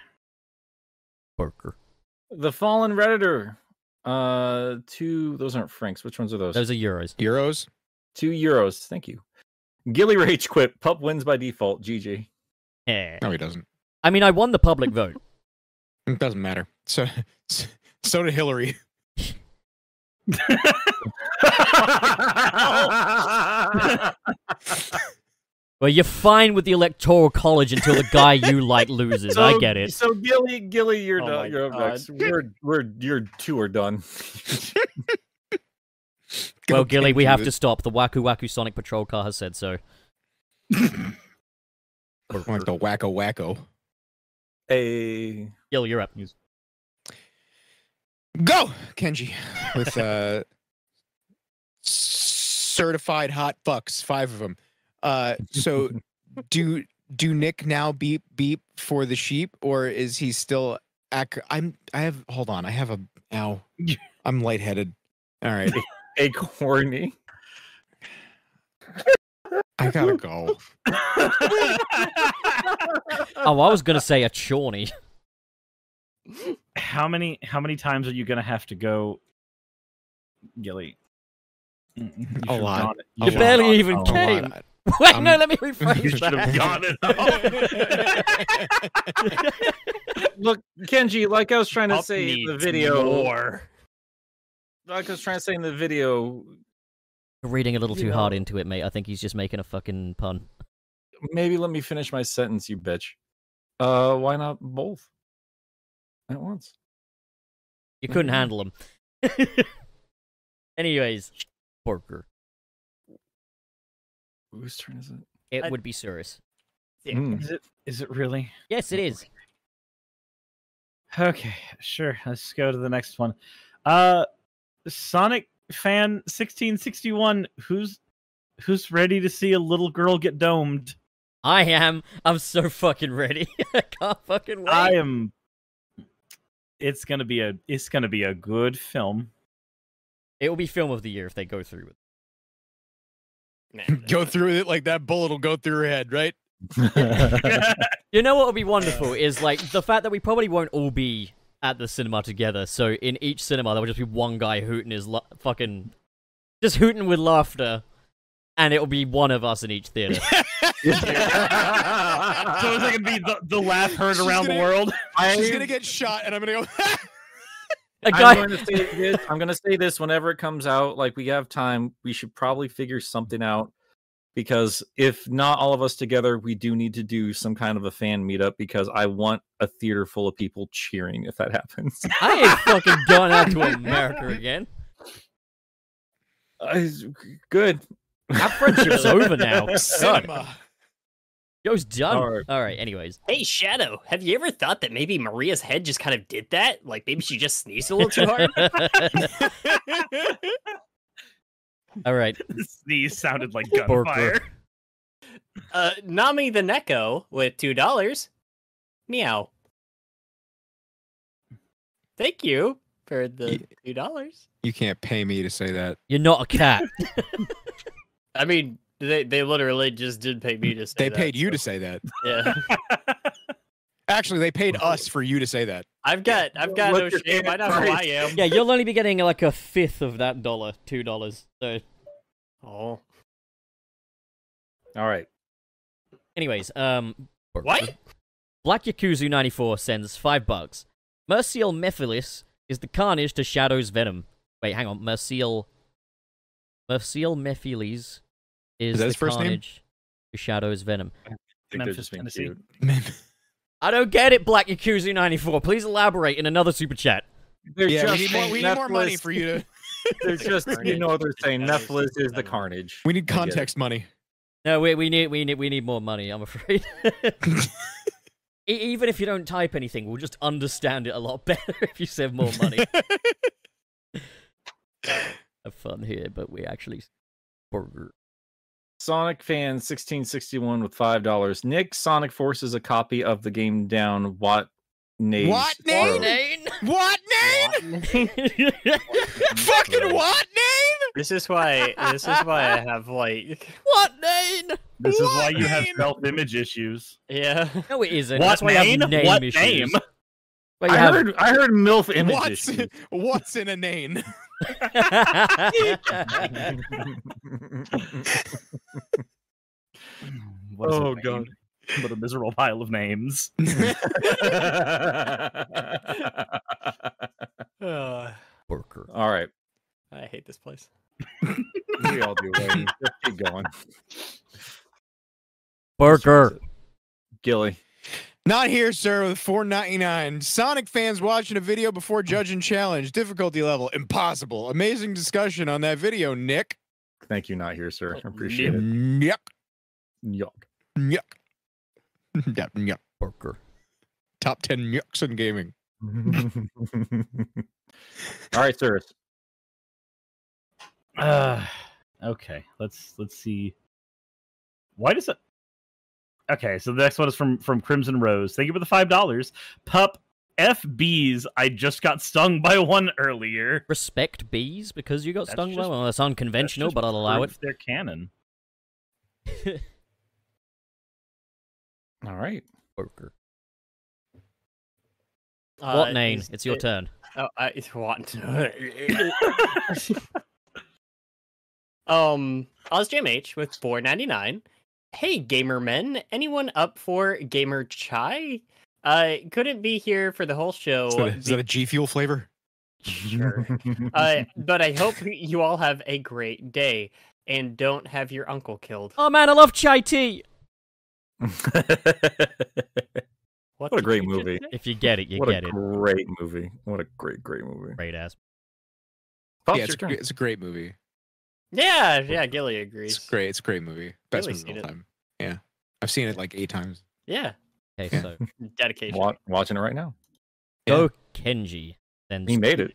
[SPEAKER 3] Barker.
[SPEAKER 4] The Fallen Redditor. Uh, two. Those aren't francs. Which ones are those?
[SPEAKER 3] Those are euros.
[SPEAKER 6] Euros.
[SPEAKER 4] two euros. Thank you. Gilly Rage quit. Pup wins by default. GG.
[SPEAKER 3] Yeah.
[SPEAKER 6] No, he doesn't.
[SPEAKER 3] I mean, I won the public vote.
[SPEAKER 6] It doesn't matter. So, so did Hillary.
[SPEAKER 3] Well, you're fine with the electoral college until the guy you like loses. I get it.
[SPEAKER 4] So Gilly, Gilly, you're
[SPEAKER 2] Oh my
[SPEAKER 4] done. You're up
[SPEAKER 2] God.
[SPEAKER 4] next. We're we're your two are done.
[SPEAKER 3] Well, Gilly, we have to stop. The Waku Waku Sonic Patrol car has said so.
[SPEAKER 6] Like the wacko wacko.
[SPEAKER 4] A
[SPEAKER 3] Gil, you're up.
[SPEAKER 6] Go, Kenji, with uh, certified hot fucks, five of them. Uh, so do do Nick now beep beep for the sheep, or is he still? Ac- I'm. I have. Hold on. I have a. Ow. I'm lightheaded. All right.
[SPEAKER 4] a corny.
[SPEAKER 6] I gotta go.
[SPEAKER 3] Oh, I was gonna say a chorny.
[SPEAKER 5] how many how many times are you gonna have to go, Gilly? Mm, you
[SPEAKER 6] A
[SPEAKER 5] should've
[SPEAKER 6] lot.
[SPEAKER 3] You
[SPEAKER 5] gone-
[SPEAKER 6] A lot.
[SPEAKER 5] should've
[SPEAKER 3] barely
[SPEAKER 5] gone-
[SPEAKER 3] even
[SPEAKER 5] a lot.
[SPEAKER 3] came. Wait,
[SPEAKER 6] I'm-
[SPEAKER 3] no, let me
[SPEAKER 6] You
[SPEAKER 3] rephrase
[SPEAKER 6] should
[SPEAKER 3] that.
[SPEAKER 6] have
[SPEAKER 5] Gone it
[SPEAKER 4] Look, Kenji, like I was trying to
[SPEAKER 2] Pup
[SPEAKER 4] say in the
[SPEAKER 2] needs
[SPEAKER 4] video,
[SPEAKER 2] More.
[SPEAKER 4] like I was trying to say in the video,
[SPEAKER 3] You're Reading a little
[SPEAKER 4] You
[SPEAKER 3] too
[SPEAKER 4] know.
[SPEAKER 3] hard into it, mate. I think he's just making a fucking pun.
[SPEAKER 4] maybe let me finish my sentence, you bitch. Uh, why not both at once?
[SPEAKER 3] You couldn't
[SPEAKER 4] Mhm.
[SPEAKER 3] handle him. Anyways, Barker,
[SPEAKER 4] Whose turn is it?
[SPEAKER 3] it
[SPEAKER 5] I-
[SPEAKER 3] would be serious.
[SPEAKER 2] Yeah.
[SPEAKER 6] Hmm.
[SPEAKER 4] Mm.
[SPEAKER 5] Is it is it really?
[SPEAKER 3] Yes, it is.
[SPEAKER 5] Okay, sure. Let's go to the next one. Uh Sonic fan 1661, who's who's ready to see a little girl get domed?
[SPEAKER 3] I am. I'm so fucking ready. I can't fucking wait.
[SPEAKER 5] I am it's gonna be a it's gonna be a good film.
[SPEAKER 3] It will be film of the year if they go through with it.
[SPEAKER 2] Nah,
[SPEAKER 6] go through it like that bullet will go through her head, right?
[SPEAKER 3] You know what would be wonderful is like the fact that we probably won't all be at the cinema together. So in each cinema, there will just be one guy hooting his la- fucking, just hooting with laughter, and it'll be one of us in each theater.
[SPEAKER 5] so it's gonna be the, the laugh heard
[SPEAKER 6] She's
[SPEAKER 5] around
[SPEAKER 6] gonna-
[SPEAKER 5] the world.
[SPEAKER 6] She's gonna get shot, and I'm gonna go.
[SPEAKER 3] A
[SPEAKER 4] I'm
[SPEAKER 3] guy.
[SPEAKER 4] going to say this. I'm going to say this whenever it comes out. Like we have time, we should probably figure something out because if not all of us together, we do need to do some kind of a fan meetup because I want a theater full of people cheering if that happens.
[SPEAKER 3] I ain't fucking gone out to America again.
[SPEAKER 4] Uh, it's good.
[SPEAKER 3] Our friendship's over now.
[SPEAKER 6] Cinema.
[SPEAKER 3] Joe's done. All
[SPEAKER 4] All
[SPEAKER 3] right.
[SPEAKER 4] right.
[SPEAKER 3] anyways.
[SPEAKER 2] Hey, Shadow, have you ever thought that maybe Maria's head just kind of did that? Like maybe she just sneezed a little too hard?
[SPEAKER 3] all right.
[SPEAKER 5] These sounded like
[SPEAKER 3] Barker.
[SPEAKER 5] gunfire.
[SPEAKER 2] Uh, Nami the Neko with two dollars. Meow. Thank you for the two dollars.
[SPEAKER 6] You can't pay me to say that.
[SPEAKER 3] You're not a cat.
[SPEAKER 2] I mean, they they literally just did pay me to say
[SPEAKER 6] They
[SPEAKER 2] that,
[SPEAKER 6] paid you to
[SPEAKER 2] so,
[SPEAKER 6] say that.
[SPEAKER 2] Yeah,
[SPEAKER 6] Actually, they paid us for you to say that.
[SPEAKER 2] I've got I've got no shame. I know who I am.
[SPEAKER 3] yeah, you'll only be getting like a fifth of that dollar, two dollars. So,
[SPEAKER 2] Oh,
[SPEAKER 4] All right.
[SPEAKER 3] anyways, um, Barker.
[SPEAKER 2] what?
[SPEAKER 3] Black Yakuzu 94 sends 5 bucks. Mercial Mephilis is the carnage to Shadow's Venom. Wait, hang on. Mercial. Mercial Mephiles is, the
[SPEAKER 6] that his first name?
[SPEAKER 3] carnage to Shadow's Venom.
[SPEAKER 4] I think they're
[SPEAKER 5] Memphis,
[SPEAKER 4] just being
[SPEAKER 5] Tennessee.
[SPEAKER 4] cute.
[SPEAKER 3] I don't get it, Black Yakuzu 94. Please elaborate in another super chat.
[SPEAKER 4] They're
[SPEAKER 6] yeah, we
[SPEAKER 4] just
[SPEAKER 6] need, more,
[SPEAKER 4] saying
[SPEAKER 6] we need more money
[SPEAKER 4] Nephilis-
[SPEAKER 6] for you to.
[SPEAKER 4] They're just, you know, what they're saying Nephilis is the carnage.
[SPEAKER 6] We need
[SPEAKER 4] I get it.
[SPEAKER 6] context money.
[SPEAKER 3] No, we, we need we need we need more money. I'm afraid. E- Even if you don't type anything, we'll just understand it a lot better if you send more money. have fun here, but we actually burger.
[SPEAKER 4] Sonic fan 1661 with five dollars. Nick Sonic forces a copy of the game down. What name?
[SPEAKER 6] What name? What name? Fucking what name?
[SPEAKER 2] This is why. This is why I have like.
[SPEAKER 3] What name?
[SPEAKER 5] This is why
[SPEAKER 6] What
[SPEAKER 5] you have
[SPEAKER 6] name?
[SPEAKER 5] self-image issues.
[SPEAKER 2] Yeah.
[SPEAKER 3] No, it isn't.
[SPEAKER 5] What
[SPEAKER 3] That's why you have
[SPEAKER 5] name?
[SPEAKER 3] name
[SPEAKER 5] What
[SPEAKER 3] issues.
[SPEAKER 5] name?
[SPEAKER 3] Why you
[SPEAKER 4] I
[SPEAKER 3] have-
[SPEAKER 4] heard I heard MILF image
[SPEAKER 6] What's
[SPEAKER 4] issues.
[SPEAKER 6] what's in a name?
[SPEAKER 5] What is
[SPEAKER 4] Oh,
[SPEAKER 5] a
[SPEAKER 4] God.
[SPEAKER 5] name? What a miserable pile of names.
[SPEAKER 2] Uh,
[SPEAKER 3] Burger.
[SPEAKER 4] All right.
[SPEAKER 2] I hate this place.
[SPEAKER 4] We all do. Wayne. Just keep going.
[SPEAKER 3] Burger.
[SPEAKER 4] Gilly.
[SPEAKER 6] Not here, sir, with 499. Sonic fans watching a video before judging challenge. Difficulty level, impossible. Amazing discussion on that video, Nick.
[SPEAKER 4] Thank you, not here, sir.
[SPEAKER 2] Oh,
[SPEAKER 4] I appreciate it.
[SPEAKER 6] Yuck.
[SPEAKER 4] Yuck.
[SPEAKER 6] Yuck. Yuck. Yuck.
[SPEAKER 3] Burger.
[SPEAKER 6] Top 10 yucks in gaming.
[SPEAKER 4] All right, sir.
[SPEAKER 5] Uh, okay, let's let's see. Why does it? Okay, so the next one is from from Crimson Rose. Thank you for the five dollars, pup. FBs, I just got stung by one earlier.
[SPEAKER 3] Respect bees because you got
[SPEAKER 5] That's
[SPEAKER 3] stung by
[SPEAKER 5] just-
[SPEAKER 3] one. Well, that's
[SPEAKER 5] That's
[SPEAKER 3] unconventional,
[SPEAKER 5] just
[SPEAKER 3] but I'll allow it.
[SPEAKER 5] proof They're canon.
[SPEAKER 4] All right.
[SPEAKER 3] Burger.
[SPEAKER 2] Uh,
[SPEAKER 5] Uh,
[SPEAKER 3] What name?
[SPEAKER 2] is
[SPEAKER 3] It's your
[SPEAKER 2] it-
[SPEAKER 3] turn.
[SPEAKER 2] Oh, I what? um, OzJamH with 499. Hey, gamer men. Anyone up for gamer chai? Uh, couldn't be here for the whole show.
[SPEAKER 6] Is that a- is that a G Fuel flavor?
[SPEAKER 2] Sure. uh, but I hope you all have a great day and don't have your uncle killed.
[SPEAKER 3] Oh man, I love chai tea.
[SPEAKER 2] What,
[SPEAKER 4] a
[SPEAKER 2] did
[SPEAKER 4] great
[SPEAKER 2] you just
[SPEAKER 4] movie.
[SPEAKER 2] say?
[SPEAKER 3] If you get it, you
[SPEAKER 4] what
[SPEAKER 3] get
[SPEAKER 4] a
[SPEAKER 3] it.
[SPEAKER 4] great movie. What a great, great movie.
[SPEAKER 3] Great ass.
[SPEAKER 4] Pops,
[SPEAKER 6] yeah,
[SPEAKER 4] your
[SPEAKER 6] it's,
[SPEAKER 4] turn.
[SPEAKER 6] gre- it's a great movie.
[SPEAKER 2] Yeah, yeah, Gilly agrees.
[SPEAKER 6] It's great. It's a great movie. Best
[SPEAKER 2] Really
[SPEAKER 6] movie
[SPEAKER 2] seen
[SPEAKER 6] of
[SPEAKER 2] it.
[SPEAKER 6] all time. Yeah. I've seen it like eight times.
[SPEAKER 2] Yeah,
[SPEAKER 3] Okay,
[SPEAKER 6] Yeah.
[SPEAKER 3] so
[SPEAKER 2] dedication.
[SPEAKER 4] Wa- watching it right now.
[SPEAKER 3] go Kenji. Then
[SPEAKER 4] He made it.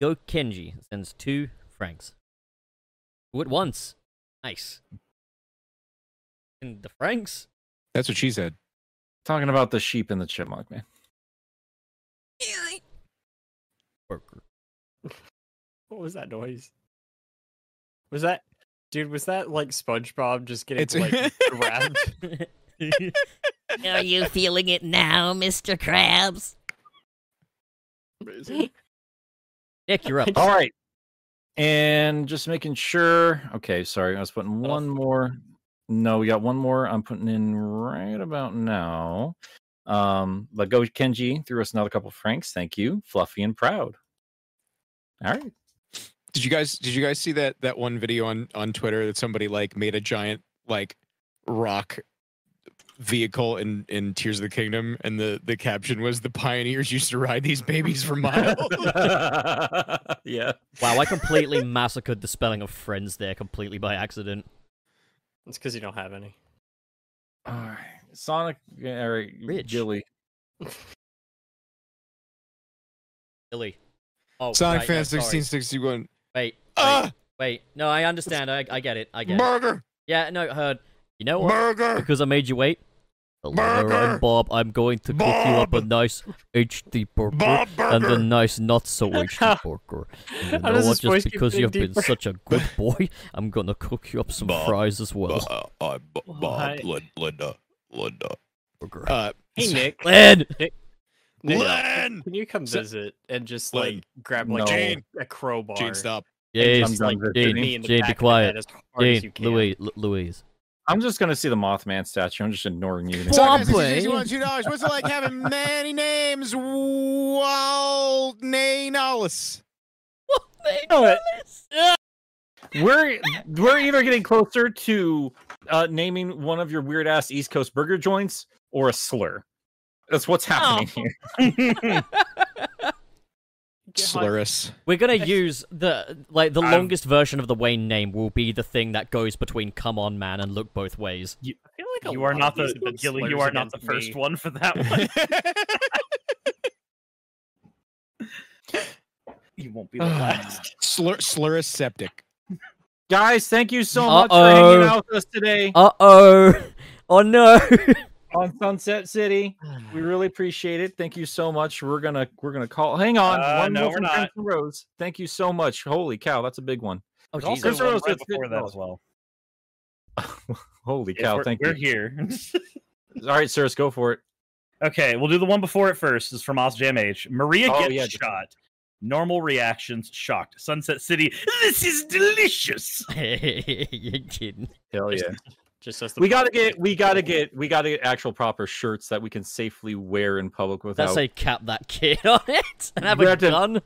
[SPEAKER 3] Go Kenji sends two francs. Two at once. Nice. And the francs?
[SPEAKER 6] That's what she said.
[SPEAKER 4] Talking about the sheep and the chipmunk, man.
[SPEAKER 3] Burger.
[SPEAKER 2] What was that noise? Was that, dude? Was that like SpongeBob just getting
[SPEAKER 6] It's
[SPEAKER 2] like grabbed?
[SPEAKER 10] Are you feeling it now, Mr. Krabs?
[SPEAKER 3] Nick, you're up.
[SPEAKER 4] All right. And just making sure. Okay, sorry. I was putting
[SPEAKER 2] Cut off.
[SPEAKER 4] one more. No, we got one more. I'm putting in right about now. Um, let go Kenji threw us another couple of francs. Thank you. Fluffy and proud. All right.
[SPEAKER 6] Did you guys did you guys see that that one video on on Twitter that somebody like made a giant like rock vehicle in in Tears of the Kingdom and the the caption was the pioneers used to ride these babies for miles.
[SPEAKER 2] Oh,
[SPEAKER 4] yeah.
[SPEAKER 3] Wow, I completely massacred the spelling of friends there completely by accident.
[SPEAKER 2] It's because you don't have any.
[SPEAKER 4] All right. Sonic Eric
[SPEAKER 3] Rich.
[SPEAKER 4] Gilly.
[SPEAKER 3] Billy. Oh,
[SPEAKER 6] Sonic
[SPEAKER 3] right,
[SPEAKER 6] Fan
[SPEAKER 3] no, sorry.
[SPEAKER 6] 1661.
[SPEAKER 3] Wait,
[SPEAKER 6] Ah,
[SPEAKER 3] wait. No, I understand. I, I get it. I get it.
[SPEAKER 6] burger,
[SPEAKER 3] Yeah, no, heard. You know what?
[SPEAKER 6] burger.
[SPEAKER 3] Because I made you wait. Hello,
[SPEAKER 6] Burger!
[SPEAKER 3] I'm Bob. I'm going to cook you up a
[SPEAKER 6] Bob!
[SPEAKER 3] nice HD burger
[SPEAKER 6] Bob
[SPEAKER 3] and a
[SPEAKER 6] burger.
[SPEAKER 3] nice not so HD burger. And you
[SPEAKER 2] How
[SPEAKER 3] know
[SPEAKER 2] does
[SPEAKER 3] what?
[SPEAKER 2] his voice
[SPEAKER 3] Just
[SPEAKER 2] keep
[SPEAKER 3] because
[SPEAKER 2] getting
[SPEAKER 3] you've
[SPEAKER 2] deeper?
[SPEAKER 3] been such a good boy, I'm gonna cook you up some
[SPEAKER 9] Bob.
[SPEAKER 3] fries as well.
[SPEAKER 9] Uh, I'm B-
[SPEAKER 2] Why?
[SPEAKER 9] Bob, Lin- Linda, Linda.
[SPEAKER 3] Burger.
[SPEAKER 6] Uh,
[SPEAKER 2] Hey Nick,
[SPEAKER 3] Lynn!
[SPEAKER 2] Nick,
[SPEAKER 6] Len!
[SPEAKER 2] can you come
[SPEAKER 6] So-
[SPEAKER 2] visit and just
[SPEAKER 6] Len,
[SPEAKER 2] like grab like
[SPEAKER 4] no.
[SPEAKER 2] a,
[SPEAKER 6] Gene.
[SPEAKER 2] a crowbar?
[SPEAKER 6] Gene, stop.
[SPEAKER 2] and
[SPEAKER 3] Yes,
[SPEAKER 2] just,
[SPEAKER 4] done
[SPEAKER 2] like,
[SPEAKER 4] with
[SPEAKER 2] hit
[SPEAKER 4] Gene.
[SPEAKER 2] me in the
[SPEAKER 3] Gene, be
[SPEAKER 2] back of the
[SPEAKER 3] quiet.
[SPEAKER 2] head as hard as
[SPEAKER 3] Jane,
[SPEAKER 2] you can.
[SPEAKER 3] Louise, Lu- Louise.
[SPEAKER 4] I'm just gonna see the Mothman statue. I'm just ignoring you.
[SPEAKER 3] Well, I'm
[SPEAKER 6] Sonic Fan
[SPEAKER 3] playing.
[SPEAKER 6] 1661, two dollars. What's it like having many names? Waldnainalus.
[SPEAKER 4] we're we're either getting closer to uh, naming one of your weird ass East Coast burger joints or a slur. That's what's
[SPEAKER 5] Oh,
[SPEAKER 4] happening here.
[SPEAKER 2] Get hot-
[SPEAKER 6] Slurus.
[SPEAKER 3] We're gonna use the like the
[SPEAKER 2] Um,
[SPEAKER 5] I'm-
[SPEAKER 3] longest version of the Wayne name will be the thing that goes between "Come on, man" and "Look both ways."
[SPEAKER 2] I feel like a
[SPEAKER 5] you are
[SPEAKER 2] lot
[SPEAKER 5] not
[SPEAKER 2] of these
[SPEAKER 5] the
[SPEAKER 2] have been
[SPEAKER 5] Gilly. You
[SPEAKER 2] slurs
[SPEAKER 5] are not the
[SPEAKER 2] against
[SPEAKER 5] first
[SPEAKER 2] me.
[SPEAKER 5] one for that one. You won't be the last.
[SPEAKER 6] Slur, slur is septic.
[SPEAKER 4] Guys, thank you so much for hanging
[SPEAKER 3] Uh-oh.
[SPEAKER 4] out with us today
[SPEAKER 3] Uh oh. Oh no.
[SPEAKER 4] on Sunset City. We really appreciate it. Thank you so much. We're gonna we're gonna call. Hang on,
[SPEAKER 5] Uh,
[SPEAKER 4] one
[SPEAKER 5] no,
[SPEAKER 4] more
[SPEAKER 5] we're
[SPEAKER 4] from
[SPEAKER 5] not.
[SPEAKER 4] Crimson Rose. Thank you so much. Holy cow, that's a big one.
[SPEAKER 3] Oh,
[SPEAKER 5] There's
[SPEAKER 3] Jesus.
[SPEAKER 4] Crimson
[SPEAKER 5] also one
[SPEAKER 4] Rose
[SPEAKER 5] right
[SPEAKER 4] gets
[SPEAKER 5] before that
[SPEAKER 4] $50.
[SPEAKER 5] as well.
[SPEAKER 4] Holy
[SPEAKER 5] If
[SPEAKER 4] cow,
[SPEAKER 5] we're,
[SPEAKER 4] thank
[SPEAKER 5] we're
[SPEAKER 4] you.
[SPEAKER 5] here.
[SPEAKER 4] All right, Cirrus, go for it.
[SPEAKER 5] okay, we'll do the one before it first. It's from Oz Jam H. Maria
[SPEAKER 4] Oh,
[SPEAKER 5] gets
[SPEAKER 4] yeah, just-
[SPEAKER 5] shot. Normal reactions, shocked. Sunset City, this is delicious.
[SPEAKER 3] You're kidding.
[SPEAKER 4] Hell yeah.
[SPEAKER 2] Just as the
[SPEAKER 4] We gotta get we gotta get we gotta get actual proper shirts that we can safely wear in public without
[SPEAKER 3] That's how you cap that kid on it and have
[SPEAKER 4] We
[SPEAKER 3] a
[SPEAKER 4] have to-
[SPEAKER 3] gun.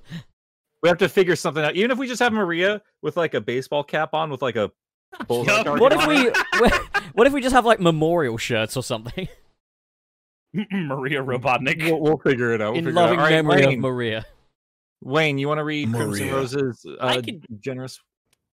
[SPEAKER 4] we have to figure something out. Even if we just have Maria with like a baseball cap on with like a bull's eye
[SPEAKER 5] Yup.
[SPEAKER 4] target
[SPEAKER 3] What if
[SPEAKER 4] on it.
[SPEAKER 3] we what if we just have like memorial shirts or something
[SPEAKER 5] Maria Robotnik.
[SPEAKER 4] we'll, we'll figure it out. We'll
[SPEAKER 3] in
[SPEAKER 4] figure it out.
[SPEAKER 3] loving
[SPEAKER 4] All right,
[SPEAKER 3] memory of
[SPEAKER 4] Wayne,
[SPEAKER 3] Maria?
[SPEAKER 4] Wayne, you want to read Crimson
[SPEAKER 9] Maria.
[SPEAKER 4] Rose's uh,
[SPEAKER 2] could-
[SPEAKER 4] generous?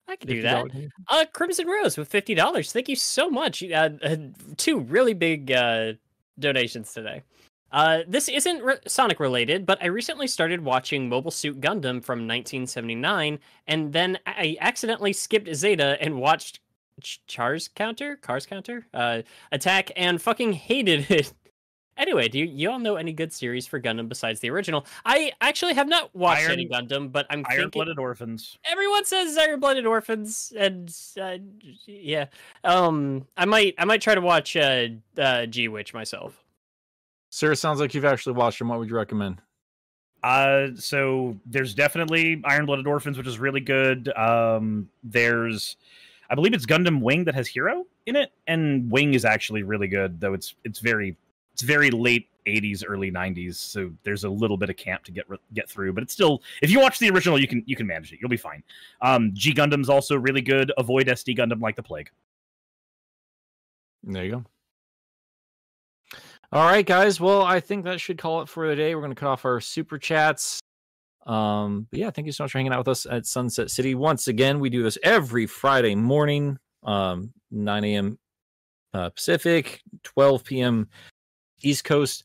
[SPEAKER 2] I can do that. Uh, Crimson Rose with fifty dollars. Thank you so much. Uh, uh, two really big uh, donations today. Uh, this isn't re- Sonic related, but I recently started watching Mobile Suit Gundam from 1979, and then I accidentally skipped Zeta and watched Ch- Char's Counter, Cars Counter, uh, Attack, and fucking hated it. Anyway, do you, you all know any good series for Gundam besides the original? I actually have not watched any Gundam, but I'm
[SPEAKER 5] Iron
[SPEAKER 2] thinking
[SPEAKER 5] Blooded Orphans.
[SPEAKER 2] everyone says iron blooded orphans and uh, yeah um i might i might try to watch uh uh g witch myself
[SPEAKER 4] Sir, it sounds like you've actually watched them. What would you recommend?
[SPEAKER 5] Uh, so there's definitely Iron Blooded Orphans, which is really good. Um, there's, I believe it's Gundam Wing that has Hero in it, and Wing is actually really good, though it's it's very it's very late. 80s early 90s so there's a little bit of camp to get get through but it's still if you watch the original you can you can manage it you'll be fine um g gundam's also really good avoid sd gundam like the plague
[SPEAKER 4] There you go. All right, guys. Well, I think that should call it for the day. We're going to cut off our super chats. Um, but yeah, thank you so much for hanging out with us at Sunset City. Once again, we do this every Friday morning, um, 9 a.m. Uh, Pacific, 12 p.m. East Coast.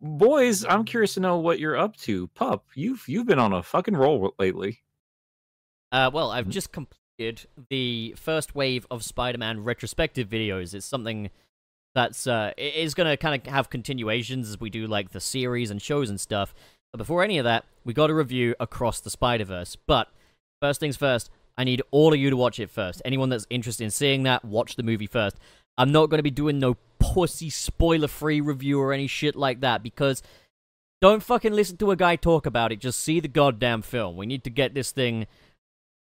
[SPEAKER 4] Boys, I'm curious to know what you're up to. Pup, you've you've been on a fucking roll lately.
[SPEAKER 3] Uh, well, I've
[SPEAKER 4] Mm.
[SPEAKER 3] just completed the first wave of Spider-Man retrospective videos. It's something that's uh, i- is going to kind of have continuations as we do like the series and shows and stuff. But before any of that, we got to review across the Spider-Verse. But first things first, I need all of you to watch it first. Anyone that's interested in seeing that, watch the movie first. I'm not going to be doing no pussy spoiler-free review or any shit like that because don't fucking listen to a guy talk about it. Just see the goddamn film. We need to get this thing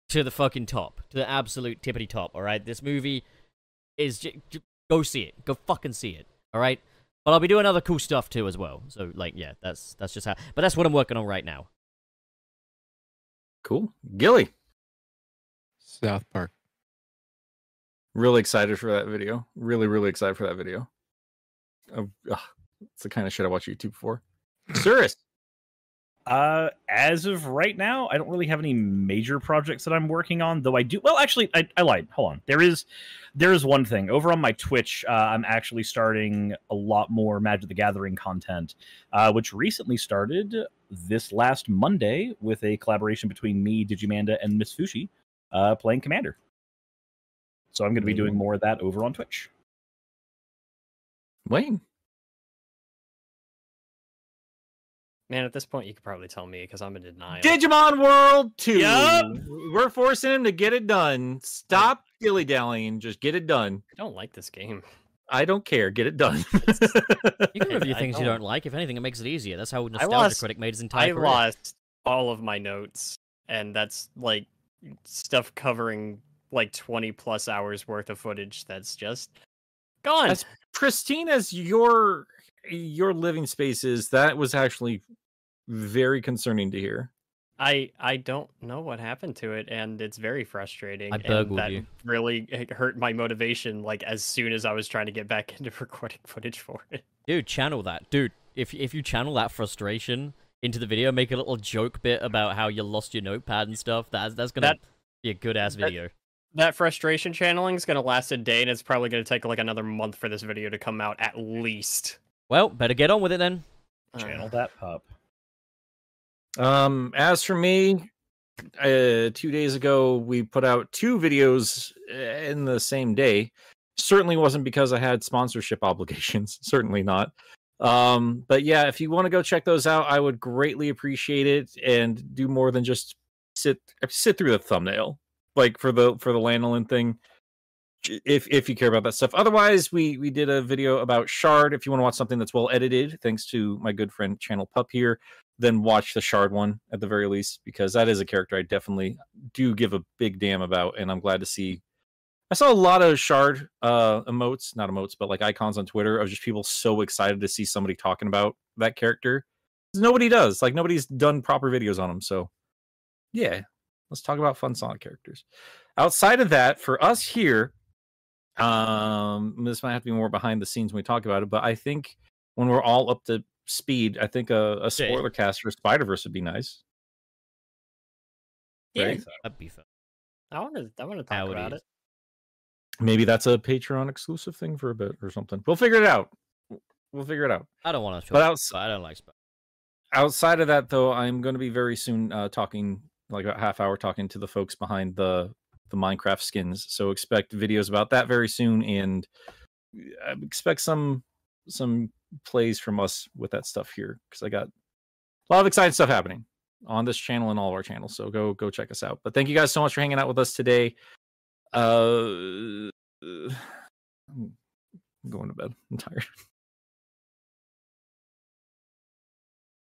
[SPEAKER 3] to the fucking top, to the absolute tippity top. All right, this movie is j- j- go see it, go fucking see it. All right, but I'll be doing other cool stuff too as well. So like, yeah, that's that's just how. But that's what I'm working on right now.
[SPEAKER 4] Cool. Gilly,
[SPEAKER 6] South Park.
[SPEAKER 4] really excited for that video. Really, really excited for that video. Um, ugh, it's the kind of shit I watch YouTube for. Cirrus,
[SPEAKER 5] Uh, as of right now, I don't really have any major projects that I'm working on, though I do. Well, actually, I, I lied. Hold on. There is, there is one thing over on my Twitch. Uh, I'm actually starting a lot more Magic the Gathering content, uh, which recently started this last Monday with a collaboration between me, Digimanda, and Miss Fushi, uh, playing Commander. So I'm going to be doing more of that over on Twitch.
[SPEAKER 4] Wayne,
[SPEAKER 2] man at this point you could probably tell me because i'm in denial
[SPEAKER 4] Digimon World 2.
[SPEAKER 2] Yup.
[SPEAKER 4] We're forcing him to get it done. Stop dilly dallying. Just get it done.
[SPEAKER 2] i don't like this game
[SPEAKER 4] I don't care. Get it done.
[SPEAKER 3] You can review
[SPEAKER 2] I
[SPEAKER 3] things you
[SPEAKER 2] don't-
[SPEAKER 3] don't like. If anything, it makes it easier. That's how Nostalgia
[SPEAKER 2] lost-
[SPEAKER 3] Critic made his entire
[SPEAKER 2] i
[SPEAKER 3] career.
[SPEAKER 2] lost all of my notes and that's like stuff covering like 20 plus hours worth of footage that's just gone
[SPEAKER 4] That's- Pristine as your your living space is, that was actually very concerning to hear.
[SPEAKER 2] I I don't know what happened to it, and it's very frustrating.
[SPEAKER 3] I
[SPEAKER 2] and
[SPEAKER 3] burgled
[SPEAKER 2] that
[SPEAKER 3] you.
[SPEAKER 2] Really it hurt my motivation. Like as soon as I was trying to get back into recording footage for it.
[SPEAKER 3] Dude, channel that. Dude, if if you channel that frustration into the video, make a little joke bit about how you lost your notepad and stuff. That's that's gonna
[SPEAKER 2] That-
[SPEAKER 3] be a good ass
[SPEAKER 2] that-
[SPEAKER 3] video.
[SPEAKER 2] That frustration channeling is gonna last a day, and it's probably gonna take like another month for this video to come out at least.
[SPEAKER 3] Well, better get on with it then.
[SPEAKER 2] Uh,
[SPEAKER 5] Channel that pup.
[SPEAKER 4] Um, as for me, uh, two days ago we put out two videos uh, in the same day. Certainly wasn't because I had sponsorship obligations. Certainly not. Um, but yeah, if you want to go check those out, I would greatly appreciate it and do more than just sit sit through the thumbnail. Like for the for the lanolin thing, j- if if you care about that stuff. Otherwise, we we did a video about shard. If you want to watch something that's well edited, thanks to my good friend Channel Pup here, then watch the shard one at the very least because that is a character I definitely do give a big damn about, and I'm glad to see. I saw a lot of shard uh, emotes, not emotes, but like icons on Twitter of just people so excited to see somebody talking about that character. 'Cause Nobody does. Like nobody's done proper videos on them. So yeah, let's talk about fun Sonic characters. Outside of that, for us here, um, this might have to be more behind the scenes when we talk about it, but I think when we're all up to speed, I think a, a
[SPEAKER 3] Yeah.
[SPEAKER 4] spoiler cast for Spider Verse would be nice.
[SPEAKER 2] Yeah,
[SPEAKER 4] Right.
[SPEAKER 3] That'd be fun.
[SPEAKER 2] I want to. I want to talk
[SPEAKER 3] Howdy.
[SPEAKER 2] about it.
[SPEAKER 4] Maybe that's a Patreon exclusive thing for a bit or something. We'll figure it out. We'll figure it out.
[SPEAKER 3] I don't want to.
[SPEAKER 4] But outs-
[SPEAKER 3] I don't like Spider.
[SPEAKER 4] outside of that though i'm going to be very soon uh, talking like a half hour talking to the folks behind the the minecraft skins so expect videos about that very soon and uh, expect some some plays from us with that stuff here because i got a lot of exciting stuff happening on this channel and all of our channels so go go check us out but thank you guys so much for hanging out with us today uh i'm going to bed i'm tired